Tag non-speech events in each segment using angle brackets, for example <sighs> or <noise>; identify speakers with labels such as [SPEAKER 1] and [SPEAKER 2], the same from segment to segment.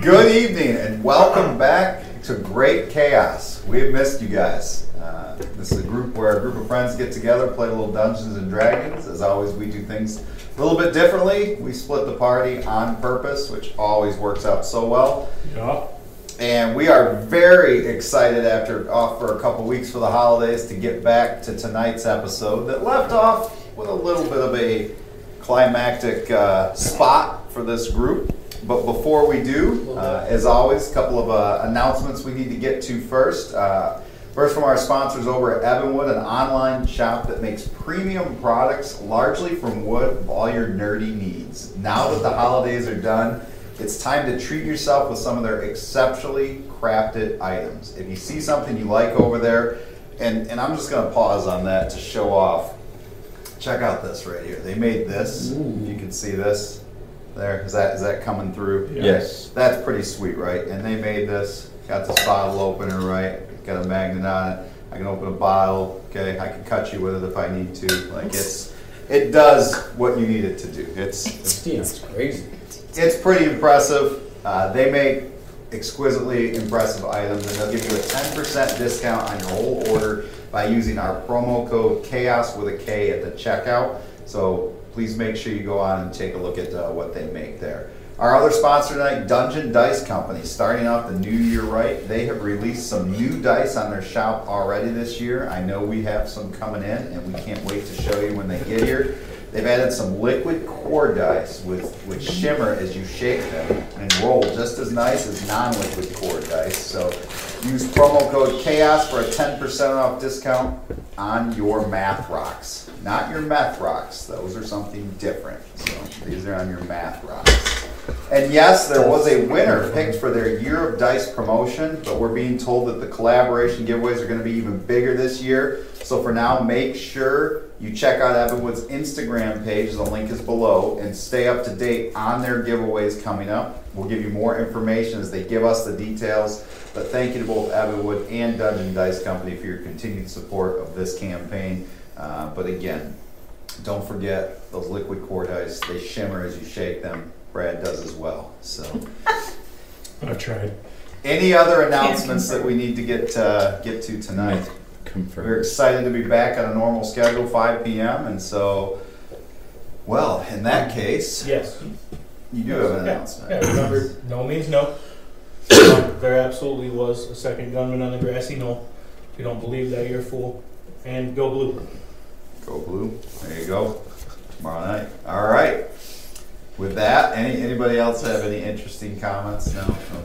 [SPEAKER 1] Good evening and welcome back to Great Chaos. We have missed you guys. Uh, this is a group where a group of friends get together, play a little Dungeons and Dragons. As always, we do things a little bit differently. We split the party on purpose, which always works out so well.
[SPEAKER 2] Yeah.
[SPEAKER 1] And we are very excited after off for a couple weeks for the holidays to get back to tonight's episode that left off with a little bit of a climactic uh, spot for this group. But before we do, uh, as always, a couple of uh, announcements we need to get to first. Uh, first, from our sponsors over at Evanwood, an online shop that makes premium products largely from wood of all your nerdy needs. Now that the holidays are done, it's time to treat yourself with some of their exceptionally crafted items. If you see something you like over there, and, and I'm just going to pause on that to show off. Check out this right here. They made this. You can see this there. Is that is that coming through?
[SPEAKER 2] Yeah.
[SPEAKER 3] Yes.
[SPEAKER 1] That's pretty sweet, right? And they made this. Got this bottle opener, right? Got a magnet on it. I can open a bottle. Okay, I can cut you with it if I need to. Like it's, it does what you need it to do. It's it's,
[SPEAKER 3] It's crazy.
[SPEAKER 1] it's pretty impressive. Uh, they make exquisitely impressive items, and they'll give you a ten percent discount on your whole order by using our promo code Chaos with a K at the checkout. So please make sure you go on and take a look at uh, what they make there. Our other sponsor tonight, Dungeon Dice Company, starting off the new year right. They have released some new dice on their shop already this year. I know we have some coming in, and we can't wait to show you when they get here. They've added some liquid core dice with, which shimmer as you shake them and roll just as nice as non-liquid core dice. So use promo code chaos for a 10% off discount on your math rocks. Not your meth rocks. Those are something different. So these are on your math rocks. And yes, there was a winner picked for their Year of Dice promotion, but we're being told that the collaboration giveaways are going to be even bigger this year. So for now, make sure you check out Evanwood's Instagram page. The link is below, and stay up to date on their giveaways coming up. We'll give you more information as they give us the details. But thank you to both Evanwood and Dungeon Dice Company for your continued support of this campaign. Uh, but again, don't forget those liquid core dice. They shimmer as you shake them. Brad does as well. So,
[SPEAKER 2] I've tried.
[SPEAKER 1] any other announcements that we need to get uh, get to tonight? We're
[SPEAKER 3] Confirmed.
[SPEAKER 1] excited to be back on a normal schedule, 5 p.m. And so, well, in that case,
[SPEAKER 4] Yes.
[SPEAKER 1] you do have an
[SPEAKER 4] Yeah.
[SPEAKER 1] announcement.
[SPEAKER 4] Yeah, remember, no means no. Um, there absolutely was a second gunman on the grassy knoll. If you don't believe that, you're a fool. And go blue.
[SPEAKER 1] Go blue. There you go. Tomorrow night. All right. With that, any anybody else have any interesting comments? No.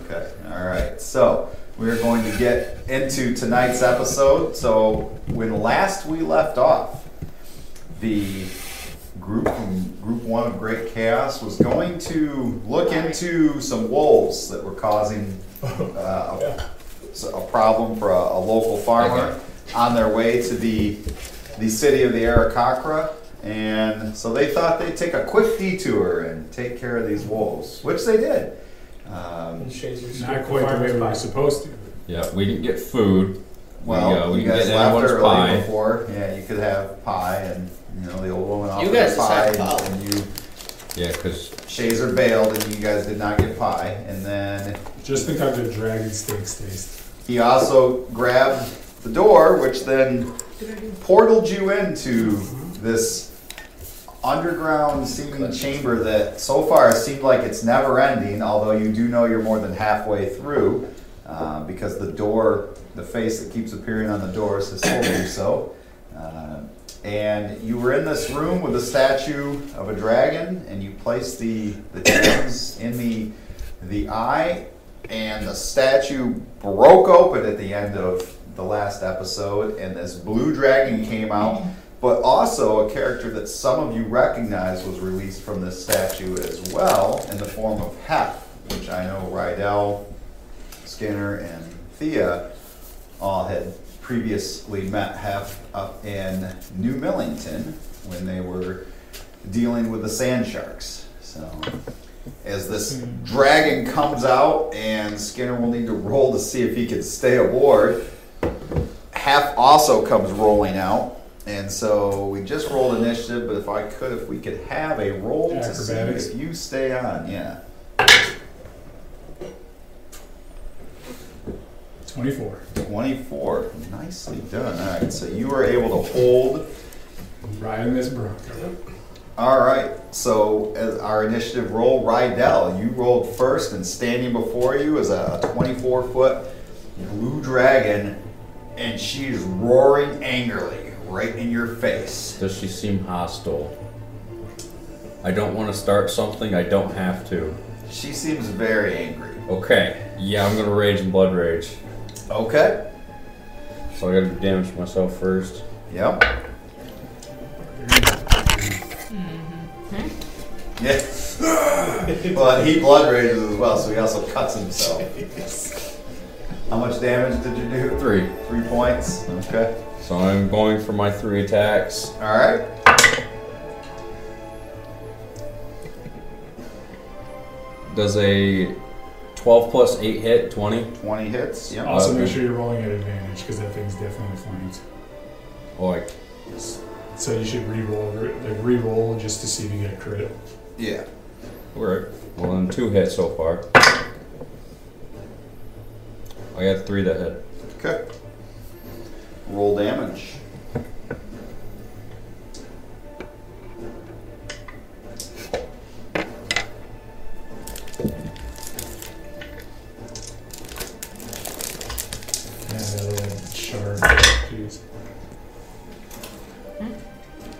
[SPEAKER 1] Okay. All right. So we are going to get into tonight's episode. So when last we left off, the group from Group One of Great Chaos was going to look into some wolves that were causing uh, a s- a problem for a, a local farmer on their way to the the city of the Aracocra. And so they thought they'd take a quick detour and take care of these wolves, which they did. Um,
[SPEAKER 4] And Shazer's
[SPEAKER 2] Not quite the way we were supposed to.
[SPEAKER 3] Yeah, we didn't get food.
[SPEAKER 1] well,
[SPEAKER 3] we, uh, we
[SPEAKER 1] you
[SPEAKER 3] didn't
[SPEAKER 1] guys
[SPEAKER 3] get
[SPEAKER 1] left
[SPEAKER 3] anyone's
[SPEAKER 1] early
[SPEAKER 3] pie.
[SPEAKER 1] before. Yeah, you could have pie, and you know the old woman offered
[SPEAKER 5] guys
[SPEAKER 1] pie,
[SPEAKER 5] decided
[SPEAKER 1] and,
[SPEAKER 5] pie.
[SPEAKER 1] and you
[SPEAKER 3] Yeah, because
[SPEAKER 1] Shazer bailed, and you guys did not get pie. And then
[SPEAKER 2] Just think how good dragon steaks taste.
[SPEAKER 1] he also grabbed the door, which then portaled you into this underground seeming chamber that so far has seemed like it's never ending, although you do know you're more than halfway through uh, because the door, the face that keeps appearing on the doors has told you so. Uh, and you were in this room with a statue of a dragon, and you placed the, the gems in the, the eye, and the statue broke open at the end of the last episode, and this blue dragon came out, but also a character that some of you recognize was released from this statue as well in the form of Hep, which I know Rydell, Skinner, and Thea all had previously met Hep up in New Millington when they were dealing with the sand sharks. So, as this dragon comes out, and Skinner will need to roll to see if he can stay aboard. Half also comes rolling out, and so we just rolled initiative. But if I could, if we could have a roll to see
[SPEAKER 2] Acrobatics.
[SPEAKER 1] if you stay on, yeah.
[SPEAKER 2] Twenty-four.
[SPEAKER 1] 24. Nicely done. All right, so you were able to hold.
[SPEAKER 2] Riding this Bronco.
[SPEAKER 1] All right, so as our initiative roll, Rydell, you rolled first, and standing before you is a 24 foot blue dragon, and she's roaring angrily right in your face.
[SPEAKER 3] Does she seem hostile? I don't want to start something. I don't have to.
[SPEAKER 1] She seems very angry.
[SPEAKER 3] Okay. Yeah, I'm gonna rage and blood rage.
[SPEAKER 1] Okay.
[SPEAKER 3] So I gotta damage myself first.
[SPEAKER 1] Yep. <laughs> Yeah. but Hmm? he blood rages as well, so he also cuts himself. How much damage did you do?
[SPEAKER 3] Three.
[SPEAKER 1] Three points. Okay.
[SPEAKER 3] So I'm going for my three attacks.
[SPEAKER 1] All right.
[SPEAKER 3] Does a 12 plus 8 hit? 20?
[SPEAKER 1] 20 hits. Yep.
[SPEAKER 2] Also,
[SPEAKER 3] Okay.
[SPEAKER 2] make sure you're rolling at advantage because that thing's definitely flanked.
[SPEAKER 3] Oh, I,
[SPEAKER 2] So you should re-roll, like re-roll just to see if you get a crit.
[SPEAKER 1] Yeah.
[SPEAKER 3] alright. Well, then two hits so far. I got three that hit.
[SPEAKER 1] Okay. Roll damage.
[SPEAKER 2] Yeah, that little shard. Jeez.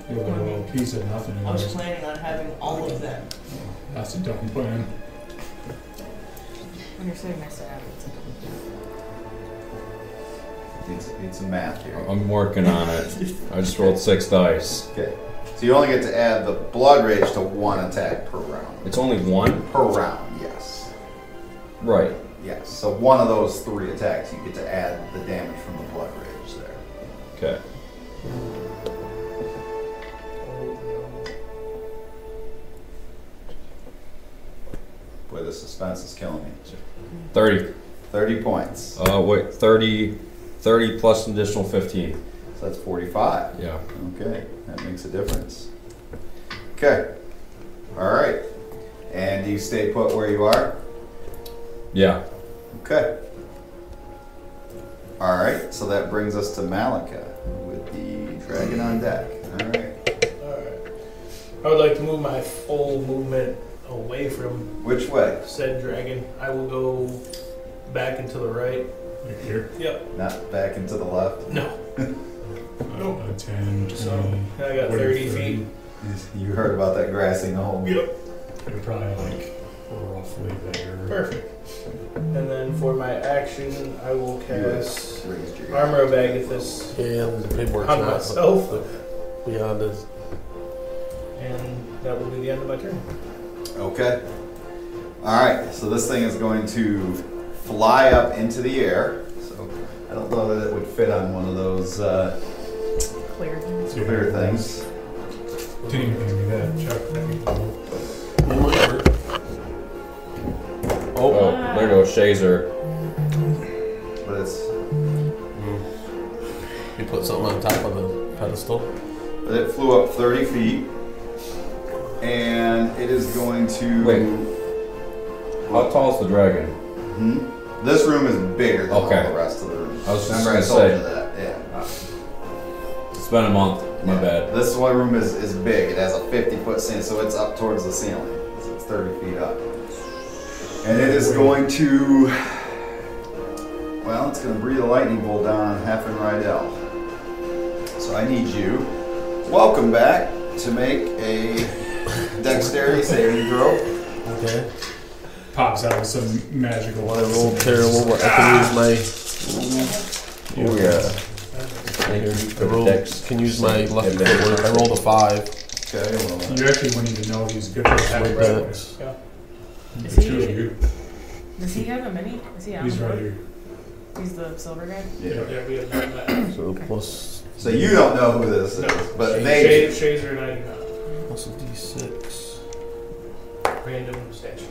[SPEAKER 2] You have a little piece of nothing. in
[SPEAKER 5] I was
[SPEAKER 2] there.
[SPEAKER 5] planning on having all of them.
[SPEAKER 2] That's a dumb plan.
[SPEAKER 5] When you're sitting next to Abby, it's like,
[SPEAKER 1] Need some, need some math here.
[SPEAKER 3] I'm working on it. I just rolled six dice.
[SPEAKER 1] Okay. So you only get to add the blood rage to one attack per round.
[SPEAKER 3] It's only one?
[SPEAKER 1] Per round, yes.
[SPEAKER 3] Right.
[SPEAKER 1] Yes. So one of those three attacks, you get to add the damage from the blood rage there.
[SPEAKER 3] Okay.
[SPEAKER 1] Boy, the suspense is killing me.
[SPEAKER 3] 30.
[SPEAKER 1] 30 points.
[SPEAKER 3] Uh, wait, 30. 30 plus an additional 15.
[SPEAKER 1] So that's 45.
[SPEAKER 3] Yeah.
[SPEAKER 1] Okay, that makes a difference. Okay, all right. And do you stay put where you are?
[SPEAKER 3] Yeah.
[SPEAKER 1] Okay. All right, so that brings us to Malika with the dragon on deck. All right.
[SPEAKER 4] Alright. I would like to move my full movement away from
[SPEAKER 1] Which way?
[SPEAKER 4] said dragon. I will go back and to the right.
[SPEAKER 2] Like here.
[SPEAKER 4] Yep.
[SPEAKER 1] Not back and to the left? <laughs>
[SPEAKER 4] No. Nope.
[SPEAKER 2] Uh, 10, 20.
[SPEAKER 4] So I got
[SPEAKER 2] 40,
[SPEAKER 4] 30 feet.
[SPEAKER 1] You heard about that grassy knoll.
[SPEAKER 4] Yep.
[SPEAKER 2] You're probably like roughly there.
[SPEAKER 4] Perfect. And then for my action, I will cast
[SPEAKER 1] Raised your-
[SPEAKER 4] Armor of Agathis
[SPEAKER 6] Yeah, the paperwork's
[SPEAKER 4] on
[SPEAKER 6] not
[SPEAKER 4] myself,
[SPEAKER 6] beyond us.
[SPEAKER 4] and that will be the end of my turn.
[SPEAKER 1] Okay. All right. So this thing is going to fly up into the air. So I don't know that it would fit on one of those uh,
[SPEAKER 5] clear.
[SPEAKER 1] clear things.
[SPEAKER 2] Didn't even give me that, Chuck.
[SPEAKER 3] Oh, there goes Shazer.
[SPEAKER 1] But it's
[SPEAKER 6] You put something on top of the pedestal.
[SPEAKER 1] but it flew up 30 feet, and it is going to.
[SPEAKER 3] Wait. How tall is the dragon?
[SPEAKER 1] Hmm? This room is bigger than
[SPEAKER 3] Okay.
[SPEAKER 1] all the rest of the room.
[SPEAKER 3] I was just
[SPEAKER 1] Remember, I told
[SPEAKER 3] gonna
[SPEAKER 1] you that. Yeah.
[SPEAKER 3] It's been a month. My
[SPEAKER 1] Yeah.
[SPEAKER 3] bad.
[SPEAKER 1] This one room is, is big. It has a 50 foot ceiling, so it's up towards the ceiling. It's- It's 30 feet up. And it is going to. Well, it's going to breathe a lightning bolt down on Heff and Rydell. So I need you, welcome back, to make a
[SPEAKER 3] <laughs>
[SPEAKER 1] dexterity saving throw.
[SPEAKER 6] Okay.
[SPEAKER 2] Pops out with some magical.
[SPEAKER 6] Well, I rolled terrible. but I can use my.
[SPEAKER 2] Oh,
[SPEAKER 6] yeah. I, I rolled, can use my lucky footwork. I rolled a five.
[SPEAKER 1] Okay, well, uh,
[SPEAKER 2] You actually wouldn't even know if he's good for that.
[SPEAKER 6] With the,
[SPEAKER 4] Yeah.
[SPEAKER 2] The
[SPEAKER 5] Is
[SPEAKER 2] two of
[SPEAKER 5] he-
[SPEAKER 2] you.
[SPEAKER 5] Does he have a mini? Is he on
[SPEAKER 2] He's
[SPEAKER 5] the
[SPEAKER 2] right
[SPEAKER 5] board?
[SPEAKER 2] here.
[SPEAKER 5] He's the silver guy?
[SPEAKER 1] yeah.
[SPEAKER 4] Yeah, we have done that.
[SPEAKER 6] so plus,
[SPEAKER 1] So you don't know who this is,
[SPEAKER 4] No.
[SPEAKER 1] <coughs> but they.
[SPEAKER 4] Shade, Shazer and I do not.
[SPEAKER 6] plus a d6.
[SPEAKER 4] Random statue.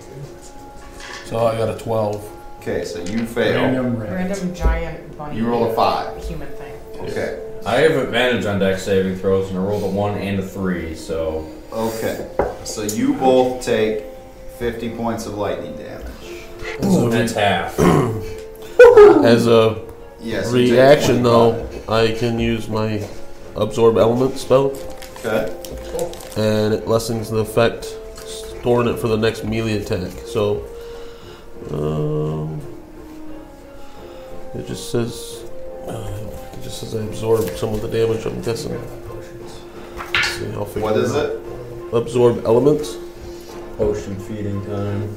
[SPEAKER 6] So I got a 12.
[SPEAKER 1] Okay, so you fail.
[SPEAKER 2] Random rat.
[SPEAKER 5] Random giant bunny.
[SPEAKER 1] You roll a five.
[SPEAKER 5] Human thing.
[SPEAKER 1] Okay.
[SPEAKER 3] I have advantage on deck saving throws, and I rolled a one and a three, so
[SPEAKER 1] Okay, so you both take 50 points of lightning damage.
[SPEAKER 3] that's half.
[SPEAKER 6] As a
[SPEAKER 1] Yes. you take
[SPEAKER 6] Reaction
[SPEAKER 1] 25.
[SPEAKER 6] though, I can use my absorb element spell,
[SPEAKER 1] Okay.
[SPEAKER 6] and it lessens the effect, storing it for the next melee attack. So, um, it just says, uh, it just says I absorb some of the damage. I'm guessing. Let's see, I'll figure
[SPEAKER 1] What is it?
[SPEAKER 6] Absorb elements.
[SPEAKER 3] Potion feeding time.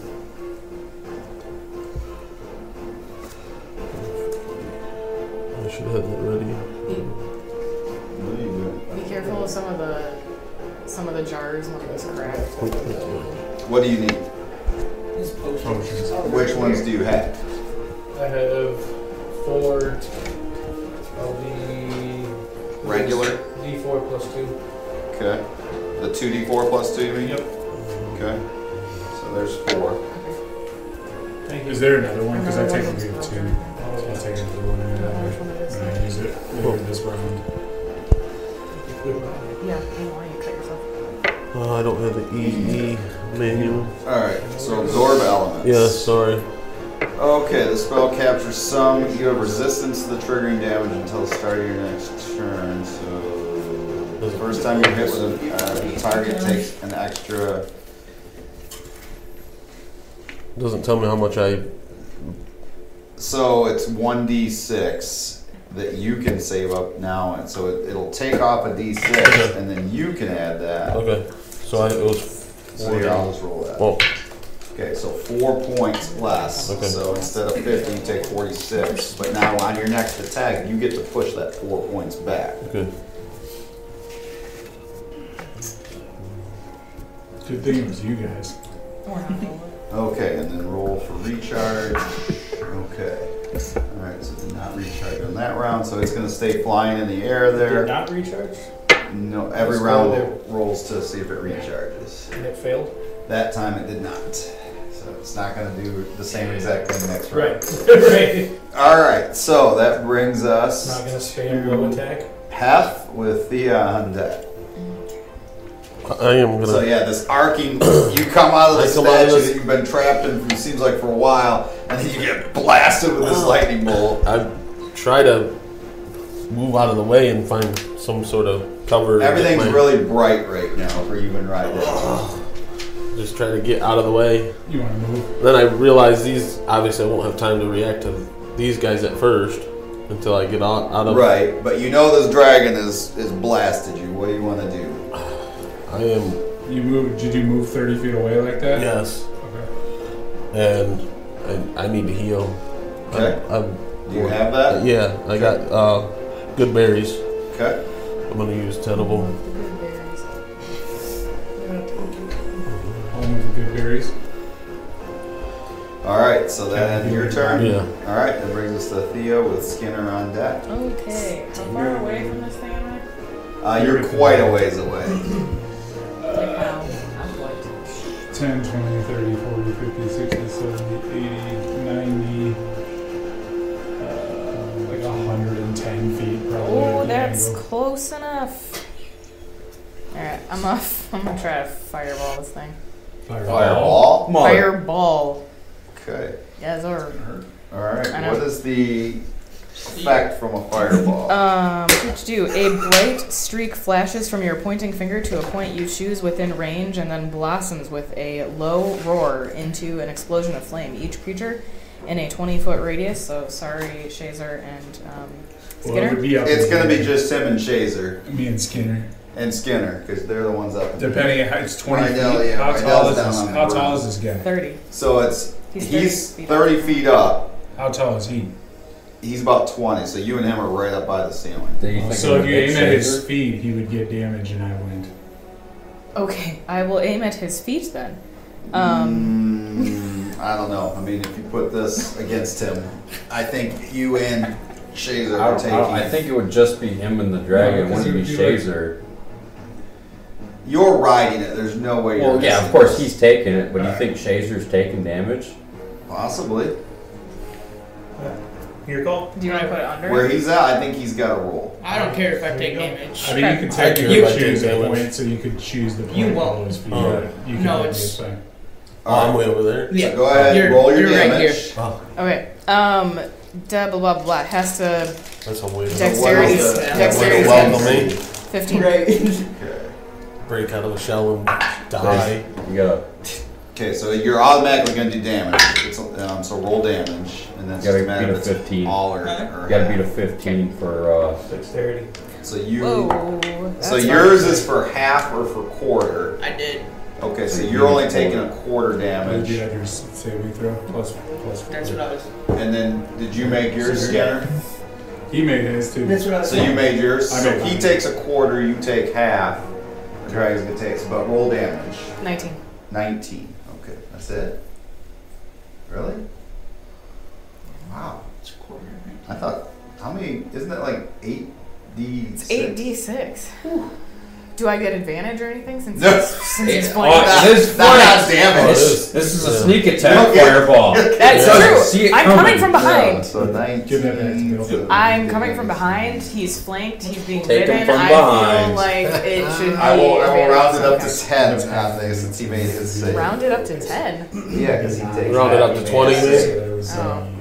[SPEAKER 6] I should have that ready.
[SPEAKER 5] Be, be careful of some of the some of the jars when it's cracked.
[SPEAKER 1] What do you need?
[SPEAKER 4] These potions.
[SPEAKER 1] Which ones do you have?
[SPEAKER 4] I have four of the
[SPEAKER 1] Regular?
[SPEAKER 4] D4 plus two.
[SPEAKER 1] Okay. The two D four plus two, you mean?
[SPEAKER 4] Yep.
[SPEAKER 1] Okay. So there's four.
[SPEAKER 5] Okay.
[SPEAKER 4] Thank you. Oh,
[SPEAKER 2] Is there another one? Because I
[SPEAKER 5] Another
[SPEAKER 2] take a
[SPEAKER 5] one
[SPEAKER 2] leave
[SPEAKER 5] is
[SPEAKER 2] too.
[SPEAKER 5] broken.
[SPEAKER 2] So I'll take another one
[SPEAKER 5] I
[SPEAKER 2] and
[SPEAKER 5] don't know
[SPEAKER 2] another.
[SPEAKER 5] which one it is.
[SPEAKER 2] And I use it later this round.
[SPEAKER 5] Yeah, I don't know why you cut yourself.
[SPEAKER 6] Uh, I don't have the EE manual.
[SPEAKER 1] Alright, so absorb elements.
[SPEAKER 6] Yeah, sorry.
[SPEAKER 1] Okay, the spell captures some. You have resistance to the triggering damage until the start of your next turn. So the first time you hit with a uh, the target takes an extra.
[SPEAKER 6] Doesn't tell me how much I.
[SPEAKER 1] So it's one d six that you can save up now, and so it, it'll take off a d six, and then you can add that.
[SPEAKER 6] Okay, so I, it was.
[SPEAKER 1] So here, I'll just roll that.
[SPEAKER 6] Oh,
[SPEAKER 1] Okay, so four points less.
[SPEAKER 6] Okay.
[SPEAKER 1] So instead of fifty, you take forty-six. But now on your next attack, you get to push that four points back.
[SPEAKER 6] okay.
[SPEAKER 2] Good thing it was you guys.
[SPEAKER 5] Or not.
[SPEAKER 1] Okay, and then roll for recharge. Okay. All right, so did not recharge on that round, so it's gonna stay flying in the air
[SPEAKER 4] Did
[SPEAKER 1] there.
[SPEAKER 4] not recharge,
[SPEAKER 1] No, every
[SPEAKER 4] Let's go
[SPEAKER 1] round
[SPEAKER 4] there.
[SPEAKER 1] it rolls to see if it recharges.
[SPEAKER 4] and it failed.
[SPEAKER 1] That time it did not. So it's not gonna do the same exact thing next
[SPEAKER 4] <laughs>
[SPEAKER 1] round.
[SPEAKER 4] right.
[SPEAKER 1] All right, so that brings
[SPEAKER 4] It's
[SPEAKER 1] us
[SPEAKER 4] not gonna spam low attack.
[SPEAKER 1] half with Thea on deck.
[SPEAKER 6] I I am
[SPEAKER 1] So
[SPEAKER 6] gonna.
[SPEAKER 1] yeah, this arcing, <coughs> you come out of the
[SPEAKER 6] I come out of
[SPEAKER 1] statue
[SPEAKER 6] this-
[SPEAKER 1] that you've been trapped in, for, seems like for a while, and then you get blasted with this lightning bolt.
[SPEAKER 6] I try to move out of the way and find some sort of cover. to get
[SPEAKER 1] Everything's
[SPEAKER 6] my-
[SPEAKER 1] really bright right now for you and
[SPEAKER 6] Oh.
[SPEAKER 1] Ryder.
[SPEAKER 6] Just try to get out of the way.
[SPEAKER 2] You want to move?
[SPEAKER 6] Then I realize these. Obviously, I won't have time to react to these guys at first until I get out, out of.
[SPEAKER 1] Right, but you know this dragon is is blasted you. What do you want to do?
[SPEAKER 6] I am.
[SPEAKER 2] You move? Did you move 30 feet away like that?
[SPEAKER 6] Yes.
[SPEAKER 2] Okay.
[SPEAKER 6] And I, I need to heal. I'm-
[SPEAKER 1] Okay.
[SPEAKER 6] I'm
[SPEAKER 1] Do you have that?
[SPEAKER 6] Yeah, I got uh, good berries.
[SPEAKER 1] Okay.
[SPEAKER 6] I'm gonna use ten of them.
[SPEAKER 5] The good berries.
[SPEAKER 2] I'll move the good berries.
[SPEAKER 1] All right. So then your turn.
[SPEAKER 6] Yeah.
[SPEAKER 1] All right. That brings us to Theo with Skinner on deck.
[SPEAKER 5] Okay, how far away from this thing am I?
[SPEAKER 1] Uh, you're quite a ways away.
[SPEAKER 5] Like how? I'm going to.
[SPEAKER 2] 10, 20, 30, 40, 50, 60, 70, 80, 90, uh, like 110 feet probably.
[SPEAKER 5] Oh,
[SPEAKER 2] at the
[SPEAKER 5] that's
[SPEAKER 2] angle.
[SPEAKER 5] close enough. All right, I'm off. <laughs> I'm gonna try to fireball this thing.
[SPEAKER 1] Fireball.
[SPEAKER 5] Fireball.
[SPEAKER 1] Okay.
[SPEAKER 5] Yes, or
[SPEAKER 1] All right.
[SPEAKER 5] I know.
[SPEAKER 1] What is the effect from a fireball?
[SPEAKER 5] um, what you do? A bright streak flashes from your pointing finger to a point you choose within range, and then blossoms with a low roar into an explosion of flame. Each creature in a 20-foot radius. So sorry, Shazer and um,
[SPEAKER 2] Well, it would
[SPEAKER 5] Skinner.
[SPEAKER 2] be up
[SPEAKER 1] It's
[SPEAKER 2] in
[SPEAKER 1] gonna be
[SPEAKER 2] here.
[SPEAKER 1] just him and Shazer
[SPEAKER 2] me and Skinner.
[SPEAKER 1] and Skinner because they're the ones up. in there.
[SPEAKER 2] Depending on how it's 20
[SPEAKER 1] Rydell,
[SPEAKER 2] feet.
[SPEAKER 1] yeah,
[SPEAKER 2] how, tall
[SPEAKER 1] Rydell's
[SPEAKER 2] is
[SPEAKER 1] down
[SPEAKER 2] this,
[SPEAKER 1] on the
[SPEAKER 2] how tall
[SPEAKER 1] ground.
[SPEAKER 2] is this guy?
[SPEAKER 5] Thirty.
[SPEAKER 1] So it's
[SPEAKER 5] He's thirty
[SPEAKER 1] he's
[SPEAKER 5] feet up.
[SPEAKER 1] thirty feet up.
[SPEAKER 2] How tall is he?
[SPEAKER 1] He's about twenty. So you and him are right up by the ceiling.
[SPEAKER 3] Do you think
[SPEAKER 2] so
[SPEAKER 3] I'm
[SPEAKER 2] if
[SPEAKER 3] a
[SPEAKER 2] you
[SPEAKER 3] big
[SPEAKER 2] aim at his
[SPEAKER 3] shaver?
[SPEAKER 2] feet, he would get damage and I wouldn't.
[SPEAKER 5] Okay, I will aim at his feet then. Um,
[SPEAKER 1] Mm, I don't know. I mean, if you put this against him, I think you and Shazer
[SPEAKER 3] I,
[SPEAKER 1] are
[SPEAKER 3] don't- I
[SPEAKER 1] taking.
[SPEAKER 3] don't- I think it would just be him and the dragon.
[SPEAKER 2] No,
[SPEAKER 3] it wouldn't be
[SPEAKER 2] 'cause he would be
[SPEAKER 3] Shazer.
[SPEAKER 1] you're riding it. There's no way. you're
[SPEAKER 3] Well, yeah, of
[SPEAKER 1] missing
[SPEAKER 3] course
[SPEAKER 1] this.
[SPEAKER 3] he's taking it, but you
[SPEAKER 1] Alright.
[SPEAKER 3] think Shazer's taking damage?
[SPEAKER 1] possibly
[SPEAKER 4] Your call.
[SPEAKER 5] Do you want to put it under?
[SPEAKER 1] where he's at. I think he's got a roll.
[SPEAKER 7] I don't care if I take
[SPEAKER 4] There you go.
[SPEAKER 7] damage.
[SPEAKER 2] I mean, you
[SPEAKER 5] Correct.
[SPEAKER 2] could
[SPEAKER 6] I
[SPEAKER 2] technically
[SPEAKER 6] do.
[SPEAKER 2] choose a
[SPEAKER 6] Yeah.
[SPEAKER 2] point, so you could choose the point.
[SPEAKER 7] You
[SPEAKER 2] that
[SPEAKER 7] won't.
[SPEAKER 2] was for you.
[SPEAKER 6] Oh.
[SPEAKER 2] You
[SPEAKER 7] No,
[SPEAKER 2] can
[SPEAKER 7] it's-
[SPEAKER 2] do it,
[SPEAKER 6] Oh, I'm way over there.
[SPEAKER 7] Yeah.
[SPEAKER 1] Go ahead.
[SPEAKER 7] You're-
[SPEAKER 1] roll your
[SPEAKER 7] you're right
[SPEAKER 1] damage.
[SPEAKER 6] Oh,
[SPEAKER 5] Okay. Um, Duh, blah, blah, blah, blah. Has to
[SPEAKER 6] That's a way to
[SPEAKER 5] Dexterity,
[SPEAKER 1] Well, the-
[SPEAKER 5] dexterity save.
[SPEAKER 6] Well, the main
[SPEAKER 5] 15.
[SPEAKER 1] Okay.
[SPEAKER 6] break out of the shell and die.
[SPEAKER 3] You gotta,
[SPEAKER 1] Okay, so you're automatically gonna do damage. It's, um, so roll damage, and then it's
[SPEAKER 3] Gotta
[SPEAKER 1] just a matter
[SPEAKER 3] beat
[SPEAKER 1] of
[SPEAKER 3] a
[SPEAKER 1] it's
[SPEAKER 3] 15.
[SPEAKER 1] all or, or
[SPEAKER 3] you gotta
[SPEAKER 1] half.
[SPEAKER 3] beat a 15 for, uh,
[SPEAKER 4] Dexterity.
[SPEAKER 1] So you.
[SPEAKER 5] Whoa.
[SPEAKER 1] So
[SPEAKER 5] that's
[SPEAKER 1] yours is for half or for quarter.
[SPEAKER 7] I did.
[SPEAKER 1] Okay, so you're only taking a quarter
[SPEAKER 2] Would you
[SPEAKER 1] damage.
[SPEAKER 2] have your saving throw plus plus?
[SPEAKER 7] That's what I was.
[SPEAKER 1] And then did you make yours,
[SPEAKER 2] So you're-
[SPEAKER 1] Skinner?
[SPEAKER 2] He made his too.
[SPEAKER 7] That's what I was.
[SPEAKER 1] So you made yours.
[SPEAKER 2] I
[SPEAKER 1] so
[SPEAKER 2] made
[SPEAKER 1] he
[SPEAKER 2] mine.
[SPEAKER 1] takes a quarter, you take half. The dragon's gonna take, but roll damage.
[SPEAKER 5] 19.
[SPEAKER 1] 19. Okay, that's it? Really? Wow.
[SPEAKER 7] It's a quarter,
[SPEAKER 1] I thought, how many, isn't that like 8d?
[SPEAKER 5] It's 8d6. Do I get advantage or anything since
[SPEAKER 1] No.
[SPEAKER 5] it's, since it's
[SPEAKER 3] Yeah.
[SPEAKER 5] pointed
[SPEAKER 3] Oh,
[SPEAKER 5] out?
[SPEAKER 3] this-
[SPEAKER 1] That's not damage.
[SPEAKER 3] this, this is a
[SPEAKER 6] Yeah.
[SPEAKER 3] sneak attack
[SPEAKER 1] Yeah.
[SPEAKER 3] fireball. <laughs>
[SPEAKER 5] That's
[SPEAKER 3] Yeah.
[SPEAKER 5] true.
[SPEAKER 3] See it
[SPEAKER 5] I'm coming from behind.
[SPEAKER 1] Yeah, so 19.
[SPEAKER 2] Give that back to me.
[SPEAKER 1] so-
[SPEAKER 5] I'm coming from behind. He's flanked. He's being
[SPEAKER 3] Take him
[SPEAKER 5] ridden.
[SPEAKER 3] from
[SPEAKER 5] I
[SPEAKER 3] behind.
[SPEAKER 5] feel like it should be.
[SPEAKER 1] I will, I will
[SPEAKER 5] advantage.
[SPEAKER 1] round it up
[SPEAKER 5] Okay.
[SPEAKER 1] to 10 on this since he made his save.
[SPEAKER 5] Round it up to 10.
[SPEAKER 1] Yeah, because he takes
[SPEAKER 6] Round it
[SPEAKER 1] half.
[SPEAKER 6] up to 20 maybe?
[SPEAKER 2] There was, um,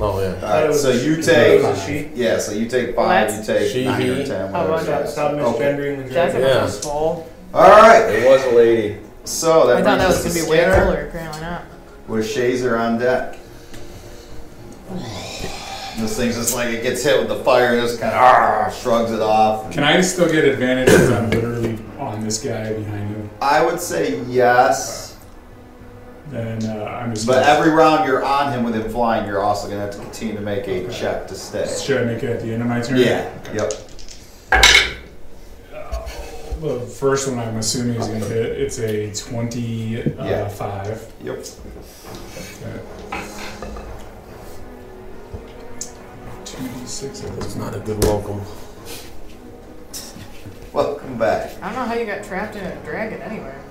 [SPEAKER 6] Oh, yeah.
[SPEAKER 1] All right, so you
[SPEAKER 4] It
[SPEAKER 1] take,
[SPEAKER 4] was a she.
[SPEAKER 1] yeah, so you take
[SPEAKER 5] Well,
[SPEAKER 1] five, you
[SPEAKER 5] that's-
[SPEAKER 1] take
[SPEAKER 6] She,
[SPEAKER 1] nine
[SPEAKER 6] he.
[SPEAKER 1] or 10.
[SPEAKER 5] Oh,
[SPEAKER 1] whatever.
[SPEAKER 4] Stop, stop
[SPEAKER 1] Okay.
[SPEAKER 4] misgendering the
[SPEAKER 5] That's
[SPEAKER 4] dragon.
[SPEAKER 5] a
[SPEAKER 6] Yeah.
[SPEAKER 5] yeah. full.
[SPEAKER 1] All right,
[SPEAKER 3] It was a lady.
[SPEAKER 1] so that
[SPEAKER 5] I thought that
[SPEAKER 1] brings
[SPEAKER 5] was
[SPEAKER 1] us
[SPEAKER 5] going to be way
[SPEAKER 1] Skinner
[SPEAKER 5] cooler. Apparently not.
[SPEAKER 1] With Shazer on deck. This thing's just like it gets hit with the fire and just kind of ah, shrugs it off.
[SPEAKER 2] Can I still get advantage because I'm literally on this guy behind him?
[SPEAKER 1] I would say yes,
[SPEAKER 2] Then uh, I'm just.
[SPEAKER 1] but every round you're on him with him flying, you're also gonna have to continue to make a check to stay.
[SPEAKER 2] Should I make it at the end of my turn?
[SPEAKER 1] Yeah. Yep.
[SPEAKER 2] The first one I'm assuming is going to hit. It's a 25.
[SPEAKER 1] Yeah. Yep.
[SPEAKER 2] Okay. 2d6 at this
[SPEAKER 6] It's
[SPEAKER 2] point.
[SPEAKER 6] not a good welcome.
[SPEAKER 1] Welcome back.
[SPEAKER 5] I don't know how you got trapped in a dragon anywhere.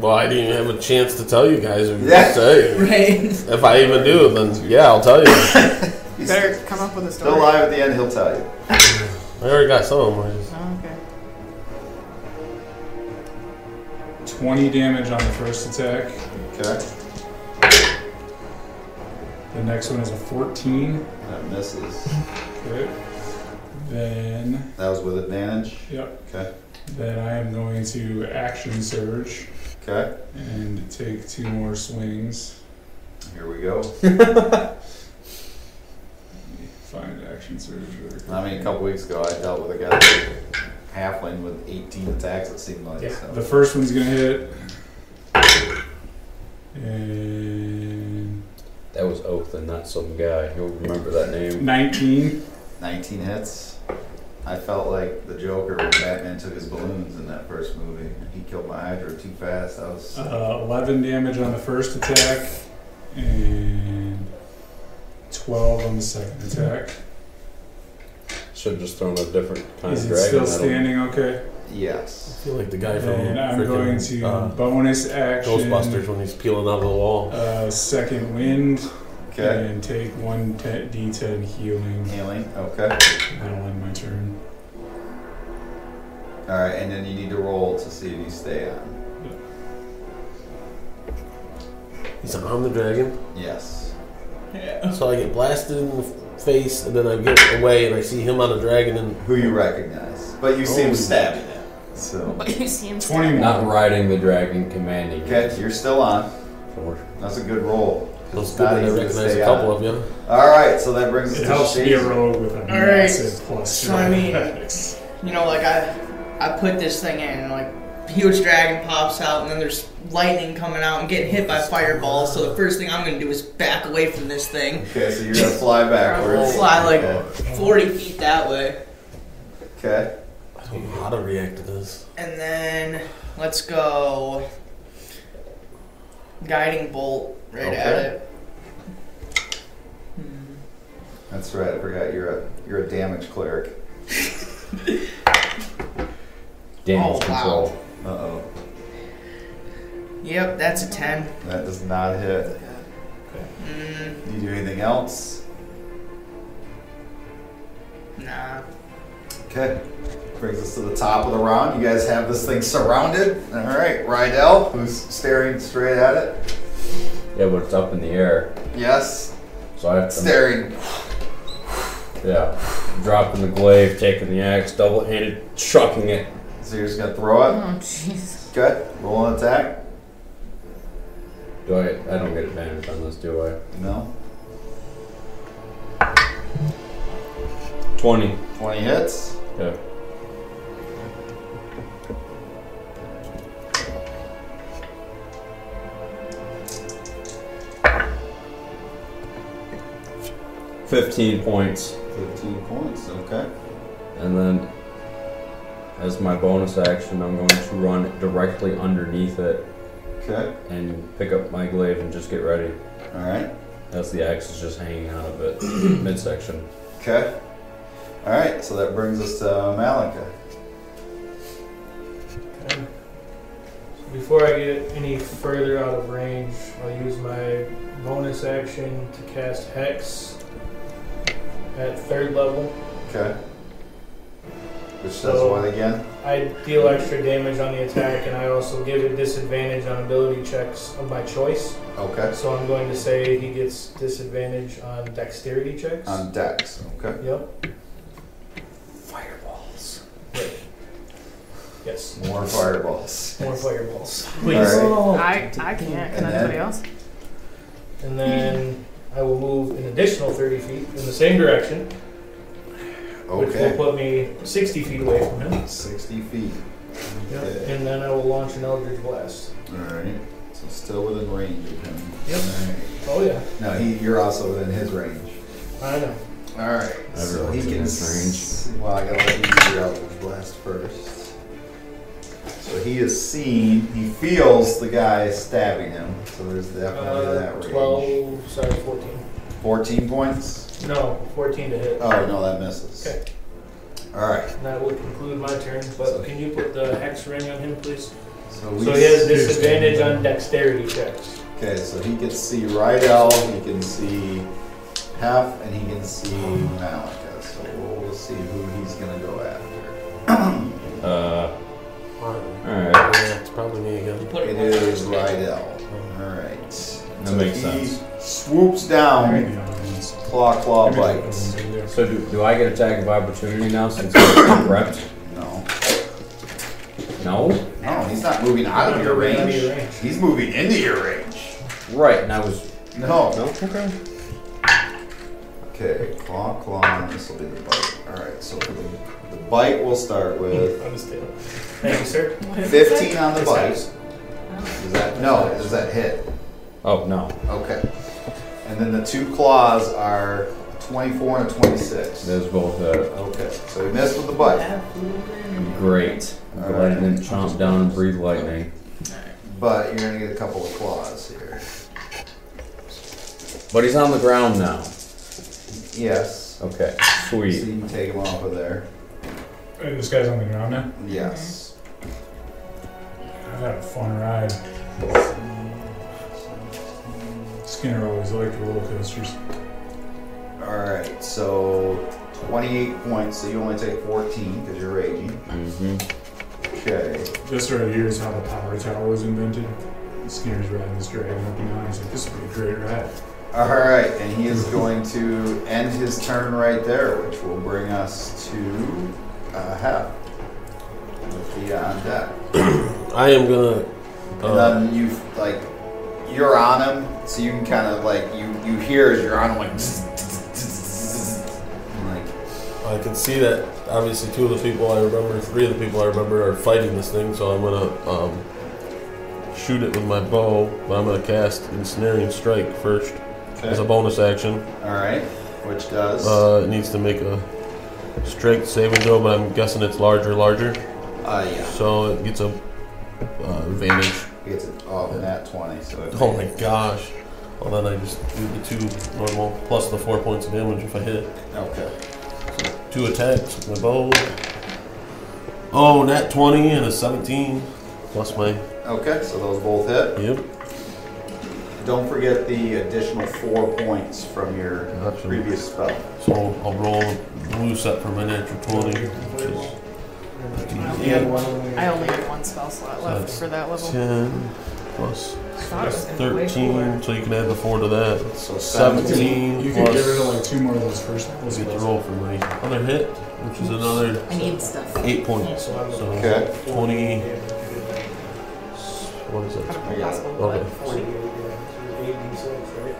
[SPEAKER 6] Well, I didn't even have a chance to tell you guys. If,
[SPEAKER 1] Yeah.
[SPEAKER 6] say.
[SPEAKER 7] Right.
[SPEAKER 6] if I even do, then yeah, I'll tell you. I
[SPEAKER 5] You
[SPEAKER 1] He's
[SPEAKER 5] better come up with a story.
[SPEAKER 1] still alive at the end. He'll tell you.
[SPEAKER 6] already got some. of 'em, I just-
[SPEAKER 5] Oh, okay.
[SPEAKER 2] 20 damage on the first attack.
[SPEAKER 1] Okay.
[SPEAKER 2] The next one is a 14.
[SPEAKER 1] That misses.
[SPEAKER 2] Okay. Then,
[SPEAKER 1] That was with advantage.
[SPEAKER 2] yep.
[SPEAKER 1] Okay.
[SPEAKER 2] Then I am going to action surge
[SPEAKER 1] Okay.
[SPEAKER 2] and take two more swings.
[SPEAKER 1] Here we go.
[SPEAKER 2] Let me Find action surge. really quick.
[SPEAKER 1] I mean, a couple weeks ago, I dealt with a guy halfling with 18 attacks. It seemed like.
[SPEAKER 2] Yeah,
[SPEAKER 1] So.
[SPEAKER 2] the first one's gonna hit. And
[SPEAKER 3] That was Oath and not some guy. You'll remember that name.
[SPEAKER 2] 19.
[SPEAKER 1] 19 hits. I felt like the Joker when Batman took his balloons in that first movie. He killed my Hydra too fast. I was.
[SPEAKER 2] Uh, 11 damage on the first attack and 12 on the second attack.
[SPEAKER 3] Should have just thrown a different kind
[SPEAKER 2] Is
[SPEAKER 3] of
[SPEAKER 2] it
[SPEAKER 3] dragon.
[SPEAKER 2] still
[SPEAKER 3] at him.
[SPEAKER 2] standing okay?
[SPEAKER 6] I
[SPEAKER 1] Yes.
[SPEAKER 6] feel like the guy from
[SPEAKER 2] And I'm going
[SPEAKER 6] freaking
[SPEAKER 2] to
[SPEAKER 6] uh,
[SPEAKER 2] bonus action
[SPEAKER 6] Ghostbusters when he's peeling out of the wall.
[SPEAKER 2] Uh, second wind
[SPEAKER 1] Okay.
[SPEAKER 2] and take one te- d10 healing.
[SPEAKER 1] Healing. Okay.
[SPEAKER 2] That'll end my turn.
[SPEAKER 1] All right, and then you need to roll to see if you stay on.
[SPEAKER 6] He's like, I'm the dragon.
[SPEAKER 1] Yes.
[SPEAKER 6] So I get blasted in the face, and then I get away, and I see him on a dragon, and
[SPEAKER 1] Who you recognize, but you see him
[SPEAKER 6] Oh.
[SPEAKER 1] stabbing it. So.
[SPEAKER 5] But you seem
[SPEAKER 2] 21.
[SPEAKER 3] Not riding the dragon, commanding.
[SPEAKER 1] Okay, you're still on.
[SPEAKER 3] Four.
[SPEAKER 1] That's a good roll.
[SPEAKER 6] those good
[SPEAKER 1] Not
[SPEAKER 6] that I
[SPEAKER 1] easy to
[SPEAKER 6] recognize
[SPEAKER 1] stay
[SPEAKER 6] a couple
[SPEAKER 1] on.
[SPEAKER 6] of you.
[SPEAKER 1] All right, so that brings us
[SPEAKER 2] It
[SPEAKER 1] to
[SPEAKER 2] helps to be a
[SPEAKER 1] Shazer.
[SPEAKER 2] rogue with a
[SPEAKER 7] All right.
[SPEAKER 2] massive plus
[SPEAKER 7] So I mean-
[SPEAKER 2] six.
[SPEAKER 7] You know, like I, I put this thing in, and like huge dragon pops out, and then there's lightning coming out and getting hit by fireballs. So the first thing I'm gonna do is back away from this thing,
[SPEAKER 1] Okay, so you're gonna
[SPEAKER 7] <laughs>
[SPEAKER 1] fly backwards.
[SPEAKER 7] fly
[SPEAKER 1] Okay.
[SPEAKER 7] like 40 feet that way,
[SPEAKER 1] Okay.
[SPEAKER 6] I don't know how to react to this.
[SPEAKER 7] and then let's go. Guiding bolt right at
[SPEAKER 1] Okay.
[SPEAKER 7] it. Hmm.
[SPEAKER 1] That's right. I forgot you're a you're a damage cleric.
[SPEAKER 3] Damage
[SPEAKER 7] Oh,
[SPEAKER 3] control.
[SPEAKER 7] wow.
[SPEAKER 1] Uh oh.
[SPEAKER 7] Yep, that's a 10.
[SPEAKER 1] That does not hit.
[SPEAKER 7] Mm,
[SPEAKER 1] Do you do anything else?
[SPEAKER 7] nah.
[SPEAKER 1] Okay. Brings us to the top of the round. You guys have this thing surrounded. All right, Rydell, who's staring straight at it.
[SPEAKER 3] Yeah, but it's up in the air.
[SPEAKER 1] Yes.
[SPEAKER 3] So I have to,
[SPEAKER 1] Staring.
[SPEAKER 3] yeah, dropping the glaive, taking the axe, double-handed, chucking it.
[SPEAKER 1] So you're just gonna throw it?
[SPEAKER 5] Oh, jeez.
[SPEAKER 1] Good. Roll an attack.
[SPEAKER 3] Do I? I don't get advantage on this, do I?
[SPEAKER 1] No.
[SPEAKER 3] Twenty.
[SPEAKER 1] 20 hits.
[SPEAKER 3] Yeah. Fifteen points,
[SPEAKER 1] 15 points. Okay.
[SPEAKER 3] and then as my bonus action, I'm going to run directly underneath it
[SPEAKER 1] Okay.
[SPEAKER 3] and pick up my glaive and just get ready.
[SPEAKER 1] All right.
[SPEAKER 3] As the axe is just hanging out of
[SPEAKER 4] <clears throat>
[SPEAKER 3] it, midsection.
[SPEAKER 1] Okay. All right. So that brings us to Malika.
[SPEAKER 4] Okay. So Before I get any further out of range, I'll use my bonus action to cast Hex at third level.
[SPEAKER 1] Okay. Which does
[SPEAKER 4] So-
[SPEAKER 1] what again?
[SPEAKER 4] I deal extra damage on the attack, and I also give a disadvantage on ability checks of my choice.
[SPEAKER 1] Okay.
[SPEAKER 4] So I'm going to say he gets disadvantage on dexterity checks.
[SPEAKER 1] On decks. Okay.
[SPEAKER 4] Yep.
[SPEAKER 3] Fireballs.
[SPEAKER 4] Yes.
[SPEAKER 1] More fireballs.
[SPEAKER 4] More fireballs,
[SPEAKER 1] All
[SPEAKER 4] please.
[SPEAKER 1] right.
[SPEAKER 4] Oh.
[SPEAKER 5] I, I can't. Can
[SPEAKER 1] And
[SPEAKER 5] anybody
[SPEAKER 1] then-
[SPEAKER 5] else?
[SPEAKER 4] And then I will move an additional 30 feet in the same direction, which will
[SPEAKER 1] Okay.
[SPEAKER 4] put me 60 feet away from him.
[SPEAKER 1] 60 feet.
[SPEAKER 4] Yep.
[SPEAKER 1] Okay.
[SPEAKER 4] And then I will launch an Eldritch Blast.
[SPEAKER 1] All right. So still within range of him.
[SPEAKER 4] Yep.
[SPEAKER 1] All right.
[SPEAKER 4] Oh, yeah.
[SPEAKER 1] No, he, you're also within his range.
[SPEAKER 4] I know.
[SPEAKER 1] All right. So he
[SPEAKER 3] Everyone's in
[SPEAKER 1] can.
[SPEAKER 3] his range.
[SPEAKER 1] s- Well, I gotta let him do your Eldritch blast first. So he is seen. He feels the guy stabbing him. So there's definitely that
[SPEAKER 4] Uh,
[SPEAKER 1] range.
[SPEAKER 4] 12, sorry, 14.
[SPEAKER 1] 14 points.
[SPEAKER 4] No, 14 to hit.
[SPEAKER 1] Oh no, that misses.
[SPEAKER 4] Okay.
[SPEAKER 1] All right.
[SPEAKER 4] And that will conclude my turn, but can you put the hex ring on him, please?
[SPEAKER 1] So we.
[SPEAKER 4] So he has
[SPEAKER 1] s-
[SPEAKER 4] disadvantage on dexterity checks.
[SPEAKER 1] okay. So he can see Rydell. He can see Hef, and he can see Malika. So we'll see who he's gonna go after.
[SPEAKER 3] Uh, all right.
[SPEAKER 6] Alright. Yeah, it's probably me again.
[SPEAKER 7] Put
[SPEAKER 1] It
[SPEAKER 7] it
[SPEAKER 1] is Rydell. All right. That so
[SPEAKER 3] makes
[SPEAKER 1] he
[SPEAKER 3] sense.
[SPEAKER 1] Swoops down. Claw claw bites.
[SPEAKER 3] So do, do I get attack of opportunity now since I'm <coughs> prepped?
[SPEAKER 1] No.
[SPEAKER 3] No.
[SPEAKER 1] No, he's not moving out of your
[SPEAKER 4] Out of
[SPEAKER 1] range.
[SPEAKER 4] your range.
[SPEAKER 1] He's moving into your range.
[SPEAKER 3] Right, and I was
[SPEAKER 1] No.
[SPEAKER 3] Okay.
[SPEAKER 1] Okay, claw claw. This will be the bite. Alright, so for the, the bite we'll start with.
[SPEAKER 4] I'm still. Thank you, sir.
[SPEAKER 5] What is it?
[SPEAKER 1] Fifteen on the bite. Is that no, does that hit?
[SPEAKER 3] Oh no.
[SPEAKER 1] Okay. And then the two claws are twenty-four and a twenty-six.
[SPEAKER 3] There's both uh,
[SPEAKER 1] Okay, so we missed with the bite.
[SPEAKER 3] great. I'm glad I didn't chomp down and breathe lightning.
[SPEAKER 1] But you're gonna get a couple of claws here.
[SPEAKER 3] But he's on the ground now.
[SPEAKER 1] Yes.
[SPEAKER 3] Okay.
[SPEAKER 1] So you
[SPEAKER 3] Sweet.
[SPEAKER 1] can take them off of there.
[SPEAKER 2] <laughs> Hey, this guy's on the ground now.
[SPEAKER 1] Yes.
[SPEAKER 2] I've had a fun ride. Skinner always liked roller coasters.
[SPEAKER 1] Alright, so twenty-eight points, so you only take fourteen because you're raging.
[SPEAKER 3] hmm
[SPEAKER 1] Okay.
[SPEAKER 2] This right here is how the power tower was invented. Skinner's riding this dragon up and down. He's like, this would be a great ride.
[SPEAKER 1] All right, and he <laughs> is going to end his turn right there, which will bring us to uh, half with the on deck.
[SPEAKER 6] I am gonna.
[SPEAKER 1] And
[SPEAKER 6] Uh,
[SPEAKER 1] then you like you're on him, so you can kind of like you you hear as you're on him like and, like <laughs>
[SPEAKER 6] I can see that obviously two of the people I remember, three of the people I remember are fighting this thing, so I'm gonna um, shoot it with my bow, but I'm gonna cast Ensnaring Strike first as a bonus action.
[SPEAKER 1] all right, which does uh,
[SPEAKER 6] Uh, it needs to make a strength saving throw, but I'm guessing it's larger, larger,
[SPEAKER 1] uh, yeah,
[SPEAKER 6] so it gets a uh, advantage.
[SPEAKER 1] he gets it off in that twenty. So it
[SPEAKER 6] Oh my gosh. Well, then I just do the two normal plus the four points of damage if I hit it.
[SPEAKER 1] okay,
[SPEAKER 6] Two attacks with my bow. Oh, nat 20 and a 17 plus my.
[SPEAKER 1] okay, so those both hit.
[SPEAKER 6] Yep.
[SPEAKER 1] Don't forget the additional four points from your
[SPEAKER 6] Gotcha.
[SPEAKER 1] previous spell.
[SPEAKER 6] So I'll roll the blue set for my natural 20. Which is
[SPEAKER 4] I only had one.
[SPEAKER 5] I only have one spell slot left
[SPEAKER 6] That's
[SPEAKER 5] for that level.
[SPEAKER 6] 10 plus
[SPEAKER 5] thought it
[SPEAKER 6] That's
[SPEAKER 5] was gonna be way
[SPEAKER 6] 13,
[SPEAKER 5] cooler.
[SPEAKER 6] so you can add the 4 to that.
[SPEAKER 1] So
[SPEAKER 6] Seventeen.
[SPEAKER 2] You can get
[SPEAKER 6] plus-
[SPEAKER 2] rid of like two more of those first. Those
[SPEAKER 6] Let's get the roll for my other hit, which is another
[SPEAKER 8] I need stuff.
[SPEAKER 6] 8 points.
[SPEAKER 4] So I'm
[SPEAKER 6] So
[SPEAKER 1] Okay.
[SPEAKER 6] 20. What is that?
[SPEAKER 1] I got it.
[SPEAKER 5] Possible,
[SPEAKER 6] Okay.
[SPEAKER 5] but 40.
[SPEAKER 4] 48, yeah. Eight D six, right?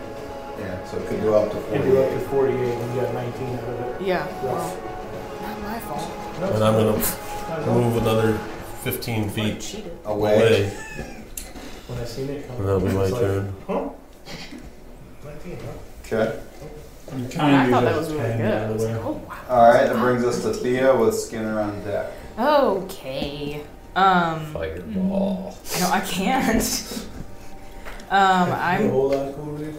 [SPEAKER 1] Yeah, so it could go up to
[SPEAKER 4] If you're up
[SPEAKER 1] forty-eight.
[SPEAKER 4] to forty-eight, and you got nineteen out of it.
[SPEAKER 5] Yeah, well, not my fault.
[SPEAKER 6] And I'm going to move another 15
[SPEAKER 5] I
[SPEAKER 6] feet
[SPEAKER 5] cheated.
[SPEAKER 1] Away.
[SPEAKER 6] away,
[SPEAKER 4] When I seen it come.
[SPEAKER 6] and that'll be my
[SPEAKER 4] it's like,
[SPEAKER 6] turn.
[SPEAKER 4] Huh? Nineteen, huh?
[SPEAKER 1] Okay.
[SPEAKER 2] You
[SPEAKER 5] I
[SPEAKER 2] kind
[SPEAKER 5] thought
[SPEAKER 2] of
[SPEAKER 5] that was really good. I was
[SPEAKER 2] way.
[SPEAKER 5] like, oh wow.
[SPEAKER 1] All right, that brings us to Thea with Skinner on deck.
[SPEAKER 5] Okay. Um,
[SPEAKER 3] Fireball.
[SPEAKER 5] no, I can't. <laughs>
[SPEAKER 4] <laughs>
[SPEAKER 5] Um,
[SPEAKER 4] You're a
[SPEAKER 5] I'm
[SPEAKER 4] whole lot cooler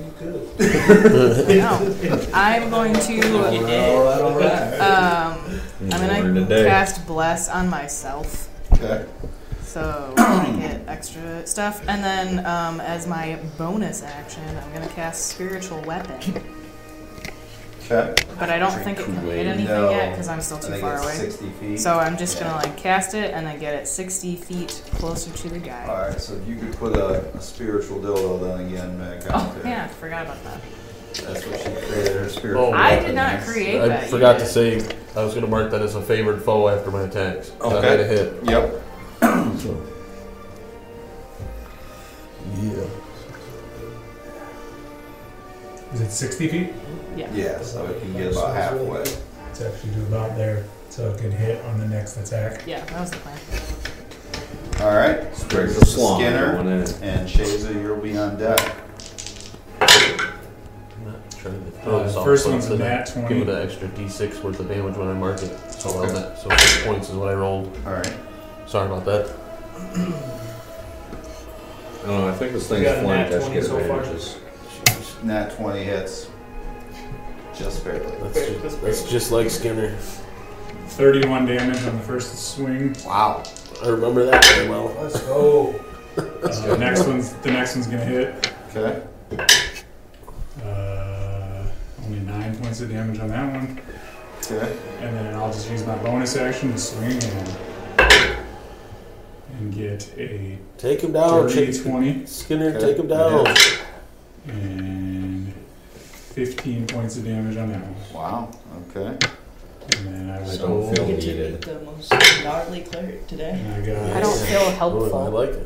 [SPEAKER 4] if you could.
[SPEAKER 5] no. I'm going to
[SPEAKER 7] You
[SPEAKER 1] All
[SPEAKER 7] did.
[SPEAKER 1] right, all right.
[SPEAKER 5] um,
[SPEAKER 3] You
[SPEAKER 5] I'm
[SPEAKER 3] learned
[SPEAKER 5] gonna
[SPEAKER 3] today.
[SPEAKER 5] cast bless on myself.
[SPEAKER 1] Okay. <clears throat>
[SPEAKER 5] So I get extra stuff, and then um, as my bonus action, I'm gonna cast spiritual weapon.
[SPEAKER 1] Okay.
[SPEAKER 5] But I don't think it can hit anything
[SPEAKER 1] No.
[SPEAKER 5] yet because I'm still
[SPEAKER 1] I
[SPEAKER 5] too
[SPEAKER 1] think
[SPEAKER 5] far
[SPEAKER 1] it's
[SPEAKER 5] away.
[SPEAKER 1] sixty feet.
[SPEAKER 5] So I'm just gonna
[SPEAKER 1] Yeah.
[SPEAKER 5] like cast it and then get it 60 feet closer to the guy.
[SPEAKER 1] All right, so if you could put a, a spiritual dildo then again back out
[SPEAKER 5] Oh
[SPEAKER 1] there.
[SPEAKER 5] yeah, I forgot about that.
[SPEAKER 1] That's what she created her spiritual.
[SPEAKER 6] Oh,
[SPEAKER 5] I
[SPEAKER 1] weapon
[SPEAKER 5] did not
[SPEAKER 1] is.
[SPEAKER 5] create that.
[SPEAKER 6] I
[SPEAKER 5] you
[SPEAKER 6] forgot to
[SPEAKER 5] did.
[SPEAKER 6] say I was going to mark that as a favored foe after my attacks. 'cause
[SPEAKER 1] Okay.
[SPEAKER 6] I made a hit.
[SPEAKER 1] Yep.
[SPEAKER 6] So. Yeah.
[SPEAKER 2] Is it 60 feet?
[SPEAKER 5] Yeah.
[SPEAKER 1] Yeah, so it can get about halfway.
[SPEAKER 2] It's actually do about there, so it could hit on the next attack.
[SPEAKER 5] Yeah, that was the plan.
[SPEAKER 1] All right, brings us to
[SPEAKER 3] Slung
[SPEAKER 1] Skinner
[SPEAKER 3] one in.
[SPEAKER 1] and Shazer. You'll be on deck.
[SPEAKER 6] I'm not trying to
[SPEAKER 2] Uh,
[SPEAKER 6] throw this off,
[SPEAKER 2] first
[SPEAKER 6] but
[SPEAKER 2] one's
[SPEAKER 6] I'm
[SPEAKER 2] a
[SPEAKER 6] gonna
[SPEAKER 2] nat
[SPEAKER 6] Give
[SPEAKER 2] 20.
[SPEAKER 6] it an extra d6 worth of damage when I mark it. So, I'll
[SPEAKER 1] Okay.
[SPEAKER 6] net- so six points is what I rolled.
[SPEAKER 1] All right.
[SPEAKER 6] Sorry about that.
[SPEAKER 3] I don't know, I think this
[SPEAKER 4] We
[SPEAKER 3] thing's
[SPEAKER 4] got a nat
[SPEAKER 3] flanked. I should
[SPEAKER 4] 20
[SPEAKER 3] get
[SPEAKER 4] so far.
[SPEAKER 3] advantages.
[SPEAKER 1] Nat 20 hits. Just barely.
[SPEAKER 6] That's just, that's just like Skinner.
[SPEAKER 2] 31 damage on the first
[SPEAKER 1] <laughs>
[SPEAKER 2] swing.
[SPEAKER 1] Wow.
[SPEAKER 6] I remember that very well.
[SPEAKER 4] Let's go.
[SPEAKER 2] Uh, next one's the next one's gonna hit.
[SPEAKER 1] Okay.
[SPEAKER 2] Uh, only nine points of damage on that one,
[SPEAKER 1] Okay.
[SPEAKER 2] and then I'll just use my bonus action to swing and, and get a
[SPEAKER 6] Take him
[SPEAKER 5] Oh,
[SPEAKER 6] down.
[SPEAKER 2] dirty
[SPEAKER 6] Take,
[SPEAKER 2] 20
[SPEAKER 6] Skinner,
[SPEAKER 1] Okay.
[SPEAKER 6] take him down.
[SPEAKER 1] Yeah.
[SPEAKER 2] and 15 points of damage on that one,
[SPEAKER 1] Wow. Okay.
[SPEAKER 2] and then I
[SPEAKER 3] I
[SPEAKER 2] would
[SPEAKER 3] don't
[SPEAKER 2] roll.
[SPEAKER 3] feel
[SPEAKER 7] get to meet
[SPEAKER 3] needed.
[SPEAKER 7] the most gnarly cleric today.
[SPEAKER 2] And I got
[SPEAKER 5] I don't feel
[SPEAKER 6] Oh, I
[SPEAKER 5] helpful.
[SPEAKER 6] like it.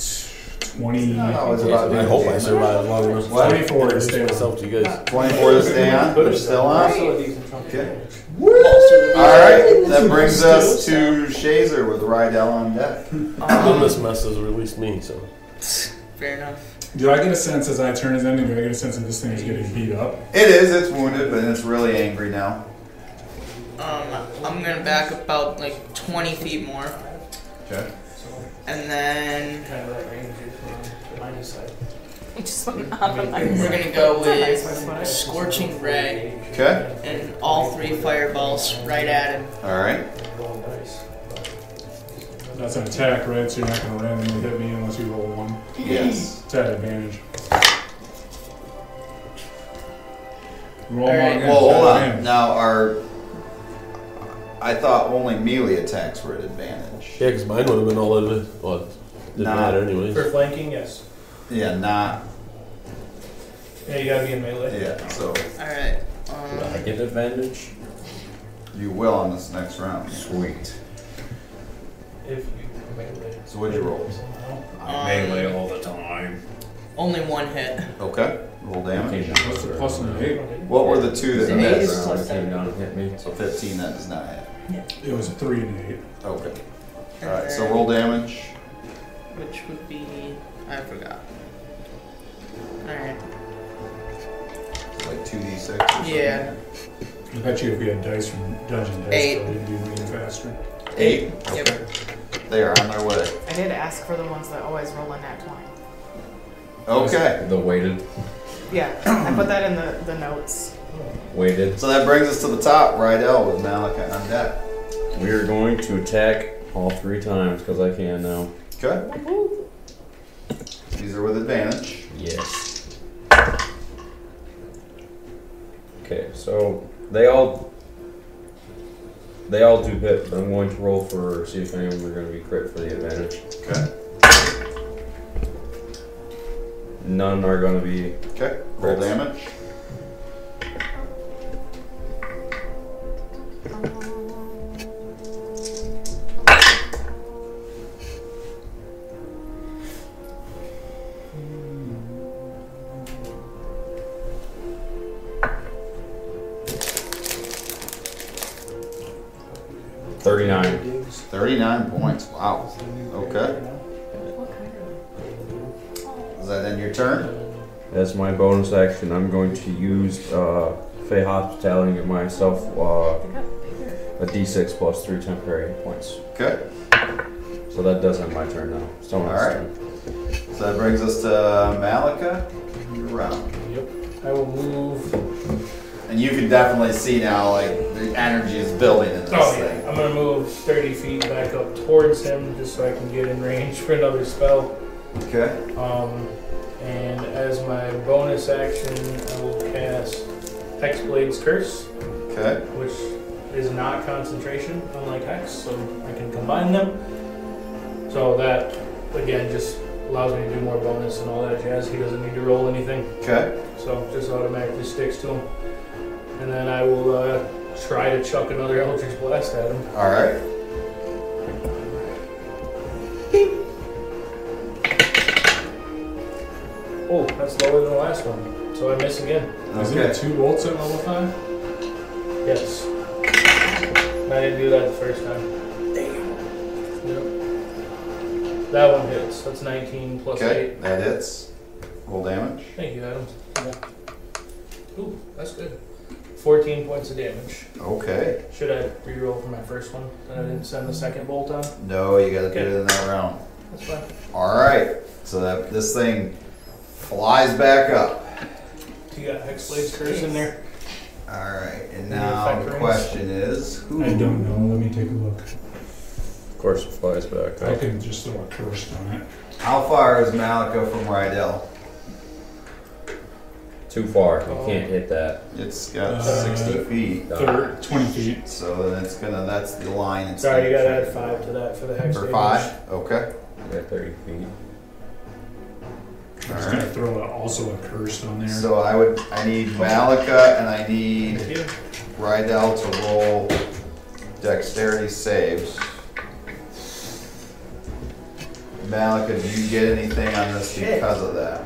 [SPEAKER 2] 20.
[SPEAKER 5] Oh,
[SPEAKER 1] No, it's about
[SPEAKER 6] I hope I
[SPEAKER 1] damage.
[SPEAKER 6] survive long enough.
[SPEAKER 1] What?
[SPEAKER 2] 24 to
[SPEAKER 6] Introduce
[SPEAKER 2] stay
[SPEAKER 6] myself to you guys.
[SPEAKER 1] 24 to stay on. They're still on.
[SPEAKER 4] Also a decent chunk of
[SPEAKER 1] Okay.
[SPEAKER 4] damage.
[SPEAKER 1] All right. That brings us to Shazer with Rydell on deck.
[SPEAKER 7] Um,
[SPEAKER 6] None of this mess has released me, so.
[SPEAKER 7] Fair enough.
[SPEAKER 2] Do I get a sense as I turn his ending? Do I get a sense that this thing is getting beat up?
[SPEAKER 1] It is. It's wounded, but it's really angry now.
[SPEAKER 7] Um, I'm gonna back about like 20 feet more,
[SPEAKER 1] Okay.
[SPEAKER 7] and then
[SPEAKER 4] Kind of that range is from the minus side.
[SPEAKER 5] It just went on and on.
[SPEAKER 7] we're gonna go
[SPEAKER 5] It's a
[SPEAKER 7] with
[SPEAKER 5] nice one, but-
[SPEAKER 7] scorching ray
[SPEAKER 1] Okay.
[SPEAKER 7] and all three fireballs right at him.
[SPEAKER 1] All right.
[SPEAKER 4] Roll dice.
[SPEAKER 2] That's an attack, right? So you're not going to randomly hit me unless you roll one.
[SPEAKER 1] Yes.
[SPEAKER 2] It's at advantage. Roll
[SPEAKER 7] All right,
[SPEAKER 2] one.
[SPEAKER 1] Well, hold on. Now, our. I thought only melee attacks were at advantage.
[SPEAKER 6] Yeah, because mine would have been all over. Well, it didn't
[SPEAKER 1] Nah.
[SPEAKER 6] matter, anyways.
[SPEAKER 4] For flanking, yes.
[SPEAKER 1] Yeah, not.
[SPEAKER 4] Yeah, you gotta be in melee.
[SPEAKER 1] Yeah, so
[SPEAKER 7] All right.
[SPEAKER 3] Did I
[SPEAKER 7] Um,
[SPEAKER 3] get advantage?
[SPEAKER 1] you will on this next round. Sweet.
[SPEAKER 4] If you can melee.
[SPEAKER 1] So what'd you roll?
[SPEAKER 4] Somehow.
[SPEAKER 7] um,
[SPEAKER 3] all the time.
[SPEAKER 7] Only one hit.
[SPEAKER 1] Okay. Roll damage.
[SPEAKER 2] What's the plus on the eight?
[SPEAKER 1] What were the two that
[SPEAKER 3] The
[SPEAKER 7] Eight
[SPEAKER 1] missed?
[SPEAKER 7] is plus
[SPEAKER 3] came down and hit me.
[SPEAKER 1] So 15 that does not hit.
[SPEAKER 2] It was a three and an eight.
[SPEAKER 1] Okay.
[SPEAKER 7] And
[SPEAKER 1] All right. So
[SPEAKER 7] then-
[SPEAKER 1] roll damage.
[SPEAKER 7] Which would be. I forgot. Alright.
[SPEAKER 1] Like 2d6 or something.
[SPEAKER 7] Yeah.
[SPEAKER 2] I bet you if we had dice from Dungeon Dice,
[SPEAKER 7] Eight.
[SPEAKER 2] we'd be moving faster.
[SPEAKER 1] Eight.
[SPEAKER 7] Yep.
[SPEAKER 1] Okay. They are on their way.
[SPEAKER 5] I did ask for the ones that always roll in nat
[SPEAKER 1] <clears throat>
[SPEAKER 5] 20.
[SPEAKER 1] Okay.
[SPEAKER 3] The weighted.
[SPEAKER 5] Yeah, I put that in the, the notes.
[SPEAKER 3] Weighted.
[SPEAKER 1] So that brings us to the top. Rydell with Malika on deck.
[SPEAKER 3] We are going to attack all three times because I can now.
[SPEAKER 1] Okay. These are with advantage.
[SPEAKER 3] Yes. Okay, so they all they all do hit, but I'm going to roll for see if any of them are going to be crit for the advantage.
[SPEAKER 1] Okay.
[SPEAKER 3] none are going to be.
[SPEAKER 1] Okay, roll damage.
[SPEAKER 3] Thirty-nine.
[SPEAKER 1] Thirty-nine points. Wow. Okay. Is that then your turn?
[SPEAKER 3] As my bonus action, I'm going to use uh, Fey Hospitality and give myself uh, a d6 plus three temporary points.
[SPEAKER 1] Okay.
[SPEAKER 3] So that does end my turn now. Someone
[SPEAKER 1] All
[SPEAKER 3] else's
[SPEAKER 1] right.
[SPEAKER 3] turn.
[SPEAKER 1] So that brings us to Malika. You're round.
[SPEAKER 4] Yep. I will move. oh,
[SPEAKER 1] And you can definitely see now, like, the energy is building in this
[SPEAKER 4] Oh
[SPEAKER 1] thing.
[SPEAKER 4] yeah. I'm gonna move 30 feet back up towards him just so I can get in range for another spell.
[SPEAKER 1] Okay.
[SPEAKER 4] Um, and as my bonus action, I will cast Hexblade's Curse,
[SPEAKER 1] Okay.
[SPEAKER 4] which is not concentration, unlike Hex, so I can combine them. So that again just allows me to do more bonus and all that jazz. He doesn't need to roll anything.
[SPEAKER 1] Okay.
[SPEAKER 4] So just automatically sticks to him. And then I will uh, try to chuck another Eldritch Blast at him.
[SPEAKER 1] All right.
[SPEAKER 4] Oh, that's lower than the last one. So I miss again.
[SPEAKER 2] Is it
[SPEAKER 1] Okay.
[SPEAKER 2] two bolts at level five?
[SPEAKER 4] Yes. And I didn't do that the first time. Damn. Yep. That one hits. That's 19 plus
[SPEAKER 1] Okay. That hits. Roll damage.
[SPEAKER 4] 8. Thank you, Adam. Ooh, that's good. 14 points of damage.
[SPEAKER 1] Okay.
[SPEAKER 4] Should I reroll for my first one that I didn't send the second bolt on?
[SPEAKER 1] No, you gotta do
[SPEAKER 4] Okay.
[SPEAKER 1] it in that round.
[SPEAKER 4] That's fine.
[SPEAKER 1] All right. So that this thing flies back up.
[SPEAKER 4] Do you got Hexblade's Curse in there?
[SPEAKER 1] All right. And
[SPEAKER 4] Any
[SPEAKER 1] now
[SPEAKER 4] effect
[SPEAKER 1] the
[SPEAKER 4] rings?
[SPEAKER 1] question is, who?
[SPEAKER 2] I don't know. Let me take a look.
[SPEAKER 3] Of course, it flies back.
[SPEAKER 2] I
[SPEAKER 3] Up.
[SPEAKER 2] can just throw a curse on it.
[SPEAKER 1] How far is Malika from Rydell?
[SPEAKER 3] Too far. You
[SPEAKER 4] Oh.
[SPEAKER 3] can't hit that.
[SPEAKER 1] It's got
[SPEAKER 2] Uh,
[SPEAKER 1] 60 feet.
[SPEAKER 2] Thir- 20 feet.
[SPEAKER 1] So then it's gonna, that's the line. It's
[SPEAKER 4] Sorry, you gotta add five to that for the hex.
[SPEAKER 1] For
[SPEAKER 4] damage.
[SPEAKER 1] five? Okay.
[SPEAKER 3] Yeah, thirty feet.
[SPEAKER 2] I'm
[SPEAKER 1] All
[SPEAKER 2] just going
[SPEAKER 1] right.
[SPEAKER 2] to throw a, also a curse on there.
[SPEAKER 1] So I would, I need Malika and I need
[SPEAKER 4] Thank you.
[SPEAKER 1] Rydell to roll dexterity saves. Malika, do you get anything on this
[SPEAKER 4] Shit.
[SPEAKER 1] because of that?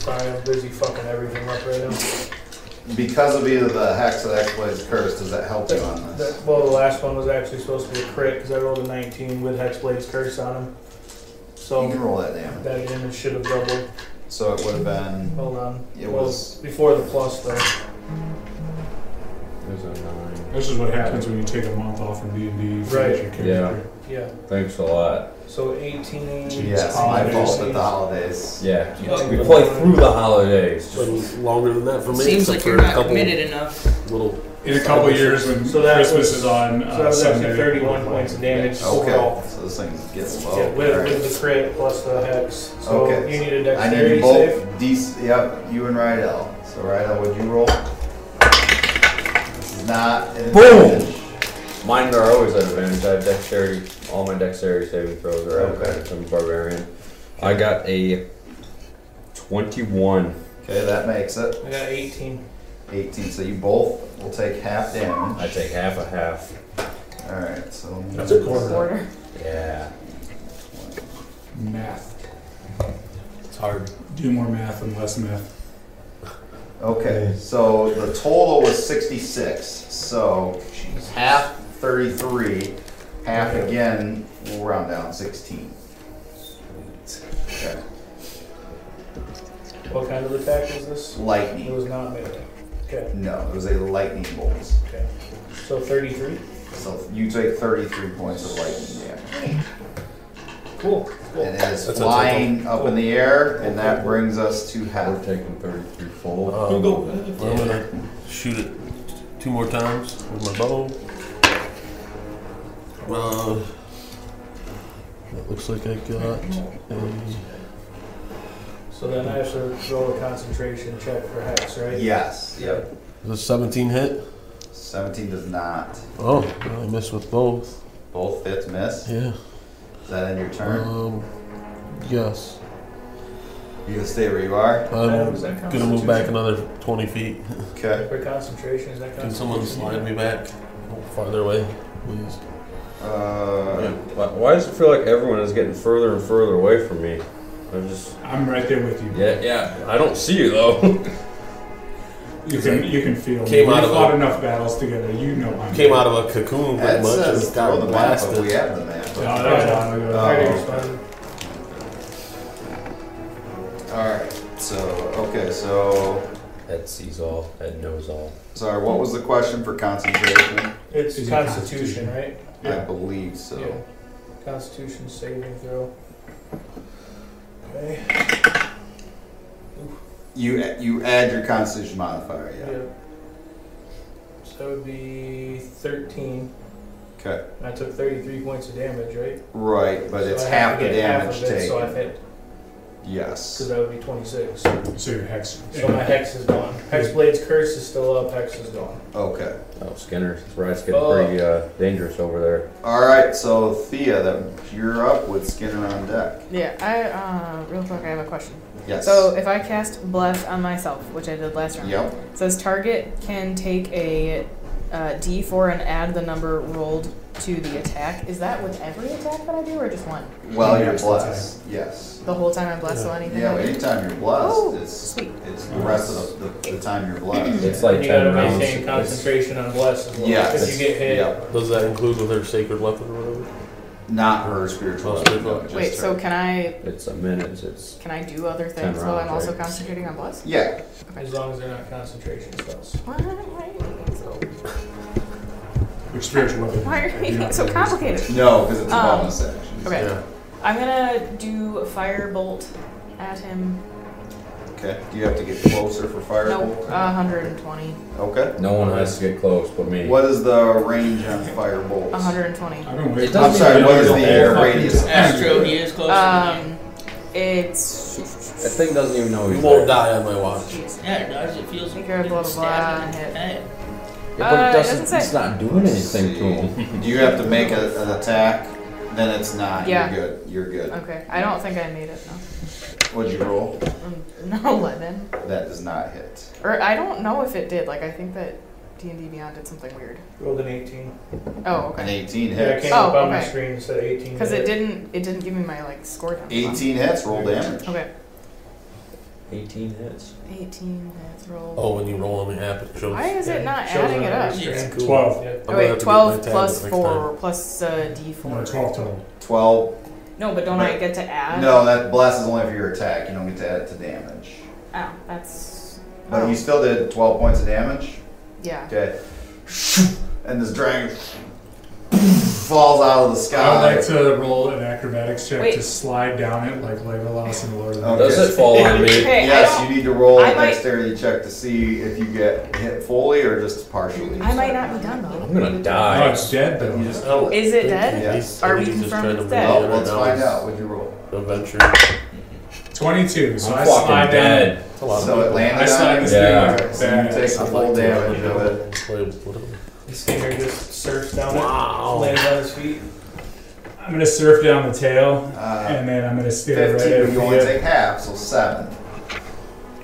[SPEAKER 4] Sorry, I'm busy fucking everything up right now.
[SPEAKER 1] Because of either the hex or the exploit's curse, does that help you on this?
[SPEAKER 4] That- well, the last one was actually supposed to be a crit because I rolled a 19 with Hexblade's Curse on him.
[SPEAKER 1] You can
[SPEAKER 4] So
[SPEAKER 1] roll that damage.
[SPEAKER 4] that damage should have doubled.
[SPEAKER 1] So it would have been,
[SPEAKER 4] Hold on.
[SPEAKER 1] It
[SPEAKER 4] Well,
[SPEAKER 1] was-
[SPEAKER 4] before the plus though.
[SPEAKER 3] There's a nine.
[SPEAKER 2] This is what happens when you take a month off from D&D. for
[SPEAKER 4] Right.
[SPEAKER 2] your character.
[SPEAKER 3] Yeah.
[SPEAKER 4] Yeah.
[SPEAKER 3] Thanks a lot.
[SPEAKER 4] So 18.
[SPEAKER 1] yes, my fault at
[SPEAKER 4] saves.
[SPEAKER 1] the holidays.
[SPEAKER 3] Yeah.
[SPEAKER 4] Yeah.
[SPEAKER 3] We play through the holidays.
[SPEAKER 6] It's been longer than that for me. except
[SPEAKER 7] Seems like
[SPEAKER 6] for
[SPEAKER 7] you're
[SPEAKER 6] a
[SPEAKER 7] not
[SPEAKER 6] couple
[SPEAKER 7] committed
[SPEAKER 1] <laughs>
[SPEAKER 7] enough.
[SPEAKER 6] Little.
[SPEAKER 2] In a couple years when
[SPEAKER 4] So that
[SPEAKER 2] Christmas
[SPEAKER 4] was-
[SPEAKER 2] is on
[SPEAKER 4] So
[SPEAKER 2] uh,
[SPEAKER 4] that was
[SPEAKER 2] Sunday.
[SPEAKER 4] actually 31 points of damage overall.
[SPEAKER 1] Okay, so this thing gets low.
[SPEAKER 4] Yeah, with,
[SPEAKER 1] All right.
[SPEAKER 4] with the crit plus the hex. So
[SPEAKER 1] Okay.
[SPEAKER 4] you need a
[SPEAKER 1] I need
[SPEAKER 4] dexterity save.
[SPEAKER 1] both these. Yep, you and Rydell. So Rydell, would you roll? This is not an
[SPEAKER 3] Boom!
[SPEAKER 1] advantage.
[SPEAKER 3] Mine are always at advantage. I have dexterity. All my dexterity saving throws are at
[SPEAKER 1] Okay.
[SPEAKER 3] advantage. I'm a barbarian. I got a 21.
[SPEAKER 1] Okay, that makes it
[SPEAKER 4] I got 18.
[SPEAKER 1] 18. So you both will take half damage.
[SPEAKER 3] I take half a half.
[SPEAKER 1] All right, so
[SPEAKER 2] That's a quarter.
[SPEAKER 5] Order.
[SPEAKER 3] Yeah.
[SPEAKER 2] Math.
[SPEAKER 6] It's hard.
[SPEAKER 2] Do more math and less math.
[SPEAKER 1] Okay, so the total was 66. So half 33, half again. We'll round down 16. Okay.
[SPEAKER 4] What kind of attack is this? It
[SPEAKER 1] Lightning.
[SPEAKER 4] was not melee. Okay.
[SPEAKER 1] No, it was a lightning bolt.
[SPEAKER 4] Okay. So 33.
[SPEAKER 1] So you take 33 points of lightning damage.
[SPEAKER 4] Cool.
[SPEAKER 1] And it is
[SPEAKER 6] That's a
[SPEAKER 1] flying up in the air, and that brings us to
[SPEAKER 3] We're
[SPEAKER 1] half.
[SPEAKER 3] taking 33 full.
[SPEAKER 6] Um, I'm gonna shoot it two more times with my bow. Uh, that looks like I got a
[SPEAKER 4] So then I have to roll a concentration check for hex, right?
[SPEAKER 1] Yes, yep.
[SPEAKER 6] the 17 hit.
[SPEAKER 1] 17 does not.
[SPEAKER 6] Oh, I missed with both.
[SPEAKER 1] Both hits miss.
[SPEAKER 6] Yeah.
[SPEAKER 1] Is that in your turn?
[SPEAKER 6] Um, yes.
[SPEAKER 1] You gonna stay where you are?
[SPEAKER 6] I'm
[SPEAKER 4] is that
[SPEAKER 6] gonna move back another 20 feet.
[SPEAKER 1] Okay.
[SPEAKER 4] For concentration, is that
[SPEAKER 6] Can
[SPEAKER 4] concentration?
[SPEAKER 6] someone slide me back a little farther away, please?
[SPEAKER 1] Uh,
[SPEAKER 3] Why, why does it feel like everyone is getting further and further away from me? I'm just.
[SPEAKER 2] I'm right there with you.
[SPEAKER 3] Yeah, yeah. I don't see you though. <laughs>
[SPEAKER 2] You can you can feel. me.
[SPEAKER 6] Came
[SPEAKER 2] We've
[SPEAKER 6] out of
[SPEAKER 2] fought enough battles together. You know I'm.
[SPEAKER 6] Came out of a cocoon
[SPEAKER 1] Ed
[SPEAKER 6] pretty much
[SPEAKER 1] says
[SPEAKER 6] and got
[SPEAKER 1] throw the map, but we
[SPEAKER 6] blasted.
[SPEAKER 1] have the map.
[SPEAKER 2] No, that was a while ago.
[SPEAKER 1] Oh.
[SPEAKER 4] I already
[SPEAKER 1] All
[SPEAKER 4] responded.
[SPEAKER 1] right. So okay. So
[SPEAKER 3] Ed sees all. Ed knows all.
[SPEAKER 1] sorry. What was the question for concentration?
[SPEAKER 4] It's
[SPEAKER 2] Is it
[SPEAKER 4] constitution,
[SPEAKER 2] constitution?
[SPEAKER 4] right?
[SPEAKER 1] I
[SPEAKER 2] Yeah.
[SPEAKER 1] believe so.
[SPEAKER 4] Yeah. Constitution saving throw. Okay.
[SPEAKER 1] You you add your constitution modifier. Yeah.
[SPEAKER 4] Yeah. So that would be 13.
[SPEAKER 1] Okay.
[SPEAKER 4] And I took 33 points of damage, right?
[SPEAKER 1] Right, but
[SPEAKER 4] So
[SPEAKER 1] it's
[SPEAKER 4] I have
[SPEAKER 1] half
[SPEAKER 4] to
[SPEAKER 1] the
[SPEAKER 4] get half
[SPEAKER 1] damage
[SPEAKER 4] of it, So I've
[SPEAKER 1] taken.
[SPEAKER 4] hit, because
[SPEAKER 1] Yes.
[SPEAKER 4] that would be 26. So
[SPEAKER 2] So your hex.
[SPEAKER 4] my hex is gone. Hexblade's curse is still up, hex is gone.
[SPEAKER 1] Okay.
[SPEAKER 3] Oh, Skinner's ride's getting
[SPEAKER 4] Oh.
[SPEAKER 3] pretty uh, dangerous over there.
[SPEAKER 1] All right. So Thea, that you're up with Skinner on deck.
[SPEAKER 5] Yeah, I, uh, real quick, I have a question.
[SPEAKER 1] Yes.
[SPEAKER 5] So if I cast Bless on myself, which I did last round,
[SPEAKER 1] Yep.
[SPEAKER 5] it says target can take a uh, d4 and add the number rolled to the attack. Is that with every attack that I do, or just one?
[SPEAKER 1] Well, you're
[SPEAKER 2] Next
[SPEAKER 1] blessed. Yes.
[SPEAKER 5] The whole time I'm blessed, so anything
[SPEAKER 1] Yeah.
[SPEAKER 5] I
[SPEAKER 1] but
[SPEAKER 5] do?
[SPEAKER 1] Anytime you're blessed,
[SPEAKER 5] Oh,
[SPEAKER 1] it's
[SPEAKER 5] sweet.
[SPEAKER 1] it's the rest of the, the, the time you're blessed.
[SPEAKER 3] It's like
[SPEAKER 4] and you gotta
[SPEAKER 3] ten rounds.
[SPEAKER 4] maintain concentration on bless as well.
[SPEAKER 1] Yes.
[SPEAKER 4] If you get hit,
[SPEAKER 1] Yep.
[SPEAKER 6] Does that include with her sacred weapon or whatever?
[SPEAKER 1] Not her spiritual.
[SPEAKER 6] Oh,
[SPEAKER 1] weapon,
[SPEAKER 6] spiritual.
[SPEAKER 1] no, just
[SPEAKER 5] Wait,
[SPEAKER 1] her.
[SPEAKER 5] so can I
[SPEAKER 3] It's a minute. It's
[SPEAKER 5] can I do other
[SPEAKER 3] Ten
[SPEAKER 5] things while I'm
[SPEAKER 3] rounds,
[SPEAKER 5] also
[SPEAKER 3] right?
[SPEAKER 5] concentrating on bless?
[SPEAKER 1] Yeah.
[SPEAKER 4] as long as they're not concentration spells.
[SPEAKER 5] Why are you being so,
[SPEAKER 2] Your spiritual weapon.
[SPEAKER 5] why are you being so complicated?
[SPEAKER 1] No, because it's a
[SPEAKER 5] Um,
[SPEAKER 1] bonus action.
[SPEAKER 5] Okay,
[SPEAKER 6] Yeah.
[SPEAKER 5] I'm gonna do firebolt at him.
[SPEAKER 1] Okay. Do you have to get closer for fire?
[SPEAKER 5] Nope, uh, 120.
[SPEAKER 1] Okay.
[SPEAKER 3] no one has to get close but me.
[SPEAKER 1] What is the range on fire bolts?
[SPEAKER 5] 120.
[SPEAKER 2] I've been
[SPEAKER 3] It
[SPEAKER 2] waiting.
[SPEAKER 3] doesn't
[SPEAKER 1] I'm sorry,
[SPEAKER 3] even
[SPEAKER 1] what is
[SPEAKER 3] know
[SPEAKER 1] the
[SPEAKER 3] you're
[SPEAKER 1] uh,
[SPEAKER 3] fucking-
[SPEAKER 1] radius?
[SPEAKER 7] Astro, he is close to me.
[SPEAKER 5] Um,
[SPEAKER 3] That
[SPEAKER 5] it's.
[SPEAKER 3] thing doesn't even know
[SPEAKER 6] You
[SPEAKER 3] he's
[SPEAKER 6] won't
[SPEAKER 3] there.
[SPEAKER 6] die on my watch.
[SPEAKER 5] Jeez.
[SPEAKER 7] Yeah, it does. It feels like
[SPEAKER 5] Take care of blah, blah, blah, hit.
[SPEAKER 3] Yeah, but
[SPEAKER 5] Uh, it
[SPEAKER 3] it doesn't.
[SPEAKER 5] doesn't say.
[SPEAKER 3] It's not doing anything to him.
[SPEAKER 1] Do you have to make a, an attack? Then it's not.
[SPEAKER 5] Yeah.
[SPEAKER 1] You're good. You're good.
[SPEAKER 5] Okay, I don't think I made it.
[SPEAKER 1] What'd you roll?
[SPEAKER 5] No, um, <laughs> no 11.
[SPEAKER 1] That does not hit.
[SPEAKER 5] Or I don't know if it did. Like I think that D and D Beyond did something weird.
[SPEAKER 4] Rolled an 18.
[SPEAKER 5] Oh,
[SPEAKER 1] An
[SPEAKER 5] okay.
[SPEAKER 1] 18
[SPEAKER 4] Yeah, it
[SPEAKER 1] hits.
[SPEAKER 4] came
[SPEAKER 5] Oh,
[SPEAKER 4] up on my
[SPEAKER 5] okay.
[SPEAKER 4] screen and said 18.
[SPEAKER 5] Because it
[SPEAKER 4] hit.
[SPEAKER 5] didn't. It didn't give me my like score. down.
[SPEAKER 1] 18 hits. Roll damage.
[SPEAKER 5] Okay.
[SPEAKER 3] 18 hits.
[SPEAKER 5] 18. That's roll.
[SPEAKER 6] Oh, when you roll on the app, it shows.
[SPEAKER 5] Why is
[SPEAKER 4] Yeah,
[SPEAKER 5] it not
[SPEAKER 4] shows
[SPEAKER 5] adding
[SPEAKER 4] on
[SPEAKER 5] it
[SPEAKER 4] our
[SPEAKER 5] up?
[SPEAKER 4] screen.
[SPEAKER 6] It's cool.
[SPEAKER 2] Twelve.
[SPEAKER 4] Yeah.
[SPEAKER 6] I'm
[SPEAKER 5] Oh,
[SPEAKER 6] gonna have
[SPEAKER 5] wait,
[SPEAKER 6] to get
[SPEAKER 5] 12
[SPEAKER 6] my tablet
[SPEAKER 5] plus
[SPEAKER 6] next
[SPEAKER 5] 4 plus uh, D4.
[SPEAKER 2] No, Twelve total.
[SPEAKER 1] 12.
[SPEAKER 5] No, but don't I get to add?
[SPEAKER 1] No, that blast is only for your attack. You don't get to add it to damage.
[SPEAKER 5] Oh, that's.
[SPEAKER 1] But you still did 12 points of damage.
[SPEAKER 5] Yeah.
[SPEAKER 1] Okay. And this dragon falls out of the
[SPEAKER 2] I would
[SPEAKER 1] sky.
[SPEAKER 2] like to roll an acrobatics check
[SPEAKER 5] Wait.
[SPEAKER 2] to slide down it like Legolas in Lord of the
[SPEAKER 1] Okay.
[SPEAKER 2] Rings.
[SPEAKER 3] Oh, Does it fall on me?
[SPEAKER 5] Okay,
[SPEAKER 1] yes,
[SPEAKER 5] I,
[SPEAKER 1] you need to roll
[SPEAKER 5] I
[SPEAKER 1] a
[SPEAKER 5] might-
[SPEAKER 1] dexterity check to see if you get hit fully or just partially.
[SPEAKER 5] don't, I might not be done though.
[SPEAKER 3] I'm gonna
[SPEAKER 2] Oh,
[SPEAKER 3] die.
[SPEAKER 2] it's dead though.
[SPEAKER 6] You just- I don't
[SPEAKER 5] Is it
[SPEAKER 6] think
[SPEAKER 5] dead?
[SPEAKER 6] he's-
[SPEAKER 1] Yes.
[SPEAKER 6] I
[SPEAKER 5] Are
[SPEAKER 6] think
[SPEAKER 5] we
[SPEAKER 6] he's just
[SPEAKER 5] confirmed
[SPEAKER 6] trying
[SPEAKER 5] it's
[SPEAKER 6] to
[SPEAKER 5] dead?
[SPEAKER 1] Well,
[SPEAKER 6] bring it
[SPEAKER 1] let's
[SPEAKER 6] right now.
[SPEAKER 1] find out. What'd you roll?
[SPEAKER 6] Adventure.
[SPEAKER 2] Twenty-two. So
[SPEAKER 3] I'm
[SPEAKER 2] I slide
[SPEAKER 3] fucking
[SPEAKER 2] down.
[SPEAKER 3] dead.
[SPEAKER 6] It's a lot of
[SPEAKER 1] So it
[SPEAKER 6] people.
[SPEAKER 1] landed
[SPEAKER 2] I slide
[SPEAKER 1] on
[SPEAKER 2] this
[SPEAKER 1] you?
[SPEAKER 3] Yeah.
[SPEAKER 2] thing.
[SPEAKER 1] So you take the
[SPEAKER 6] I'd
[SPEAKER 1] full
[SPEAKER 6] like to have
[SPEAKER 1] damage
[SPEAKER 6] a
[SPEAKER 1] of it.
[SPEAKER 6] play with whatever.
[SPEAKER 4] The stinger just surfs down
[SPEAKER 6] Wow.
[SPEAKER 4] it, lands on his feet.
[SPEAKER 2] I'm gonna surf down the tail,
[SPEAKER 1] Uh,
[SPEAKER 2] and then I'm gonna steer right
[SPEAKER 1] 15,
[SPEAKER 2] at
[SPEAKER 1] but you only
[SPEAKER 2] the.
[SPEAKER 1] take half, so 7.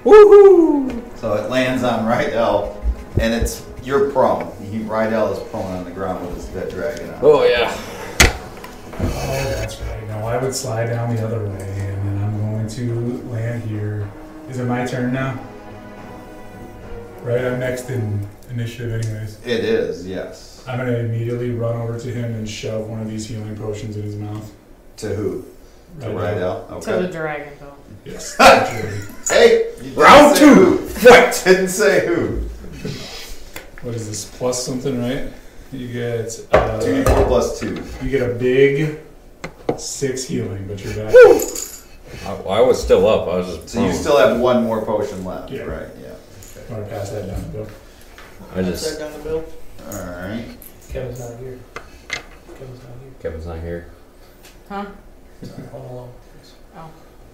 [SPEAKER 3] Woohoo!
[SPEAKER 1] So it lands on Rydell, and it's you're prone. He, Rydell is prone on the ground with his dead dragon on.
[SPEAKER 3] Oh yeah.
[SPEAKER 2] Oh, that's right. No, I would slide down the other way, and then I'm going to land here. Is it my turn now? Right, I'm next in initiative, anyways.
[SPEAKER 1] It is, yes.
[SPEAKER 2] I'm gonna immediately run over to him and shove one of these healing potions in his mouth.
[SPEAKER 1] To who? To Rydell.
[SPEAKER 5] To the
[SPEAKER 1] Okay.
[SPEAKER 5] dragon, though.
[SPEAKER 2] Yes. naturally.
[SPEAKER 1] Hey! you didn't
[SPEAKER 3] Round
[SPEAKER 1] say
[SPEAKER 3] two.
[SPEAKER 1] who. Didn't say who.
[SPEAKER 2] what is this? Plus something, right? You get uh,
[SPEAKER 1] 2d4 plus 2.
[SPEAKER 2] you get a big six healing, but you're back.
[SPEAKER 3] I, I was still up. I was just.
[SPEAKER 1] So you
[SPEAKER 3] prone.
[SPEAKER 1] still have one more potion left,
[SPEAKER 2] Yeah.
[SPEAKER 1] right? Yeah.
[SPEAKER 2] I'm gonna pass that down, Bill.
[SPEAKER 3] I just.
[SPEAKER 7] down the bill.
[SPEAKER 1] Alright.
[SPEAKER 4] Kevin's not here. Kevin's not here.
[SPEAKER 3] Kevin's not here.
[SPEAKER 5] Huh?
[SPEAKER 4] Home alone.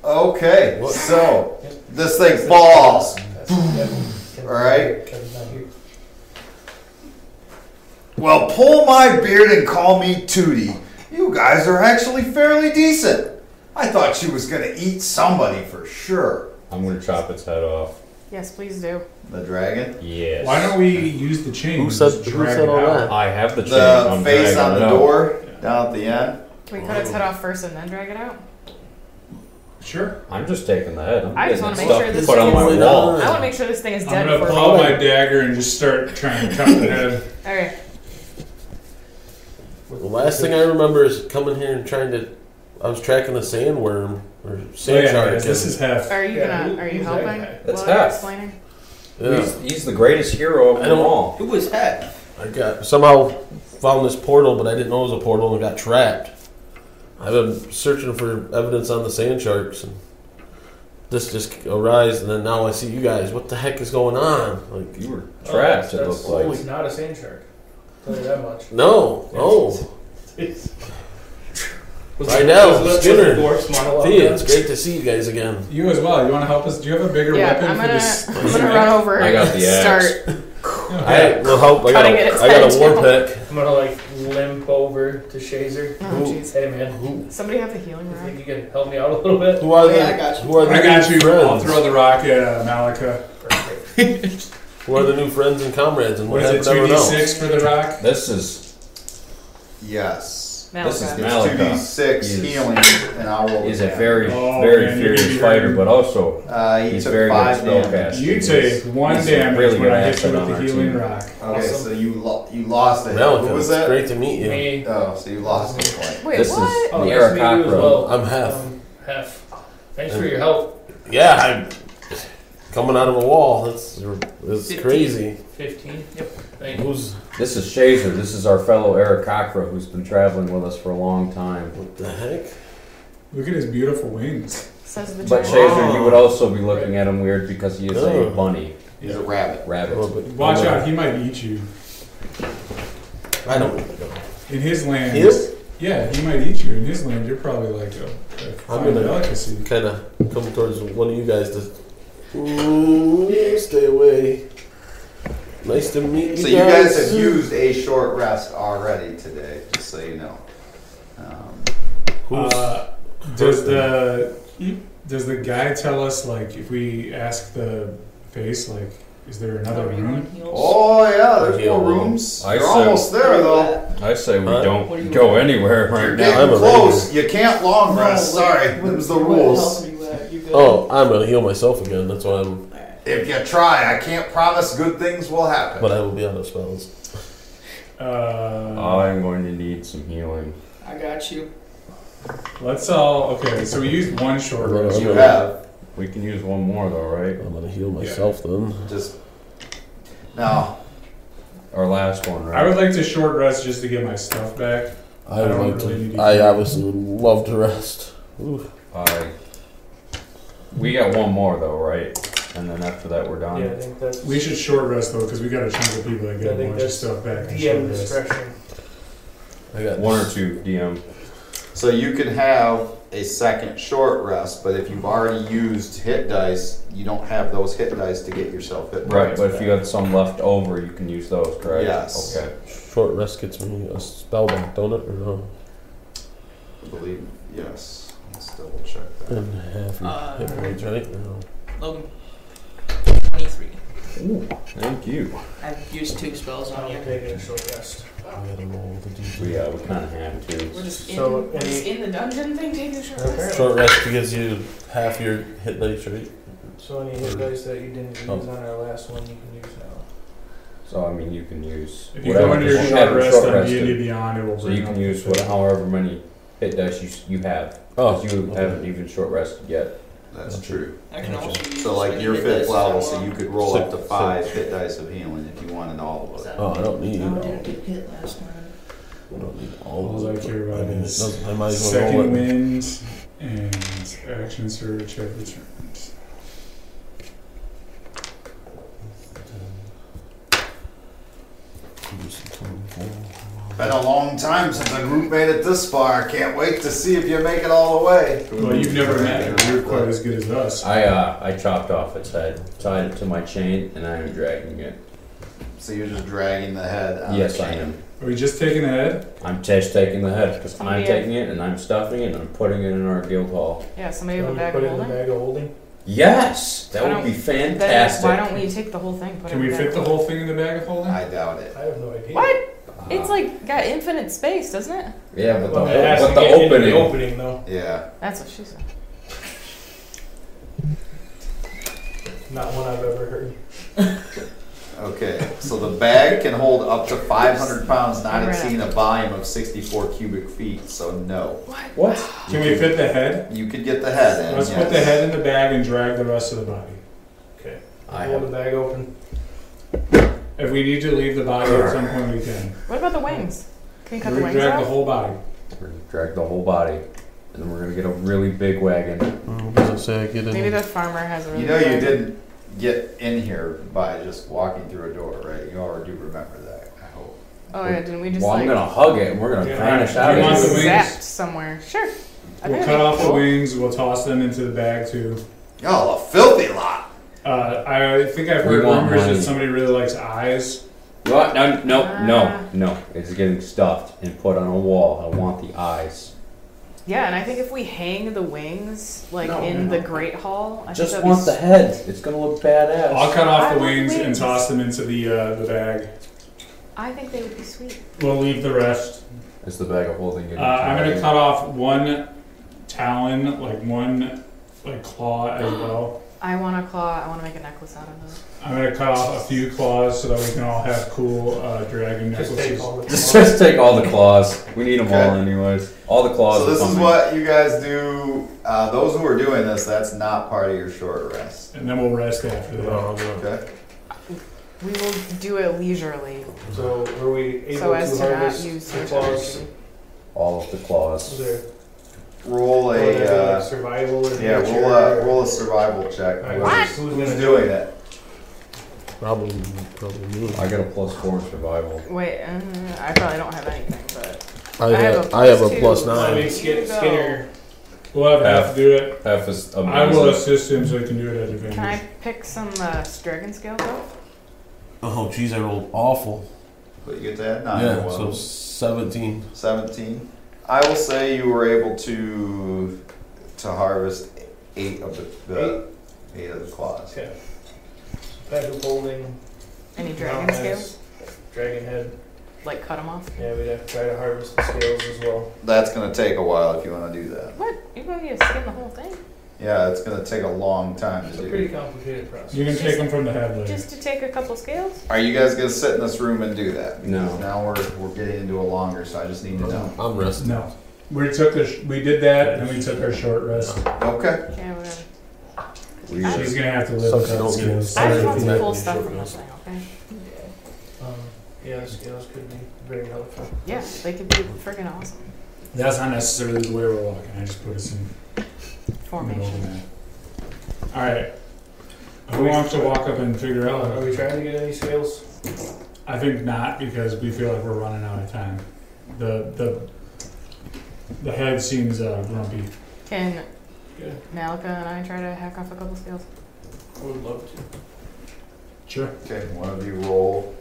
[SPEAKER 1] Okay,
[SPEAKER 6] What?
[SPEAKER 1] so
[SPEAKER 4] Yep.
[SPEAKER 1] this thing falls.
[SPEAKER 4] That's Kevin. Kevin's
[SPEAKER 1] All right.
[SPEAKER 4] not here. Kevin's not here.
[SPEAKER 1] Well, pull my beard and call me Tootie. You guys are actually fairly decent. I thought she was gonna eat somebody for sure.
[SPEAKER 3] I'm gonna chop its head off.
[SPEAKER 5] Yes, please do.
[SPEAKER 1] The dragon?
[SPEAKER 3] Yes.
[SPEAKER 2] Why don't we use the chain?
[SPEAKER 6] Who said-
[SPEAKER 2] and
[SPEAKER 6] who
[SPEAKER 2] drag
[SPEAKER 6] said
[SPEAKER 2] it
[SPEAKER 6] all
[SPEAKER 2] out?
[SPEAKER 6] that?
[SPEAKER 3] I have the chain.
[SPEAKER 1] The
[SPEAKER 3] I'm
[SPEAKER 1] face
[SPEAKER 3] dragging
[SPEAKER 1] on
[SPEAKER 3] it
[SPEAKER 1] the
[SPEAKER 3] out.
[SPEAKER 1] door down at the end?
[SPEAKER 5] Can we cut its head off first and then drag it out?
[SPEAKER 2] Sure.
[SPEAKER 3] I'm just taking the head. I'm
[SPEAKER 5] I
[SPEAKER 3] getting
[SPEAKER 5] just wanna make
[SPEAKER 3] stuff
[SPEAKER 5] sure this
[SPEAKER 3] put on
[SPEAKER 5] thing
[SPEAKER 3] my
[SPEAKER 5] is-
[SPEAKER 6] wall.
[SPEAKER 5] I want to make sure this thing is
[SPEAKER 2] I'm
[SPEAKER 5] dead
[SPEAKER 2] gonna
[SPEAKER 5] before.
[SPEAKER 2] pull
[SPEAKER 5] All
[SPEAKER 2] out my dagger and just start trying to cut the
[SPEAKER 6] <laughs>
[SPEAKER 2] head.
[SPEAKER 5] right.
[SPEAKER 6] The last thing I remember is coming here and trying to. I was tracking a sandworm or
[SPEAKER 2] Oh,
[SPEAKER 6] sand
[SPEAKER 2] yeah,
[SPEAKER 6] shark.
[SPEAKER 2] guys, this
[SPEAKER 6] and-
[SPEAKER 2] is half.
[SPEAKER 5] Are you
[SPEAKER 4] Yeah,
[SPEAKER 5] gonna?
[SPEAKER 4] who-
[SPEAKER 5] are you
[SPEAKER 4] who's that
[SPEAKER 5] helping?
[SPEAKER 4] guy?
[SPEAKER 3] That's
[SPEAKER 5] while I'm
[SPEAKER 3] half.
[SPEAKER 5] Explaining.
[SPEAKER 6] yeah,
[SPEAKER 3] He's, he's the greatest hero of
[SPEAKER 6] I
[SPEAKER 3] them
[SPEAKER 6] don't-
[SPEAKER 3] all.
[SPEAKER 7] Who was that?
[SPEAKER 6] I got somehow found this portal, but I didn't know it was a portal and got trapped. I've been searching for evidence on the sand sharks, and this just arise. And then now I see you guys. What the heck is going on? Like
[SPEAKER 3] You were
[SPEAKER 4] Oh,
[SPEAKER 3] trapped. it
[SPEAKER 4] that's-
[SPEAKER 3] looked
[SPEAKER 4] that's-
[SPEAKER 3] like.
[SPEAKER 4] It's not a sand shark. Tell you that much.
[SPEAKER 6] no, no.
[SPEAKER 4] Was
[SPEAKER 6] Right
[SPEAKER 4] it-
[SPEAKER 6] now,
[SPEAKER 4] was it- was it
[SPEAKER 6] Skinner.
[SPEAKER 4] dwarf's monologue?
[SPEAKER 6] Thea, it's great to see you guys again.
[SPEAKER 2] You as well. You want to help us? Do you have a bigger
[SPEAKER 5] Yeah,
[SPEAKER 2] weapon
[SPEAKER 5] I'm
[SPEAKER 2] for
[SPEAKER 5] gonna.
[SPEAKER 2] this?
[SPEAKER 5] <laughs> I'm gonna run over.
[SPEAKER 3] I got the
[SPEAKER 5] and
[SPEAKER 3] axe.
[SPEAKER 5] Start.
[SPEAKER 6] I will help. I got,
[SPEAKER 5] Cutting it
[SPEAKER 6] a, I got a war
[SPEAKER 5] down.
[SPEAKER 6] pick.
[SPEAKER 4] I'm gonna like limp over to Shazer.
[SPEAKER 5] Oh jeez.
[SPEAKER 4] Hey man,
[SPEAKER 5] Somebody have the healing
[SPEAKER 4] you
[SPEAKER 5] rod.
[SPEAKER 4] think you can help me out a little bit?
[SPEAKER 6] Who are
[SPEAKER 7] Oh,
[SPEAKER 6] the?
[SPEAKER 7] yeah, I got you.
[SPEAKER 6] Who are the
[SPEAKER 2] I got
[SPEAKER 6] new
[SPEAKER 2] you. I'll
[SPEAKER 6] friends?
[SPEAKER 2] throw the rock at uh, Malika.
[SPEAKER 6] Who are the new friends and comrades? And
[SPEAKER 2] What
[SPEAKER 6] what
[SPEAKER 2] is
[SPEAKER 6] happened
[SPEAKER 2] it?
[SPEAKER 6] to
[SPEAKER 2] Two d
[SPEAKER 6] everyone else?
[SPEAKER 2] six for the rock.
[SPEAKER 3] This is
[SPEAKER 1] Yes.
[SPEAKER 3] This is
[SPEAKER 5] Malika.
[SPEAKER 1] It's two D six
[SPEAKER 3] Malika is-
[SPEAKER 1] healing and I'll roll
[SPEAKER 3] he's
[SPEAKER 1] the
[SPEAKER 3] a
[SPEAKER 1] damage.
[SPEAKER 3] very
[SPEAKER 2] Oh,
[SPEAKER 3] very
[SPEAKER 2] man, you're
[SPEAKER 3] furious
[SPEAKER 2] gonna be
[SPEAKER 3] fighter,
[SPEAKER 2] hurting.
[SPEAKER 3] but also
[SPEAKER 1] Uh, he
[SPEAKER 3] he's
[SPEAKER 1] took
[SPEAKER 3] very
[SPEAKER 1] five
[SPEAKER 3] good
[SPEAKER 1] damage.
[SPEAKER 3] spellcaster.
[SPEAKER 2] You take one
[SPEAKER 3] he's a
[SPEAKER 2] damage
[SPEAKER 3] really
[SPEAKER 2] when
[SPEAKER 3] good
[SPEAKER 2] I hit you
[SPEAKER 3] asset
[SPEAKER 2] with
[SPEAKER 3] on
[SPEAKER 2] the
[SPEAKER 3] our
[SPEAKER 2] healing
[SPEAKER 3] team.
[SPEAKER 2] rock.
[SPEAKER 1] Okay,
[SPEAKER 4] Awesome.
[SPEAKER 1] so you lo- you lost it.
[SPEAKER 6] Malika,
[SPEAKER 1] Who was
[SPEAKER 6] it's
[SPEAKER 1] that?
[SPEAKER 6] great to meet you.
[SPEAKER 4] Me.
[SPEAKER 1] Oh, so you lost it point.
[SPEAKER 5] Wait,
[SPEAKER 3] this is
[SPEAKER 5] what?
[SPEAKER 4] Oh, nice to
[SPEAKER 3] the
[SPEAKER 4] meet you as
[SPEAKER 3] Arakakra.
[SPEAKER 4] well.
[SPEAKER 6] I'm half.
[SPEAKER 4] Um, half. Thanks for your help.
[SPEAKER 6] Yeah, I'm coming out of a wall. That's that's
[SPEAKER 7] Fifteen.
[SPEAKER 6] crazy.
[SPEAKER 4] Fifteen. Yep. Thank you.
[SPEAKER 6] Who's
[SPEAKER 3] This is Shazer. This is our fellow Eric Cockra, who's been traveling with us for a long time.
[SPEAKER 6] what the heck?
[SPEAKER 2] Look at his beautiful wings.
[SPEAKER 5] Says the
[SPEAKER 3] But
[SPEAKER 5] giant.
[SPEAKER 3] Shazer, you would also be looking at him weird because he is a
[SPEAKER 6] Oh.
[SPEAKER 3] bunny
[SPEAKER 1] He's a rabbit.
[SPEAKER 3] rabbit.
[SPEAKER 2] Watch out, he might eat you.
[SPEAKER 6] uh, I don't know.
[SPEAKER 2] In his land.
[SPEAKER 6] His?
[SPEAKER 2] Yeah, he might eat you. In his land, you're probably like a, a
[SPEAKER 6] I'm
[SPEAKER 2] fine
[SPEAKER 6] gonna-
[SPEAKER 2] delicacy.
[SPEAKER 6] Kind of come towards one of you guys to. Ooh, stay away. Nice to meet you.
[SPEAKER 1] So you guys have used a short rest already today, just so you know. Um,
[SPEAKER 6] Who's,
[SPEAKER 2] Uh, does the does the guy tell us like if we ask the face like is there another room?
[SPEAKER 1] oh yeah, there's
[SPEAKER 6] Heal
[SPEAKER 1] more
[SPEAKER 6] room.
[SPEAKER 1] rooms.
[SPEAKER 3] I
[SPEAKER 1] You're
[SPEAKER 3] said-
[SPEAKER 1] almost there though.
[SPEAKER 3] I say we
[SPEAKER 6] Huh?
[SPEAKER 7] What do
[SPEAKER 3] don't
[SPEAKER 7] you
[SPEAKER 3] go
[SPEAKER 7] want?
[SPEAKER 3] anywhere
[SPEAKER 1] You're
[SPEAKER 3] right now.
[SPEAKER 1] getting
[SPEAKER 6] I'm a
[SPEAKER 1] close. You can't long
[SPEAKER 7] No,
[SPEAKER 1] rest.
[SPEAKER 7] wait,
[SPEAKER 1] Sorry,
[SPEAKER 7] what-
[SPEAKER 1] them's the
[SPEAKER 7] what
[SPEAKER 1] rules.
[SPEAKER 7] health are you at? You good?
[SPEAKER 6] oh, I'm gonna heal myself again. That's why I'm.
[SPEAKER 1] If you try, I can't promise good things will happen.
[SPEAKER 6] But I will be out of spells.
[SPEAKER 2] Uh,
[SPEAKER 3] I'm going to need some healing.
[SPEAKER 7] I got you.
[SPEAKER 2] let's all okay. So we used one short rest.
[SPEAKER 1] you have
[SPEAKER 3] We can use one more though, right?
[SPEAKER 6] I'm gonna heal myself then.
[SPEAKER 1] just now.
[SPEAKER 3] Our last one, right?
[SPEAKER 2] I would like to short rest just to get my stuff back.
[SPEAKER 6] I
[SPEAKER 2] I
[SPEAKER 6] would
[SPEAKER 2] don't
[SPEAKER 6] like
[SPEAKER 2] really need
[SPEAKER 6] to.
[SPEAKER 2] to
[SPEAKER 6] I
[SPEAKER 2] heal.
[SPEAKER 6] obviously would love to rest. Ooh.
[SPEAKER 3] I- we got one more though, right? And then after that, we're done.
[SPEAKER 4] Yeah, I think that's
[SPEAKER 2] We should short rest though because we got a chunk of people that
[SPEAKER 4] I
[SPEAKER 2] get a
[SPEAKER 4] think
[SPEAKER 2] bunch of
[SPEAKER 4] that's
[SPEAKER 2] stuff back. in short
[SPEAKER 4] DM
[SPEAKER 2] rest.
[SPEAKER 4] discretion.
[SPEAKER 6] I got
[SPEAKER 3] One or two DM.
[SPEAKER 1] So you can have a second short rest, but if you've already used hit dice, you don't have those hit dice to get yourself hit.
[SPEAKER 3] Right,
[SPEAKER 1] points
[SPEAKER 3] but if
[SPEAKER 1] back.
[SPEAKER 3] you have some left over, you can use those, correct?
[SPEAKER 1] Yes.
[SPEAKER 3] Okay.
[SPEAKER 6] Short rest gets me a spell back, don't it? Or no?
[SPEAKER 1] I believe yes. Let's double check that.
[SPEAKER 6] And half your
[SPEAKER 7] Uh,
[SPEAKER 6] hit points, right? No.
[SPEAKER 7] Logan. 23.
[SPEAKER 3] Thank you.
[SPEAKER 7] I've used two spells on
[SPEAKER 4] I'm
[SPEAKER 7] you.
[SPEAKER 4] taking a short rest.
[SPEAKER 6] I gotta roll the D4.
[SPEAKER 3] Yeah, we kind of have
[SPEAKER 5] We're
[SPEAKER 3] to.
[SPEAKER 5] just in,
[SPEAKER 4] So,
[SPEAKER 5] we're just in the dungeon thing, taking a short rest.
[SPEAKER 4] Okay.
[SPEAKER 6] Short rest gives you half your hit dice, right?
[SPEAKER 4] So any hit dice that you didn't use
[SPEAKER 6] Oh.
[SPEAKER 4] on our last one, you can use now.
[SPEAKER 3] So, I mean, you can use
[SPEAKER 2] If you go into your
[SPEAKER 3] you
[SPEAKER 2] short
[SPEAKER 3] have
[SPEAKER 2] rest
[SPEAKER 3] short
[SPEAKER 2] on
[SPEAKER 3] rested,
[SPEAKER 2] D and D Beyond, it will
[SPEAKER 3] So
[SPEAKER 2] bring
[SPEAKER 3] you can
[SPEAKER 2] up-
[SPEAKER 3] use what, however many hit dice you, s- you have.
[SPEAKER 6] Oh,
[SPEAKER 3] Because you haven't even short rested yet.
[SPEAKER 1] That's
[SPEAKER 6] Okay.
[SPEAKER 1] true.
[SPEAKER 7] I can also use
[SPEAKER 1] So like
[SPEAKER 7] any
[SPEAKER 1] your
[SPEAKER 7] hit
[SPEAKER 1] fifth
[SPEAKER 7] dice
[SPEAKER 1] level,
[SPEAKER 7] if I
[SPEAKER 1] so
[SPEAKER 7] want.
[SPEAKER 1] you could roll up to
[SPEAKER 6] Six,
[SPEAKER 1] five hit dice of healing if you wanted all of it.
[SPEAKER 6] Oh, I don't need
[SPEAKER 7] No, I
[SPEAKER 6] all.
[SPEAKER 7] didn't get hit last time.
[SPEAKER 6] I don't need all
[SPEAKER 2] All
[SPEAKER 6] of
[SPEAKER 2] I
[SPEAKER 6] it.
[SPEAKER 2] care
[SPEAKER 6] I
[SPEAKER 2] about
[SPEAKER 6] mean, it
[SPEAKER 2] is
[SPEAKER 6] doesn't, I might as well
[SPEAKER 2] second
[SPEAKER 6] roll it.
[SPEAKER 2] wind and action surge have returned.
[SPEAKER 1] Been a long time since a group made it this far. Can't wait to see if you make it all the way.
[SPEAKER 2] Well, you've never met her. You're quite as good as us.
[SPEAKER 3] I, uh, I chopped off its head, tied it to my chain, and I am dragging it.
[SPEAKER 1] So you're just dragging the head. Out
[SPEAKER 8] Yes,
[SPEAKER 1] of the
[SPEAKER 8] I
[SPEAKER 1] chain.
[SPEAKER 8] am.
[SPEAKER 2] Are we just taking the head?
[SPEAKER 8] I'm just taking the head because I'm
[SPEAKER 5] Somebody-
[SPEAKER 8] taking it and I'm stuffing it and I'm putting it in our guild hall.
[SPEAKER 5] Yeah, somebody
[SPEAKER 4] Can
[SPEAKER 5] with a
[SPEAKER 4] we
[SPEAKER 5] bag
[SPEAKER 4] put
[SPEAKER 5] of
[SPEAKER 4] it in the
[SPEAKER 5] holding.
[SPEAKER 4] bag of holding.
[SPEAKER 8] Yes, that
[SPEAKER 5] Why
[SPEAKER 8] would
[SPEAKER 5] don't-
[SPEAKER 8] be
[SPEAKER 5] Then
[SPEAKER 8] fantastic.
[SPEAKER 5] why don't we take the whole thing? Put
[SPEAKER 2] Can
[SPEAKER 5] it
[SPEAKER 2] we
[SPEAKER 5] in
[SPEAKER 2] fit
[SPEAKER 5] that-
[SPEAKER 2] the whole thing in the bag of holding?
[SPEAKER 1] I doubt it.
[SPEAKER 4] I have no idea.
[SPEAKER 5] What? It's like got infinite space, doesn't it?
[SPEAKER 8] yeah, but the,
[SPEAKER 4] Well, it has
[SPEAKER 8] whole, but
[SPEAKER 4] to
[SPEAKER 8] the
[SPEAKER 4] get into
[SPEAKER 8] opening.
[SPEAKER 4] The opening though.
[SPEAKER 1] Yeah.
[SPEAKER 5] That's what she said.
[SPEAKER 4] Not one I've ever heard.
[SPEAKER 1] Okay. So the bag can hold up to 500 pounds, not
[SPEAKER 5] Right.
[SPEAKER 1] exceeding a volume of 64 cubic feet. So no.
[SPEAKER 8] What?
[SPEAKER 2] Can we fit the head?
[SPEAKER 1] You could get the head in.
[SPEAKER 2] Let's
[SPEAKER 1] yes.
[SPEAKER 2] put the head in the bag and drag the rest of the body.
[SPEAKER 4] Okay.
[SPEAKER 8] I
[SPEAKER 4] Hold
[SPEAKER 8] have.
[SPEAKER 4] the bag open.
[SPEAKER 2] If we need to leave the body at some point, we can.
[SPEAKER 5] What about the wings? Can you cut
[SPEAKER 2] We
[SPEAKER 5] the wings
[SPEAKER 2] drag the
[SPEAKER 5] out?
[SPEAKER 2] whole body.
[SPEAKER 8] We're gonna drag the whole body, and then we're gonna get a really big wagon.
[SPEAKER 6] What Oh, does it say? I get in.
[SPEAKER 5] Maybe the farmer has a really
[SPEAKER 1] You know you
[SPEAKER 5] good-
[SPEAKER 1] didn't get in here by just walking through a door, right? You all do remember that. I hope.
[SPEAKER 5] Oh yeah, didn't we just
[SPEAKER 8] Well, I'm
[SPEAKER 5] like
[SPEAKER 8] gonna hug it and we're gonna
[SPEAKER 2] Yeah.
[SPEAKER 8] vanish
[SPEAKER 2] You
[SPEAKER 8] out
[SPEAKER 2] want
[SPEAKER 8] of
[SPEAKER 2] the
[SPEAKER 8] here.
[SPEAKER 2] wings?
[SPEAKER 5] zapped somewhere. Sure. I think
[SPEAKER 2] We'll
[SPEAKER 5] that'd
[SPEAKER 2] cut
[SPEAKER 5] be
[SPEAKER 2] off the
[SPEAKER 5] cool.
[SPEAKER 2] wings. We'll toss them into the bag too.
[SPEAKER 1] Y'all a filthy lot.
[SPEAKER 2] Uh, I think I've
[SPEAKER 8] We
[SPEAKER 2] heard
[SPEAKER 8] want
[SPEAKER 2] rumors
[SPEAKER 8] money.
[SPEAKER 2] that somebody really likes eyes.
[SPEAKER 8] What? No, no,
[SPEAKER 5] Ah.
[SPEAKER 8] no, no. It's getting stuffed and put on a wall. I want the eyes.
[SPEAKER 5] Yeah, and I think if we hang the wings like
[SPEAKER 8] No,
[SPEAKER 5] in
[SPEAKER 8] no.
[SPEAKER 5] the Great Hall, I
[SPEAKER 8] Just
[SPEAKER 5] think that'd
[SPEAKER 8] want
[SPEAKER 5] be
[SPEAKER 8] the
[SPEAKER 5] s-
[SPEAKER 8] head. It's gonna look badass.
[SPEAKER 2] I'll cut off
[SPEAKER 5] I
[SPEAKER 2] the
[SPEAKER 5] like
[SPEAKER 2] wings, and
[SPEAKER 5] wings.
[SPEAKER 2] toss them into the uh, the bag.
[SPEAKER 5] I think they would be sweet.
[SPEAKER 2] We'll leave the rest.
[SPEAKER 8] It's the bag of holding.
[SPEAKER 2] Uh,
[SPEAKER 8] getting
[SPEAKER 2] I'm gonna
[SPEAKER 8] tied?
[SPEAKER 2] cut off one talon, like one like claw
[SPEAKER 6] <gasps>
[SPEAKER 2] as well.
[SPEAKER 5] I want a claw. I want to make a necklace out of those.
[SPEAKER 2] I'm gonna cut off a few claws so that we can all have cool uh, dragon
[SPEAKER 4] Just take
[SPEAKER 2] necklaces.
[SPEAKER 4] all the
[SPEAKER 8] Just, just take all the claws. We need them all,
[SPEAKER 1] Okay.
[SPEAKER 8] anyways. All the claws.
[SPEAKER 1] So this
[SPEAKER 8] are
[SPEAKER 1] is
[SPEAKER 8] coming.
[SPEAKER 1] what you guys do. Uh, those who are doing this, that's not part of your short rest.
[SPEAKER 2] And then we'll rest after that.
[SPEAKER 6] Oh, no.
[SPEAKER 1] Okay.
[SPEAKER 5] We will do it leisurely,
[SPEAKER 4] So were we able
[SPEAKER 5] so as
[SPEAKER 4] to
[SPEAKER 5] to not
[SPEAKER 4] harvest
[SPEAKER 5] use
[SPEAKER 4] the
[SPEAKER 5] much
[SPEAKER 4] claws?
[SPEAKER 5] energy.
[SPEAKER 8] All of the
[SPEAKER 4] Was
[SPEAKER 8] claws.
[SPEAKER 4] there
[SPEAKER 1] Roll
[SPEAKER 4] was
[SPEAKER 1] a
[SPEAKER 4] there, like,
[SPEAKER 1] uh,
[SPEAKER 4] survival or
[SPEAKER 1] yeah. uh,
[SPEAKER 4] nature
[SPEAKER 1] Roll a
[SPEAKER 4] or-
[SPEAKER 1] roll a survival
[SPEAKER 4] All
[SPEAKER 1] check.
[SPEAKER 4] right,
[SPEAKER 1] Who's-
[SPEAKER 4] Who's
[SPEAKER 1] Who's
[SPEAKER 4] gonna do
[SPEAKER 1] doing it?
[SPEAKER 6] Probably, probably me.
[SPEAKER 8] I got a plus four in survival.
[SPEAKER 5] Wait, uh, I probably don't have anything, but
[SPEAKER 6] I
[SPEAKER 5] I have
[SPEAKER 6] have,
[SPEAKER 5] a
[SPEAKER 6] I have a
[SPEAKER 5] plus
[SPEAKER 6] plus
[SPEAKER 5] two.
[SPEAKER 4] I
[SPEAKER 6] nine.
[SPEAKER 4] mean, Skin-
[SPEAKER 5] You go.
[SPEAKER 4] Skinner.
[SPEAKER 2] We'll have half do it.
[SPEAKER 8] F is amazing.
[SPEAKER 2] I will assist him so he can do it at advantage.
[SPEAKER 5] can I pick some uh, dragon scales up?
[SPEAKER 6] Oh, geez, I rolled awful.
[SPEAKER 1] But you get to add
[SPEAKER 8] Ah,
[SPEAKER 1] nine.
[SPEAKER 6] Yeah,
[SPEAKER 1] Well,
[SPEAKER 6] so 17.
[SPEAKER 1] 17. I will say you were able to to harvest eight of the, the eight? of the claws.
[SPEAKER 4] Okay. Bag of holding.
[SPEAKER 5] Any dragon
[SPEAKER 4] mountain
[SPEAKER 5] scales?
[SPEAKER 4] eyes, Dragon head.
[SPEAKER 5] Like cut them off?
[SPEAKER 4] Yeah, we'd have to try to harvest the scales as well.
[SPEAKER 1] That's gonna take a while if you want to do that.
[SPEAKER 5] What? You're going to skin the whole thing?
[SPEAKER 1] Yeah, it's gonna take a long time
[SPEAKER 4] It's
[SPEAKER 1] to
[SPEAKER 4] a
[SPEAKER 1] do.
[SPEAKER 4] pretty complicated process.
[SPEAKER 2] You can take them from the head later.
[SPEAKER 5] Just to take a couple scales?
[SPEAKER 1] Are you guys gonna sit in this room and do that?
[SPEAKER 8] No.
[SPEAKER 1] Now we're we're getting into a longer, so I just need to know.
[SPEAKER 6] I'm resting.
[SPEAKER 2] no, we took a sh- we did that and then we took our short rest.
[SPEAKER 1] Okay.
[SPEAKER 5] Yeah, whatever.
[SPEAKER 8] We
[SPEAKER 5] I-
[SPEAKER 2] She's gonna have to live
[SPEAKER 6] So
[SPEAKER 2] without
[SPEAKER 6] she don't get
[SPEAKER 2] skills.
[SPEAKER 5] I just
[SPEAKER 6] Sorry,
[SPEAKER 5] want some
[SPEAKER 6] Matt,
[SPEAKER 5] cool
[SPEAKER 6] you
[SPEAKER 5] stuff
[SPEAKER 6] showed
[SPEAKER 5] from
[SPEAKER 6] us.
[SPEAKER 5] this thing, okay?
[SPEAKER 4] Um, yeah, the scales could be very helpful.
[SPEAKER 5] Yeah, they could be freaking awesome
[SPEAKER 2] That's not necessarily the way we're walking. I just put us in the middle
[SPEAKER 5] formation.
[SPEAKER 2] of that. All right. Who wants to walk up and figure
[SPEAKER 4] Are
[SPEAKER 2] out?
[SPEAKER 4] we trying to get any scales?
[SPEAKER 2] I think not because we feel like we're running out of time. The the the head seems uh, grumpy.
[SPEAKER 5] Can
[SPEAKER 4] Yeah,
[SPEAKER 5] Malika and I try to hack off a couple scales?
[SPEAKER 4] I would love to.
[SPEAKER 2] Sure.
[SPEAKER 1] Okay. One of you roll.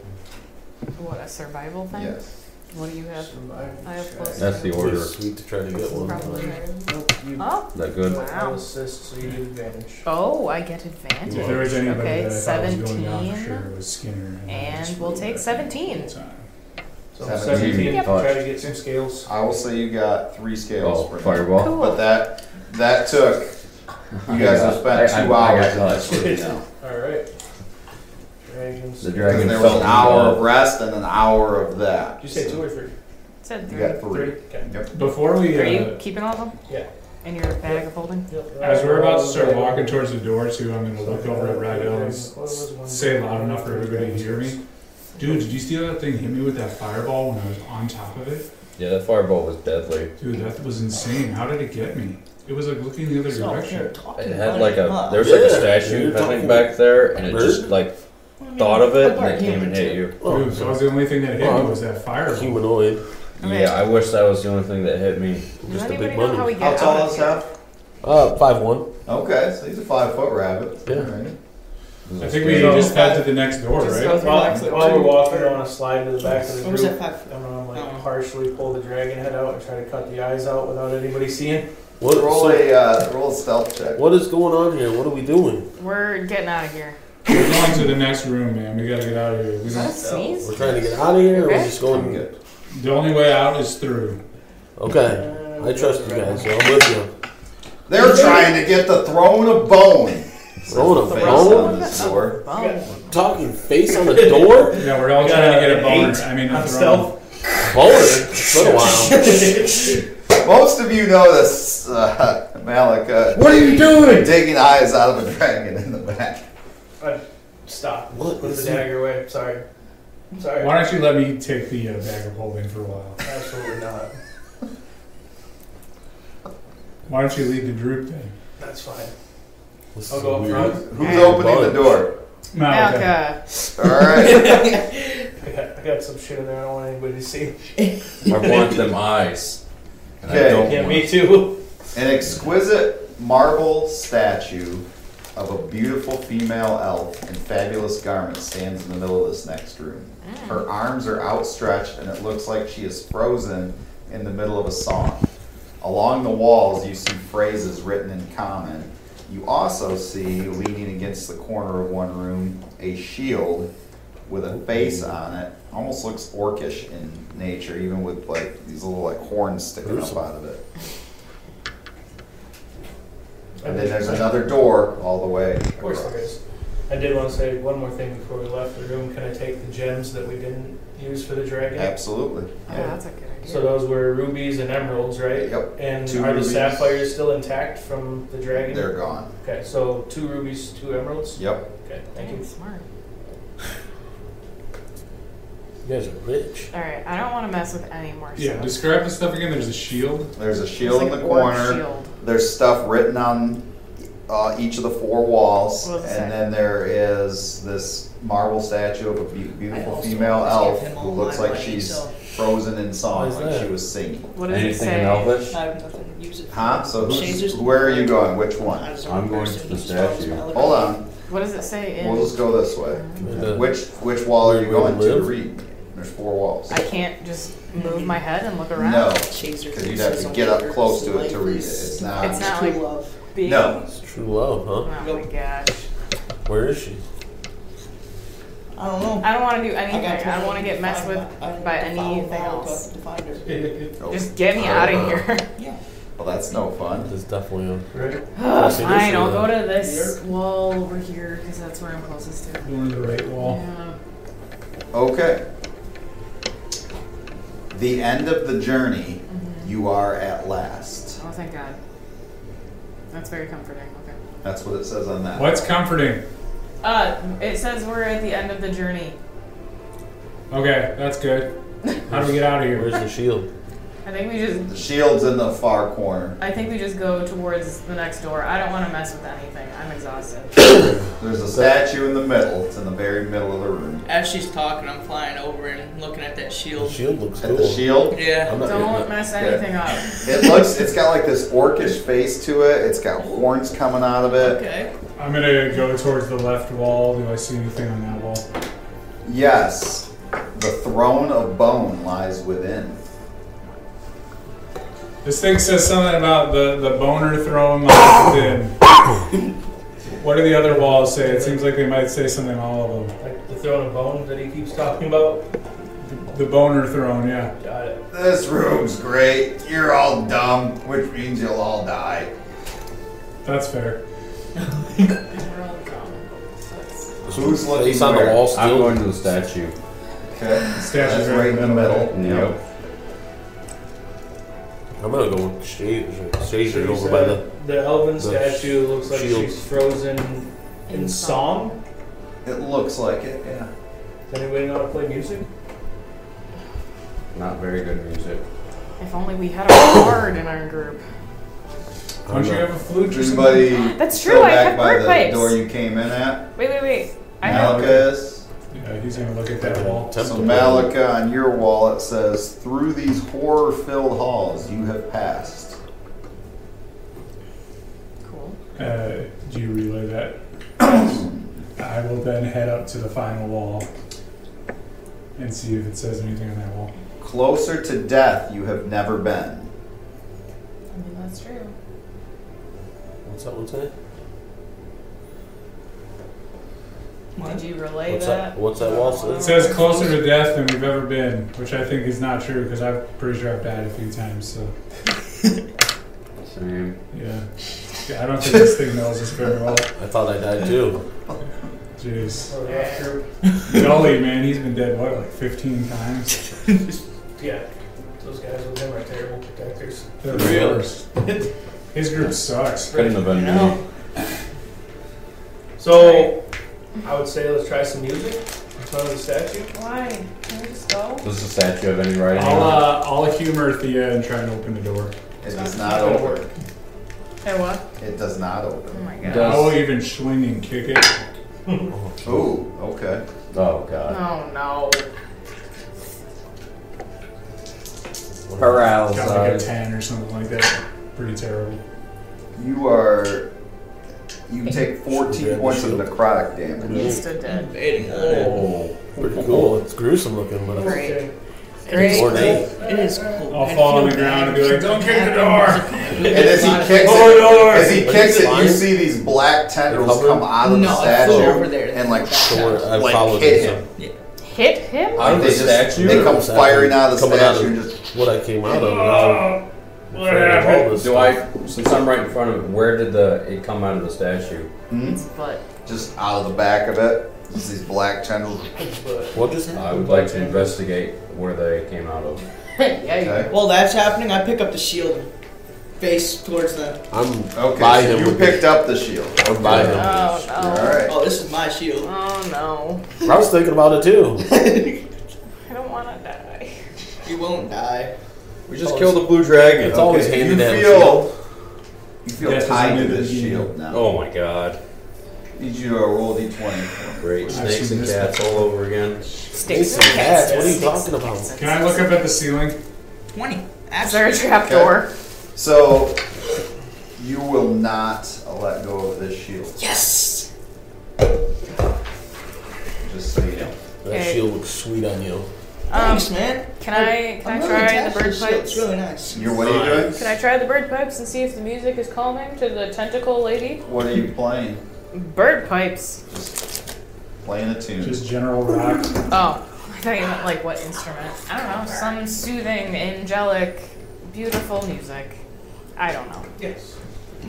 [SPEAKER 5] What, a survival thing?
[SPEAKER 1] Yes.
[SPEAKER 5] What do you have?
[SPEAKER 4] Survive.
[SPEAKER 5] I have
[SPEAKER 4] Try.
[SPEAKER 5] plus-
[SPEAKER 8] That's the order.
[SPEAKER 6] It's sweet to try to get
[SPEAKER 5] Probably.
[SPEAKER 6] one.
[SPEAKER 4] Nope, you-
[SPEAKER 5] Oh,
[SPEAKER 8] Is that good?
[SPEAKER 5] Wow.
[SPEAKER 4] I'll assist, so you get advantage.
[SPEAKER 5] oh, I get advantage.
[SPEAKER 2] If there was anybody
[SPEAKER 5] Okay,
[SPEAKER 2] that I thought was going down for
[SPEAKER 5] 17.
[SPEAKER 2] sure, it was Skinner.
[SPEAKER 5] And
[SPEAKER 2] just
[SPEAKER 5] we'll
[SPEAKER 2] rolled
[SPEAKER 5] take
[SPEAKER 2] that thing the
[SPEAKER 5] 17.
[SPEAKER 2] whole time.
[SPEAKER 4] So
[SPEAKER 1] Seventeen.
[SPEAKER 4] seventeen,
[SPEAKER 5] Yep.
[SPEAKER 4] try to get some scales.
[SPEAKER 1] I will say you got three scales.
[SPEAKER 8] Oh,
[SPEAKER 1] for now.
[SPEAKER 8] fireball.
[SPEAKER 1] But that that took. You
[SPEAKER 8] I
[SPEAKER 1] guys
[SPEAKER 8] got-
[SPEAKER 1] have spent
[SPEAKER 8] I-
[SPEAKER 1] two
[SPEAKER 8] I- I
[SPEAKER 1] hours
[SPEAKER 8] got
[SPEAKER 1] in this
[SPEAKER 8] touched.
[SPEAKER 1] room now.
[SPEAKER 4] Alright. Dragons.
[SPEAKER 8] The
[SPEAKER 1] Because
[SPEAKER 4] Did
[SPEAKER 8] dragon
[SPEAKER 1] there was
[SPEAKER 8] felt
[SPEAKER 1] an hour of rest and an hour of that.
[SPEAKER 4] you say two or three?
[SPEAKER 5] Said
[SPEAKER 1] You
[SPEAKER 5] three.
[SPEAKER 1] got three.
[SPEAKER 4] Okay.
[SPEAKER 1] Yep.
[SPEAKER 2] Before we
[SPEAKER 5] Are
[SPEAKER 2] uh,
[SPEAKER 5] you keeping all of them?
[SPEAKER 4] Yeah.
[SPEAKER 5] In your bag of holding?
[SPEAKER 4] Yep.
[SPEAKER 2] As we're about to start walking towards the door too, I'm gonna look over at Rydell and s- say loud enough for everybody to hear me. Dude, did you see how that thing hit me with that fireball when I was on top of it?
[SPEAKER 8] <laughs> Yeah, that fireball was deadly.
[SPEAKER 2] Dude, that was insane. How did it get me? It was like looking the other
[SPEAKER 7] So, if you're
[SPEAKER 2] direction.
[SPEAKER 7] talking
[SPEAKER 8] It
[SPEAKER 7] about
[SPEAKER 8] had like a
[SPEAKER 7] huh?
[SPEAKER 8] there was like a
[SPEAKER 6] Yeah.
[SPEAKER 8] statue
[SPEAKER 6] You're
[SPEAKER 8] peddling
[SPEAKER 6] talking-
[SPEAKER 8] back there, and it
[SPEAKER 6] Bird?
[SPEAKER 8] just like
[SPEAKER 7] I mean,
[SPEAKER 8] thought of
[SPEAKER 7] a
[SPEAKER 8] it, and
[SPEAKER 7] part
[SPEAKER 8] it came and
[SPEAKER 7] human,
[SPEAKER 8] hit
[SPEAKER 7] too.
[SPEAKER 8] you.
[SPEAKER 2] Dude, so that was the only thing that hit me was that
[SPEAKER 6] A
[SPEAKER 2] fireball.
[SPEAKER 6] humanoid.
[SPEAKER 5] Okay.
[SPEAKER 8] Yeah, I wish that was the only thing that hit me.
[SPEAKER 5] Does
[SPEAKER 6] Just a
[SPEAKER 5] anybody
[SPEAKER 6] big
[SPEAKER 5] know how we
[SPEAKER 6] bunny.
[SPEAKER 1] How
[SPEAKER 5] get
[SPEAKER 1] tall
[SPEAKER 5] out of
[SPEAKER 1] is
[SPEAKER 5] here?
[SPEAKER 1] that?
[SPEAKER 6] Uh, five one.
[SPEAKER 1] Okay, so he's a five foot rabbit.
[SPEAKER 6] Yeah.
[SPEAKER 1] All right.
[SPEAKER 2] I think we just head to the next door,
[SPEAKER 5] Just
[SPEAKER 2] right?
[SPEAKER 5] go through
[SPEAKER 4] While,
[SPEAKER 5] the next
[SPEAKER 4] while we're
[SPEAKER 5] door.
[SPEAKER 4] walking, I want to slide to the back of the
[SPEAKER 7] What
[SPEAKER 4] group.
[SPEAKER 7] was that five foot?
[SPEAKER 4] I'm gonna like
[SPEAKER 7] Oh.
[SPEAKER 4] partially pull the dragon head out and try to cut the eyes out without anybody seeing.
[SPEAKER 6] What,
[SPEAKER 1] Roll
[SPEAKER 6] so,
[SPEAKER 1] a, uh, roll a stealth check.
[SPEAKER 6] what is going on here? What are we doing?
[SPEAKER 5] We're getting out of here.
[SPEAKER 2] We're going to the next room, man. We gotta get out of here. We
[SPEAKER 5] Is that a
[SPEAKER 2] don't,
[SPEAKER 5] sneeze?
[SPEAKER 6] We're trying to get out of here. Or we're
[SPEAKER 5] Okay.
[SPEAKER 6] just going.
[SPEAKER 2] the only way out is through.
[SPEAKER 6] Okay, I trust you guys. So I'm with you.
[SPEAKER 1] They're trying to get the throne of bone.
[SPEAKER 6] Throwing a
[SPEAKER 1] Face
[SPEAKER 6] bone,
[SPEAKER 1] on this door.
[SPEAKER 5] Bone.
[SPEAKER 6] talking face on the door.
[SPEAKER 2] Yeah, we're all
[SPEAKER 4] We
[SPEAKER 2] trying to
[SPEAKER 4] got
[SPEAKER 2] get a
[SPEAKER 4] an
[SPEAKER 2] boner.
[SPEAKER 4] eight
[SPEAKER 2] I mean,
[SPEAKER 4] on
[SPEAKER 2] a throne.
[SPEAKER 4] stealth.
[SPEAKER 6] Boner. It's been a while.
[SPEAKER 4] <laughs>
[SPEAKER 1] Most of you know this, uh, <laughs> Malik. Uh,
[SPEAKER 3] What are you doing?
[SPEAKER 1] Digging eyes out of a dragon in the back.
[SPEAKER 4] Stop.
[SPEAKER 6] What
[SPEAKER 4] Put
[SPEAKER 6] is
[SPEAKER 4] the
[SPEAKER 6] it?
[SPEAKER 4] dagger away. Sorry. Sorry.
[SPEAKER 2] Why don't you let me take the uh, bag of holding for a while?
[SPEAKER 4] Absolutely not.
[SPEAKER 2] Why don't you lead the droop then?
[SPEAKER 4] That's fine.
[SPEAKER 6] This is
[SPEAKER 4] I'll go up
[SPEAKER 6] weird.
[SPEAKER 4] front.
[SPEAKER 1] Who's opening the door?
[SPEAKER 2] Malika.
[SPEAKER 5] Malika.
[SPEAKER 1] All
[SPEAKER 8] <laughs>
[SPEAKER 1] right.
[SPEAKER 4] I got, I got some shit in there. I don't want anybody to see.
[SPEAKER 8] I want them eyes. And
[SPEAKER 1] Okay.
[SPEAKER 8] I don't
[SPEAKER 4] Yeah,
[SPEAKER 8] want
[SPEAKER 4] me too.
[SPEAKER 1] An exquisite marble statue of a beautiful female elf in fabulous garments stands in the middle of this next room. Her arms are outstretched, and it looks like she is frozen in the middle of a song. Along the walls, you see phrases written in common. You also see, leaning against the corner of one room, a shield with a face on it. Almost looks orcish in nature, even with like these little like horns sticking up out of it. And then there's another door all the way.
[SPEAKER 4] Of course there is. I did want to say one more thing before we left the room. Can I take the gems that we didn't use for the dragon?
[SPEAKER 1] Absolutely.
[SPEAKER 5] Oh, that's a good
[SPEAKER 4] So uh,
[SPEAKER 5] idea.
[SPEAKER 4] those were rubies and emeralds, right?
[SPEAKER 1] Yep.
[SPEAKER 4] And
[SPEAKER 1] Two
[SPEAKER 4] are
[SPEAKER 1] rubies.
[SPEAKER 4] the sapphires still intact from the dragon?
[SPEAKER 1] They're gone.
[SPEAKER 4] Okay, so two rubies, two emeralds.
[SPEAKER 1] Yep.
[SPEAKER 4] Okay, thank
[SPEAKER 5] Dang,
[SPEAKER 4] you.
[SPEAKER 5] Smart.
[SPEAKER 6] You guys are rich.
[SPEAKER 5] All right, I don't want to mess with any more
[SPEAKER 2] Yeah,
[SPEAKER 5] stuff.
[SPEAKER 2] describe the stuff again. There's a shield.
[SPEAKER 1] There's a
[SPEAKER 5] It's
[SPEAKER 1] shield in
[SPEAKER 5] like
[SPEAKER 1] the
[SPEAKER 5] orb
[SPEAKER 1] corner.
[SPEAKER 5] shield.
[SPEAKER 1] There's stuff written on uh, each of the four walls.
[SPEAKER 5] What does it say?
[SPEAKER 1] And then there is this marble statue of a be- beautiful
[SPEAKER 7] also
[SPEAKER 1] female
[SPEAKER 7] almost gave
[SPEAKER 1] elf
[SPEAKER 7] him
[SPEAKER 1] who
[SPEAKER 7] all
[SPEAKER 1] looks
[SPEAKER 7] my
[SPEAKER 1] like
[SPEAKER 7] money,
[SPEAKER 1] she's
[SPEAKER 7] so-
[SPEAKER 1] frozen in song,
[SPEAKER 6] Why is
[SPEAKER 1] like she
[SPEAKER 6] that?
[SPEAKER 1] was singing.
[SPEAKER 5] What does it
[SPEAKER 8] Anything in
[SPEAKER 5] say?
[SPEAKER 8] Elvish?
[SPEAKER 7] I have nothing to use it for.
[SPEAKER 1] Huh? So who's,
[SPEAKER 7] She's just-
[SPEAKER 1] where are you going? Which
[SPEAKER 7] I
[SPEAKER 1] one?
[SPEAKER 7] just
[SPEAKER 8] I'm
[SPEAKER 7] don't
[SPEAKER 8] going to
[SPEAKER 7] person
[SPEAKER 8] the
[SPEAKER 7] who spells
[SPEAKER 8] statue.
[SPEAKER 7] my-
[SPEAKER 1] Hold on.
[SPEAKER 5] What does it say in?
[SPEAKER 1] We'll just go this way.
[SPEAKER 6] Yeah.
[SPEAKER 1] Which which wall are you
[SPEAKER 6] Where we
[SPEAKER 1] going to to
[SPEAKER 6] Uh, live?
[SPEAKER 1] read? There's four walls.
[SPEAKER 5] I can't just move my head and look around.
[SPEAKER 1] No,
[SPEAKER 7] Chaser
[SPEAKER 1] because you'd have to get up close to it to read it. It's not.
[SPEAKER 5] It's not
[SPEAKER 7] True
[SPEAKER 5] like-
[SPEAKER 7] love.
[SPEAKER 5] Big-
[SPEAKER 1] No.
[SPEAKER 6] It's true love,
[SPEAKER 5] Oh
[SPEAKER 6] huh?
[SPEAKER 5] my gosh.
[SPEAKER 6] Where is she?
[SPEAKER 7] I don't know.
[SPEAKER 5] I don't want to do
[SPEAKER 7] I
[SPEAKER 5] anything.
[SPEAKER 7] got
[SPEAKER 5] I don't want to get
[SPEAKER 7] told
[SPEAKER 5] messed
[SPEAKER 7] find
[SPEAKER 5] with
[SPEAKER 7] my- I
[SPEAKER 5] by
[SPEAKER 7] found my
[SPEAKER 5] anything
[SPEAKER 7] dog,
[SPEAKER 5] else.
[SPEAKER 7] but to find her.
[SPEAKER 1] Oh,
[SPEAKER 5] Just get me out of here.
[SPEAKER 7] Yeah.
[SPEAKER 1] Well, that's no fun.
[SPEAKER 6] It's
[SPEAKER 5] <sighs>
[SPEAKER 6] definitely on.
[SPEAKER 4] Right?
[SPEAKER 5] Fine, I'll go to this wall over here because that's where I'm closest to.
[SPEAKER 2] Going to the right wall.
[SPEAKER 5] Yeah.
[SPEAKER 1] Okay. The end of the journey, you are at last.
[SPEAKER 5] Oh, thank God. That's very comforting. Okay.
[SPEAKER 1] That's what it says on that.
[SPEAKER 2] What's comforting?
[SPEAKER 5] Uh, it says we're at the end of the journey.
[SPEAKER 2] Okay, that's good. How do we get out of
[SPEAKER 6] Where's
[SPEAKER 2] here?
[SPEAKER 6] the shield?
[SPEAKER 5] I think we just.
[SPEAKER 1] The shield's in the far corner.
[SPEAKER 5] I think we just go towards the next door. I don't want to mess with anything. I'm exhausted.
[SPEAKER 1] There's a statue in the middle. It's in the very middle of the room.
[SPEAKER 7] As she's talking, I'm flying over and looking at that
[SPEAKER 6] The
[SPEAKER 7] shield.
[SPEAKER 6] shield looks
[SPEAKER 1] At
[SPEAKER 6] cool.
[SPEAKER 1] the shield,
[SPEAKER 7] Yeah.
[SPEAKER 6] I'm not
[SPEAKER 5] Don't
[SPEAKER 6] getting it.
[SPEAKER 5] mess anything up.
[SPEAKER 1] it looks. It's got like this orcish face to it. It's got horns coming out of it.
[SPEAKER 7] Okay.
[SPEAKER 2] I'm gonna go towards the left wall. Do I see anything on that wall?
[SPEAKER 1] Yes, the throne of bone lies within.
[SPEAKER 2] This thing says something about the, the boner throne might within. What do the other walls say? It seems like they might say something on all of them.
[SPEAKER 4] Like the throne of bone that he keeps talking about.
[SPEAKER 2] The boner throne, yeah.
[SPEAKER 4] Got it.
[SPEAKER 1] This room's great. You're all dumb, which means you'll all die.
[SPEAKER 2] That's fair.
[SPEAKER 5] We're all dumb. So it's-
[SPEAKER 1] Who's looking
[SPEAKER 6] Face on the
[SPEAKER 1] where?
[SPEAKER 6] wall
[SPEAKER 8] I'm
[SPEAKER 6] still.
[SPEAKER 8] going to the statue.
[SPEAKER 1] Okay.
[SPEAKER 2] Statue's
[SPEAKER 1] That's right in the middle.
[SPEAKER 8] Yep.
[SPEAKER 6] I'm gonna go with Shazer. Shazer over
[SPEAKER 1] uh,
[SPEAKER 6] by the.
[SPEAKER 4] the elven
[SPEAKER 6] the
[SPEAKER 4] statue looks like
[SPEAKER 6] shield.
[SPEAKER 4] she's frozen in song.
[SPEAKER 1] It looks like it, yeah.
[SPEAKER 4] Does anybody know how to play music?
[SPEAKER 8] Not very good music.
[SPEAKER 5] If only we had a bard in our group.
[SPEAKER 2] Don't you have a flute or something?
[SPEAKER 1] Everybody
[SPEAKER 5] That's
[SPEAKER 1] still
[SPEAKER 5] true, I
[SPEAKER 1] back
[SPEAKER 5] kept
[SPEAKER 1] by
[SPEAKER 5] bird
[SPEAKER 1] the
[SPEAKER 5] pipes.
[SPEAKER 1] door you came in at?
[SPEAKER 5] Wait, wait, wait. I know.
[SPEAKER 1] Malchus.
[SPEAKER 2] Yeah, he's gonna look at that wall.
[SPEAKER 1] So Malika on your wall it says, Through these horror filled halls you have passed.
[SPEAKER 5] Cool.
[SPEAKER 2] Uh, do you relay that? <coughs> I I will then head up to the final wall and see if it says anything on that wall.
[SPEAKER 1] Closer to death you have never been.
[SPEAKER 5] I mean, that's true.
[SPEAKER 6] What's that one say?
[SPEAKER 5] Did you relay
[SPEAKER 6] What's
[SPEAKER 5] that?
[SPEAKER 6] that? What's that wall
[SPEAKER 2] It
[SPEAKER 6] say?
[SPEAKER 2] says closer to death than we've ever been, which I think is not true because I'm pretty sure I've died a few times. So
[SPEAKER 8] Same.
[SPEAKER 2] yeah, yeah I don't think this thing knows us very well.
[SPEAKER 6] I thought I died too.
[SPEAKER 2] Jeez,
[SPEAKER 4] Oh, yeah, true.
[SPEAKER 2] Jolly man, he's been dead what like 15 times.
[SPEAKER 4] Yeah, those guys with them are terrible protectors.
[SPEAKER 2] They're the worst. His group sucks.
[SPEAKER 8] Couldn't have been me.
[SPEAKER 4] So, I would say let's try some music in front of the statue.
[SPEAKER 5] Why? Can we just go?
[SPEAKER 8] Does the statue have any writing
[SPEAKER 2] I'll
[SPEAKER 8] on it?
[SPEAKER 2] uh, I'll humor Thea and try and open the door.
[SPEAKER 1] It does not open.
[SPEAKER 5] Hey, what?
[SPEAKER 1] It does not
[SPEAKER 5] Oh
[SPEAKER 1] open.
[SPEAKER 5] my god.
[SPEAKER 2] I will even swing and kick it.
[SPEAKER 1] Ooh, okay.
[SPEAKER 8] Oh god.
[SPEAKER 5] Oh no.
[SPEAKER 2] Got like a
[SPEAKER 8] Paralyzed.
[SPEAKER 2] 10 or something like that. Pretty terrible.
[SPEAKER 1] You are. You take 14 points of necrotic damage.
[SPEAKER 5] Insta dead.
[SPEAKER 7] Debating on it.
[SPEAKER 8] Oh.
[SPEAKER 6] Pretty cool. It's gruesome looking, but it's
[SPEAKER 7] Great.
[SPEAKER 5] Great.
[SPEAKER 6] ornate.
[SPEAKER 7] It is cool.
[SPEAKER 2] I'll fall on the ground and be like, "Don't kick the door!"
[SPEAKER 1] And as he kicks it, as he
[SPEAKER 6] Like,
[SPEAKER 1] kicks
[SPEAKER 6] it's
[SPEAKER 1] it, you
[SPEAKER 6] fine.
[SPEAKER 1] see these black tendrils
[SPEAKER 6] Cover?
[SPEAKER 1] come out of the
[SPEAKER 7] No, it's over
[SPEAKER 1] statue
[SPEAKER 7] there.
[SPEAKER 1] and like
[SPEAKER 6] Sure, I
[SPEAKER 1] Like,
[SPEAKER 6] followed
[SPEAKER 1] hit
[SPEAKER 6] this
[SPEAKER 1] him.
[SPEAKER 6] up.
[SPEAKER 5] Hit him?
[SPEAKER 6] Out of
[SPEAKER 1] They
[SPEAKER 6] the
[SPEAKER 1] just-
[SPEAKER 6] statue?
[SPEAKER 1] They <laughs> come
[SPEAKER 6] Statue.
[SPEAKER 1] firing out of the
[SPEAKER 6] Coming out
[SPEAKER 1] statue and
[SPEAKER 6] of-
[SPEAKER 1] just
[SPEAKER 6] What I came out of. now I'm
[SPEAKER 2] What
[SPEAKER 6] afraid of all
[SPEAKER 2] happened?
[SPEAKER 6] this
[SPEAKER 8] Do
[SPEAKER 6] stuff.
[SPEAKER 8] I? Since I'm right in front of it, where did the it come out of the statue?
[SPEAKER 5] It's butt.
[SPEAKER 1] hmm, just out of the back of it. Just these black tendrils.
[SPEAKER 4] But
[SPEAKER 6] What just
[SPEAKER 1] Uh,
[SPEAKER 8] I would like to investigate where they came out of.
[SPEAKER 5] <laughs> yeah, you
[SPEAKER 1] Okay.
[SPEAKER 7] While that's happening, I pick up the shield and face towards them.
[SPEAKER 6] I'm
[SPEAKER 1] Okay,
[SPEAKER 6] by
[SPEAKER 1] so
[SPEAKER 6] him.
[SPEAKER 1] you
[SPEAKER 6] with
[SPEAKER 1] picked up the shield.
[SPEAKER 6] this- I'm by him. with
[SPEAKER 5] Oh
[SPEAKER 6] this.
[SPEAKER 5] no.
[SPEAKER 1] All right.
[SPEAKER 7] Oh, this is my shield. <laughs>
[SPEAKER 5] Oh no.
[SPEAKER 6] I was thinking about it too.
[SPEAKER 5] I don't want to die.
[SPEAKER 7] You won't die.
[SPEAKER 8] We just killed the blue dragon.
[SPEAKER 6] It's always
[SPEAKER 1] Okay,
[SPEAKER 6] handed
[SPEAKER 1] you
[SPEAKER 6] down.
[SPEAKER 1] feel- You feel
[SPEAKER 2] Death is
[SPEAKER 1] tied to
[SPEAKER 2] under
[SPEAKER 1] this
[SPEAKER 2] the shield.
[SPEAKER 1] shield now.
[SPEAKER 8] Oh my god.
[SPEAKER 1] Need you to roll d d20.
[SPEAKER 8] Great.
[SPEAKER 2] I've
[SPEAKER 8] Snakes
[SPEAKER 2] seen
[SPEAKER 8] and
[SPEAKER 2] this
[SPEAKER 8] cats all over again.
[SPEAKER 5] Sticks
[SPEAKER 6] Snakes and cats, what are you
[SPEAKER 5] Sticks
[SPEAKER 6] talking
[SPEAKER 5] and
[SPEAKER 6] about?
[SPEAKER 5] cats.
[SPEAKER 2] Can I look up at the ceiling?
[SPEAKER 7] 20.
[SPEAKER 5] Is there a
[SPEAKER 7] Absolutely.
[SPEAKER 5] trap door?
[SPEAKER 1] So you will not let go of this shield.
[SPEAKER 7] Yes!
[SPEAKER 1] Just so you know.
[SPEAKER 6] That
[SPEAKER 5] Okay.
[SPEAKER 6] shield looks sweet on you.
[SPEAKER 5] Um,
[SPEAKER 7] Thanks, man.
[SPEAKER 5] can I can
[SPEAKER 7] I'm
[SPEAKER 5] I
[SPEAKER 7] really
[SPEAKER 5] try
[SPEAKER 7] attached
[SPEAKER 5] the
[SPEAKER 7] to
[SPEAKER 5] bird
[SPEAKER 7] this shield.
[SPEAKER 5] pipes?
[SPEAKER 7] It's really nice.
[SPEAKER 1] You're what are you
[SPEAKER 5] Can I try the bird pipes and see if the music is calming to the tentacle lady?
[SPEAKER 1] doing? What are you playing?
[SPEAKER 5] Bird pipes.
[SPEAKER 1] Playing a tune.
[SPEAKER 2] Just general rock.
[SPEAKER 5] Oh, I thought you meant like <sighs> what instrument? I don't know. Some soothing, angelic, beautiful music. I don't know.
[SPEAKER 7] Yes.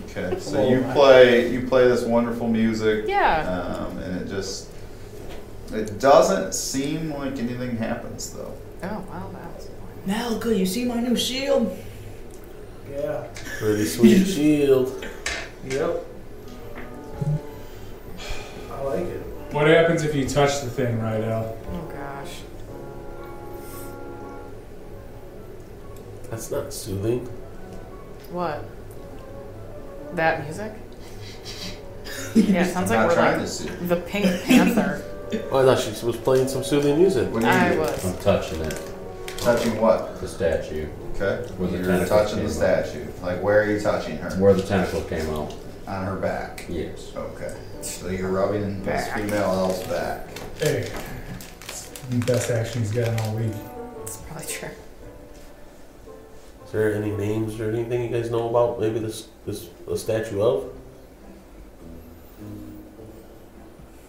[SPEAKER 1] Okay. So you play you play this wonderful music.
[SPEAKER 5] Yeah.
[SPEAKER 1] Um, and it just it doesn't seem like anything happens though.
[SPEAKER 5] Oh wow, that was boring.
[SPEAKER 7] Malika, you see my new shield?
[SPEAKER 4] yeah,
[SPEAKER 6] Pretty sweet shield.
[SPEAKER 4] yep. I like it.
[SPEAKER 2] What happens if you touch the thing, Rydell?
[SPEAKER 5] Oh gosh.
[SPEAKER 6] That's not soothing.
[SPEAKER 5] What? That
[SPEAKER 6] <laughs>
[SPEAKER 5] music? Yeah, it sounds
[SPEAKER 1] I'm not
[SPEAKER 5] like we're
[SPEAKER 1] trying
[SPEAKER 5] like
[SPEAKER 1] to see.
[SPEAKER 5] the Pink Panther.
[SPEAKER 6] Oh, I thought she was playing some soothing music.
[SPEAKER 1] What are
[SPEAKER 5] I
[SPEAKER 1] you
[SPEAKER 5] was.
[SPEAKER 8] I'm touching it.
[SPEAKER 1] touching what?
[SPEAKER 8] The statue.
[SPEAKER 1] Okay.
[SPEAKER 8] Where the
[SPEAKER 1] You're
[SPEAKER 8] tentacle
[SPEAKER 1] touching
[SPEAKER 8] came
[SPEAKER 1] the
[SPEAKER 8] out.
[SPEAKER 1] statue. Like where are you touching her?
[SPEAKER 8] Where the tentacle came out.
[SPEAKER 1] On her back.
[SPEAKER 8] Yes.
[SPEAKER 1] Okay. So you're rubbing this
[SPEAKER 5] Back.
[SPEAKER 1] female elf's back.
[SPEAKER 2] Hey, it's the best action he's gotten all week.
[SPEAKER 5] It's probably true.
[SPEAKER 6] Is there any names or anything you guys know about? Maybe this this a statue of?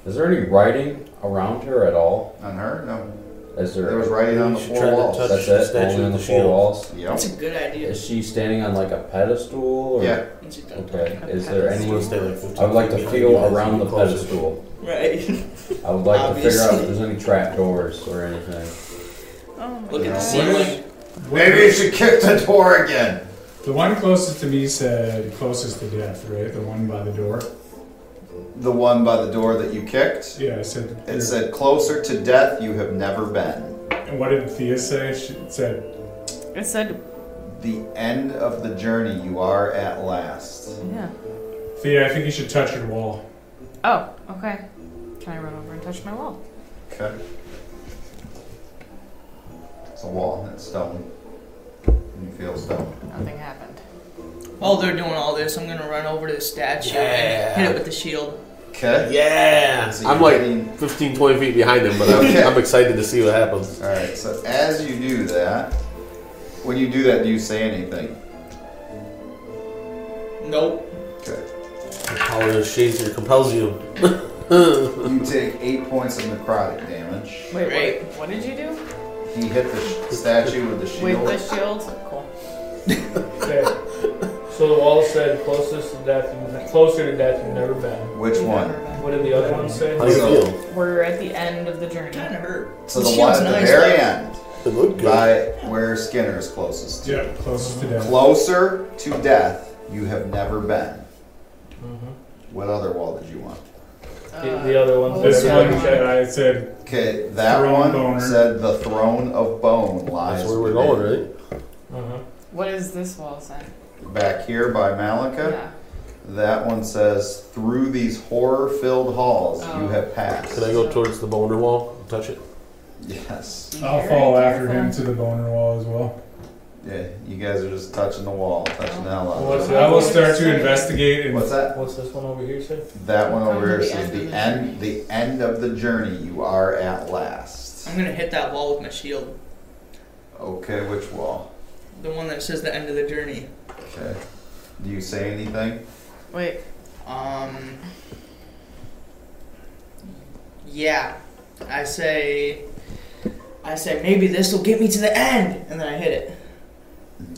[SPEAKER 8] Is there any writing around her at all?
[SPEAKER 1] On her? No.
[SPEAKER 8] Is
[SPEAKER 1] There
[SPEAKER 8] there?
[SPEAKER 1] was writing on
[SPEAKER 6] You
[SPEAKER 1] the
[SPEAKER 6] should
[SPEAKER 1] four
[SPEAKER 6] try to
[SPEAKER 1] walls.
[SPEAKER 6] touch-
[SPEAKER 8] that's
[SPEAKER 6] the
[SPEAKER 8] it.
[SPEAKER 6] statue
[SPEAKER 8] Only on
[SPEAKER 6] with
[SPEAKER 8] the
[SPEAKER 6] the
[SPEAKER 8] four
[SPEAKER 6] shield.
[SPEAKER 8] walls.
[SPEAKER 1] Yep.
[SPEAKER 7] That's a good idea.
[SPEAKER 8] Is she standing on like a pedestal? Or?
[SPEAKER 1] Yeah.
[SPEAKER 7] Once
[SPEAKER 1] <laughs>
[SPEAKER 7] you're done
[SPEAKER 8] Okay.
[SPEAKER 7] talking.
[SPEAKER 8] Is there
[SPEAKER 6] I'm
[SPEAKER 8] any?
[SPEAKER 6] gonna stay like 15
[SPEAKER 8] I would like to
[SPEAKER 6] feet behind you
[SPEAKER 8] feel
[SPEAKER 6] guys,
[SPEAKER 8] around
[SPEAKER 6] you
[SPEAKER 8] the
[SPEAKER 6] closer.
[SPEAKER 8] pedestal.
[SPEAKER 7] Right.
[SPEAKER 8] I would like to figure out
[SPEAKER 7] Obviously.
[SPEAKER 8] if there's any trap doors or anything.
[SPEAKER 5] Oh my
[SPEAKER 7] Look at the
[SPEAKER 5] gosh.
[SPEAKER 7] ceiling.
[SPEAKER 1] Maybe you should kick the door again.
[SPEAKER 2] The one closest to me said closest to death, right? The one by the door.
[SPEAKER 1] The one by the door that you kicked.
[SPEAKER 2] Yeah, I said.
[SPEAKER 1] It said, "Closer to death you have never been.
[SPEAKER 2] And what did Thea say? She said,
[SPEAKER 5] It said,
[SPEAKER 1] The end of the journey you are at last."
[SPEAKER 5] yeah.
[SPEAKER 2] Thea, I think you should touch your wall.
[SPEAKER 5] Oh, okay. Can I run over and touch my wall?
[SPEAKER 1] Okay. It's a wall. It's stone. And you feel stone.
[SPEAKER 5] Nothing happened.
[SPEAKER 7] While they're doing all this, I'm gonna run over to the statue and hit it with the shield.
[SPEAKER 1] Okay.
[SPEAKER 6] Yeah!
[SPEAKER 1] So
[SPEAKER 6] I'm
[SPEAKER 1] you're
[SPEAKER 6] like
[SPEAKER 1] getting-
[SPEAKER 6] 15, 20 feet behind him, but I'm, I'm excited to see what happens.
[SPEAKER 1] All right. So as you do that, when you do that, do you say anything?
[SPEAKER 7] Nope.
[SPEAKER 1] Okay.
[SPEAKER 6] The power of Shazer compels you.
[SPEAKER 1] You take eight points of necrotic damage.
[SPEAKER 5] Wait,
[SPEAKER 7] Great.
[SPEAKER 5] what, what did you do?
[SPEAKER 1] He hit the sh- statue with the
[SPEAKER 5] With
[SPEAKER 1] shield.
[SPEAKER 5] the shield? Cool.
[SPEAKER 4] Okay. so the wall said closest to death, you've, closer to death you've never been.
[SPEAKER 1] Which one?
[SPEAKER 4] What did the other one say?
[SPEAKER 6] How do you
[SPEAKER 1] So-
[SPEAKER 6] feel?
[SPEAKER 5] We're at the end of the journey.
[SPEAKER 7] Kind of hurt.
[SPEAKER 1] So the one
[SPEAKER 7] shield's
[SPEAKER 1] at the
[SPEAKER 7] nice,
[SPEAKER 1] very
[SPEAKER 7] though.
[SPEAKER 1] end,
[SPEAKER 6] It looked good.
[SPEAKER 1] by where Skinner is closest to.
[SPEAKER 2] Yeah, closest to death.
[SPEAKER 1] Closer to death you have never been.
[SPEAKER 4] Mhm.
[SPEAKER 1] What other wall did you want?
[SPEAKER 4] The, the other one.
[SPEAKER 5] Uh,
[SPEAKER 2] This
[SPEAKER 5] Yeah.
[SPEAKER 2] one that I said,
[SPEAKER 1] Okay, that
[SPEAKER 2] Throne
[SPEAKER 1] one
[SPEAKER 2] boner.
[SPEAKER 1] said the throne of bone lies.
[SPEAKER 6] That's where we're
[SPEAKER 1] within.
[SPEAKER 6] going, right?
[SPEAKER 4] Uh-huh.
[SPEAKER 5] What is this wall sign?
[SPEAKER 1] Back here by Malika,
[SPEAKER 5] Yeah.
[SPEAKER 1] that one says through these horror-filled halls
[SPEAKER 5] Oh.
[SPEAKER 1] you have passed.
[SPEAKER 6] Can I go towards the boner wall and touch it?
[SPEAKER 1] Yes.
[SPEAKER 5] Be
[SPEAKER 2] I'll
[SPEAKER 5] very
[SPEAKER 2] follow after him
[SPEAKER 5] careful.
[SPEAKER 2] to the boner wall as well.
[SPEAKER 1] Yeah, you guys are just touching the wall, touching the hell out
[SPEAKER 4] What's
[SPEAKER 1] of it.
[SPEAKER 2] I will start to investigate and
[SPEAKER 1] What's that?
[SPEAKER 4] What's this one over here say?
[SPEAKER 1] That one over here
[SPEAKER 5] Come to the
[SPEAKER 1] says
[SPEAKER 5] end of
[SPEAKER 1] the
[SPEAKER 5] the
[SPEAKER 1] end, the end of the journey you are at last.
[SPEAKER 7] I'm gonna hit that wall with my shield.
[SPEAKER 1] Okay, which wall?
[SPEAKER 7] The one that says the end of the journey.
[SPEAKER 1] Okay. Do you say anything?
[SPEAKER 5] Wait,
[SPEAKER 7] Um. Yeah, I say. I say maybe this will get me to the end, and then I hit it.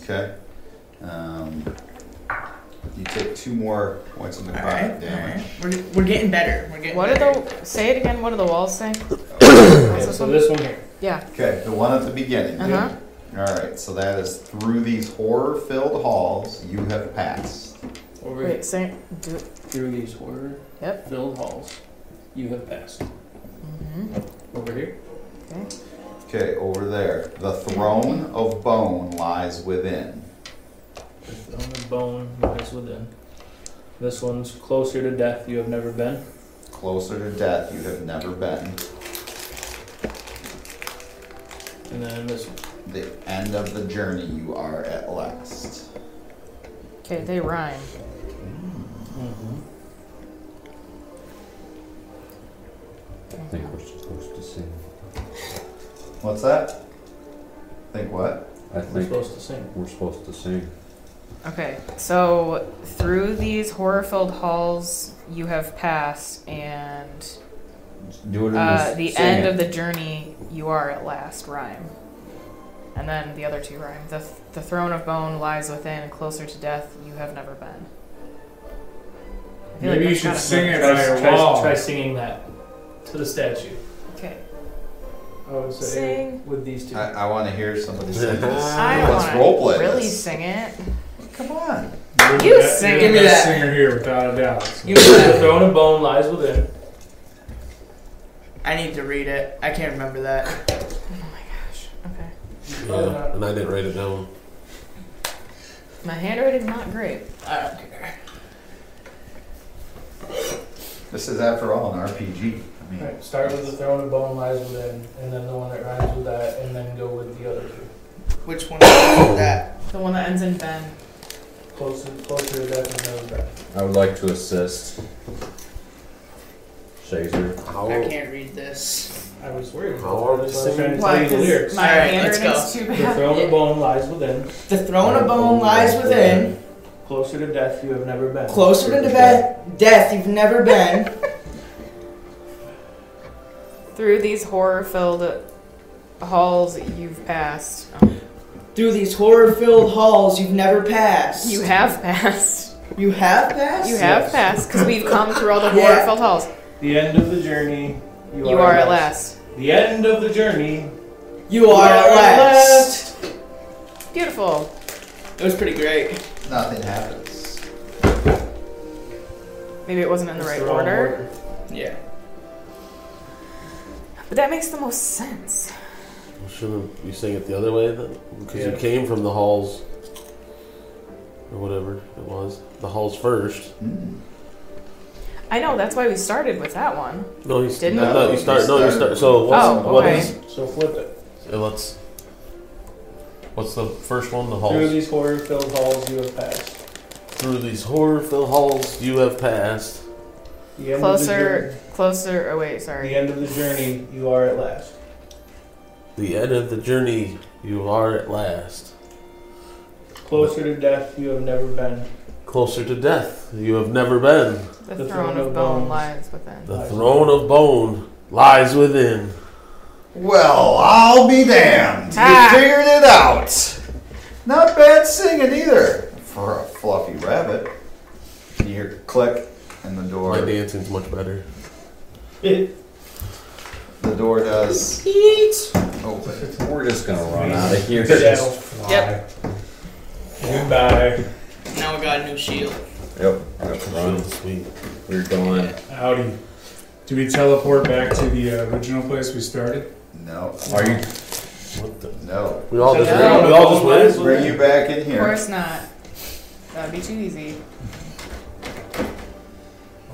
[SPEAKER 1] Okay. Um, you take two more points of
[SPEAKER 7] All
[SPEAKER 1] necrotic
[SPEAKER 7] right, all
[SPEAKER 1] damage.
[SPEAKER 7] right. We're, we're getting better. We're getting
[SPEAKER 5] what are
[SPEAKER 7] better.
[SPEAKER 5] the. Say it again, what do the walls say?
[SPEAKER 4] Okay, so this one here.
[SPEAKER 5] Yeah.
[SPEAKER 1] Okay, the one at the beginning. dude.
[SPEAKER 5] Uh-huh.
[SPEAKER 1] All right, so that is through these horror-filled halls you have passed.
[SPEAKER 9] Over
[SPEAKER 5] Wait, say. Do,
[SPEAKER 9] through these horror
[SPEAKER 5] Yep.
[SPEAKER 9] filled halls, you have passed.
[SPEAKER 5] mhm.
[SPEAKER 9] Over here,
[SPEAKER 1] Okay, over there, the throne of bone lies within.
[SPEAKER 9] the throne of bone lies within. This one's closer to death you have never been.
[SPEAKER 1] Closer to death you have never been.
[SPEAKER 9] And then this one.
[SPEAKER 1] The end of the journey you are at last.
[SPEAKER 5] Okay, they rhyme.
[SPEAKER 3] I think we're supposed to sing.
[SPEAKER 1] What's that? Think what?
[SPEAKER 3] I
[SPEAKER 9] We're
[SPEAKER 3] think
[SPEAKER 9] supposed to sing.
[SPEAKER 3] we're supposed to sing.
[SPEAKER 5] Okay, so through these horror filled halls you have passed, and
[SPEAKER 3] Do it in
[SPEAKER 5] uh,
[SPEAKER 3] this-
[SPEAKER 5] the
[SPEAKER 3] sing
[SPEAKER 5] end
[SPEAKER 3] it.
[SPEAKER 5] of the journey you are at last rhyme. And then the other two rhyme. The, the throne of bone lies within, closer to death you have never been. I feel like
[SPEAKER 2] maybe you
[SPEAKER 5] that's
[SPEAKER 2] should
[SPEAKER 5] gotta-
[SPEAKER 2] sing it by
[SPEAKER 9] Try,
[SPEAKER 2] your
[SPEAKER 9] try,
[SPEAKER 2] wall.
[SPEAKER 9] try singing that to the statue.
[SPEAKER 5] Okay.
[SPEAKER 4] I would say
[SPEAKER 5] Sing.
[SPEAKER 4] with these two.
[SPEAKER 1] I, I want to hear somebody sing this.
[SPEAKER 5] <laughs> I
[SPEAKER 1] Let's
[SPEAKER 5] wanna
[SPEAKER 1] roleplay
[SPEAKER 5] really
[SPEAKER 1] this.
[SPEAKER 5] sing it.
[SPEAKER 1] Come on.
[SPEAKER 2] You're the
[SPEAKER 5] You
[SPEAKER 2] best-
[SPEAKER 5] sing.
[SPEAKER 2] you're
[SPEAKER 7] Give me
[SPEAKER 2] the best
[SPEAKER 7] that.
[SPEAKER 2] singer here, without a doubt.
[SPEAKER 7] Give me that.
[SPEAKER 4] the throne of bone lies within.
[SPEAKER 7] I need to read it. I can't remember that.
[SPEAKER 5] Oh my gosh. Okay.
[SPEAKER 4] Oh,
[SPEAKER 6] Yeah, and I didn't write it down.
[SPEAKER 5] My handwriting's not great.
[SPEAKER 7] I don't care.
[SPEAKER 1] This is, after all, an RPG. I mean,
[SPEAKER 4] Alright, start with the throne of bone lies within, and then the one that rhymes with that, and then go with the other two.
[SPEAKER 7] Which one is that?
[SPEAKER 5] The one that ends in Ben.
[SPEAKER 4] Closer, closer to death than those back.
[SPEAKER 3] I would like to assist. Shazer.
[SPEAKER 6] How,
[SPEAKER 7] I can't read this.
[SPEAKER 4] I was worried.
[SPEAKER 6] How
[SPEAKER 4] about that.
[SPEAKER 6] are we
[SPEAKER 4] That's why I'm
[SPEAKER 6] singing?
[SPEAKER 4] trying to tell you the lyrics.
[SPEAKER 5] Because my
[SPEAKER 7] All right, let's
[SPEAKER 5] handwriting's too
[SPEAKER 4] The
[SPEAKER 5] bad.
[SPEAKER 4] throne of bone lies within.
[SPEAKER 7] The throne of bone lies within.
[SPEAKER 4] Closer to death you have never been.
[SPEAKER 7] Closer to debe- death you've never been.
[SPEAKER 5] Through these horror-filled halls you've passed. Um,
[SPEAKER 7] Through these horror-filled halls you've never passed.
[SPEAKER 5] you have passed.
[SPEAKER 7] you have passed.
[SPEAKER 5] You have passed because we've come through all the
[SPEAKER 7] Yeah.
[SPEAKER 5] horror-filled halls.
[SPEAKER 4] The end of the journey. You,
[SPEAKER 5] You are at last.
[SPEAKER 4] The end of the journey.
[SPEAKER 7] You are at last.
[SPEAKER 5] Beautiful.
[SPEAKER 7] It was pretty great.
[SPEAKER 1] nothing happens.
[SPEAKER 5] Maybe it wasn't in the
[SPEAKER 4] It's
[SPEAKER 5] right
[SPEAKER 4] wrong
[SPEAKER 5] order,
[SPEAKER 7] Yeah.
[SPEAKER 5] but that makes the most sense.
[SPEAKER 6] Shouldn't you sing it the other way then? Because
[SPEAKER 4] Yeah.
[SPEAKER 6] you came from the halls, or whatever it was. The halls first.
[SPEAKER 1] Hmm.
[SPEAKER 5] I know that's why we started with that one.
[SPEAKER 6] No, you s-
[SPEAKER 5] Didn't
[SPEAKER 6] no,
[SPEAKER 1] we?
[SPEAKER 6] no, you start. No, you start. So what's,
[SPEAKER 5] Oh,
[SPEAKER 6] what
[SPEAKER 5] okay.
[SPEAKER 6] is?
[SPEAKER 4] So flip it.
[SPEAKER 6] Yeah, let's. What's the first one? The
[SPEAKER 4] Through
[SPEAKER 6] halls.
[SPEAKER 4] these horror-filled halls you have passed.
[SPEAKER 6] Through these horror-filled halls you have passed.
[SPEAKER 4] The end Of
[SPEAKER 5] Closer,
[SPEAKER 4] the,
[SPEAKER 5] closer. Oh wait,
[SPEAKER 4] journey,
[SPEAKER 5] sorry.
[SPEAKER 4] the end of the journey, you are at last.
[SPEAKER 6] The end of the journey, you are at last.
[SPEAKER 4] Closer to death, you have never been. <laughs>
[SPEAKER 6] Closer to death, you have never been.
[SPEAKER 5] The, throne of bone lies within.
[SPEAKER 6] The throne of bone lies within.
[SPEAKER 1] Well, I'll be damned.
[SPEAKER 5] Ah.
[SPEAKER 1] You figured it out. Not bad singing either for a fluffy rabbit. You hear click, and the door
[SPEAKER 6] My dancing's much better.
[SPEAKER 4] It,
[SPEAKER 1] the door does open.
[SPEAKER 8] We're just gonna run out of here.
[SPEAKER 4] Shadow.
[SPEAKER 5] Yep.
[SPEAKER 4] Goodbye.
[SPEAKER 7] Now we got a new shield.
[SPEAKER 8] Yep. Yep,
[SPEAKER 6] Real
[SPEAKER 8] Run.
[SPEAKER 6] sweet.
[SPEAKER 8] We're gone.
[SPEAKER 2] Howdy. Do we teleport back to the uh, original place we started?
[SPEAKER 1] No,
[SPEAKER 8] Are you?
[SPEAKER 6] What the?
[SPEAKER 1] no.
[SPEAKER 6] We all just,
[SPEAKER 5] Yeah.
[SPEAKER 6] we all just went.
[SPEAKER 1] Bring you back in
[SPEAKER 5] Of
[SPEAKER 1] here.
[SPEAKER 5] course not. That'd be too easy.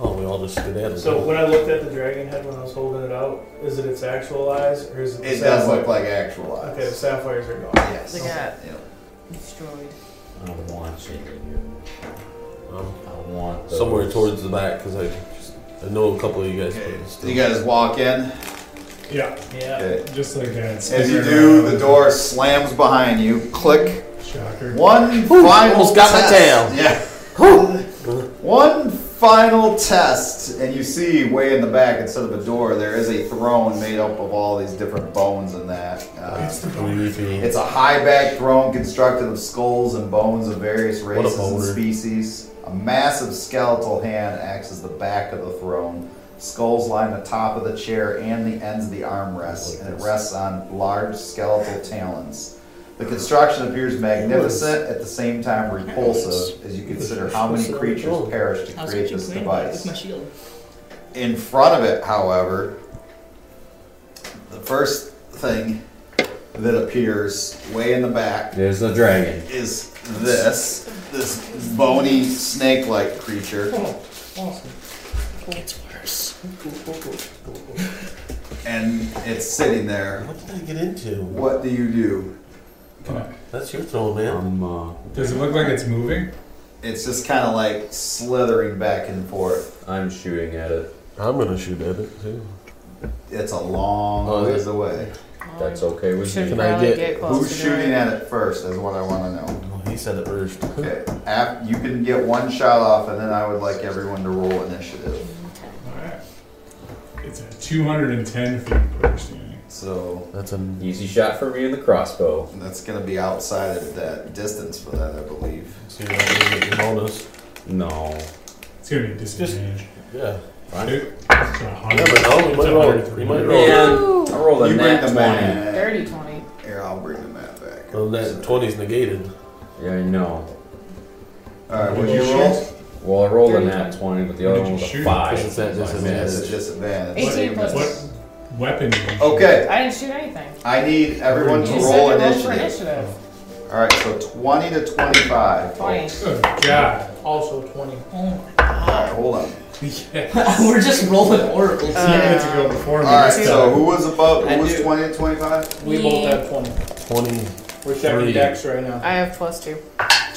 [SPEAKER 6] Oh, we all just skedaddled.
[SPEAKER 4] So when I looked at the dragon head when I was holding it out, is it its actual eyes or is it? the
[SPEAKER 1] It does
[SPEAKER 4] sapphire-
[SPEAKER 1] look like actual eyes.
[SPEAKER 4] Okay, the sapphires are gone.
[SPEAKER 1] Yes.
[SPEAKER 5] They got
[SPEAKER 1] Yeah.
[SPEAKER 5] destroyed.
[SPEAKER 8] I want you.
[SPEAKER 6] Um,
[SPEAKER 8] I want those.
[SPEAKER 6] somewhere towards the back because I, just, I know a couple of you guys.
[SPEAKER 1] Okay,
[SPEAKER 6] but
[SPEAKER 1] so
[SPEAKER 6] still.
[SPEAKER 1] you guys walk in.
[SPEAKER 2] Yeah,
[SPEAKER 4] Yeah.
[SPEAKER 1] Okay.
[SPEAKER 2] just like that.
[SPEAKER 1] As you
[SPEAKER 2] Spinner,
[SPEAKER 1] do,
[SPEAKER 2] uh,
[SPEAKER 1] the door slams behind you. Click.
[SPEAKER 2] Shocker.
[SPEAKER 1] One
[SPEAKER 6] Whew,
[SPEAKER 1] final
[SPEAKER 6] almost got my
[SPEAKER 1] test.
[SPEAKER 6] tail.
[SPEAKER 1] Yeah.
[SPEAKER 6] Whew.
[SPEAKER 1] One final test, and you see way in the back, instead of a door, there is a throne made up of all these different bones and that. Uh,
[SPEAKER 6] Creepy.
[SPEAKER 1] it's a high back throne constructed of skulls and bones of various
[SPEAKER 6] a
[SPEAKER 1] races and
[SPEAKER 6] boner.
[SPEAKER 1] species. A massive skeletal hand acts as the back of the throne. Skulls line the top of the chair and the ends of the armrest, and it rests on large skeletal talons. The construction appears magnificent, at the same time repulsive, as you consider how many creatures perished to
[SPEAKER 7] How's
[SPEAKER 1] create
[SPEAKER 7] it
[SPEAKER 1] this
[SPEAKER 7] with my
[SPEAKER 1] device.
[SPEAKER 7] shield? <laughs>
[SPEAKER 1] In front of it, however, the first thing that appears way in the back
[SPEAKER 8] There's the dragon.
[SPEAKER 1] is this this bony snake-like creature.
[SPEAKER 7] It's worse.
[SPEAKER 1] and it's sitting there.
[SPEAKER 6] What did I get into?
[SPEAKER 1] What do you do?
[SPEAKER 6] That's your throne, man.
[SPEAKER 8] I'm uh,
[SPEAKER 2] Does it look like it's moving?
[SPEAKER 1] It's just kind of like slithering back and forth.
[SPEAKER 8] I'm shooting at it.
[SPEAKER 6] I'm gonna shoot at it too.
[SPEAKER 1] It's a long
[SPEAKER 6] Oh,
[SPEAKER 1] ways away.
[SPEAKER 8] That's okay with
[SPEAKER 5] Should
[SPEAKER 8] me.
[SPEAKER 6] Can I
[SPEAKER 5] probably
[SPEAKER 6] get-
[SPEAKER 5] close
[SPEAKER 1] Who's
[SPEAKER 5] to doing
[SPEAKER 1] shooting at it first is what I want to know.
[SPEAKER 6] Well, he said it first.
[SPEAKER 1] Okay, af- you can get one shot off, and then I would like everyone to roll initiative.
[SPEAKER 2] Alright. It's at 210 feet per standing.
[SPEAKER 1] So
[SPEAKER 6] That's a
[SPEAKER 8] Easy shot for me in the crossbow.
[SPEAKER 1] that's going to be outside of that distance for that, I believe.
[SPEAKER 6] see what I did with the bonus.
[SPEAKER 8] No.
[SPEAKER 2] It's gonna be a disadvantage.
[SPEAKER 6] Yeah.
[SPEAKER 2] It's a hundred-
[SPEAKER 6] Never know, we
[SPEAKER 2] it's
[SPEAKER 6] might
[SPEAKER 2] a
[SPEAKER 6] roll.
[SPEAKER 2] hundred
[SPEAKER 6] We might
[SPEAKER 2] feet.
[SPEAKER 6] roll.
[SPEAKER 8] Man, I rolled a
[SPEAKER 1] you
[SPEAKER 8] nat
[SPEAKER 1] bring the
[SPEAKER 8] 20.
[SPEAKER 1] man.
[SPEAKER 5] Dirty 20.
[SPEAKER 1] Here, I'll bring the map back.
[SPEAKER 6] Well, Oh, that 20's negated.
[SPEAKER 8] Yeah, I know.
[SPEAKER 1] All right, what you roll?
[SPEAKER 8] Well, I rolled a
[SPEAKER 5] Dirty
[SPEAKER 8] nat 20, but the
[SPEAKER 2] What
[SPEAKER 8] other
[SPEAKER 2] did
[SPEAKER 8] one
[SPEAKER 2] you
[SPEAKER 8] was
[SPEAKER 2] shoot?
[SPEAKER 8] a 5.
[SPEAKER 6] Because it's at
[SPEAKER 8] So I
[SPEAKER 6] disadvantage.
[SPEAKER 1] It's
[SPEAKER 8] missed.
[SPEAKER 1] a disadvantage.
[SPEAKER 5] 18
[SPEAKER 1] What do you
[SPEAKER 5] plus.
[SPEAKER 1] miss?
[SPEAKER 2] What weapon? did you shoot?
[SPEAKER 1] Okay,
[SPEAKER 5] I didn't shoot anything.
[SPEAKER 1] I need everyone to
[SPEAKER 5] You said
[SPEAKER 1] roll
[SPEAKER 5] you rolled for
[SPEAKER 1] initiative.
[SPEAKER 5] initiative.
[SPEAKER 1] All right, so 20 to 25.
[SPEAKER 5] 20.
[SPEAKER 2] Good God.
[SPEAKER 4] Also twenty.
[SPEAKER 7] Oh my
[SPEAKER 1] All right,
[SPEAKER 7] god.
[SPEAKER 1] hold on.
[SPEAKER 7] We're just rolling oracles.
[SPEAKER 5] Uh,
[SPEAKER 2] You get to go before
[SPEAKER 1] All
[SPEAKER 2] me
[SPEAKER 1] right,
[SPEAKER 2] this
[SPEAKER 1] so
[SPEAKER 2] time.
[SPEAKER 1] who was above?
[SPEAKER 7] I
[SPEAKER 1] Who was
[SPEAKER 7] do.
[SPEAKER 1] 20 to 25?
[SPEAKER 4] We both have twenty.
[SPEAKER 6] 20.
[SPEAKER 4] We're checking
[SPEAKER 6] Three.
[SPEAKER 4] decks right now.
[SPEAKER 5] I have plus two.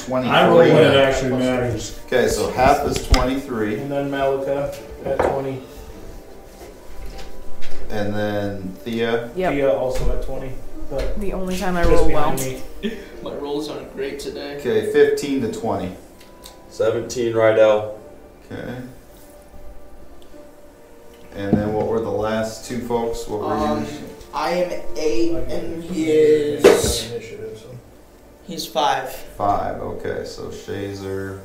[SPEAKER 1] 23.
[SPEAKER 2] I rolled when it actually matters.
[SPEAKER 1] Okay, so half is 23,
[SPEAKER 4] And then Malika at 20.
[SPEAKER 1] and then Thea.
[SPEAKER 5] Yep.
[SPEAKER 4] Thea also at 20. But
[SPEAKER 5] The only time I
[SPEAKER 4] just
[SPEAKER 5] roll well.
[SPEAKER 4] behind me.
[SPEAKER 7] My rolls aren't great today.
[SPEAKER 1] Okay, 15 to 20.
[SPEAKER 3] 17 Rydell.
[SPEAKER 1] Okay. And then what were the last two folks? What were
[SPEAKER 7] Um,
[SPEAKER 1] you?
[SPEAKER 7] I am eight and he is
[SPEAKER 4] Initiative, so.
[SPEAKER 7] he's five.
[SPEAKER 1] Five. Okay, so Shazer.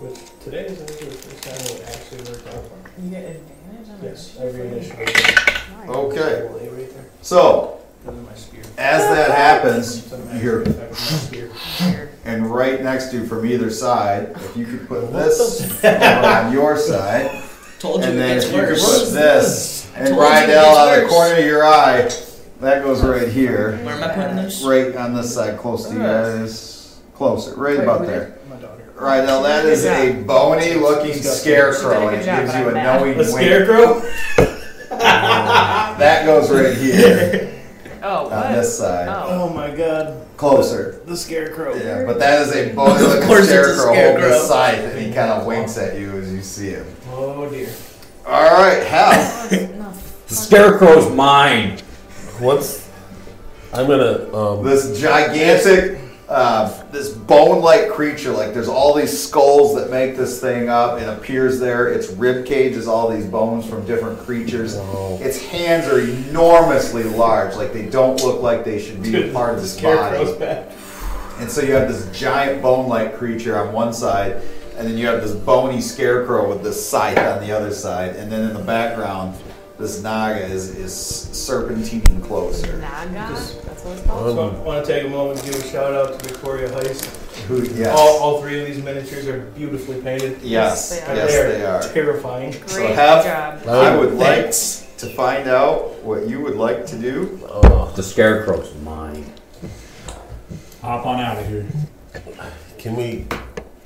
[SPEAKER 4] Which today is actually the first time it actually worked out for me.
[SPEAKER 5] You get advantage on
[SPEAKER 4] Yes,
[SPEAKER 5] it?
[SPEAKER 4] every initiative.
[SPEAKER 5] Nice.
[SPEAKER 6] Oh.
[SPEAKER 1] Okay,
[SPEAKER 4] Lay right there.
[SPEAKER 1] so
[SPEAKER 4] Those are my spear.
[SPEAKER 1] as that happens,
[SPEAKER 4] Some
[SPEAKER 1] you're
[SPEAKER 4] actually affect my spear.
[SPEAKER 5] Weird.
[SPEAKER 1] and right next to you from either side, if you could put
[SPEAKER 7] <laughs>
[SPEAKER 1] this on your side.
[SPEAKER 7] Told you
[SPEAKER 1] And
[SPEAKER 7] it
[SPEAKER 1] then
[SPEAKER 7] gets
[SPEAKER 1] if you could
[SPEAKER 7] worse.
[SPEAKER 1] put this and
[SPEAKER 7] told you it
[SPEAKER 1] Rydell
[SPEAKER 7] gets
[SPEAKER 1] out of the
[SPEAKER 7] worse.
[SPEAKER 1] corner of your eye, that goes right here,
[SPEAKER 7] Where am I putting this?
[SPEAKER 1] right on this side, close to you guys, closer, right about there.
[SPEAKER 4] My daughter.
[SPEAKER 1] Rydell, that is a bony looking scarecrow, and it gives you a knowing
[SPEAKER 4] The
[SPEAKER 1] wink.
[SPEAKER 4] scarecrow?
[SPEAKER 7] <laughs>
[SPEAKER 1] That goes right here.
[SPEAKER 5] Oh,
[SPEAKER 1] on
[SPEAKER 5] what?
[SPEAKER 1] this side,
[SPEAKER 5] Oh.
[SPEAKER 9] Oh my god,
[SPEAKER 1] closer.
[SPEAKER 9] the scarecrow.
[SPEAKER 1] Yeah, but that is a bonus
[SPEAKER 7] Of
[SPEAKER 1] of
[SPEAKER 7] course
[SPEAKER 1] the
[SPEAKER 7] it's a
[SPEAKER 1] scarecrow holding
[SPEAKER 7] scarecrow.
[SPEAKER 1] his scythe, and he kind of winks at you as you see him.
[SPEAKER 4] Oh dear.
[SPEAKER 1] All right, Hal.
[SPEAKER 5] No.
[SPEAKER 8] The scarecrow's mine.
[SPEAKER 6] Once I'm gonna um,
[SPEAKER 1] This gigantic, uh, this bone-like creature. Like there's all these skulls that make this thing up. It appears there. Its rib cage is all these bones from different creatures. Its hands are enormously large. Like they don't look like they should be a part of this body.
[SPEAKER 4] Scarecrow's back.
[SPEAKER 1] And so you have this giant bone-like creature on one side, and then you have this bony scarecrow with this scythe on the other side, and then in the background, this naga is, is serpentining closer.
[SPEAKER 5] Naga? That's what it's called?
[SPEAKER 4] So I want to take a moment to give a shout out to Victoria Heist.
[SPEAKER 1] Who? Yes.
[SPEAKER 4] All, all three of these miniatures are beautifully painted.
[SPEAKER 1] Oh, yes.
[SPEAKER 5] Yes, they are.
[SPEAKER 1] Yes, they are.
[SPEAKER 4] terrifying.
[SPEAKER 5] Great
[SPEAKER 1] So have-
[SPEAKER 5] job.
[SPEAKER 6] um,
[SPEAKER 1] I would like to find out what you would like to do.
[SPEAKER 6] uh,
[SPEAKER 8] The scarecrow's mine.
[SPEAKER 2] Hop on out of here.
[SPEAKER 6] can we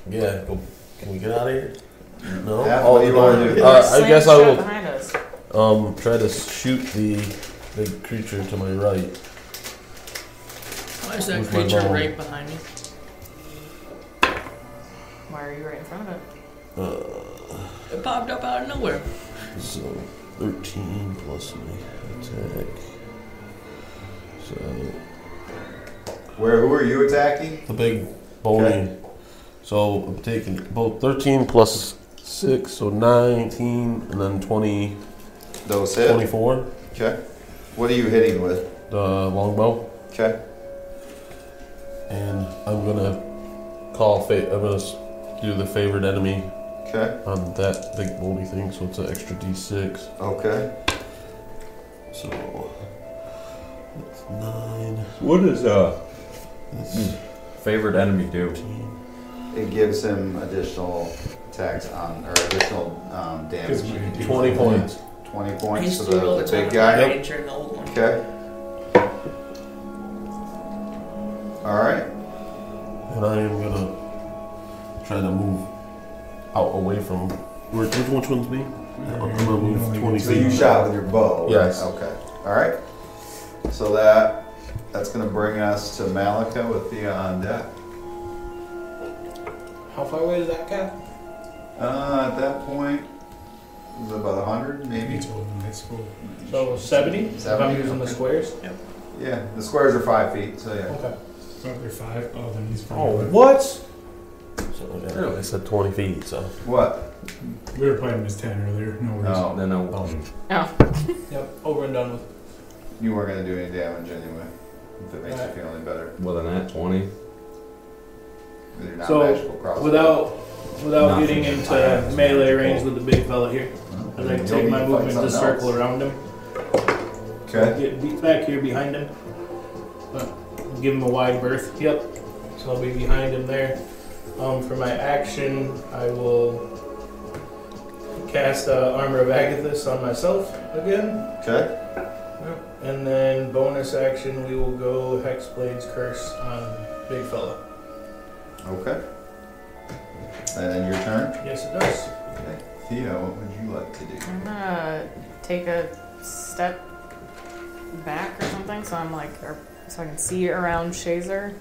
[SPEAKER 6] yeah go, can we get out of here? No.
[SPEAKER 1] Yeah,
[SPEAKER 6] Oh,
[SPEAKER 1] what do you wanna
[SPEAKER 6] no.
[SPEAKER 1] do?
[SPEAKER 6] Uh,
[SPEAKER 5] Slam
[SPEAKER 6] I guess I
[SPEAKER 5] shut
[SPEAKER 6] will
[SPEAKER 5] Behind us.
[SPEAKER 6] Um, try to shoot the big creature to my right.
[SPEAKER 7] Why is that
[SPEAKER 6] With my
[SPEAKER 7] creature
[SPEAKER 6] bow.
[SPEAKER 7] right behind me?
[SPEAKER 5] Why are you right in front of it?
[SPEAKER 7] It popped up out of nowhere.
[SPEAKER 6] So thirteen plus my attack. So
[SPEAKER 1] Where? Who are you attacking?
[SPEAKER 6] the big bony.
[SPEAKER 1] Okay.
[SPEAKER 6] So I'm taking both thirteen plus six, so nineteen, and then 20,
[SPEAKER 1] Those hit.
[SPEAKER 6] 24.
[SPEAKER 1] Okay. What are you hitting with?
[SPEAKER 6] The longbow,
[SPEAKER 1] Okay.
[SPEAKER 6] and I'm gonna call. Fa- I'm gonna s- do the favored enemy
[SPEAKER 1] Okay.
[SPEAKER 6] on that big bony thing, so it's an extra d6.
[SPEAKER 1] Okay.
[SPEAKER 6] So that's nine.
[SPEAKER 3] What is uh?
[SPEAKER 6] That's
[SPEAKER 8] Hmm. Favorite enemy do.
[SPEAKER 6] 13.
[SPEAKER 1] It gives him additional attacks on or additional um, damage.
[SPEAKER 2] Gives him
[SPEAKER 1] You can do
[SPEAKER 6] 20 points.
[SPEAKER 1] 20
[SPEAKER 7] I
[SPEAKER 1] points
[SPEAKER 7] used
[SPEAKER 1] to
[SPEAKER 7] to be able
[SPEAKER 1] the,
[SPEAKER 7] to
[SPEAKER 1] the
[SPEAKER 7] talk
[SPEAKER 1] big
[SPEAKER 7] to
[SPEAKER 1] guy.
[SPEAKER 7] my ranger in the old one.
[SPEAKER 1] Okay. All right.
[SPEAKER 6] And I am gonna try to move out away from. Where, which which one's me? I'm gonna move 20
[SPEAKER 1] So you
[SPEAKER 6] feet.
[SPEAKER 1] shot with your bow. right?
[SPEAKER 6] Yes.
[SPEAKER 1] Okay. All right. So that that's going to bring us to Malika with Thea on deck.
[SPEAKER 4] How far away is that cat?
[SPEAKER 1] Uh, at that point, it was about 100, maybe.
[SPEAKER 2] Maybe told him high school.
[SPEAKER 4] So 70? If I'm
[SPEAKER 1] 70,
[SPEAKER 4] using the
[SPEAKER 1] okay.
[SPEAKER 4] squares?
[SPEAKER 1] Yeah, the squares are five feet, so yeah.
[SPEAKER 4] Okay.
[SPEAKER 2] Fuck, they're five. Oh, then he's from.
[SPEAKER 6] Oh, what? So, yeah, I said 20 feet, so.
[SPEAKER 1] What?
[SPEAKER 2] We were playing as ten earlier. No worries.
[SPEAKER 1] No,
[SPEAKER 8] Then I
[SPEAKER 4] Yep, over and done with.
[SPEAKER 1] you weren't going to do any damage anyway. If it makes you feel any better.
[SPEAKER 8] with an at twenty.
[SPEAKER 1] You're not
[SPEAKER 4] So,
[SPEAKER 1] magical crossbow.
[SPEAKER 4] Without without
[SPEAKER 8] Nothing.
[SPEAKER 4] getting
[SPEAKER 8] I
[SPEAKER 4] into
[SPEAKER 8] have-
[SPEAKER 4] melee range with the big fella here, I'd like to
[SPEAKER 1] You'll
[SPEAKER 4] take
[SPEAKER 1] need
[SPEAKER 4] my
[SPEAKER 1] fight
[SPEAKER 4] movement to
[SPEAKER 1] something
[SPEAKER 4] circle
[SPEAKER 1] else.
[SPEAKER 4] around him.
[SPEAKER 1] Okay.
[SPEAKER 4] Get be- back here behind him. But give him a wide berth. Yep. So I'll be behind him there. Um, for my action, I will cast uh, Armor of Agathis on myself again.
[SPEAKER 1] Okay.
[SPEAKER 4] And then bonus action, we will go Hexblade's Curse on Big Fella.
[SPEAKER 1] Okay. And then your turn.
[SPEAKER 4] Yes, it does.
[SPEAKER 1] Okay. Thea, what would you like to do?
[SPEAKER 5] I'm gonna take a step back or something so I'm like, or, so I can see around Shazer.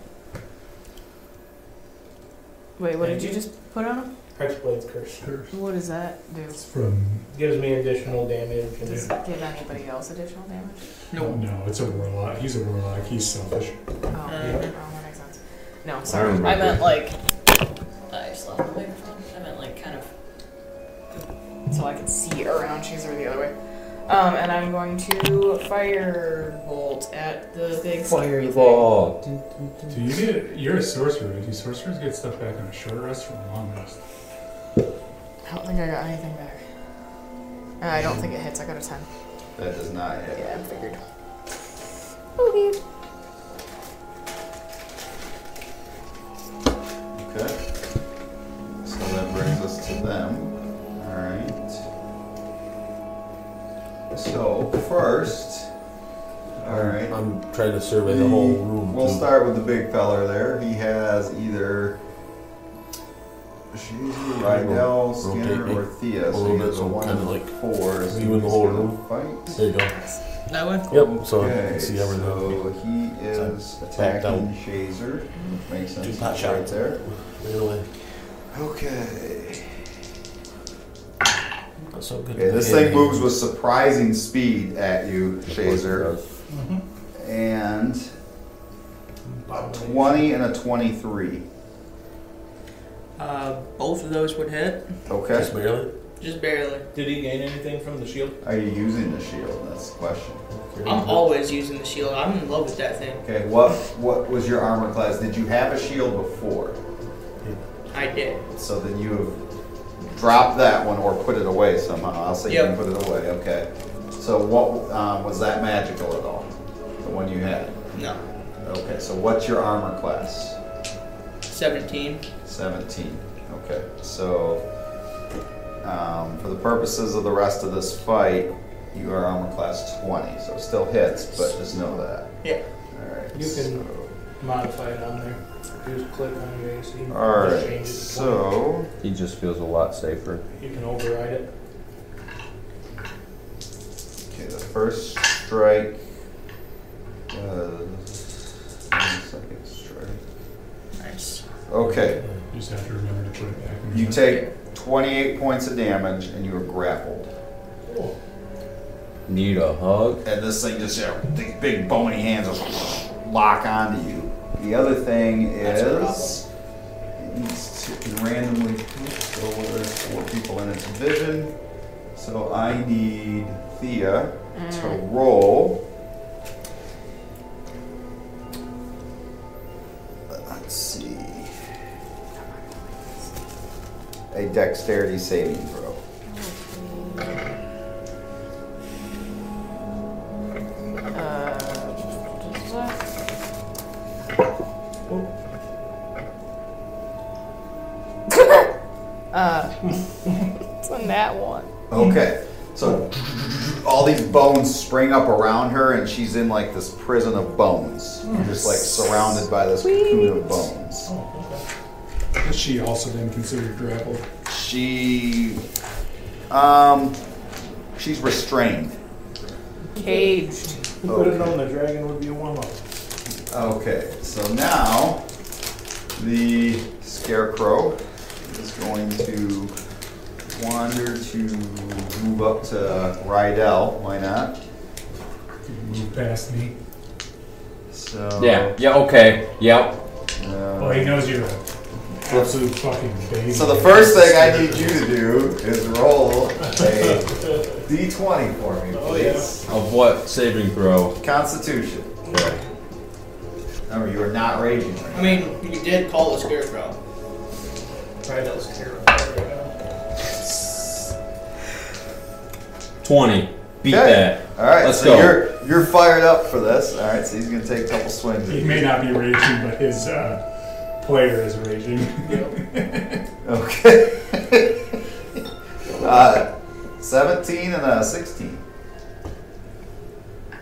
[SPEAKER 5] Wait, what did you just put on him?
[SPEAKER 4] Hexblade's Curse
[SPEAKER 1] Oh.
[SPEAKER 5] What does that do?
[SPEAKER 2] It's from.
[SPEAKER 4] gives me additional damage. And
[SPEAKER 5] Does it give anybody else additional damage?
[SPEAKER 7] No.
[SPEAKER 2] No, it's a warlock. He's a warlock. He's selfish.
[SPEAKER 5] Oh, oh
[SPEAKER 7] Yeah.
[SPEAKER 5] that makes sense. No, sorry.
[SPEAKER 8] remember.
[SPEAKER 5] I meant like,
[SPEAKER 7] I just lost the microphone. I meant like kind of.
[SPEAKER 5] so I could see around Shazer the other way. Um, and I'm going to firebolt at the big scary thing.
[SPEAKER 2] Do you get? You're a sorcerer. Do sorcerers get stuff back on a short rest or a long rest?
[SPEAKER 5] I don't think I got anything back. Uh, I don't think it hits. I got a 10.
[SPEAKER 1] That does not hit.
[SPEAKER 5] Yeah, I figured. Okay.
[SPEAKER 1] Okay. So that brings us to them. Alright. So, first, alright,
[SPEAKER 6] I'm trying to survey the whole room.
[SPEAKER 1] we'll
[SPEAKER 6] too.
[SPEAKER 1] start with the big feller there. He has either. Shazy,
[SPEAKER 6] Right,
[SPEAKER 1] Rydell,
[SPEAKER 6] rotate
[SPEAKER 1] Skinner,
[SPEAKER 6] me
[SPEAKER 1] or Thea.
[SPEAKER 6] a
[SPEAKER 1] So
[SPEAKER 6] little
[SPEAKER 1] you
[SPEAKER 6] bit,
[SPEAKER 1] get
[SPEAKER 6] so
[SPEAKER 1] the one
[SPEAKER 6] kinda
[SPEAKER 1] of
[SPEAKER 6] like
[SPEAKER 1] four. So
[SPEAKER 6] you in the
[SPEAKER 1] he's
[SPEAKER 6] whole
[SPEAKER 1] gonna
[SPEAKER 6] room.
[SPEAKER 1] Fight.
[SPEAKER 6] There you go.
[SPEAKER 7] That way?
[SPEAKER 6] Yep, so I
[SPEAKER 1] Okay,
[SPEAKER 6] can see everything.
[SPEAKER 1] so he is
[SPEAKER 6] back down.
[SPEAKER 1] attacking Shazer, which makes
[SPEAKER 6] Do
[SPEAKER 1] sense.
[SPEAKER 6] pot
[SPEAKER 1] He's
[SPEAKER 6] shot.
[SPEAKER 1] right there.
[SPEAKER 6] Right away.
[SPEAKER 1] Okay.
[SPEAKER 6] That's so good.
[SPEAKER 1] Okay, this thing moves with surprising speed at you, Shazer, and a 20 and a 23.
[SPEAKER 7] Uh, both of those would hit.
[SPEAKER 1] Okay.
[SPEAKER 6] Just barely.
[SPEAKER 7] Just barely.
[SPEAKER 9] Did he gain anything from the shield?
[SPEAKER 1] Are you using the shield? That's the question.
[SPEAKER 7] I'm always using the shield. I'm in love with that thing.
[SPEAKER 1] Okay, what what was your armor class? Did you have a shield before?
[SPEAKER 7] I did.
[SPEAKER 1] So then you have dropped that one or put it away somehow. I'll say you
[SPEAKER 7] Yep.
[SPEAKER 1] can put it away. Okay. So what um, was that magical at all? The one you had.
[SPEAKER 7] No.
[SPEAKER 1] Okay. So what's your armor class?
[SPEAKER 7] 17.
[SPEAKER 1] Seventeen. Okay. So um, for the purposes of the rest of this fight, you are armor class twenty. So it still hits, but just know that.
[SPEAKER 7] Yeah.
[SPEAKER 1] All right.
[SPEAKER 4] You can-
[SPEAKER 1] so-
[SPEAKER 4] Modify it on there. Just click on your AC.
[SPEAKER 1] all
[SPEAKER 4] Just change it
[SPEAKER 1] right.
[SPEAKER 4] to
[SPEAKER 1] So.
[SPEAKER 3] He just feels a lot safer.
[SPEAKER 4] 20. You can override it.
[SPEAKER 1] Okay, the first strike was and the second strike.
[SPEAKER 7] Nice.
[SPEAKER 1] Okay,
[SPEAKER 2] You just have to remember to put it back. in
[SPEAKER 1] you
[SPEAKER 2] the-
[SPEAKER 1] take 28 points of damage and you are grappled.
[SPEAKER 3] Need a hug?
[SPEAKER 1] And this thing just, you know, these big bony hands just lock onto you. The other thing
[SPEAKER 7] That's a problem.
[SPEAKER 1] is, it needs to it randomly poops over four people in its vision. So I need Thea to roll. Let's see. A dexterity saving throw.
[SPEAKER 5] Uh, uh, it's a nat one.
[SPEAKER 1] Okay, so all these bones spring up around her, and she's in like this prison of bones, just like surrounded by this cocoon of bones.
[SPEAKER 2] Is she also then considered grappled?
[SPEAKER 1] She, um, she's restrained.
[SPEAKER 5] Caged.
[SPEAKER 4] Who would have known the dragon would be a warm up?
[SPEAKER 1] Okay, so now the scarecrow is going to wander to move up to Rydell. Why not?
[SPEAKER 2] You move past me.
[SPEAKER 1] So
[SPEAKER 8] Yeah. Yeah. Okay. Yep.
[SPEAKER 1] uh,
[SPEAKER 4] Oh,
[SPEAKER 2] Well, he knows you're an absolute fucking baby.
[SPEAKER 1] So the first thing I need you to do is roll a d20 for me, please.
[SPEAKER 3] Of what saving throw?
[SPEAKER 1] Constitution.
[SPEAKER 3] Okay.
[SPEAKER 1] Remember, you are not raging. right
[SPEAKER 7] I mean, you did call a scarecrow.
[SPEAKER 4] Try those terrible.
[SPEAKER 3] 20. Beat
[SPEAKER 1] Okay.
[SPEAKER 3] that.
[SPEAKER 1] now. All right,
[SPEAKER 3] Let's
[SPEAKER 1] so
[SPEAKER 3] go.
[SPEAKER 1] you're you're fired up for this. All right, so he's gonna take a couple swings.
[SPEAKER 2] He
[SPEAKER 1] At
[SPEAKER 2] may
[SPEAKER 1] you.
[SPEAKER 2] not be raging, but his uh, player is raging.
[SPEAKER 1] Okay. <laughs> uh, 17 and a 16.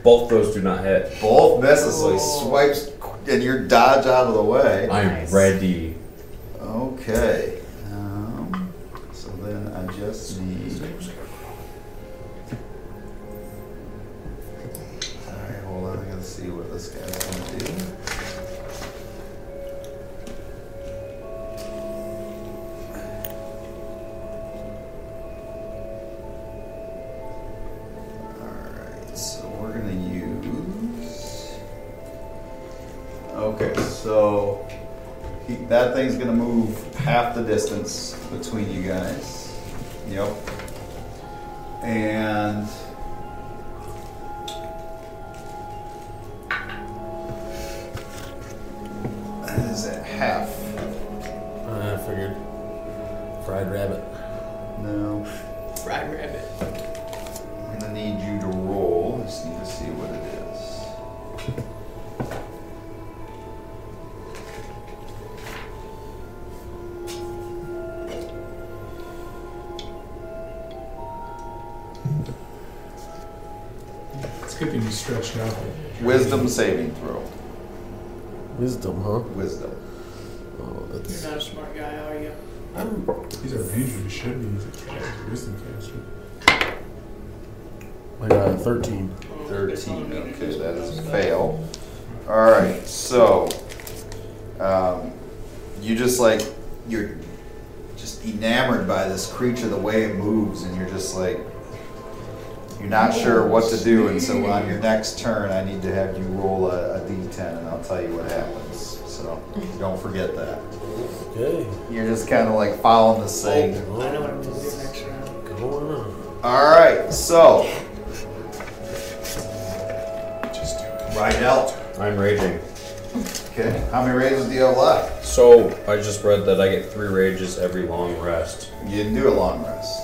[SPEAKER 3] Both those do not hit.
[SPEAKER 1] Both misses, so he swipes, and you're dodge out of the way.
[SPEAKER 3] I'm
[SPEAKER 5] Nice.
[SPEAKER 3] ready.
[SPEAKER 1] Okay. Um, so then I just need. Alright, hold on. I gotta see what this guy's gonna do. Alright, so we're gonna use. Okay, so. He, that thing's gonna move half the distance between you guys. Yep. And that is at half.
[SPEAKER 6] Ah, I figured. Fried rabbit.
[SPEAKER 1] Now
[SPEAKER 7] Fried rabbit.
[SPEAKER 1] I'm gonna need you to roll. I just need to see what it is.
[SPEAKER 2] <laughs> It's good thing you stretched out.
[SPEAKER 1] Wisdom saving throw.
[SPEAKER 6] Wisdom, huh?
[SPEAKER 1] Wisdom.
[SPEAKER 6] Oh,
[SPEAKER 7] You're
[SPEAKER 6] that's
[SPEAKER 7] not a smart guy, are you?
[SPEAKER 2] He's a ranger. He should be. He's a caster. Wisdom caster.
[SPEAKER 6] I got a 13.
[SPEAKER 1] 13, okay, that is a fail. All right, so, um, you just like, you're just enamored by this creature, the way it moves, and you're just like, you're not sure what to do, and so on your next turn, I need to have you roll a, a d10, and I'll tell you what happens, so don't forget that.
[SPEAKER 6] Okay.
[SPEAKER 1] You're just kind of like following this thing.
[SPEAKER 7] I know what I'm gonna do next round.
[SPEAKER 6] Going on.
[SPEAKER 1] All right, so,
[SPEAKER 2] Just do it.
[SPEAKER 1] right out.
[SPEAKER 3] I'm raging.
[SPEAKER 1] Okay, how many raises do you have left?
[SPEAKER 3] So I just read that I get three rages every long rest,
[SPEAKER 1] You didn't do a long rest.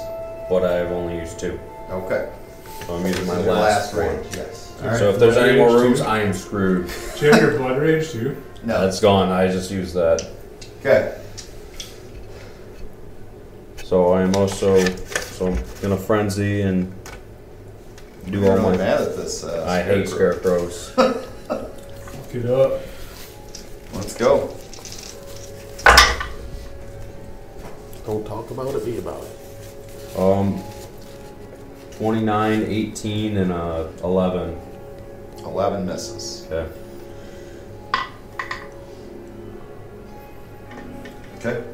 [SPEAKER 3] but I've only used two.
[SPEAKER 1] Okay.
[SPEAKER 3] So I'm using my
[SPEAKER 1] Your
[SPEAKER 3] last, one.
[SPEAKER 1] rage, yes.
[SPEAKER 2] All right,
[SPEAKER 3] So if there's
[SPEAKER 2] blood
[SPEAKER 3] any more
[SPEAKER 2] rage,
[SPEAKER 3] rooms,
[SPEAKER 2] too.
[SPEAKER 3] I'm screwed.
[SPEAKER 2] Do you have your blood rage too?
[SPEAKER 1] No,
[SPEAKER 3] That's gone. I just used that.
[SPEAKER 1] okay.
[SPEAKER 3] So I am also so I'm gonna frenzy and do
[SPEAKER 1] You're
[SPEAKER 3] all
[SPEAKER 1] really
[SPEAKER 3] my.
[SPEAKER 1] mad at this. Uh,
[SPEAKER 3] I hate
[SPEAKER 1] scarecrow. <laughs>
[SPEAKER 3] scarecrows.
[SPEAKER 2] Fuck it up.
[SPEAKER 1] Let's go.
[SPEAKER 6] Don't talk about it, be about it.
[SPEAKER 3] Um, 29, 18, and uh, 11.
[SPEAKER 1] Eleven misses.
[SPEAKER 3] Okay.
[SPEAKER 1] Okay.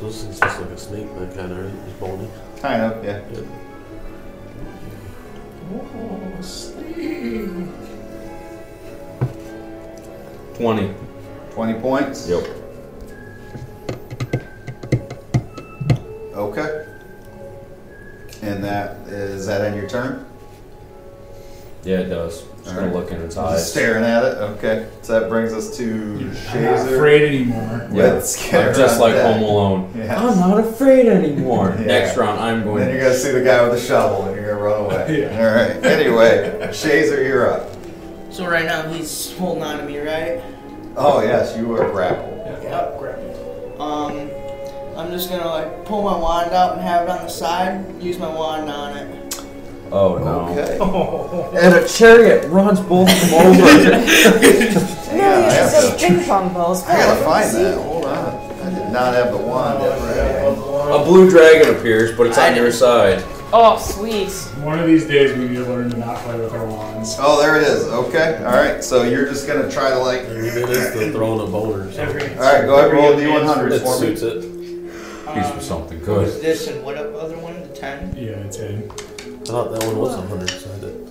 [SPEAKER 6] So this is just like a snake, that kind of, right? It's bony.
[SPEAKER 1] Kind of. Yeah.
[SPEAKER 6] Oh, snake.
[SPEAKER 3] 20.
[SPEAKER 1] Twenty points.
[SPEAKER 3] Yep.
[SPEAKER 1] Okay. And that is that on your turn?
[SPEAKER 3] Yeah, it does. Just gonna
[SPEAKER 1] Alright.
[SPEAKER 3] look in its
[SPEAKER 1] Just
[SPEAKER 3] eyes.
[SPEAKER 1] staring at it. Okay. So that brings us to
[SPEAKER 2] I'm not
[SPEAKER 1] Shazer.
[SPEAKER 2] afraid anymore.
[SPEAKER 3] Yeah.
[SPEAKER 1] Let's get
[SPEAKER 3] <laughs> I'm
[SPEAKER 1] around
[SPEAKER 3] just like
[SPEAKER 1] that.
[SPEAKER 3] Home Alone.
[SPEAKER 1] Yeah.
[SPEAKER 3] I'm not afraid anymore.
[SPEAKER 1] <laughs> Yeah.
[SPEAKER 3] Next round, I'm
[SPEAKER 1] And then
[SPEAKER 3] going.
[SPEAKER 1] you're gonna see the guy with the shovel, and you're gonna run away.
[SPEAKER 2] Yeah.
[SPEAKER 1] All right. Anyway, Shazer, you're up.
[SPEAKER 7] So right now he's holding on to me, right?
[SPEAKER 1] Oh yes, you were grappled.
[SPEAKER 7] Yep, grappled. Um, I'm just gonna like pull my wand out and have it on the side. Use my wand on it.
[SPEAKER 3] Oh no.
[SPEAKER 1] Okay.
[SPEAKER 3] And a chariot runs both of them over.
[SPEAKER 1] Hang on, I have to-
[SPEAKER 5] ping pong balls.
[SPEAKER 1] I gotta find that. Hold on. I did not have the wand ever.
[SPEAKER 3] <laughs> a blue dragon appears, but it's on your side.
[SPEAKER 5] Oh, sweet.
[SPEAKER 2] One of these days, we need to learn to not play with our wands.
[SPEAKER 1] Oh, there it is. Okay. All right. So you're just gonna try to like.
[SPEAKER 6] I mean, it is the throne of boners.
[SPEAKER 4] Every-
[SPEAKER 1] All right. Go ahead. Roll a
[SPEAKER 4] every
[SPEAKER 1] d100
[SPEAKER 6] It
[SPEAKER 1] for me.
[SPEAKER 6] suits it.
[SPEAKER 3] These
[SPEAKER 7] Um,
[SPEAKER 3] were something
[SPEAKER 7] What was
[SPEAKER 3] good.
[SPEAKER 7] this and what up- other one? The ten.
[SPEAKER 2] Yeah, it's in.
[SPEAKER 6] I thought that one was 100, so I did.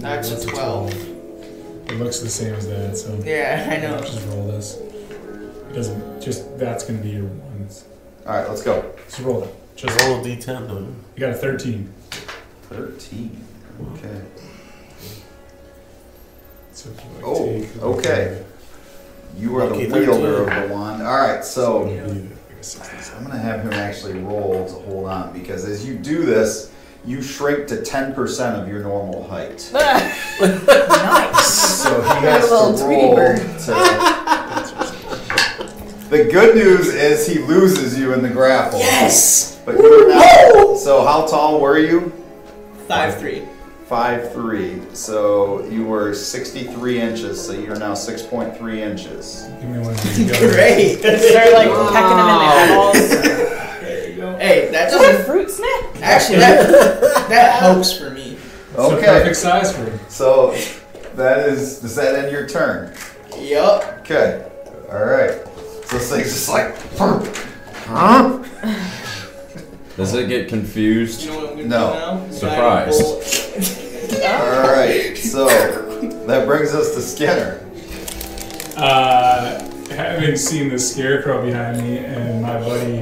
[SPEAKER 7] That's
[SPEAKER 2] That's
[SPEAKER 7] a
[SPEAKER 2] a
[SPEAKER 7] twelve.
[SPEAKER 2] It looks the same as that, so
[SPEAKER 7] Yeah, I know.
[SPEAKER 2] just roll this. It doesn't. Just that's gonna be your ones.
[SPEAKER 1] All right. Let's go.
[SPEAKER 2] Just roll it. Just
[SPEAKER 6] Roll a d10, though.
[SPEAKER 2] you got a thirteen.
[SPEAKER 1] Thirteen. Okay.
[SPEAKER 2] So if you like
[SPEAKER 1] Oh,
[SPEAKER 2] take-
[SPEAKER 1] okay. You are the
[SPEAKER 6] Lucky
[SPEAKER 1] wielder of the wand. All right. So
[SPEAKER 2] Yeah, like a 60.
[SPEAKER 1] I'm gonna have him actually roll to hold on because as you do this, you shrink to 10% of your normal height.
[SPEAKER 5] nice.
[SPEAKER 1] So he has
[SPEAKER 5] Little
[SPEAKER 1] to
[SPEAKER 5] Tweety
[SPEAKER 1] roll
[SPEAKER 5] bird.
[SPEAKER 1] to. The good news is he loses you in the grapple.
[SPEAKER 7] Yes.
[SPEAKER 1] But you were not. So how tall were you?
[SPEAKER 7] Five three.
[SPEAKER 1] Five three. So you were sixty-three inches. So you're now six point three inches.
[SPEAKER 2] Give me one. of
[SPEAKER 1] <laughs>
[SPEAKER 2] these guys.
[SPEAKER 7] <laughs> Great.
[SPEAKER 5] They're like pecking them in the eyeballs.
[SPEAKER 7] Hey, that
[SPEAKER 5] Just a
[SPEAKER 7] doesn't.
[SPEAKER 5] fruit snack.
[SPEAKER 7] Actually, that that helps for me.
[SPEAKER 2] It's the
[SPEAKER 1] Okay.
[SPEAKER 2] perfect size for him.
[SPEAKER 1] So that is. Does that end your turn?
[SPEAKER 7] Yup.
[SPEAKER 1] Okay. All right. So this thing's just like. Huh?
[SPEAKER 3] Does it get confused?
[SPEAKER 7] You know what I'm gonna
[SPEAKER 1] No.
[SPEAKER 7] do now?
[SPEAKER 3] Surprise.
[SPEAKER 1] All right. So that brings us to Skinner.
[SPEAKER 2] Uh, having seen the scarecrow behind me and my buddy,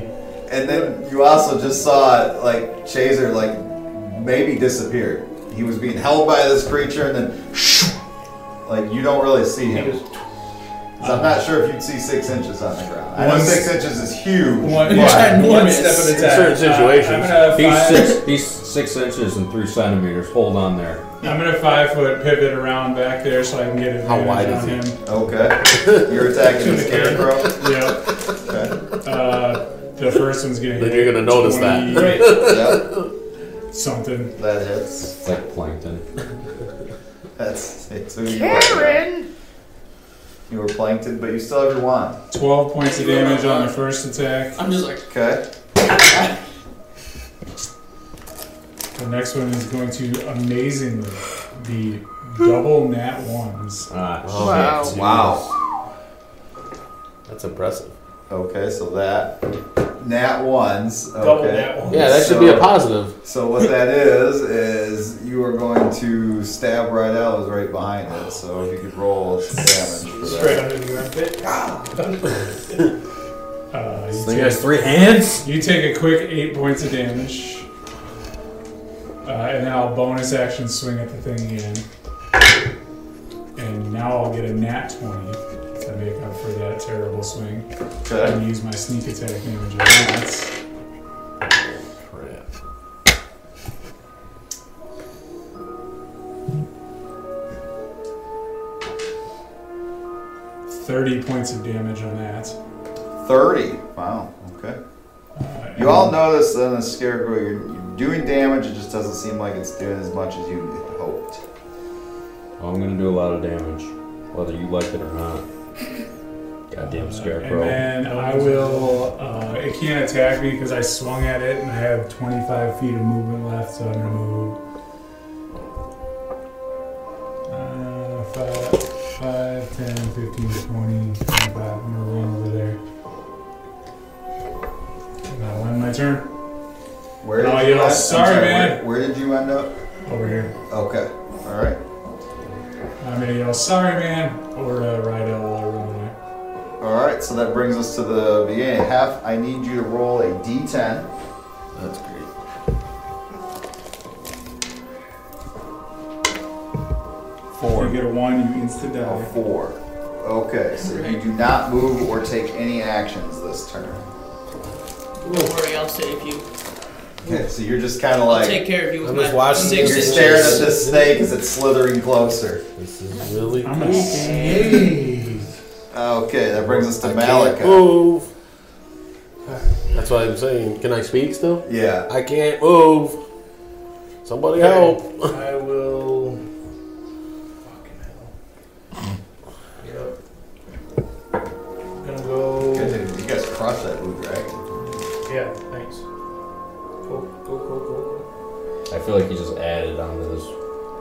[SPEAKER 1] And then you also just saw like Chaser like maybe disappeared. He was being held by this creature, and then shoo, like you don't really see him. So I'm not sure if you'd see six inches on the ground. I know
[SPEAKER 2] One-
[SPEAKER 1] six inches is huge.
[SPEAKER 2] one,
[SPEAKER 1] but-
[SPEAKER 4] <laughs>
[SPEAKER 2] one step at a
[SPEAKER 6] In
[SPEAKER 2] time.
[SPEAKER 6] certain situations.
[SPEAKER 2] Uh, I'm gonna
[SPEAKER 3] He's
[SPEAKER 2] five,
[SPEAKER 3] six, he's six inches and three centimeters. Hold on there.
[SPEAKER 2] I'm gonna five foot pivot around back there so I can get advantage
[SPEAKER 6] How wide
[SPEAKER 2] on
[SPEAKER 6] is
[SPEAKER 2] him.
[SPEAKER 1] Okay, you're attacking the scarecrow.
[SPEAKER 2] Yep.
[SPEAKER 1] Okay.
[SPEAKER 2] Uh, the first one's gonna.
[SPEAKER 6] Then
[SPEAKER 2] hit
[SPEAKER 6] you're gonna notice that.
[SPEAKER 2] 20
[SPEAKER 1] Yep,
[SPEAKER 2] Something.
[SPEAKER 1] that hits.
[SPEAKER 3] It's like plankton.
[SPEAKER 1] That's it's who you are.
[SPEAKER 5] Karen.
[SPEAKER 1] You were plankton, but you still have your wand.
[SPEAKER 2] 12 points of damage on the first attack.
[SPEAKER 7] I'm just like,
[SPEAKER 1] Okay.
[SPEAKER 2] The next one is going to amazingly be double nat ones.
[SPEAKER 8] Ah,
[SPEAKER 3] Oh,
[SPEAKER 5] Wow.
[SPEAKER 6] geez.
[SPEAKER 1] Wow.
[SPEAKER 6] Oh, That's impressive.
[SPEAKER 1] Okay, so that nat ones. Okay.
[SPEAKER 4] Double that one.
[SPEAKER 6] Yeah, that should be a positive.
[SPEAKER 1] So what that is is you are going to stab right out is right behind it. So if you could roll damage for
[SPEAKER 4] Straight
[SPEAKER 1] that.
[SPEAKER 4] under the armpit.
[SPEAKER 2] Uh,
[SPEAKER 3] This
[SPEAKER 2] you,
[SPEAKER 3] thing
[SPEAKER 2] take,
[SPEAKER 3] has three hands?
[SPEAKER 2] you take a quick 8 points of damage. Uh, and then I'll bonus action swing at the thing again. And now I'll get a nat 20 to make up for that terrible swing.
[SPEAKER 1] Okay.
[SPEAKER 2] and use my sneak attack damage advance.
[SPEAKER 6] Crap.
[SPEAKER 2] Thirty points of damage on that.
[SPEAKER 1] Thirty. Wow. Okay.
[SPEAKER 2] Uh,
[SPEAKER 1] You all notice that in the scarecrow you're, you're doing damage. It just doesn't seem like it's doing as much as you hoped.
[SPEAKER 3] Oh, I'm gonna do a lot of damage, whether you like it or
[SPEAKER 2] <laughs>
[SPEAKER 3] not. Goddamn
[SPEAKER 2] Uh, And
[SPEAKER 3] scarecrow.
[SPEAKER 2] then I will. Uh, it can't attack me because I swung at it, and I have 25 feet of movement left, so I'm gonna move. Uh, five, five, 10, 15, 20, 25. I'm gonna run over there. And I'll end my turn
[SPEAKER 1] Where did
[SPEAKER 2] Oh,
[SPEAKER 1] you
[SPEAKER 2] yeah,
[SPEAKER 1] end- I'm
[SPEAKER 2] sorry,
[SPEAKER 1] where-
[SPEAKER 2] man.
[SPEAKER 1] Where, did you end up?
[SPEAKER 2] over here.
[SPEAKER 1] Okay. All right.
[SPEAKER 2] I'm gonna yell, "Sorry, man!" or uh, Rydell will run away.
[SPEAKER 1] All right. So that brings us to the beginning. Half. I need you to roll a d10.
[SPEAKER 6] That's great.
[SPEAKER 2] If you get a one, you insta
[SPEAKER 1] A
[SPEAKER 2] die.
[SPEAKER 1] four. Okay. So you do not move or take any actions this turn.
[SPEAKER 7] don't worry, I'll save you.
[SPEAKER 1] Okay. So you're just kind of
[SPEAKER 7] I'll
[SPEAKER 1] like.
[SPEAKER 7] take care of you with
[SPEAKER 6] I'm
[SPEAKER 7] my
[SPEAKER 6] just watching
[SPEAKER 7] six
[SPEAKER 1] You're
[SPEAKER 6] this.
[SPEAKER 7] inches.
[SPEAKER 1] staring at this snake as it's slithering closer.
[SPEAKER 6] This is really
[SPEAKER 2] I'm a snake.
[SPEAKER 1] Okay, that brings us to
[SPEAKER 6] I can't
[SPEAKER 1] Malika.
[SPEAKER 6] move. That's what I'm saying. Can I speak still?
[SPEAKER 1] Yeah.
[SPEAKER 6] I can't move. Somebody help.
[SPEAKER 4] I will. Fucking hell. Yep. Gonna
[SPEAKER 1] Good
[SPEAKER 4] go.
[SPEAKER 1] thing You guys crushed that blue dragon.
[SPEAKER 4] Yeah, thanks. Go, go, go, go.
[SPEAKER 8] I feel like he just added onto this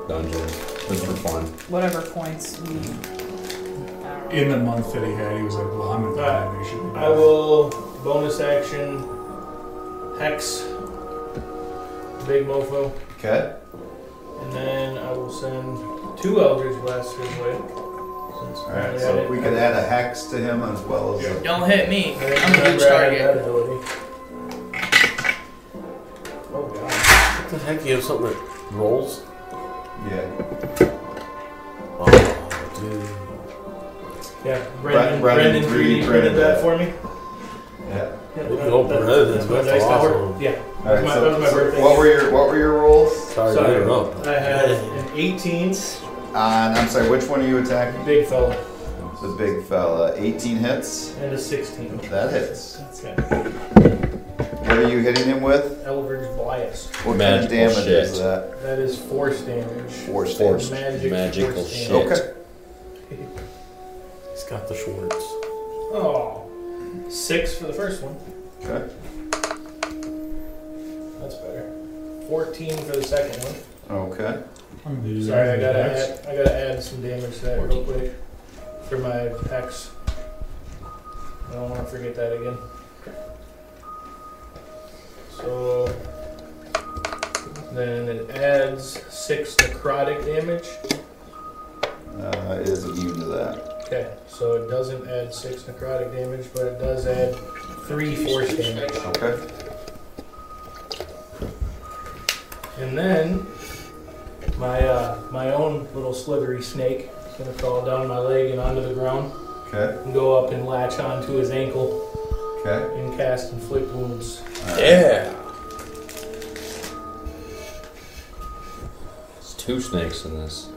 [SPEAKER 8] dungeon just for fun.
[SPEAKER 5] Whatever points we. I don't know.
[SPEAKER 2] In the month that he had, he was like, "Well, I'm gonna die. They should be
[SPEAKER 4] I will bonus action hex big mofo,
[SPEAKER 1] Okay.
[SPEAKER 4] and then I will send two elders blasters away. Since
[SPEAKER 1] All right. So if we could add a hex to him as well as. a-
[SPEAKER 7] Don't hit me.
[SPEAKER 4] I didn't
[SPEAKER 7] I'm a huge
[SPEAKER 4] remember I had that
[SPEAKER 7] target.
[SPEAKER 4] ability. Oh god.
[SPEAKER 6] What the heck? You have something that rolls?
[SPEAKER 1] Yeah.
[SPEAKER 6] Oh, dude.
[SPEAKER 4] Yeah,
[SPEAKER 1] Brendan
[SPEAKER 4] Brendan, Brendan, 3D printed that for me.
[SPEAKER 1] Yeah.
[SPEAKER 4] Yeah,
[SPEAKER 6] Look at old Brendan's,
[SPEAKER 4] my
[SPEAKER 6] that's
[SPEAKER 4] dice tower.
[SPEAKER 6] awesome.
[SPEAKER 4] Yeah,
[SPEAKER 1] All right.
[SPEAKER 4] my-
[SPEAKER 1] so-
[SPEAKER 4] that was my
[SPEAKER 1] so
[SPEAKER 4] birthday.
[SPEAKER 1] what were your What were your rolls?
[SPEAKER 6] Sorry,
[SPEAKER 4] Sorry.
[SPEAKER 6] I don't know.
[SPEAKER 4] I
[SPEAKER 6] <laughs>
[SPEAKER 4] had an 18,
[SPEAKER 1] On. Uh, I'm sorry. Which one are you attacking?
[SPEAKER 4] big fella,
[SPEAKER 1] The big fella. 18 hits.
[SPEAKER 4] and a 16.
[SPEAKER 1] That hits.
[SPEAKER 4] That's
[SPEAKER 1] What are you hitting him with?
[SPEAKER 4] Eldridge Blias.
[SPEAKER 8] Magical
[SPEAKER 1] What kind of damage
[SPEAKER 8] shit.
[SPEAKER 1] is that?
[SPEAKER 4] That is force damage.
[SPEAKER 1] Force.
[SPEAKER 8] Force.
[SPEAKER 4] Magic
[SPEAKER 8] Magical
[SPEAKER 4] force
[SPEAKER 8] shit.
[SPEAKER 4] damage.
[SPEAKER 1] Okay.
[SPEAKER 6] He's got the Schwartz.
[SPEAKER 4] Oh, six for the first one.
[SPEAKER 1] Okay.
[SPEAKER 4] That's better. 14 for the second one.
[SPEAKER 1] Okay.
[SPEAKER 4] Sorry, I gotta add, I gotta add some damage to that real quick for my hex. I don't want to forget that again. So then it adds six necrotic damage.
[SPEAKER 1] Uh, it is immune to that.
[SPEAKER 4] Okay, so it doesn't add six necrotic damage, but it does add three force damage.
[SPEAKER 1] Okay.
[SPEAKER 4] And then my uh, my own little slithery snake is gonna fall down my leg and onto the ground
[SPEAKER 1] Okay.
[SPEAKER 4] and go up and latch onto his ankle.
[SPEAKER 1] Okay.
[SPEAKER 4] and cast inflict wounds.
[SPEAKER 6] Yeah.
[SPEAKER 8] There's two snakes in this.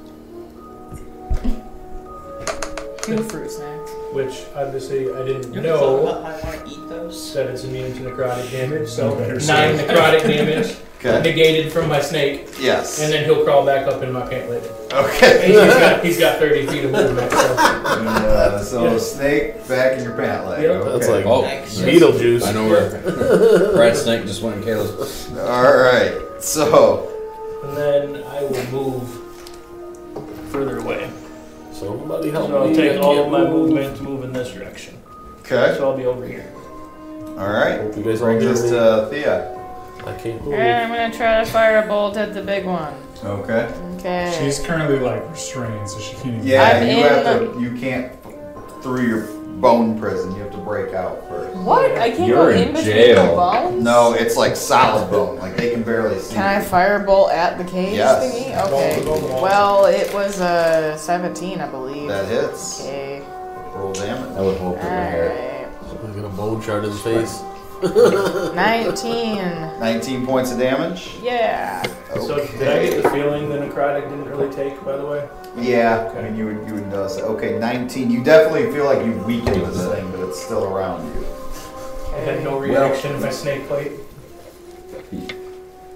[SPEAKER 5] Two fruit snacks.
[SPEAKER 4] Which obviously I didn't
[SPEAKER 8] Yep.
[SPEAKER 4] know
[SPEAKER 7] I want to eat those.
[SPEAKER 4] that it's immune to necrotic damage, so
[SPEAKER 2] You better
[SPEAKER 4] nine
[SPEAKER 2] say. <laughs>
[SPEAKER 4] necrotic damage.
[SPEAKER 1] Okay.
[SPEAKER 4] negated from my snake, and
[SPEAKER 1] Yes.
[SPEAKER 4] then he'll crawl back up in my pant later. And <laughs>
[SPEAKER 1] Okay.
[SPEAKER 4] he's got, he's got 30 feet of movement, so
[SPEAKER 1] Uh, so
[SPEAKER 4] Yeah.
[SPEAKER 1] snake back in your pant leg.
[SPEAKER 4] Yep.
[SPEAKER 1] Okay.
[SPEAKER 6] That's like
[SPEAKER 8] Oh,
[SPEAKER 7] Nice.
[SPEAKER 6] Beetlejuice.
[SPEAKER 8] I know where Brad Snake just went in Caleb's.
[SPEAKER 1] All right. So
[SPEAKER 4] and then I will move further away.
[SPEAKER 6] Somebody help
[SPEAKER 9] So
[SPEAKER 6] me.
[SPEAKER 9] I'll
[SPEAKER 6] I
[SPEAKER 9] take
[SPEAKER 6] can't
[SPEAKER 9] all of my
[SPEAKER 6] move.
[SPEAKER 9] movement to move in this direction.
[SPEAKER 1] okay.
[SPEAKER 9] So I'll be over here.
[SPEAKER 1] All right.
[SPEAKER 6] You guys all
[SPEAKER 1] Brings
[SPEAKER 6] hear
[SPEAKER 1] us
[SPEAKER 6] me?
[SPEAKER 1] to Thea.
[SPEAKER 6] I can't move.
[SPEAKER 5] Alright, I'm gonna try to fire a bolt at the big one.
[SPEAKER 1] Okay.
[SPEAKER 5] Okay.
[SPEAKER 2] She's currently like restrained, so she can't even.
[SPEAKER 1] Yeah,
[SPEAKER 5] I'm
[SPEAKER 1] you
[SPEAKER 5] in
[SPEAKER 1] have to. You can't through your bone prison. You have to break out first.
[SPEAKER 5] What? I can't
[SPEAKER 8] You're
[SPEAKER 5] go
[SPEAKER 8] in
[SPEAKER 5] in between
[SPEAKER 8] jail.
[SPEAKER 5] the bones?
[SPEAKER 1] No, it's like solid bone. Like they can barely see.
[SPEAKER 5] Can I firebolt at the cage
[SPEAKER 1] Yes.
[SPEAKER 5] thingy? Okay. Well, it was a 17, I believe.
[SPEAKER 1] That hits.
[SPEAKER 5] Okay.
[SPEAKER 1] Roll damage.
[SPEAKER 8] I would hope it would hurt.
[SPEAKER 5] Alright.
[SPEAKER 6] I got a bone shot in his face.
[SPEAKER 5] 19.
[SPEAKER 1] 19 points of damage.
[SPEAKER 5] Yeah.
[SPEAKER 1] Okay.
[SPEAKER 4] So did I get the feeling the necrotic didn't really take, by the way?
[SPEAKER 1] Yeah, I
[SPEAKER 4] Okay.
[SPEAKER 1] mean, you would you would notice. That. Okay, 19. You definitely feel like you've weakened this thing, but it's still around you.
[SPEAKER 4] I had no reaction to my snake bite.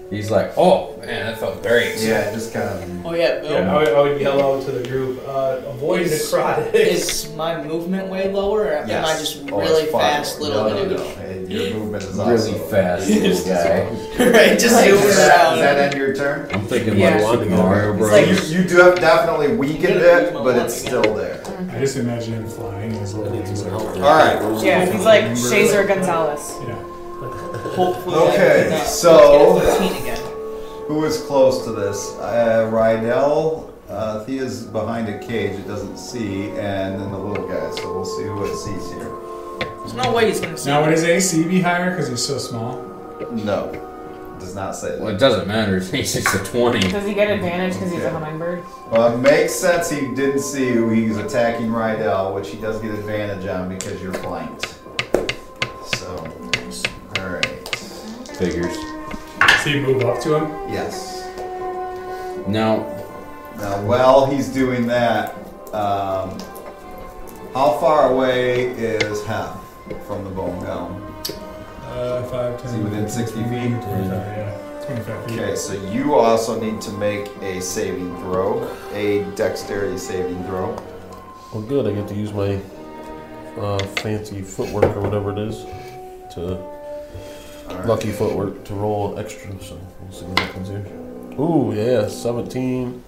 [SPEAKER 8] He's like, oh man, that felt great.
[SPEAKER 1] Yeah, it just kind of.
[SPEAKER 7] Oh yeah, Bill.
[SPEAKER 4] Yeah, I would, I would yell out to the group, uh, avoid
[SPEAKER 7] Is-
[SPEAKER 4] necrotic. <laughs>
[SPEAKER 7] Is my movement way lower, or am I just
[SPEAKER 1] Oh, it's
[SPEAKER 7] really
[SPEAKER 1] far
[SPEAKER 7] fast,
[SPEAKER 1] lower. No,
[SPEAKER 7] little dude?
[SPEAKER 1] no,
[SPEAKER 7] <laughs>
[SPEAKER 1] no. And your movement is
[SPEAKER 8] Really
[SPEAKER 1] also-
[SPEAKER 8] fast, little guy.
[SPEAKER 7] right, just
[SPEAKER 5] Like,
[SPEAKER 1] Does
[SPEAKER 7] zooming
[SPEAKER 1] that, does that
[SPEAKER 7] around.
[SPEAKER 1] end your turn?
[SPEAKER 8] I'm thinking
[SPEAKER 5] Yeah.
[SPEAKER 8] like Super Mario Bros.
[SPEAKER 1] So you, you do have definitely weakened it, but it's still there.
[SPEAKER 2] I just imagine him flying as
[SPEAKER 6] I
[SPEAKER 2] well.
[SPEAKER 6] need some help.
[SPEAKER 1] All right.
[SPEAKER 5] Yeah, he's like Shazer Gonzalez.
[SPEAKER 2] Yeah.
[SPEAKER 7] Hopefully
[SPEAKER 1] Okay,
[SPEAKER 7] I can, uh,
[SPEAKER 1] so-
[SPEAKER 7] let's get a 13 again.
[SPEAKER 1] Who was close to this? Uh, Rydell. Uh, Thea's behind a cage it doesn't see, and then the little guy. So we'll see who it sees here.
[SPEAKER 7] There's no way he's gonna see.
[SPEAKER 2] Now
[SPEAKER 7] me.
[SPEAKER 2] would his AC be higher because he's so small?
[SPEAKER 1] No, does not say that.
[SPEAKER 8] Well, it doesn't matter. <laughs> He's just a 20.
[SPEAKER 5] Does he get advantage because he's
[SPEAKER 1] Okay.
[SPEAKER 5] a hummingbird?
[SPEAKER 1] Well, it makes sense he didn't see you. He's attacking Rydell, which he does get advantage on because you're flanked. So, all right.
[SPEAKER 8] Figures.
[SPEAKER 2] Does he move up to him?
[SPEAKER 1] Yes.
[SPEAKER 8] Now,
[SPEAKER 1] Now, while he's doing that, um, how far away is Hef from the bone golem?
[SPEAKER 2] Uh, five, ten.
[SPEAKER 1] Is he within 60 feet?
[SPEAKER 2] 25, yeah. 25 feet.
[SPEAKER 1] Okay, so you also need to make a saving throw, a dexterity saving throw.
[SPEAKER 6] Well, good. I get to use my uh, fancy footwork or whatever it is to
[SPEAKER 1] All right.
[SPEAKER 6] lucky footwork to roll extra. So we'll see what happens here. Ooh, yeah, seventeen.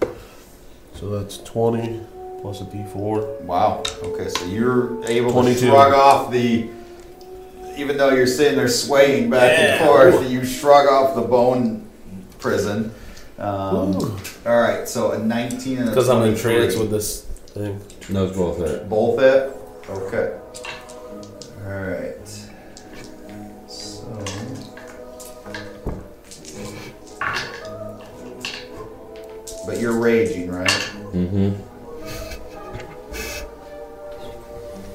[SPEAKER 6] So that's twenty plus a D4.
[SPEAKER 1] Wow. Okay, so you're able
[SPEAKER 6] 22.
[SPEAKER 1] to shrug off the, even though you're sitting there swaying back and forth, you shrug off the bone prison. Um,
[SPEAKER 6] Ooh.
[SPEAKER 1] all right, so a 19 and a
[SPEAKER 6] Because I'm in
[SPEAKER 1] 23.
[SPEAKER 6] trance with this thing.
[SPEAKER 8] those both hurt.
[SPEAKER 1] Both it? Okay. All right. So. But you're raging, right?
[SPEAKER 8] Mm-hmm.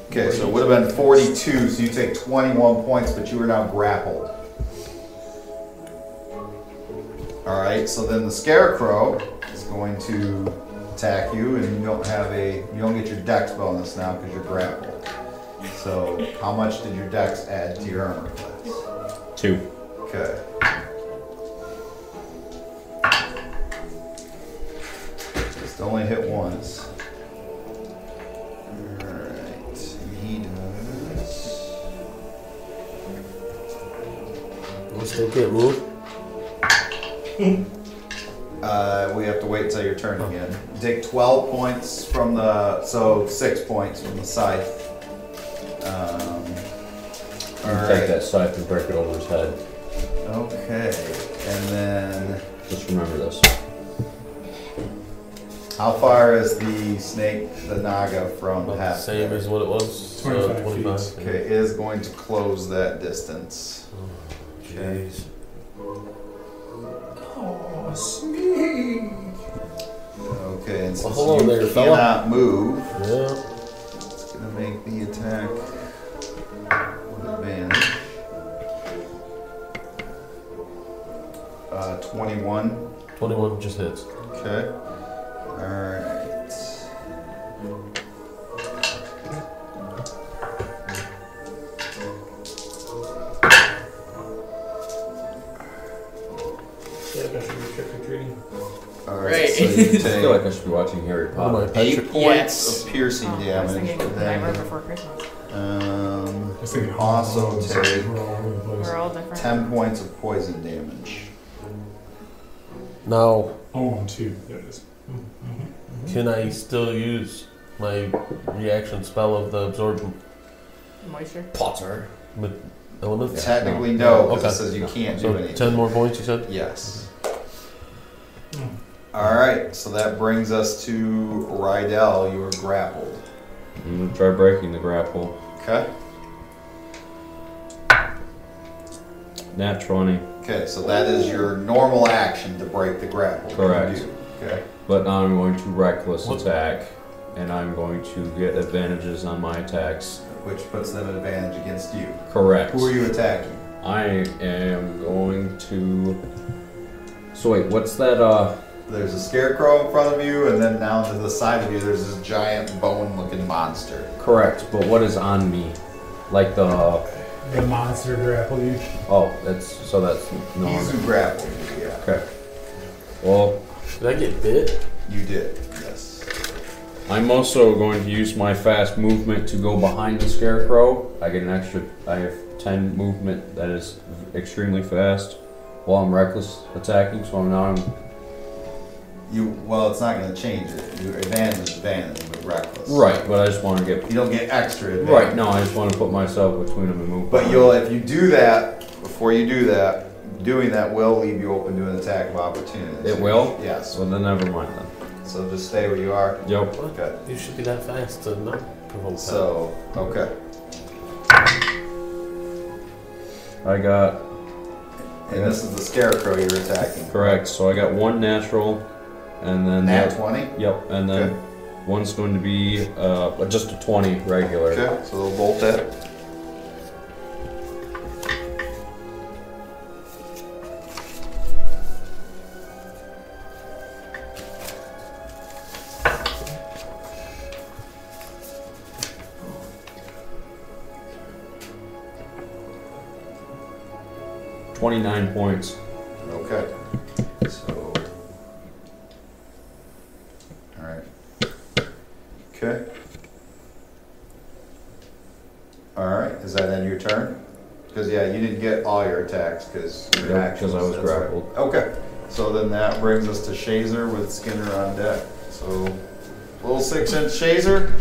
[SPEAKER 1] Okay, so it would have been 42, so you take 21 points, but you are now grappled. All right, so then the scarecrow is going to attack you, and you don't have a you don't get your dex bonus now because you're grappled. So how much did your dex add to your armor class?
[SPEAKER 8] Two.
[SPEAKER 1] Okay. Just only hit once. Alright, and he does.
[SPEAKER 6] I still can't move.
[SPEAKER 1] Uh, we have to wait till your turn again. Take 12 points from the, so six points from the scythe. Um,
[SPEAKER 8] You
[SPEAKER 1] all
[SPEAKER 8] take
[SPEAKER 1] right.
[SPEAKER 8] that scythe and break it over his head.
[SPEAKER 1] Okay. And then,
[SPEAKER 8] Just remember this.
[SPEAKER 1] how far is the snake, the naga, from
[SPEAKER 6] About the
[SPEAKER 1] half?
[SPEAKER 6] same as what it was.
[SPEAKER 2] 25 feet.
[SPEAKER 1] Okay, it is going to close that distance.
[SPEAKER 6] Jeez.
[SPEAKER 1] Okay, and since
[SPEAKER 6] hello
[SPEAKER 1] you
[SPEAKER 6] there,
[SPEAKER 1] cannot
[SPEAKER 6] fella.
[SPEAKER 1] move,
[SPEAKER 6] Yeah.
[SPEAKER 1] it's gonna make the attack with advantage. Uh, 21.
[SPEAKER 6] 21 just hits.
[SPEAKER 1] Okay. Alright.
[SPEAKER 4] feel like I should be trick or treating.
[SPEAKER 1] All
[SPEAKER 7] Right.
[SPEAKER 1] So
[SPEAKER 5] <laughs>
[SPEAKER 1] you
[SPEAKER 3] I feel like
[SPEAKER 1] take
[SPEAKER 3] I should be watching Harry
[SPEAKER 1] Oh,
[SPEAKER 6] What am I,
[SPEAKER 3] Potter.
[SPEAKER 6] Patrick?
[SPEAKER 1] eight points
[SPEAKER 7] Yes.
[SPEAKER 1] of piercing
[SPEAKER 5] Oh, I was
[SPEAKER 1] damage.
[SPEAKER 5] thinking Nightmare
[SPEAKER 1] Then,
[SPEAKER 5] Before Christmas.
[SPEAKER 1] um,
[SPEAKER 2] I was thinking
[SPEAKER 1] Also
[SPEAKER 2] oh,
[SPEAKER 1] take
[SPEAKER 2] we're all over the place.
[SPEAKER 5] We're all different.
[SPEAKER 1] ten points of poison damage.
[SPEAKER 6] Now,
[SPEAKER 2] Oh, and two. There it is.
[SPEAKER 4] Mm-hmm.
[SPEAKER 6] can I still use my reaction spell of the absorb
[SPEAKER 5] Moisture.
[SPEAKER 6] Potter with elements?
[SPEAKER 1] Technically, no, because
[SPEAKER 6] Okay.
[SPEAKER 1] it says you can't do
[SPEAKER 6] So
[SPEAKER 1] anything.
[SPEAKER 6] ten more points, you said.
[SPEAKER 1] Yes. All right, so that brings us to Rydell. You were grappled.
[SPEAKER 3] I'm
[SPEAKER 8] Mm-hmm.
[SPEAKER 3] gonna try breaking the grapple.
[SPEAKER 1] Okay.
[SPEAKER 3] Nat 20.
[SPEAKER 1] Okay, so that is your normal action to break the grapple. that you
[SPEAKER 3] Correct.
[SPEAKER 1] do. Okay.
[SPEAKER 3] But now I'm going to reckless attack, and I'm going to get advantages on my attacks.
[SPEAKER 1] Which puts them at advantage against you.
[SPEAKER 3] Correct.
[SPEAKER 1] Who are you attacking?
[SPEAKER 3] I am going to. So wait, what's that? Uh,
[SPEAKER 1] There's a scarecrow in front of you, and then down to the side of you, there's this giant bone-looking monster.
[SPEAKER 3] correct. But what is on me? Like the.
[SPEAKER 2] The monster grapple you.
[SPEAKER 3] Oh, that's so that's no.
[SPEAKER 1] He's who grappled you. Yeah,
[SPEAKER 3] Okay. Well,
[SPEAKER 6] Did I get bit?
[SPEAKER 1] you did. Yes.
[SPEAKER 3] I'm also going to use my fast movement to go behind the scarecrow. I get an extra. I have ten movement that is extremely fast. While I'm reckless attacking, so now I'm
[SPEAKER 1] You well, it's not going to change it. Your advantage is advantage, but reckless.
[SPEAKER 3] right, but I just want to get
[SPEAKER 1] You don't get extra advantage.
[SPEAKER 3] Right, no, I just want to put myself between them and move.
[SPEAKER 1] But you'll, if you do that, before you do that, doing that will leave you open to an attack of opportunity.
[SPEAKER 3] It will?
[SPEAKER 1] Yes.
[SPEAKER 3] So then never mind then.
[SPEAKER 1] So just stay where you are.
[SPEAKER 3] Yep.
[SPEAKER 1] Okay.
[SPEAKER 6] You should be that fast to not provoke.
[SPEAKER 1] So, okay.
[SPEAKER 3] I got,
[SPEAKER 1] And this is the scarecrow you're attacking.
[SPEAKER 3] correct, so I got one natural and then. the-
[SPEAKER 1] Nat 20.
[SPEAKER 3] Yep, and then one's going to be uh, just a 20 regular.
[SPEAKER 1] Okay. So they'll bolt it.
[SPEAKER 3] Twenty-nine points.
[SPEAKER 1] Okay. So. Alright. Okay. Alright. Is that end your turn? Because, yeah, you didn't get all your attacks because your
[SPEAKER 3] Yep, 'cause
[SPEAKER 1] actions.
[SPEAKER 3] I was
[SPEAKER 1] that's right.
[SPEAKER 3] grappled.
[SPEAKER 1] Okay. So then that brings us to Shazer with Skinner on deck. So. Little six inch Shazer.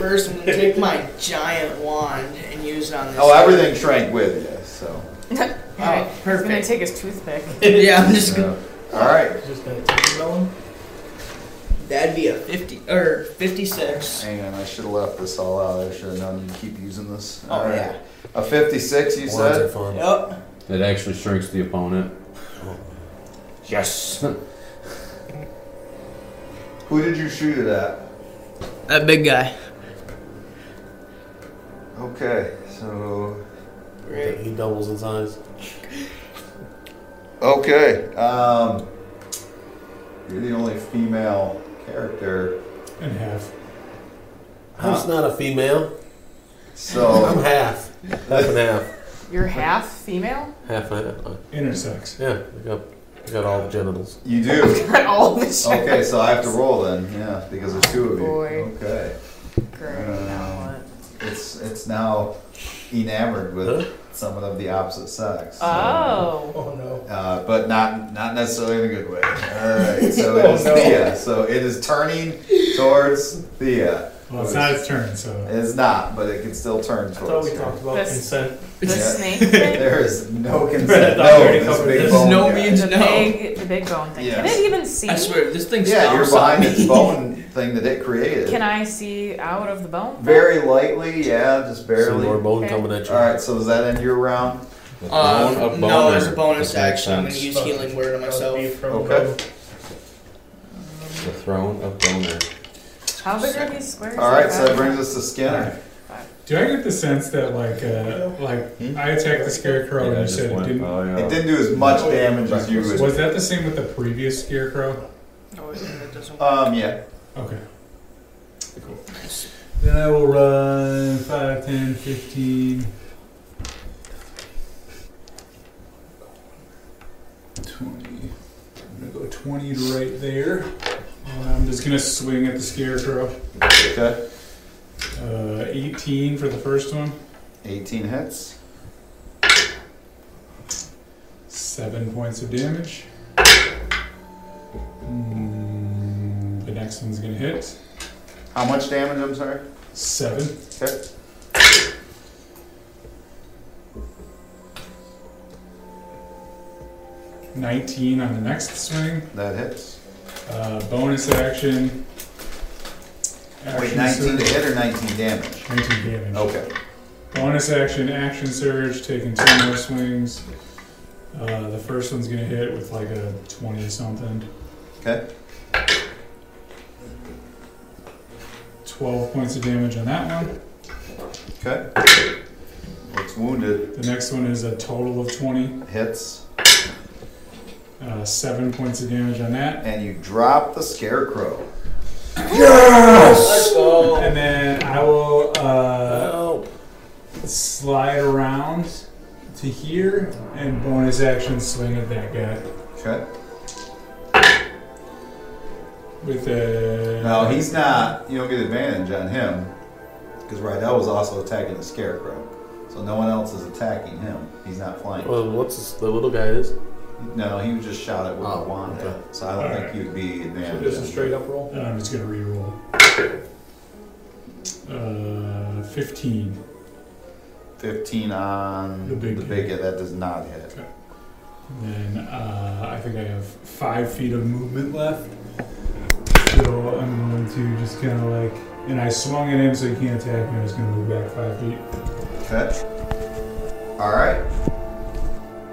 [SPEAKER 7] First, I'm gonna take my giant wand and use it on this.
[SPEAKER 1] Oh, everything Oh, shrank with you. So.
[SPEAKER 5] Alright, He's gonna
[SPEAKER 7] perfect.
[SPEAKER 5] take his toothpick.
[SPEAKER 7] <laughs> yeah, I'm just gonna.
[SPEAKER 1] Alright.
[SPEAKER 4] Just gonna take a melon.
[SPEAKER 7] That'd be a 50 or 56.
[SPEAKER 1] Hang on. I should have left this all out. I should have known you'd keep using this.
[SPEAKER 7] Oh,
[SPEAKER 1] Alright.
[SPEAKER 7] yeah.
[SPEAKER 1] A 56, you
[SPEAKER 6] Wands
[SPEAKER 1] said?
[SPEAKER 6] are fun.
[SPEAKER 7] Yep.
[SPEAKER 3] It actually shrinks the opponent. Yes.
[SPEAKER 1] Who did you shoot it at?
[SPEAKER 7] That big guy.
[SPEAKER 1] Okay, so
[SPEAKER 7] Right.
[SPEAKER 6] He doubles in size.
[SPEAKER 1] okay, um, you're the only female character,
[SPEAKER 2] And half.
[SPEAKER 1] Huh. Oh.
[SPEAKER 6] Who's not a female? I'm <laughs>
[SPEAKER 1] so <laughs>
[SPEAKER 6] half. Half and half.
[SPEAKER 5] You're half female? <laughs>
[SPEAKER 6] Half and half. Uh,
[SPEAKER 2] Intersex.
[SPEAKER 6] Yeah, I got, I got all the genitals.
[SPEAKER 1] you do.
[SPEAKER 5] Got
[SPEAKER 1] Oh.
[SPEAKER 5] all the shit.
[SPEAKER 1] Okay, so I have to roll then, yeah, because there's two of you.
[SPEAKER 5] Boy.
[SPEAKER 1] Okay,
[SPEAKER 5] Great, now what?
[SPEAKER 1] it's it's now enamored
[SPEAKER 6] Huh?
[SPEAKER 1] with someone of the opposite sex. so,
[SPEAKER 5] Oh.
[SPEAKER 4] Oh no.
[SPEAKER 1] Uh, but not not necessarily in a good way. All right, so it is Thea. So it is turning towards Thea.
[SPEAKER 2] Well, it's not its turn, so.
[SPEAKER 1] It's not, but it can still turn
[SPEAKER 4] I thought
[SPEAKER 1] towards.
[SPEAKER 4] we
[SPEAKER 1] her.
[SPEAKER 4] talked about
[SPEAKER 5] That's-
[SPEAKER 4] consent.
[SPEAKER 5] The
[SPEAKER 1] Yeah. <laughs>
[SPEAKER 5] snake <laughs> thing?
[SPEAKER 1] There is no
[SPEAKER 4] Right, I
[SPEAKER 1] consent. No,
[SPEAKER 4] thought we already
[SPEAKER 1] this
[SPEAKER 4] covered
[SPEAKER 1] big
[SPEAKER 4] this.
[SPEAKER 1] bone.
[SPEAKER 7] No
[SPEAKER 1] guy.
[SPEAKER 7] means
[SPEAKER 5] The
[SPEAKER 7] no.
[SPEAKER 5] big, the big bone thing. Can
[SPEAKER 1] Yes.
[SPEAKER 5] it even see?
[SPEAKER 7] I swear, this thing's
[SPEAKER 1] Yeah, you're
[SPEAKER 7] bounced on
[SPEAKER 1] behind
[SPEAKER 7] me.
[SPEAKER 1] this bone thing that it created.
[SPEAKER 5] Can I see out of the bone?
[SPEAKER 1] Very lightly, yeah, just
[SPEAKER 6] Barely.
[SPEAKER 1] barely.
[SPEAKER 6] more
[SPEAKER 1] All
[SPEAKER 6] bone
[SPEAKER 5] Okay.
[SPEAKER 6] coming at you.
[SPEAKER 1] right, so does that end your round?
[SPEAKER 7] <laughs> Uh,
[SPEAKER 3] Bone of
[SPEAKER 7] no,
[SPEAKER 3] boner.
[SPEAKER 7] as a bonus
[SPEAKER 3] That makes
[SPEAKER 7] action, I'm gonna
[SPEAKER 3] sense.
[SPEAKER 7] use healing word on myself.
[SPEAKER 4] Beef from
[SPEAKER 1] Okay.
[SPEAKER 4] above.
[SPEAKER 3] The throne of boner.
[SPEAKER 5] How big are these squares?
[SPEAKER 1] All right, so that
[SPEAKER 5] Like
[SPEAKER 1] brings us to Skinner.
[SPEAKER 2] Do I get the sense that, like, uh, like
[SPEAKER 3] Hmm?
[SPEAKER 2] I attacked the scarecrow
[SPEAKER 3] Yeah, I
[SPEAKER 2] and you
[SPEAKER 3] just
[SPEAKER 2] said it
[SPEAKER 3] went,
[SPEAKER 2] didn't.
[SPEAKER 3] oh, yeah.
[SPEAKER 1] It didn't do as much
[SPEAKER 4] Oh,
[SPEAKER 1] damage as you would.
[SPEAKER 2] Was that the same with the previous scarecrow?
[SPEAKER 7] Oh, wait, that doesn't work.
[SPEAKER 1] Um, yeah.
[SPEAKER 2] Okay. Cool. Then I will run 5, 10, 15. twenty. I'm gonna go twenty to right there. And I'm just gonna swing at the scarecrow.
[SPEAKER 1] Okay.
[SPEAKER 2] Uh, eighteen for the first one.
[SPEAKER 1] 18 hits.
[SPEAKER 2] Seven points of damage. Mm, the next one's gonna hit.
[SPEAKER 1] How much damage? I'm sorry.
[SPEAKER 2] Seven.
[SPEAKER 1] Okay.
[SPEAKER 2] Nineteen on the next swing.
[SPEAKER 1] That hits.
[SPEAKER 2] Uh, bonus action.
[SPEAKER 1] Wait,
[SPEAKER 2] Action
[SPEAKER 1] 19 to
[SPEAKER 2] surge.
[SPEAKER 1] hit or 19 damage?
[SPEAKER 2] Nineteen damage.
[SPEAKER 1] Okay.
[SPEAKER 2] Bonus action, action surge, taking two more swings. Uh, the first one's gonna hit with like a 20 something.
[SPEAKER 1] Okay.
[SPEAKER 2] 12 points of damage on that one.
[SPEAKER 1] Okay. It's wounded.
[SPEAKER 2] The next one is a total of 20.
[SPEAKER 1] Hits.
[SPEAKER 2] Uh, 7 points of damage on that.
[SPEAKER 1] And you drop the scarecrow.
[SPEAKER 9] Let's go.
[SPEAKER 2] And then I will uh, slide around to here and bonus action swing at that guy
[SPEAKER 1] Okay.
[SPEAKER 2] with a.
[SPEAKER 1] No, he's not. You don't get advantage on him because Rydell was also attacking the scarecrow. So no one else is attacking him. He's not flying.
[SPEAKER 6] Well, what's this, the little guy is?
[SPEAKER 1] No, he was just shot at with
[SPEAKER 6] Oh,
[SPEAKER 1] a wand.
[SPEAKER 6] okay.
[SPEAKER 1] So I don't think
[SPEAKER 2] Alright.
[SPEAKER 1] you'd be
[SPEAKER 9] So
[SPEAKER 1] advantaged.
[SPEAKER 9] just a
[SPEAKER 1] on
[SPEAKER 9] straight
[SPEAKER 1] him.
[SPEAKER 9] up roll.
[SPEAKER 2] And I'm just gonna reroll. Uh, 15.
[SPEAKER 1] 15 on
[SPEAKER 2] The big
[SPEAKER 1] the big
[SPEAKER 2] guy.
[SPEAKER 1] hit. That does not hit.
[SPEAKER 2] And then uh, I think I have five feet of movement left. So I'm going to just kind of like. And I swung at him so he can't attack me. I was gonna move back five feet.
[SPEAKER 1] Okay. All right.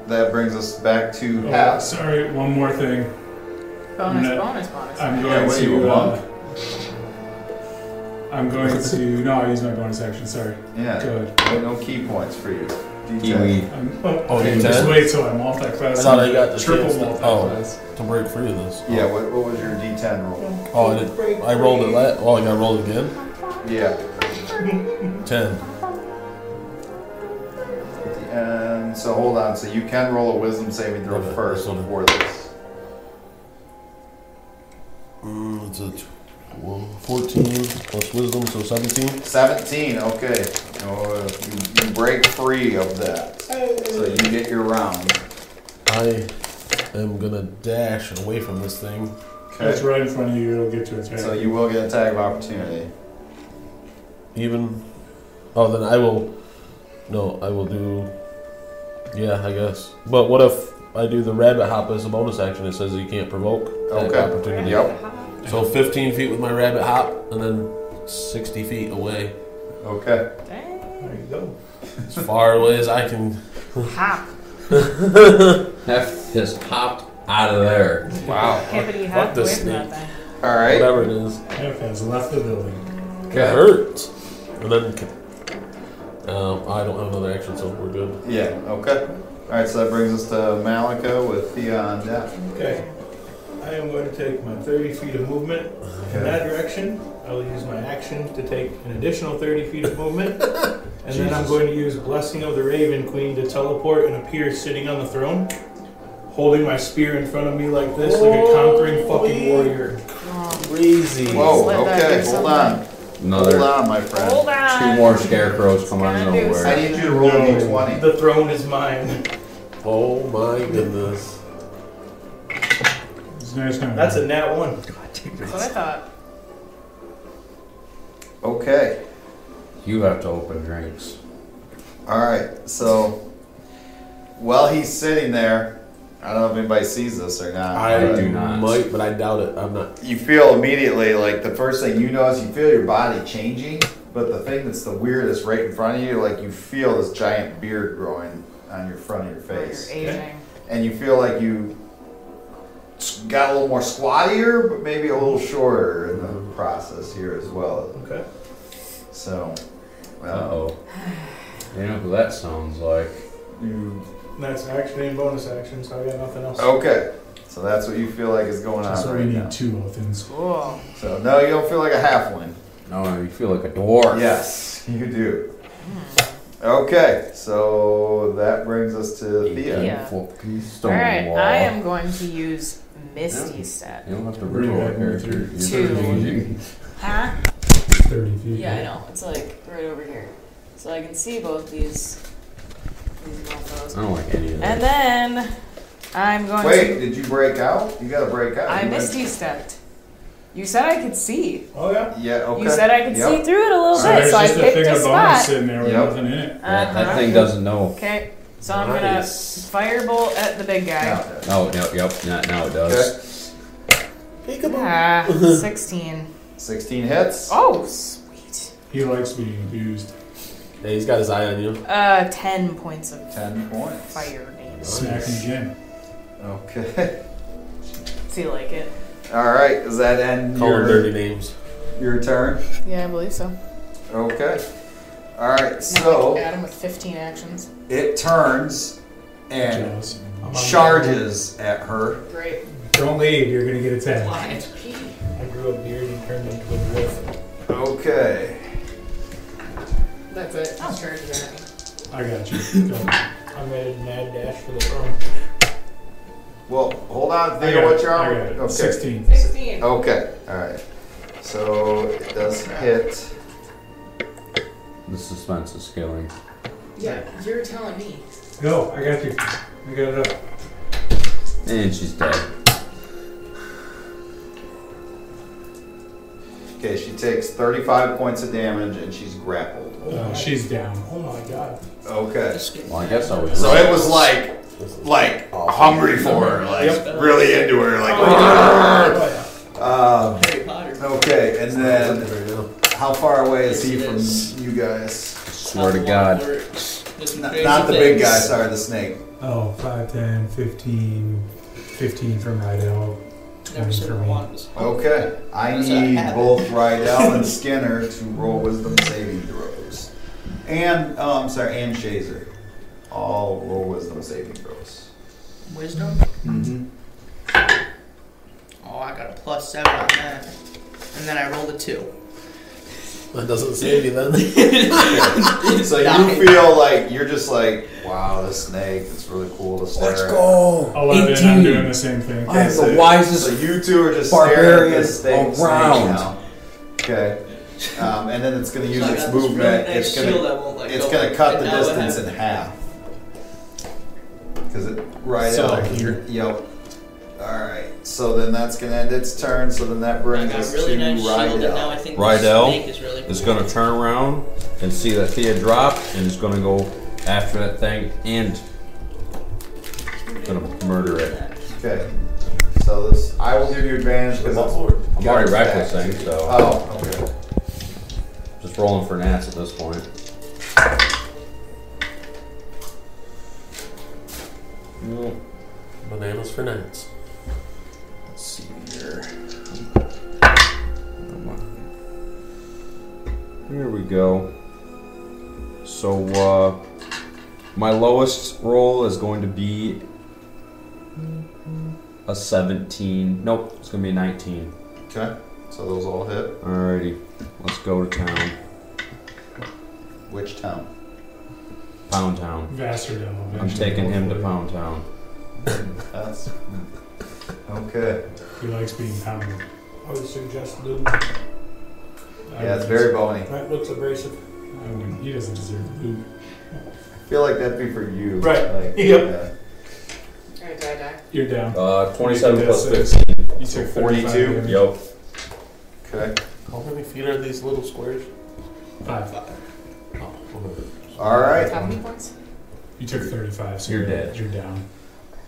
[SPEAKER 1] That brings us back to
[SPEAKER 2] Oh,
[SPEAKER 1] half.
[SPEAKER 2] sorry, one more thing.
[SPEAKER 5] Bonus,
[SPEAKER 2] No.
[SPEAKER 5] bonus, bonus.
[SPEAKER 2] I'm
[SPEAKER 1] Yeah,
[SPEAKER 2] going
[SPEAKER 1] what are
[SPEAKER 2] to.
[SPEAKER 1] you, a
[SPEAKER 2] uh, I'm
[SPEAKER 6] <laughs>
[SPEAKER 2] going to. No, I used my bonus action, sorry.
[SPEAKER 1] Yeah.
[SPEAKER 2] Good.
[SPEAKER 1] No no key points for you. D10.
[SPEAKER 3] Kiwi.
[SPEAKER 2] I'm,
[SPEAKER 6] Oh, you
[SPEAKER 2] Um, just
[SPEAKER 6] did?
[SPEAKER 2] wait till I'm off that class.
[SPEAKER 6] I thought I got the Oh.
[SPEAKER 2] Triple
[SPEAKER 6] chance to-
[SPEAKER 2] multi-class.
[SPEAKER 6] To break free of this.
[SPEAKER 1] Yeah, what, what was your D10 roll?
[SPEAKER 6] Oh, I, did, I rolled it last. Oh, I got rolled again?
[SPEAKER 1] Yeah.
[SPEAKER 6] 10.
[SPEAKER 1] And so hold on. So you can roll a wisdom saving throw
[SPEAKER 6] Okay,
[SPEAKER 1] first
[SPEAKER 6] this one.
[SPEAKER 1] before this.
[SPEAKER 6] Mm, it's a tw- well, 14 plus wisdom, so 17.
[SPEAKER 1] 17, okay. Oh, you, you break free of that. So you get your round.
[SPEAKER 6] I am gonna dash away from this thing.
[SPEAKER 2] That's
[SPEAKER 1] Okay.
[SPEAKER 2] right in front of you. It'll get to attack.
[SPEAKER 1] So you will get an attack of opportunity.
[SPEAKER 6] Even. Oh, then I will. No, I will do. Yeah, I guess. But what if I do the rabbit hop as a bonus action? It says you can't provoke that
[SPEAKER 1] Okay.
[SPEAKER 6] opportunity.
[SPEAKER 1] Yep.
[SPEAKER 6] So 15 feet with my rabbit hop, and then 60 feet away,
[SPEAKER 1] Okay.
[SPEAKER 5] Dang.
[SPEAKER 9] There you go.
[SPEAKER 6] as far away as I can.
[SPEAKER 5] Hop.
[SPEAKER 3] Hef just popped out of there.
[SPEAKER 6] Wow.
[SPEAKER 5] Hippity
[SPEAKER 6] Fuck
[SPEAKER 5] hop away
[SPEAKER 6] this
[SPEAKER 5] from that
[SPEAKER 6] snake.
[SPEAKER 5] thing.
[SPEAKER 1] All right.
[SPEAKER 6] Whatever it is,
[SPEAKER 2] F has left the building.
[SPEAKER 6] it hurts. And then. c- Um, I don't have another action, so we're good.
[SPEAKER 1] Yeah, okay. All right, so that brings us to Malika with Thea on deck.
[SPEAKER 4] Okay. I am going to take my 30 feet of movement in that direction. I will use my action to take an additional 30 feet of
[SPEAKER 2] <laughs>
[SPEAKER 4] movement. And then I'm
[SPEAKER 3] Jesus.
[SPEAKER 4] going to use Blessing of the Raven Queen to teleport and appear sitting on the throne, holding my spear in front of me like this, like a conquering fucking warrior.
[SPEAKER 5] Oh,
[SPEAKER 6] Crazy.
[SPEAKER 1] Whoa,
[SPEAKER 5] Slid that
[SPEAKER 1] okay,
[SPEAKER 5] or
[SPEAKER 1] hold
[SPEAKER 5] something.
[SPEAKER 1] on. Hold
[SPEAKER 3] Another
[SPEAKER 1] on, my friend.
[SPEAKER 5] Hold on.
[SPEAKER 3] two more scarecrows come out of
[SPEAKER 5] Gotta do
[SPEAKER 1] I
[SPEAKER 3] nowhere.
[SPEAKER 5] something.
[SPEAKER 1] need you to roll a d20.
[SPEAKER 4] The throne is mine.
[SPEAKER 6] Oh my goodness.
[SPEAKER 2] It's nice knowing
[SPEAKER 4] That's
[SPEAKER 2] you.
[SPEAKER 4] a nat one.
[SPEAKER 5] That's what I thought.
[SPEAKER 1] Okay.
[SPEAKER 3] You have to open drinks.
[SPEAKER 1] All right, so while he's sitting there, I don't know if anybody sees this or not.
[SPEAKER 6] I,
[SPEAKER 1] but
[SPEAKER 3] do not.
[SPEAKER 6] might, but I doubt it. I'm not.
[SPEAKER 1] You feel immediately like the first thing you notice, you feel your body changing, but the thing that's the weirdest right in front of you, like you feel this giant beard growing on your front of your
[SPEAKER 5] You're
[SPEAKER 1] face,
[SPEAKER 5] aging.
[SPEAKER 1] and you feel like you s- got a little more squattier, but maybe a little shorter in the process here as well.
[SPEAKER 4] Okay.
[SPEAKER 1] So,
[SPEAKER 3] Uh
[SPEAKER 1] well,
[SPEAKER 3] oh. You know who that sounds like?
[SPEAKER 1] you
[SPEAKER 4] And That's action and bonus action, so I got nothing else.
[SPEAKER 2] Oh.
[SPEAKER 1] okay. So that's what you feel like is going on
[SPEAKER 2] So we
[SPEAKER 1] right
[SPEAKER 2] need
[SPEAKER 1] now.
[SPEAKER 2] two Othans.
[SPEAKER 5] Cool.
[SPEAKER 1] So no, you don't feel like a half one.
[SPEAKER 3] No, you feel like a dwarf.
[SPEAKER 5] Hmm.
[SPEAKER 1] Yes, you do. Okay, so that brings us to Thea.
[SPEAKER 5] Yeah.
[SPEAKER 3] Fucking
[SPEAKER 5] All
[SPEAKER 3] stone
[SPEAKER 5] right,
[SPEAKER 3] wall.
[SPEAKER 5] I am going to use Misty Step.
[SPEAKER 3] You don't have to
[SPEAKER 2] Really
[SPEAKER 3] roll
[SPEAKER 2] bad
[SPEAKER 3] here.
[SPEAKER 2] move
[SPEAKER 3] You-
[SPEAKER 5] through. Two.
[SPEAKER 3] you can-
[SPEAKER 5] Huh?
[SPEAKER 2] 30 feet.
[SPEAKER 5] Yeah, I know. It's like right over here, so I can see both these
[SPEAKER 3] <laughs>
[SPEAKER 5] these
[SPEAKER 3] I
[SPEAKER 5] mofos.
[SPEAKER 3] don't like any of that.
[SPEAKER 5] And then I'm going
[SPEAKER 1] Wait,
[SPEAKER 5] to.
[SPEAKER 1] did you break out? You gotta break out.
[SPEAKER 5] I
[SPEAKER 1] You went-
[SPEAKER 5] Misty Stepped. You said I could see.
[SPEAKER 2] Oh, yeah.
[SPEAKER 1] Yeah, okay.
[SPEAKER 5] You said I could
[SPEAKER 1] Yep.
[SPEAKER 5] see through it a little
[SPEAKER 2] So
[SPEAKER 5] bit,
[SPEAKER 2] there's
[SPEAKER 5] so I
[SPEAKER 2] just a
[SPEAKER 5] picked
[SPEAKER 2] thing
[SPEAKER 5] a
[SPEAKER 2] of bones
[SPEAKER 5] spot.
[SPEAKER 2] sitting there with
[SPEAKER 1] Yep.
[SPEAKER 2] nothing in it.
[SPEAKER 3] that, that
[SPEAKER 5] Uh-huh.
[SPEAKER 3] thing doesn't know.
[SPEAKER 5] Okay, so I'm
[SPEAKER 6] Nice.
[SPEAKER 5] gonna firebolt at the big guy.
[SPEAKER 1] Yeah.
[SPEAKER 3] No, no, Oh, yep, now, now it does.
[SPEAKER 1] Okay.
[SPEAKER 5] Ah, 16.
[SPEAKER 1] 16 hits.
[SPEAKER 5] Oh, sweet.
[SPEAKER 2] He likes being abused.
[SPEAKER 6] Yeah, he's got his eye on you.
[SPEAKER 5] Uh, 10 points of
[SPEAKER 1] 10 points.
[SPEAKER 5] fire damage.
[SPEAKER 2] Smacking Jim.
[SPEAKER 1] Okay. <laughs>
[SPEAKER 5] Feel like it.
[SPEAKER 1] All right, does that end
[SPEAKER 6] Call her
[SPEAKER 1] your,
[SPEAKER 6] dirty names.
[SPEAKER 1] your turn?
[SPEAKER 5] Yeah, I believe so.
[SPEAKER 1] Okay. All right, so
[SPEAKER 5] add him with 15 actions.
[SPEAKER 1] it turns and
[SPEAKER 2] Jealous.
[SPEAKER 1] charges at her.
[SPEAKER 5] Great.
[SPEAKER 2] Don't leave, you're gonna get attacked.
[SPEAKER 5] Why?
[SPEAKER 9] I grew a beard and turned into a wolf.
[SPEAKER 1] Okay.
[SPEAKER 5] That's it. I'll charge at me.
[SPEAKER 2] I got you. Don't.
[SPEAKER 9] I'm ready to mad dash for the room.
[SPEAKER 1] Well, hold on,
[SPEAKER 2] I
[SPEAKER 1] Thea,
[SPEAKER 2] got
[SPEAKER 1] what's
[SPEAKER 2] it,
[SPEAKER 1] your
[SPEAKER 2] I
[SPEAKER 1] armor?
[SPEAKER 2] got it.
[SPEAKER 1] Okay.
[SPEAKER 2] 16.
[SPEAKER 5] 16.
[SPEAKER 1] Okay, all right. So it does hit.
[SPEAKER 3] The suspense is killing.
[SPEAKER 5] Yeah, you're telling me.
[SPEAKER 2] No, I got you. I got it up.
[SPEAKER 3] And she's dead.
[SPEAKER 1] Okay, she takes 35 points of damage and she's grappled.
[SPEAKER 2] Uh, she's down.
[SPEAKER 9] Oh my god.
[SPEAKER 1] Okay.
[SPEAKER 7] Just kidding.
[SPEAKER 3] Well, I guess I would.
[SPEAKER 1] So it was like, like hungry for her, like really into her,
[SPEAKER 4] Oh,
[SPEAKER 1] like.
[SPEAKER 7] Oh.
[SPEAKER 1] Um,
[SPEAKER 7] Harry Potter.
[SPEAKER 1] okay, and then
[SPEAKER 6] Right now.
[SPEAKER 1] how far away is he
[SPEAKER 7] Yes, it
[SPEAKER 1] from
[SPEAKER 7] is.
[SPEAKER 1] you guys?
[SPEAKER 3] Swear to God.
[SPEAKER 1] N- Not the big guy, sorry, the snake.
[SPEAKER 2] Oh, 5, 10, 15, 15 from right out. 20 for me.
[SPEAKER 1] Oh. Okay, I
[SPEAKER 7] That's a
[SPEAKER 1] need
[SPEAKER 7] habit.
[SPEAKER 1] both Rydell and Skinner to roll wisdom saving throws, and oh, I'm sorry, and Shazer, all roll wisdom saving throws.
[SPEAKER 7] Wisdom?
[SPEAKER 1] Mm-hmm.
[SPEAKER 7] Oh, I got a plus seven on that. And then I rolled a two.
[SPEAKER 6] That doesn't save you then.
[SPEAKER 1] So you feel like you're just like, wow, this snake, it's really cool to stare. at."
[SPEAKER 3] go!
[SPEAKER 2] 11, I'm doing the same thing.
[SPEAKER 3] I am
[SPEAKER 1] so-
[SPEAKER 3] the wisest.
[SPEAKER 1] So you two are just staring at
[SPEAKER 3] Barbarian
[SPEAKER 1] this thing snake
[SPEAKER 3] around.
[SPEAKER 1] now. Okay. Um, and then it's going to use
[SPEAKER 7] So I
[SPEAKER 1] its
[SPEAKER 7] got this really
[SPEAKER 1] movement.
[SPEAKER 7] nice
[SPEAKER 1] it's going
[SPEAKER 7] shield
[SPEAKER 1] to
[SPEAKER 7] that won't let
[SPEAKER 1] it's
[SPEAKER 7] go.
[SPEAKER 1] going to cut
[SPEAKER 7] And
[SPEAKER 1] the
[SPEAKER 7] now what
[SPEAKER 1] distance in
[SPEAKER 7] happened?
[SPEAKER 1] half because it right
[SPEAKER 2] So
[SPEAKER 1] out
[SPEAKER 2] here.
[SPEAKER 1] Yep. All right. So then that's going to end its turn. So then that
[SPEAKER 7] I
[SPEAKER 1] brings
[SPEAKER 7] got
[SPEAKER 1] us
[SPEAKER 7] a really
[SPEAKER 1] to
[SPEAKER 7] nice shield, and now I
[SPEAKER 1] Rydell.
[SPEAKER 7] think
[SPEAKER 3] Rydell
[SPEAKER 7] the snake is really cool.
[SPEAKER 3] is going to turn around and see that Thea dropped and is going to go after that thing and going to murder it.
[SPEAKER 1] Okay. So this I will give you advantage because
[SPEAKER 3] I'm already reckless thing, so
[SPEAKER 1] Oh. Okay.
[SPEAKER 3] just rolling for gnats at this point. Mm,
[SPEAKER 6] Bananas for gnats.
[SPEAKER 3] Let's see here. Here we go. So uh, my lowest roll is going to be a 17. Nope, it's going to be a 19.
[SPEAKER 1] Okay. So those all hit.
[SPEAKER 3] Alrighty, let's go to town.
[SPEAKER 9] <laughs>
[SPEAKER 1] Which town?
[SPEAKER 3] Pound Town.
[SPEAKER 2] Vassardale.
[SPEAKER 3] I'm taking him to Pound Town.
[SPEAKER 1] That's hmm, okay.
[SPEAKER 2] He likes being pounded.
[SPEAKER 9] I would suggest lube.
[SPEAKER 1] Yeah, it's very bony.
[SPEAKER 9] That looks abrasive.
[SPEAKER 2] I wouldn't- he doesn't deserve the boot.
[SPEAKER 1] I feel like that'd be for you.
[SPEAKER 9] Right.
[SPEAKER 1] Like,
[SPEAKER 9] <laughs> Yep.
[SPEAKER 5] Alright, do I die?
[SPEAKER 2] You're down.
[SPEAKER 3] Uh, 27
[SPEAKER 2] You
[SPEAKER 3] plus
[SPEAKER 2] did that
[SPEAKER 3] 15.
[SPEAKER 2] You took
[SPEAKER 1] 42.
[SPEAKER 2] 35 damage.
[SPEAKER 3] Yo.
[SPEAKER 1] Yeah. Okay.
[SPEAKER 6] How many feet are these little squares?
[SPEAKER 2] Five.
[SPEAKER 6] Oh, okay.
[SPEAKER 1] All right.
[SPEAKER 5] How many points?
[SPEAKER 2] You took 35, so
[SPEAKER 3] You're dead.
[SPEAKER 2] You're down.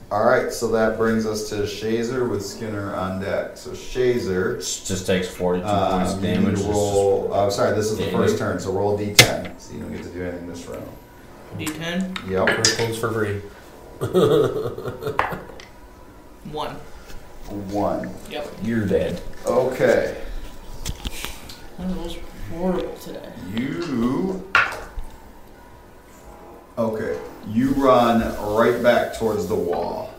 [SPEAKER 1] All right. So that brings us to Shazer with Skinner on deck. So Shazer,
[SPEAKER 3] Just takes 42 points
[SPEAKER 1] um,
[SPEAKER 3] of
[SPEAKER 1] you need
[SPEAKER 3] damage.
[SPEAKER 1] to roll. uh, I'm sorry. This is the
[SPEAKER 3] Yeah,
[SPEAKER 1] first
[SPEAKER 3] you-
[SPEAKER 1] turn, so roll d10. So you don't get to do anything this round.
[SPEAKER 7] D10?
[SPEAKER 1] Yep.
[SPEAKER 6] First one's for free.
[SPEAKER 7] One.
[SPEAKER 1] One.
[SPEAKER 7] Yep.
[SPEAKER 3] You're dead.
[SPEAKER 1] Okay.
[SPEAKER 7] One of those horrible today.
[SPEAKER 1] You. Okay. You run right back towards the wall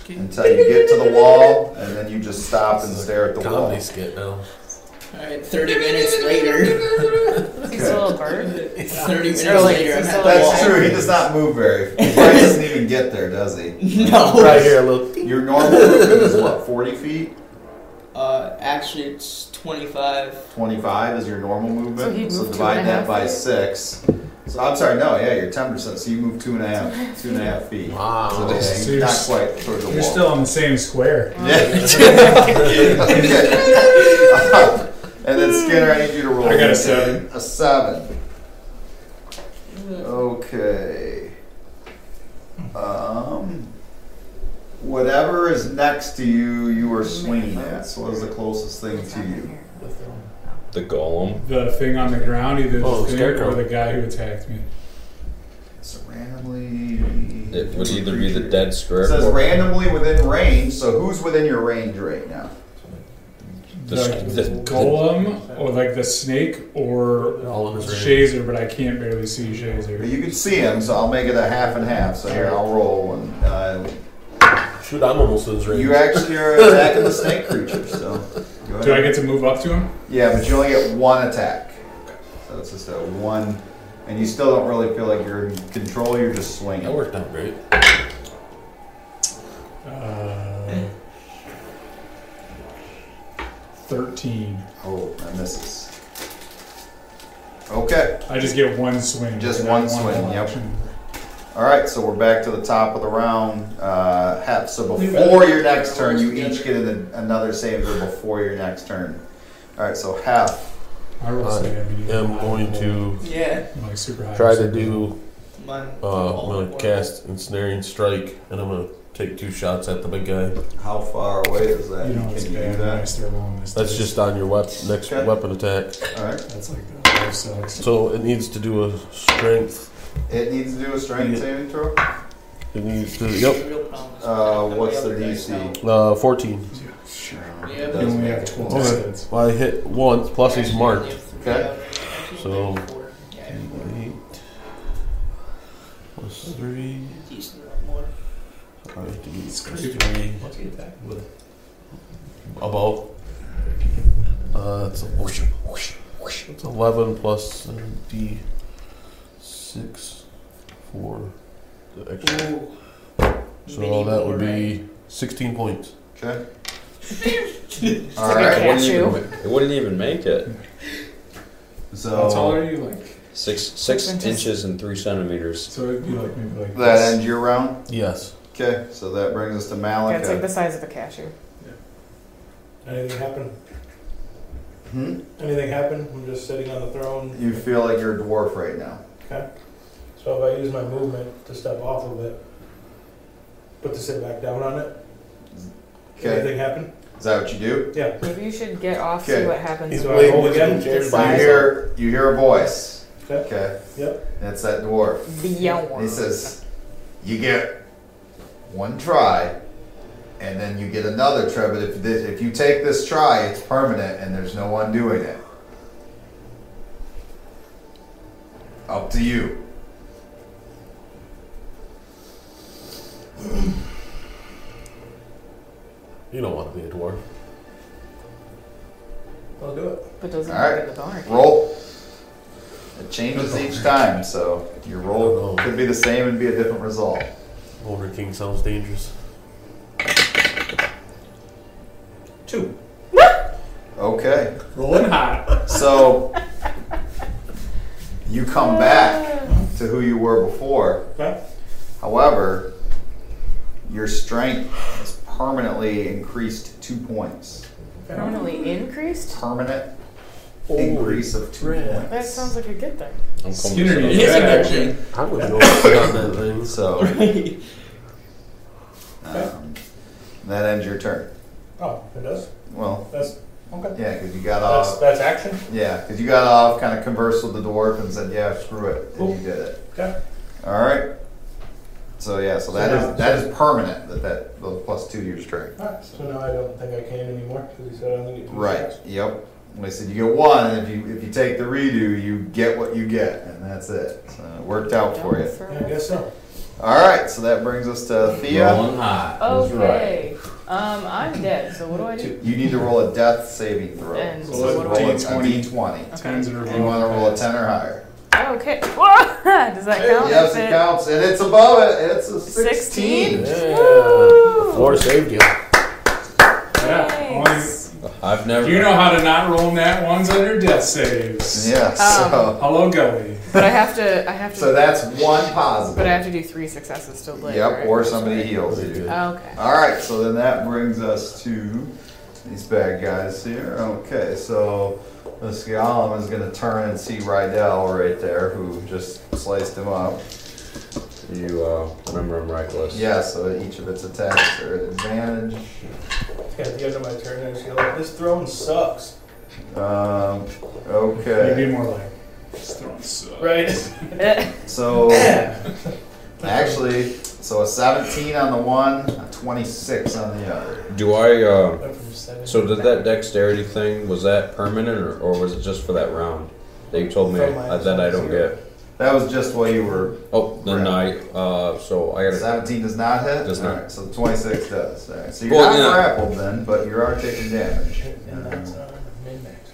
[SPEAKER 7] Okay.
[SPEAKER 1] until you get to the wall, and then you just stop and stare at the wall.
[SPEAKER 6] Comedy skit now.
[SPEAKER 7] Alright, 30 minutes later.
[SPEAKER 5] He's a
[SPEAKER 1] <laughs>
[SPEAKER 5] little bird.
[SPEAKER 7] 30 minutes
[SPEAKER 5] You're like-
[SPEAKER 7] later, I'm
[SPEAKER 5] so
[SPEAKER 7] at the
[SPEAKER 5] like-
[SPEAKER 1] That's
[SPEAKER 7] wall.
[SPEAKER 1] true. He does not move very. He probably doesn't even get there, does he?
[SPEAKER 7] <laughs> No.
[SPEAKER 6] Right here, a little.
[SPEAKER 1] Your normal movement is what, 40 feet?
[SPEAKER 7] Uh, actually, it's 25.
[SPEAKER 1] 25 is your normal
[SPEAKER 5] So he'd
[SPEAKER 1] movement. So
[SPEAKER 5] move two
[SPEAKER 1] divide
[SPEAKER 5] and a
[SPEAKER 1] that
[SPEAKER 5] half
[SPEAKER 1] by
[SPEAKER 5] feet.
[SPEAKER 1] six. So I'm sorry, no, yeah, you're 10%. So you move two and a half, two and a half feet. So
[SPEAKER 6] Wow.
[SPEAKER 1] yeah,
[SPEAKER 2] So
[SPEAKER 1] you're
[SPEAKER 2] you're
[SPEAKER 1] not
[SPEAKER 2] s-
[SPEAKER 1] quite towards the
[SPEAKER 2] You're
[SPEAKER 1] wall. <laughs>
[SPEAKER 2] still on the same square.
[SPEAKER 1] Yeah. <laughs> and then Skinner, I need you to roll.
[SPEAKER 2] I got a seven.
[SPEAKER 1] A seven. Okay. Um. Whatever is next to you, you are swinging at. So what is the closest thing to you?
[SPEAKER 3] The golem.
[SPEAKER 2] The thing on the ground, either
[SPEAKER 6] Oh,
[SPEAKER 2] the thing
[SPEAKER 6] scarecrow.
[SPEAKER 2] or the guy who attacked me.
[SPEAKER 1] So randomly.
[SPEAKER 3] It would either be the dead
[SPEAKER 1] It
[SPEAKER 3] square.
[SPEAKER 1] says randomly within range. So who's within your range right now?
[SPEAKER 3] The,
[SPEAKER 2] like
[SPEAKER 3] the, the,
[SPEAKER 2] golem, or like the snake, or
[SPEAKER 6] <laughs> All in his range.
[SPEAKER 2] Shazer, but I can't barely see
[SPEAKER 1] But
[SPEAKER 2] Shazer.
[SPEAKER 1] you can see him, so I'll make it a half and half. So here I'll roll, and uh,
[SPEAKER 6] Shoot, I'm almost in his range.
[SPEAKER 1] you actually are attacking the snake creature. So go ahead.
[SPEAKER 2] Do I get to move up to him?
[SPEAKER 1] Yeah, but you only get one attack. So it's just a one, and you still don't really feel like you're in control. You're just swinging.
[SPEAKER 6] that worked out great.
[SPEAKER 2] Uh, Thirteen.
[SPEAKER 1] Oh, that misses. Okay.
[SPEAKER 2] I just get one swing.
[SPEAKER 1] Just
[SPEAKER 2] not
[SPEAKER 1] one swing,
[SPEAKER 2] whole
[SPEAKER 1] yep.
[SPEAKER 2] action.
[SPEAKER 1] All right. So we're back to the top of the round. Uh, Hep. So before your next turn, you each get an, another save throw before your next turn. All right. So Hep.
[SPEAKER 2] I roll
[SPEAKER 6] I
[SPEAKER 2] save, I mean,
[SPEAKER 6] I'm
[SPEAKER 2] I
[SPEAKER 6] going
[SPEAKER 2] roll,
[SPEAKER 6] to
[SPEAKER 7] Yeah.
[SPEAKER 2] like super high.
[SPEAKER 6] try to do.
[SPEAKER 7] Mine.
[SPEAKER 6] Uh, I'm gonna cast ensnaring strike, and I'm gonna take two shots at the big guy.
[SPEAKER 1] How far away is that?
[SPEAKER 2] You know it's
[SPEAKER 1] Can you
[SPEAKER 2] bad
[SPEAKER 1] do
[SPEAKER 2] when I
[SPEAKER 1] that?
[SPEAKER 2] start rolling this.
[SPEAKER 6] That's
[SPEAKER 2] dice.
[SPEAKER 6] just on your wep- next
[SPEAKER 1] Okay.
[SPEAKER 6] weapon attack.
[SPEAKER 1] All right.
[SPEAKER 2] That's like the life sucks.
[SPEAKER 6] So it needs to do a strength.
[SPEAKER 1] It needs to do a strength
[SPEAKER 6] Yeah.
[SPEAKER 1] saving throw.
[SPEAKER 6] It needs to. Yep.
[SPEAKER 7] Real problem is-
[SPEAKER 1] Uh, what's the
[SPEAKER 7] Other guys
[SPEAKER 1] DC?
[SPEAKER 7] now.
[SPEAKER 6] Uh, 14.
[SPEAKER 7] Yeah,
[SPEAKER 1] It
[SPEAKER 7] but
[SPEAKER 2] You
[SPEAKER 1] does
[SPEAKER 2] only
[SPEAKER 1] make
[SPEAKER 2] have
[SPEAKER 1] it.
[SPEAKER 2] twelve
[SPEAKER 6] Okay.
[SPEAKER 2] seconds.
[SPEAKER 6] Well, I hit once, plus he's
[SPEAKER 7] Actually,
[SPEAKER 6] marked.
[SPEAKER 7] yeah,
[SPEAKER 1] Okay.
[SPEAKER 7] actually,
[SPEAKER 6] So-
[SPEAKER 7] four. Yeah,
[SPEAKER 6] Eight. Plus three.
[SPEAKER 7] decent amount more.
[SPEAKER 6] I have to do
[SPEAKER 2] It's
[SPEAKER 6] three.
[SPEAKER 2] crazy.
[SPEAKER 6] About. Uh, it's a whoosh, whoosh, whoosh. It's 11 plus uh, D6, 4. The extra.
[SPEAKER 7] Ooh. We
[SPEAKER 6] So
[SPEAKER 7] need
[SPEAKER 6] that would
[SPEAKER 7] more,
[SPEAKER 6] be 16 points.
[SPEAKER 1] Okay.
[SPEAKER 5] Like
[SPEAKER 1] All
[SPEAKER 5] a
[SPEAKER 1] right.
[SPEAKER 5] cat shoe.
[SPEAKER 3] it wouldn't even make it.
[SPEAKER 2] How tall
[SPEAKER 1] So
[SPEAKER 2] are you? Like
[SPEAKER 3] Six six
[SPEAKER 5] Six inches.
[SPEAKER 3] inches and three centimeters.
[SPEAKER 2] so it'd be like maybe like
[SPEAKER 1] that
[SPEAKER 2] this.
[SPEAKER 1] ends your round.
[SPEAKER 6] Yes.
[SPEAKER 1] Okay. So that brings us to
[SPEAKER 5] That's like
[SPEAKER 1] Malika.
[SPEAKER 5] the size of a cashew.
[SPEAKER 4] Anything happen?
[SPEAKER 1] Hmm?
[SPEAKER 4] Anything happen? I'm just sitting on the throne.
[SPEAKER 1] You feel like you're a dwarf right now.
[SPEAKER 4] So if I use my movement to step off of it, but to sit back down on it,
[SPEAKER 1] Okay.
[SPEAKER 4] anything happen?
[SPEAKER 1] Is that what you do?
[SPEAKER 4] Yeah.
[SPEAKER 5] Maybe you should get off,
[SPEAKER 1] Okay.
[SPEAKER 5] see what happens.
[SPEAKER 6] He's
[SPEAKER 4] So I
[SPEAKER 6] waiting
[SPEAKER 4] roll
[SPEAKER 6] to
[SPEAKER 4] again.
[SPEAKER 6] get
[SPEAKER 1] You hear you hear a voice.
[SPEAKER 4] Okay.
[SPEAKER 1] Okay.
[SPEAKER 4] Yep.
[SPEAKER 1] That's that dwarf.
[SPEAKER 5] Beyond.
[SPEAKER 1] And he says, "You get one try, and then you get another try. But if this, if you take this try, it's permanent, and there's no undoing it. Up to you."
[SPEAKER 6] You don't want to be a dwarf.
[SPEAKER 4] I'll do it.
[SPEAKER 5] But doesn't
[SPEAKER 1] All right.
[SPEAKER 5] get the boner.
[SPEAKER 1] Roll. It changes
[SPEAKER 4] Oh,
[SPEAKER 1] each time, so your roll could be the same and be a different result.
[SPEAKER 6] Older King sounds dangerous.
[SPEAKER 4] Two.
[SPEAKER 1] Okay,
[SPEAKER 4] Rolling hot.
[SPEAKER 1] so you come back to who you were before.
[SPEAKER 4] Okay.
[SPEAKER 1] However, your strength is permanently increased two points.
[SPEAKER 5] Permanently increased?
[SPEAKER 1] Permanent increase of two
[SPEAKER 6] crap.
[SPEAKER 1] points.
[SPEAKER 5] That sounds like a good thing.
[SPEAKER 3] I'm coming
[SPEAKER 2] Skinner,
[SPEAKER 3] to
[SPEAKER 2] you
[SPEAKER 7] It's a
[SPEAKER 2] better.
[SPEAKER 7] good thing.
[SPEAKER 6] I'm going to go sit on that thing.
[SPEAKER 4] <laughs>
[SPEAKER 1] So um, that ends your turn.
[SPEAKER 4] Oh, it does?
[SPEAKER 1] Well,
[SPEAKER 4] That's, okay.
[SPEAKER 1] yeah, because you got
[SPEAKER 2] Uh,
[SPEAKER 1] off.
[SPEAKER 4] That's, that's action?
[SPEAKER 1] Yeah, because you got off, kind of conversed with the dwarf, and said, "Yeah, screw it," and
[SPEAKER 4] Cool.
[SPEAKER 1] you did it.
[SPEAKER 4] Okay.
[SPEAKER 1] All right. So yeah, so that
[SPEAKER 4] So
[SPEAKER 1] is
[SPEAKER 4] now-
[SPEAKER 1] that is permanent. That that the plus two to your strength.
[SPEAKER 4] Alright, so now I don't think I can anymore, because he said I only get two
[SPEAKER 1] Right.
[SPEAKER 4] shots.
[SPEAKER 1] Yep. Like I said, you get one, and if you if you take the redo, you get what you get, and that's it. So it worked out for
[SPEAKER 5] Don't
[SPEAKER 1] you.
[SPEAKER 5] throw
[SPEAKER 4] Yeah, I
[SPEAKER 5] it.
[SPEAKER 4] guess so.
[SPEAKER 1] All right, so that brings us to Thea.
[SPEAKER 3] Rolling high. That's right.
[SPEAKER 5] Okay. Um, I'm dead. So what do I do?
[SPEAKER 1] You need to roll a death saving throw.
[SPEAKER 5] And so
[SPEAKER 1] Just
[SPEAKER 2] what do I
[SPEAKER 1] roll
[SPEAKER 2] do?
[SPEAKER 1] a- a
[SPEAKER 2] D20.
[SPEAKER 1] D20.
[SPEAKER 2] Tens in a
[SPEAKER 1] And you want to
[SPEAKER 2] row.
[SPEAKER 1] roll a 10 or higher.
[SPEAKER 5] Okay. <laughs> Does that count?
[SPEAKER 1] Yes,
[SPEAKER 5] Is
[SPEAKER 1] it counts, and it's above it. It's a
[SPEAKER 5] 16?
[SPEAKER 1] 16.
[SPEAKER 6] Yeah.
[SPEAKER 5] Woo!
[SPEAKER 6] The floor saved you.
[SPEAKER 2] Yeah,
[SPEAKER 5] Thanks.
[SPEAKER 3] I've never.
[SPEAKER 2] You know how to not roll nat ones on your death saves.
[SPEAKER 1] Yeah, so,
[SPEAKER 2] Hello, Gully.
[SPEAKER 5] But I have to. I have to.
[SPEAKER 1] so that's one
[SPEAKER 5] But I
[SPEAKER 1] positive.
[SPEAKER 5] have to do three successes to live.
[SPEAKER 1] Yep,
[SPEAKER 5] right?
[SPEAKER 1] or somebody heals you.
[SPEAKER 5] Okay.
[SPEAKER 1] All right, so then that brings us to these bad guys here. Okay, so this Gollum is going to turn and see Rydell right there, who just sliced him up.
[SPEAKER 3] You uh, remember I'm reckless.
[SPEAKER 1] Yeah, so each of its attacks are at advantage.
[SPEAKER 4] Yeah, at the end of my turn, I feel like this throne sucks.
[SPEAKER 1] Um,
[SPEAKER 2] Maybe
[SPEAKER 1] okay,
[SPEAKER 2] more like. Just throwing suck.
[SPEAKER 4] Right? <laughs>
[SPEAKER 5] <laughs>
[SPEAKER 1] so actually, so a 17 on the one, a 26 on the other.
[SPEAKER 3] Do I? Uh,
[SPEAKER 4] Went from seven
[SPEAKER 3] so
[SPEAKER 4] to
[SPEAKER 3] did that
[SPEAKER 4] nine.
[SPEAKER 3] dexterity thing? Was that permanent, or, or was it just for that round? They told me
[SPEAKER 4] From my-
[SPEAKER 3] uh, that I don't
[SPEAKER 4] zero.
[SPEAKER 3] get.
[SPEAKER 1] That was just what you were.
[SPEAKER 3] Oh, then I. Uh, so I got.
[SPEAKER 1] 17 does not hit?
[SPEAKER 3] Does not.
[SPEAKER 1] All right, so 26 does. All right, so you're not
[SPEAKER 3] Well, yeah.
[SPEAKER 1] grappled then, but you are taking damage.
[SPEAKER 4] And that's uh, min-max.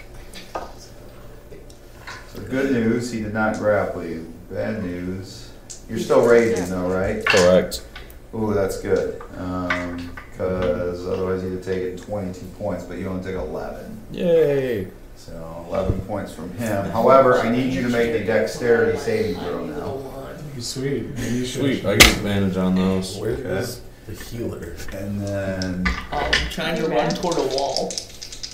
[SPEAKER 1] So good news, he did not grapple you. Bad news, you're still raging though, right?
[SPEAKER 3] Correct.
[SPEAKER 1] Ooh, that's good. Because otherwise you'd have taken 22 points, but you only took 11.
[SPEAKER 3] Yay.
[SPEAKER 1] So 11 points from him. However, I need you to make a dexterity saving throw now.
[SPEAKER 2] You sweet. You should-
[SPEAKER 3] Sweet. I get advantage on those.
[SPEAKER 6] Where is the healer?
[SPEAKER 1] And then,
[SPEAKER 7] I'm Um, trying to run toward a wall.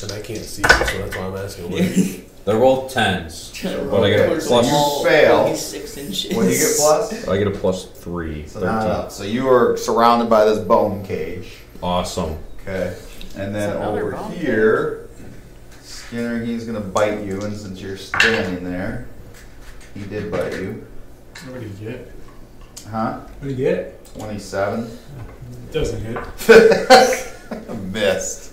[SPEAKER 6] And I can't see, him, so that's why I'm asking. <laughs> Where is
[SPEAKER 3] They're both tens.
[SPEAKER 7] Trying to
[SPEAKER 3] What
[SPEAKER 7] run
[SPEAKER 3] I get?
[SPEAKER 7] towards a
[SPEAKER 3] Plus-
[SPEAKER 7] wall,
[SPEAKER 1] You fail.
[SPEAKER 7] like Six inches.
[SPEAKER 1] what do you get
[SPEAKER 3] <laughs>
[SPEAKER 1] plus?
[SPEAKER 3] I get a plus three.
[SPEAKER 1] So,
[SPEAKER 3] 13.
[SPEAKER 1] not up. so you are surrounded by this bone cage.
[SPEAKER 3] Awesome.
[SPEAKER 1] Okay, and
[SPEAKER 5] It's
[SPEAKER 1] then
[SPEAKER 5] another
[SPEAKER 1] over
[SPEAKER 5] bone
[SPEAKER 1] here, Skinner, he's gonna bite you, and since you're standing there, he did bite you.
[SPEAKER 2] What do you get?
[SPEAKER 1] Huh?
[SPEAKER 2] What do you get?
[SPEAKER 1] Twenty-seven.
[SPEAKER 2] Doesn't hit.
[SPEAKER 1] Missed.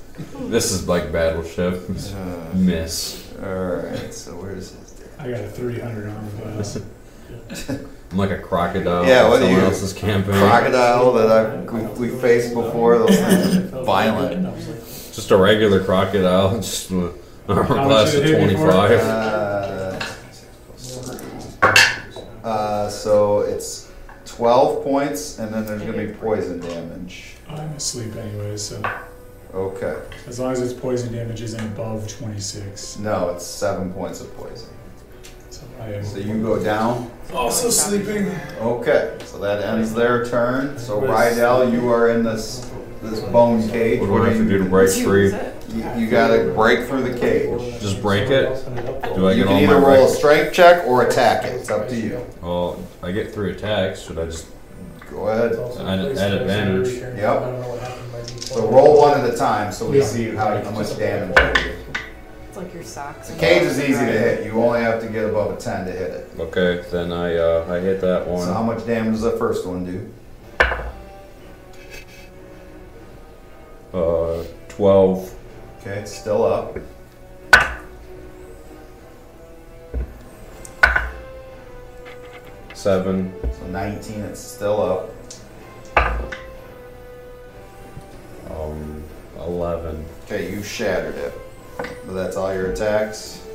[SPEAKER 3] This is like battleship.
[SPEAKER 1] Uh,
[SPEAKER 3] Miss.
[SPEAKER 1] Alright, so where's his dick?
[SPEAKER 2] I got a 300 on the file.
[SPEAKER 3] I'm like a crocodile.
[SPEAKER 1] Yeah,
[SPEAKER 3] in
[SPEAKER 1] what are
[SPEAKER 3] someone
[SPEAKER 1] you-
[SPEAKER 3] else's campaign.
[SPEAKER 1] Crocodile that I've, we, we faced before, those things are violent.
[SPEAKER 2] <laughs>
[SPEAKER 3] just a regular crocodile. <laughs> Just uh, armor
[SPEAKER 2] How much
[SPEAKER 3] class
[SPEAKER 2] did
[SPEAKER 3] of
[SPEAKER 2] it hit you for?
[SPEAKER 3] 25.
[SPEAKER 1] Uh, uh, so it's twelve points, and then there's gonna be poison damage.
[SPEAKER 2] I'm asleep anyway, so
[SPEAKER 1] Okay,
[SPEAKER 2] as long as its poison damage isn't above 26.
[SPEAKER 1] no, it's seven points of poison.
[SPEAKER 2] So I am
[SPEAKER 1] So you go down.
[SPEAKER 2] also sleeping.
[SPEAKER 1] Okay, so that ends their turn. So Rydell, you are in this this bone cage.
[SPEAKER 3] What do I have to do to break free?
[SPEAKER 1] You, you gotta break through the cage.
[SPEAKER 3] Just break it? Do I
[SPEAKER 1] you can
[SPEAKER 3] get all my
[SPEAKER 1] either roll a
[SPEAKER 3] rolls?
[SPEAKER 1] strength check or attack it. It's up to you.
[SPEAKER 3] Well, I get three attacks. Should I just?
[SPEAKER 1] Go ahead.
[SPEAKER 3] At- at advantage.
[SPEAKER 1] So roll one at a time, so we see how, how much damage. you do.
[SPEAKER 5] It's like your socks.
[SPEAKER 1] The
[SPEAKER 5] and
[SPEAKER 1] cage
[SPEAKER 5] all.
[SPEAKER 1] is easy to hit. You only have to get above a ten to hit it.
[SPEAKER 3] Okay, then I uh, I hit that one.
[SPEAKER 1] So how much damage does the first one do?
[SPEAKER 3] Uh, twelve.
[SPEAKER 1] Okay, it's still up.
[SPEAKER 3] Seven.
[SPEAKER 1] So nineteen, it's still up.
[SPEAKER 3] Um, eleven.
[SPEAKER 1] Okay, you shattered it. So that's all your attacks.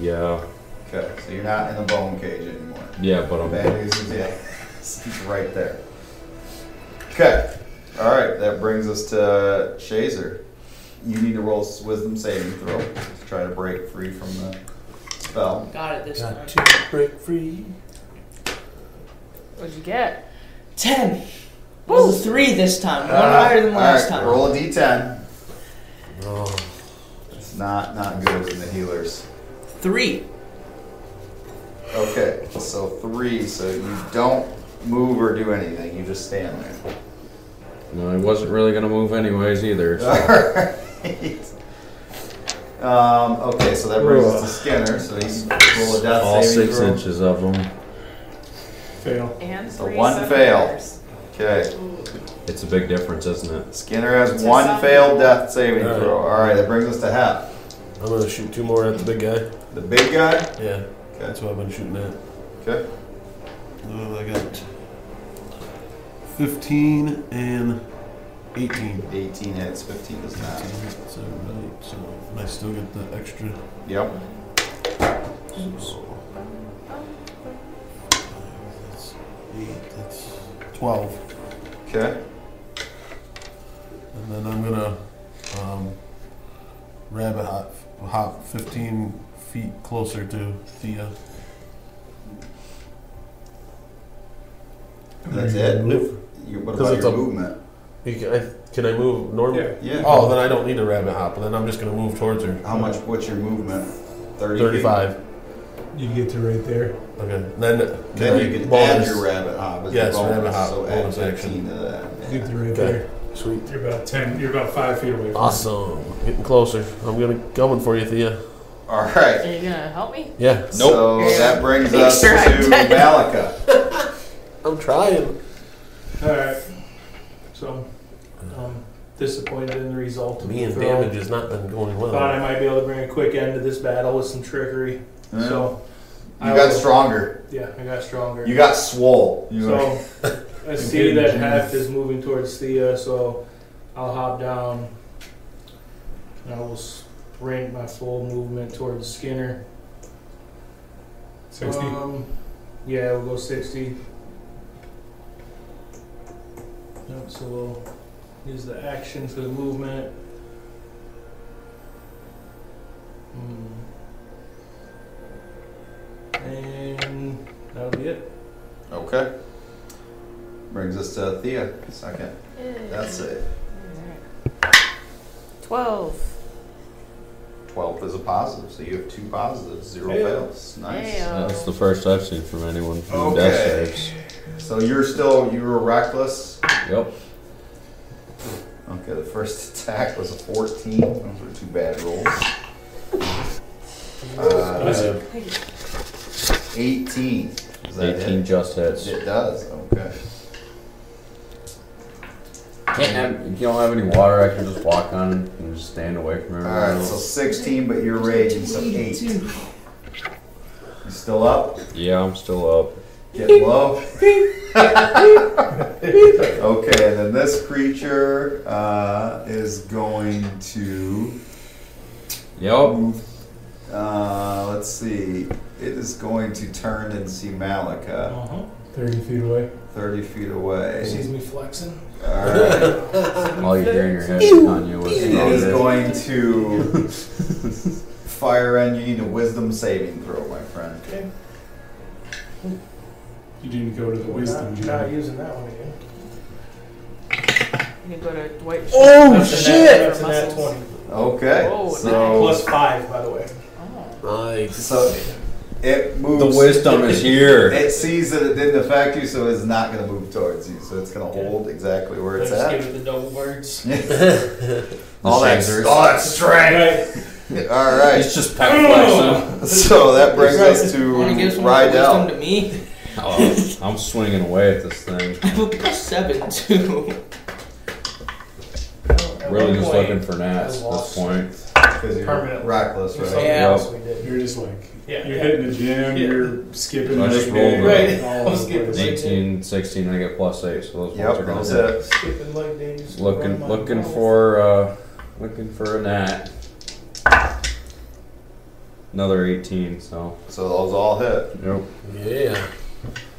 [SPEAKER 3] Yeah.
[SPEAKER 1] Okay, so you're not in the bone cage anymore.
[SPEAKER 3] Yeah, but I'm.
[SPEAKER 1] Bad news is, yeah, <laughs> it's right there. Okay, all right, that brings us to Shazer. You need to roll s- wisdom saving throw to try to break free from the spell.
[SPEAKER 7] Got it this time.
[SPEAKER 6] to break free.
[SPEAKER 5] What'd you get?
[SPEAKER 7] Ten. Was a three this time. One higher than
[SPEAKER 1] Uh,
[SPEAKER 7] last
[SPEAKER 1] all right,
[SPEAKER 7] time.
[SPEAKER 1] Roll a d10.
[SPEAKER 6] Oh,
[SPEAKER 1] It's not not good in the healers.
[SPEAKER 7] Three.
[SPEAKER 1] Okay, so three. So you don't move or do anything. You just stand there.
[SPEAKER 3] No, I wasn't really gonna move anyways
[SPEAKER 1] <laughs>
[SPEAKER 3] either. so-
[SPEAKER 1] Um, okay, so that brings us to Skinner. So he's roll a death
[SPEAKER 3] All
[SPEAKER 1] saving
[SPEAKER 3] six
[SPEAKER 1] throw.
[SPEAKER 3] inches of them.
[SPEAKER 2] Fail.
[SPEAKER 5] And
[SPEAKER 1] So
[SPEAKER 5] three
[SPEAKER 1] one fail.
[SPEAKER 5] sunflowers.
[SPEAKER 1] Okay.
[SPEAKER 3] It's a big difference, isn't it?
[SPEAKER 1] Skinner has
[SPEAKER 5] To
[SPEAKER 1] one
[SPEAKER 5] some-
[SPEAKER 1] failed death saving
[SPEAKER 6] All right.
[SPEAKER 1] throw. All right, that brings us to half.
[SPEAKER 6] I'm gonna shoot two more at the big guy.
[SPEAKER 1] The big guy.
[SPEAKER 6] Yeah,
[SPEAKER 1] Okay.
[SPEAKER 6] that's what I've been shooting at.
[SPEAKER 1] Okay.
[SPEAKER 6] Oh, I got 15 and 18.
[SPEAKER 1] 18 hits, 15 does not.
[SPEAKER 6] So, right, so and I still get the extra.
[SPEAKER 1] Yep.
[SPEAKER 6] So, five, that's eight, that's 12.
[SPEAKER 1] Okay.
[SPEAKER 6] And then I'm going to um, rabbit hop, hop 15 feet closer to Thea.
[SPEAKER 1] That's it.
[SPEAKER 6] If,
[SPEAKER 1] You, what
[SPEAKER 6] 'Cause
[SPEAKER 1] about
[SPEAKER 6] it's
[SPEAKER 1] your
[SPEAKER 6] a-
[SPEAKER 1] movement?
[SPEAKER 6] you can, I, can I move normally?
[SPEAKER 2] Yeah.
[SPEAKER 1] Yeah.
[SPEAKER 6] Oh, then I don't need a rabbit hop. Then I'm just going to move towards her.
[SPEAKER 1] How much? What's your movement? 30 feet?
[SPEAKER 6] 35.
[SPEAKER 2] You get to right there.
[SPEAKER 6] Okay. Then,
[SPEAKER 1] Then you
[SPEAKER 6] I
[SPEAKER 1] can add
[SPEAKER 6] bonus?
[SPEAKER 1] your rabbit hop. As a
[SPEAKER 6] Yes,
[SPEAKER 1] bonus,
[SPEAKER 6] rabbit hop,
[SPEAKER 1] So add
[SPEAKER 6] bonus
[SPEAKER 1] 15
[SPEAKER 6] action.
[SPEAKER 1] to that.
[SPEAKER 2] You get to right
[SPEAKER 6] Okay.
[SPEAKER 2] there.
[SPEAKER 6] Sweet.
[SPEAKER 2] You're about ten. You're about five feet away. From
[SPEAKER 6] Awesome. Getting closer. I'm gonna coming for you, Thea.
[SPEAKER 1] All right.
[SPEAKER 5] Are you gonna help me?
[SPEAKER 6] Yeah.
[SPEAKER 1] So that brings
[SPEAKER 5] Make
[SPEAKER 1] us
[SPEAKER 5] sure
[SPEAKER 1] to
[SPEAKER 5] <laughs> I'm dead.
[SPEAKER 1] Malika.
[SPEAKER 6] I'm trying.
[SPEAKER 4] All right. So, um, disappointed in the result.
[SPEAKER 6] Me and
[SPEAKER 4] Throw-
[SPEAKER 6] damage has not been going
[SPEAKER 4] Thought I
[SPEAKER 6] well.
[SPEAKER 4] might be able to bring a quick end to this battle with some trickery. So,
[SPEAKER 1] you got
[SPEAKER 4] will-
[SPEAKER 1] stronger.
[SPEAKER 4] Yeah, I got stronger.
[SPEAKER 1] You got swole. You
[SPEAKER 4] so, I see that half is moving towards Thea, so I'll hop down. And I will sprint my full movement towards Skinner.
[SPEAKER 2] Sixty.
[SPEAKER 4] Um, yeah, we'll go 60. Yep, so we'll use the action for the movement. Hmm. And that'll be it.
[SPEAKER 1] okay. Brings us to Thea. Second. That's it.
[SPEAKER 5] Alright. Twelve.
[SPEAKER 1] 12 is a positive, so you have two positives, zero
[SPEAKER 4] Yeah.
[SPEAKER 1] fails. Nice.
[SPEAKER 5] Ayo.
[SPEAKER 3] That's the first I've seen from anyone from
[SPEAKER 1] Okay.
[SPEAKER 3] death saves.
[SPEAKER 1] So you're still, you were reckless.
[SPEAKER 3] Yep.
[SPEAKER 1] Okay, the first <laughs> attack was a 14. Those were two bad rolls. Uh, 18. Is that
[SPEAKER 3] 18
[SPEAKER 1] it?
[SPEAKER 3] just hits.
[SPEAKER 1] It does, okay.
[SPEAKER 3] Can't have, if you don't have any water, I can just walk on and just stand away from everyone
[SPEAKER 1] Alright, so
[SPEAKER 3] else.
[SPEAKER 1] 16, but you're raging, so 8. You still up?
[SPEAKER 3] Yeah, I'm still up.
[SPEAKER 1] Get <laughs> low. okay, and then this creature uh, is going to.
[SPEAKER 3] Yep.
[SPEAKER 1] Uh, let's see. It is going to turn and see Malika
[SPEAKER 4] Uh huh.
[SPEAKER 2] Thirty feet away.
[SPEAKER 1] 30 feet away.
[SPEAKER 4] Sees me flexing.
[SPEAKER 1] Alright.
[SPEAKER 3] All you hear in your head is Kanye West.
[SPEAKER 1] It
[SPEAKER 3] and all
[SPEAKER 1] is
[SPEAKER 3] that.
[SPEAKER 1] going to fire and you need a wisdom saving throw, my friend.
[SPEAKER 4] Okay.
[SPEAKER 2] You didn't go to the wisdom.
[SPEAKER 4] Not, not using that one again.
[SPEAKER 5] You can go to Dwight.
[SPEAKER 6] Oh,
[SPEAKER 4] That's a nat-
[SPEAKER 6] shit!
[SPEAKER 4] That's a nat
[SPEAKER 5] Muscles.
[SPEAKER 4] 20.
[SPEAKER 1] Okay.
[SPEAKER 5] Whoa,
[SPEAKER 1] so,
[SPEAKER 4] Plus 5, by the way.
[SPEAKER 5] Oh.
[SPEAKER 6] Nice.
[SPEAKER 1] so it moves.
[SPEAKER 3] The wisdom is
[SPEAKER 1] <laughs>
[SPEAKER 3] here.
[SPEAKER 1] It sees that it didn't affect you, so it's not going to move towards you. So it's going to hold exactly where it's
[SPEAKER 4] Let's
[SPEAKER 1] at.
[SPEAKER 4] give it the double words.
[SPEAKER 1] All that,
[SPEAKER 3] Shazers.
[SPEAKER 1] all
[SPEAKER 2] Oh,
[SPEAKER 1] that strength. <laughs> All right.
[SPEAKER 3] It's just power
[SPEAKER 1] Oh.
[SPEAKER 3] flexing.
[SPEAKER 1] So that brings us to
[SPEAKER 7] Want to give some wisdom
[SPEAKER 1] Rydell.
[SPEAKER 7] to me? <laughs>
[SPEAKER 3] Oh, I'm swinging away at this thing.
[SPEAKER 7] I have a plus seven too.
[SPEAKER 4] At
[SPEAKER 3] Really
[SPEAKER 4] one
[SPEAKER 3] just
[SPEAKER 4] point,
[SPEAKER 3] looking for gnats
[SPEAKER 4] I
[SPEAKER 3] at this
[SPEAKER 4] lost.
[SPEAKER 3] point.
[SPEAKER 1] Because you're
[SPEAKER 4] Permanently.
[SPEAKER 1] reckless,
[SPEAKER 4] There's
[SPEAKER 1] right?
[SPEAKER 4] something
[SPEAKER 7] Yeah.
[SPEAKER 4] else we did.
[SPEAKER 2] You're just like
[SPEAKER 4] Yeah.
[SPEAKER 2] you're
[SPEAKER 4] yeah.
[SPEAKER 2] hitting the gym.
[SPEAKER 4] Yeah.
[SPEAKER 2] You're skipping.
[SPEAKER 3] I just
[SPEAKER 2] leg
[SPEAKER 3] rolled
[SPEAKER 2] day,
[SPEAKER 4] it.
[SPEAKER 2] all
[SPEAKER 4] Right.
[SPEAKER 2] over
[SPEAKER 4] I was <laughs>
[SPEAKER 2] the
[SPEAKER 4] skipping
[SPEAKER 2] place.
[SPEAKER 3] 18, 16, I get plus 8, so those ones are
[SPEAKER 1] Yep,
[SPEAKER 3] going
[SPEAKER 1] that's
[SPEAKER 3] to
[SPEAKER 1] it.
[SPEAKER 4] Skipping leg day. just around
[SPEAKER 3] Looking,
[SPEAKER 4] my
[SPEAKER 3] looking
[SPEAKER 4] mouth.
[SPEAKER 3] for, uh, looking for a gnat. Another 18, so.
[SPEAKER 1] So those all hit.
[SPEAKER 3] Yep.
[SPEAKER 6] Yeah.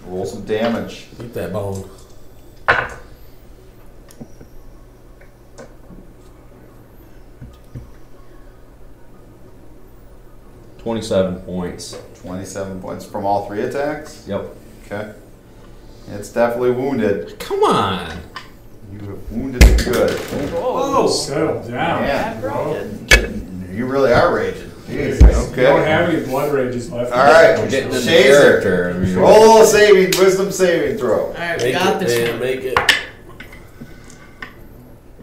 [SPEAKER 1] Roll some damage.
[SPEAKER 6] Eat that bone.
[SPEAKER 3] Twenty-seven points.
[SPEAKER 1] 27 points from all three attacks.
[SPEAKER 3] Yep.
[SPEAKER 1] Okay. It's definitely wounded.
[SPEAKER 3] Come on.
[SPEAKER 1] You have wounded it good.
[SPEAKER 5] Oh,
[SPEAKER 2] Whoa! Settle down.
[SPEAKER 1] Man,
[SPEAKER 2] bro.
[SPEAKER 1] you really are raging. Jeez.
[SPEAKER 2] You don't
[SPEAKER 1] Okay.
[SPEAKER 2] have any blood rages left.
[SPEAKER 1] All right.
[SPEAKER 3] We're getting into
[SPEAKER 1] Shazer.
[SPEAKER 3] character. I mean,
[SPEAKER 1] Roll a saving, wisdom saving throw.
[SPEAKER 7] All right, we
[SPEAKER 6] Make
[SPEAKER 7] got
[SPEAKER 6] it,
[SPEAKER 7] this
[SPEAKER 6] man.
[SPEAKER 7] one.
[SPEAKER 6] Make it.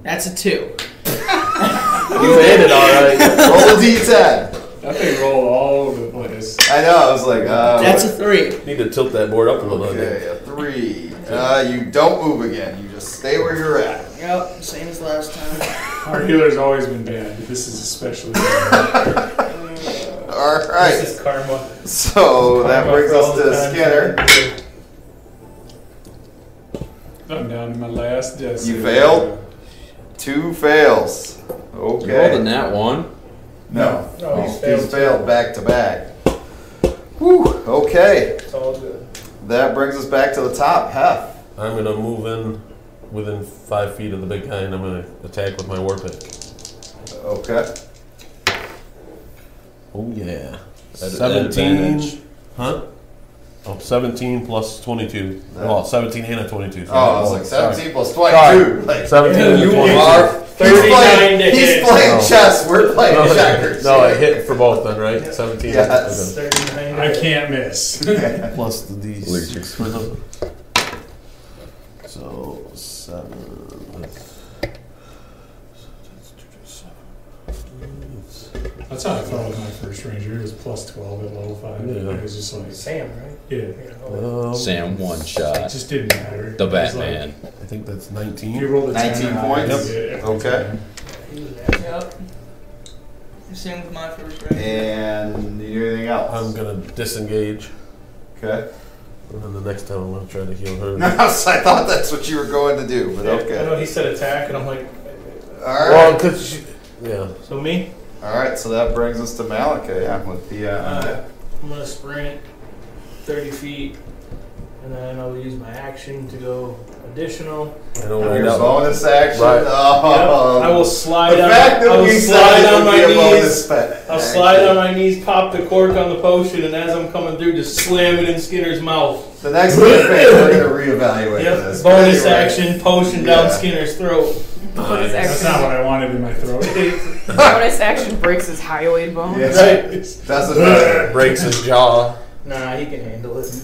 [SPEAKER 7] That's a two.
[SPEAKER 6] You made it all right.
[SPEAKER 1] Roll a d10.
[SPEAKER 2] That thing rolled all over the place.
[SPEAKER 1] I know, I was like, uh.
[SPEAKER 7] That's a three.
[SPEAKER 6] Need to tilt that board up a little bit.
[SPEAKER 1] Okay, a three. Uh, you don't move again. You just stay where you're at.
[SPEAKER 7] Yep, same as last time.
[SPEAKER 2] Our healer's always been bad, but this is especially bad.
[SPEAKER 1] All
[SPEAKER 4] This
[SPEAKER 1] right.
[SPEAKER 4] is karma.
[SPEAKER 1] So that
[SPEAKER 4] Karma
[SPEAKER 1] brings
[SPEAKER 4] for all
[SPEAKER 1] us
[SPEAKER 4] the
[SPEAKER 1] to
[SPEAKER 4] times
[SPEAKER 1] Skinner.
[SPEAKER 4] I've been
[SPEAKER 2] I'm down to my last death.
[SPEAKER 1] You
[SPEAKER 2] save.
[SPEAKER 1] failed? Two fails.
[SPEAKER 3] You rolled a
[SPEAKER 1] Okay.
[SPEAKER 3] nat one.
[SPEAKER 1] No,
[SPEAKER 4] No,
[SPEAKER 1] he's,
[SPEAKER 4] Oh, failed
[SPEAKER 1] he's failed back to back. Whew, okay.
[SPEAKER 4] It's all good.
[SPEAKER 1] That brings us back to the top. Hef.
[SPEAKER 6] I'm gonna move in within five feet of the big guy, and I'm gonna attack with my war pick.
[SPEAKER 1] Okay.
[SPEAKER 6] Oh yeah.
[SPEAKER 3] At- at advantage.
[SPEAKER 6] Seventeen. Huh? Oh, 17 plus 22. Oh, 17 and a 22.
[SPEAKER 1] Oh, I was like 17 plus 22.
[SPEAKER 6] Sorry.
[SPEAKER 1] Like,
[SPEAKER 6] 17 and a
[SPEAKER 1] you
[SPEAKER 6] 22.
[SPEAKER 1] are. He's
[SPEAKER 4] 39
[SPEAKER 1] playing,
[SPEAKER 4] to
[SPEAKER 1] he's
[SPEAKER 4] hit.
[SPEAKER 1] playing
[SPEAKER 6] No.
[SPEAKER 1] chess. We're playing
[SPEAKER 6] No,
[SPEAKER 1] checkers.
[SPEAKER 6] no, I hit for both then, right? 17 and
[SPEAKER 1] Yes.
[SPEAKER 4] 39.
[SPEAKER 2] I can't miss.
[SPEAKER 6] okay. plus the d6 for the. So, 7.
[SPEAKER 2] That's how I felt with my first ranger. It was plus 12 at level 5.
[SPEAKER 6] Yeah.
[SPEAKER 2] It was just like,
[SPEAKER 4] Sam, right?
[SPEAKER 2] yeah,
[SPEAKER 4] Yeah.
[SPEAKER 6] Um,
[SPEAKER 3] Sam one
[SPEAKER 2] it
[SPEAKER 3] shot.
[SPEAKER 2] just didn't matter.
[SPEAKER 3] The
[SPEAKER 2] It was
[SPEAKER 3] Batman.
[SPEAKER 6] I think that's
[SPEAKER 2] Like, you
[SPEAKER 6] 19.
[SPEAKER 2] rolled a
[SPEAKER 1] 19
[SPEAKER 2] 10
[SPEAKER 1] points?
[SPEAKER 2] Yeah, every
[SPEAKER 1] Okay.
[SPEAKER 2] time.
[SPEAKER 7] Yep. Same with my first round.
[SPEAKER 1] And you do anything
[SPEAKER 6] I'm
[SPEAKER 1] else?
[SPEAKER 6] gonna disengage,
[SPEAKER 1] Okay. <laughs>
[SPEAKER 6] and then the next time I'm gonna try to heal her.
[SPEAKER 1] No, <laughs> I thought that's what you were going to do, but
[SPEAKER 4] I
[SPEAKER 1] okay.
[SPEAKER 4] know he said attack, and I'm like,
[SPEAKER 1] All
[SPEAKER 6] Well,
[SPEAKER 1] right.
[SPEAKER 6] 'cause she. Yeah.
[SPEAKER 4] so me?
[SPEAKER 1] All right. So that brings us to Malika. Yeah, with the. Uh,
[SPEAKER 4] Uh, I'm gonna sprint 30 feet, and then I will use my action to go additional.
[SPEAKER 6] I don't
[SPEAKER 1] your
[SPEAKER 6] mind that one.
[SPEAKER 1] bonus action.
[SPEAKER 6] Right.
[SPEAKER 1] Oh,
[SPEAKER 4] Yep, I will
[SPEAKER 1] The
[SPEAKER 4] slide on.
[SPEAKER 1] fact
[SPEAKER 4] I
[SPEAKER 1] that
[SPEAKER 4] will
[SPEAKER 1] we
[SPEAKER 4] slide
[SPEAKER 1] said it
[SPEAKER 4] on
[SPEAKER 1] would
[SPEAKER 4] my
[SPEAKER 1] be a
[SPEAKER 4] knees.
[SPEAKER 1] bonus fa-
[SPEAKER 4] I'll slide
[SPEAKER 1] action.
[SPEAKER 4] on my knees, pop the cork on the potion, and as I'm coming through, just slam it in Skinner's mouth.
[SPEAKER 1] The next one, we're gonna
[SPEAKER 4] <laughs>
[SPEAKER 1] reevaluate
[SPEAKER 4] Yep,
[SPEAKER 1] this.
[SPEAKER 4] bonus
[SPEAKER 1] Anyway.
[SPEAKER 4] action, potion down
[SPEAKER 1] Yeah.
[SPEAKER 4] Skinner's throat.
[SPEAKER 1] <laughs>
[SPEAKER 5] Bonus
[SPEAKER 2] That's not
[SPEAKER 5] action. <laughs>
[SPEAKER 2] what I wanted in my throat. <laughs>
[SPEAKER 5] Bonus action breaks his hyoid bone.
[SPEAKER 1] Yeah.
[SPEAKER 4] Right? <laughs>
[SPEAKER 1] Doesn't matter.
[SPEAKER 6] Breaks his jaw.
[SPEAKER 4] Nah, he can handle it.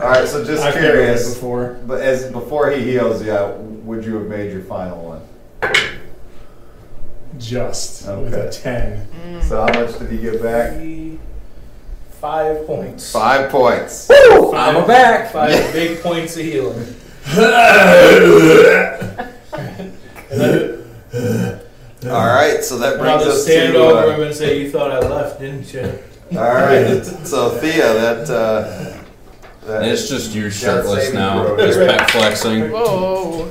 [SPEAKER 1] All right. So just
[SPEAKER 2] I've never done it
[SPEAKER 1] curious,
[SPEAKER 2] before.
[SPEAKER 1] but as before he heals, yeah, would you have made your final one?
[SPEAKER 2] Just with
[SPEAKER 1] Okay.
[SPEAKER 2] a 10.
[SPEAKER 1] So how much did he get back?
[SPEAKER 4] Three- Five points.
[SPEAKER 1] Five points.
[SPEAKER 4] Five, I'm back. Five big points of healing. And then
[SPEAKER 1] All right. So that
[SPEAKER 4] I'll
[SPEAKER 1] brings
[SPEAKER 4] just
[SPEAKER 1] us
[SPEAKER 4] stand
[SPEAKER 1] to.
[SPEAKER 4] over him
[SPEAKER 1] Uh,
[SPEAKER 4] and say, "You thought I left, didn't
[SPEAKER 1] <laughs>
[SPEAKER 4] you?"
[SPEAKER 1] all right. <laughs> So Thea, that. Uh, that
[SPEAKER 3] It's just you
[SPEAKER 1] saving
[SPEAKER 3] shirtless now.
[SPEAKER 1] throw.
[SPEAKER 3] Just back flexing.
[SPEAKER 2] <laughs>
[SPEAKER 5] Whoa.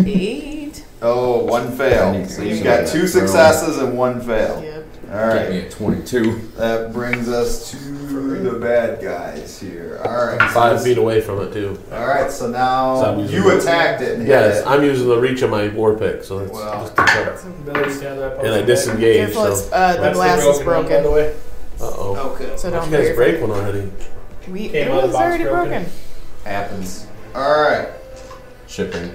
[SPEAKER 5] Eight.
[SPEAKER 1] Oh, one
[SPEAKER 3] I
[SPEAKER 1] fail.
[SPEAKER 3] need
[SPEAKER 1] So
[SPEAKER 3] to
[SPEAKER 1] you've
[SPEAKER 3] reset
[SPEAKER 1] got
[SPEAKER 3] that
[SPEAKER 1] two
[SPEAKER 3] throw.
[SPEAKER 1] successes and one fail.
[SPEAKER 5] Yep.
[SPEAKER 1] All
[SPEAKER 3] Get
[SPEAKER 1] right.
[SPEAKER 3] me at 22.
[SPEAKER 1] That brings us to the bad guys here. All right. so
[SPEAKER 6] Five
[SPEAKER 1] this-
[SPEAKER 6] feet away from it, too.
[SPEAKER 1] All right. So
[SPEAKER 6] So
[SPEAKER 1] now
[SPEAKER 6] I'm using
[SPEAKER 1] you
[SPEAKER 6] it.
[SPEAKER 1] attacked it. And hit
[SPEAKER 6] Yes,
[SPEAKER 1] it.
[SPEAKER 6] I'm using the reach of my war pick, so that's
[SPEAKER 1] Wow.
[SPEAKER 6] just a check.
[SPEAKER 4] Ability stand up.
[SPEAKER 6] And I disengage,
[SPEAKER 5] Careful,
[SPEAKER 6] so.
[SPEAKER 5] it's, uh, the
[SPEAKER 4] That's
[SPEAKER 5] glass is
[SPEAKER 4] one, by the
[SPEAKER 5] broken.
[SPEAKER 4] way.
[SPEAKER 6] Uh oh.
[SPEAKER 1] Okay.
[SPEAKER 5] So
[SPEAKER 6] Did
[SPEAKER 5] don't
[SPEAKER 6] you
[SPEAKER 5] worry.
[SPEAKER 6] guys break one already?
[SPEAKER 5] We,
[SPEAKER 4] Came
[SPEAKER 5] it
[SPEAKER 4] out of the
[SPEAKER 5] was
[SPEAKER 4] box
[SPEAKER 5] already
[SPEAKER 4] broken.
[SPEAKER 5] broken.
[SPEAKER 1] Happens. All right.
[SPEAKER 3] Shipping.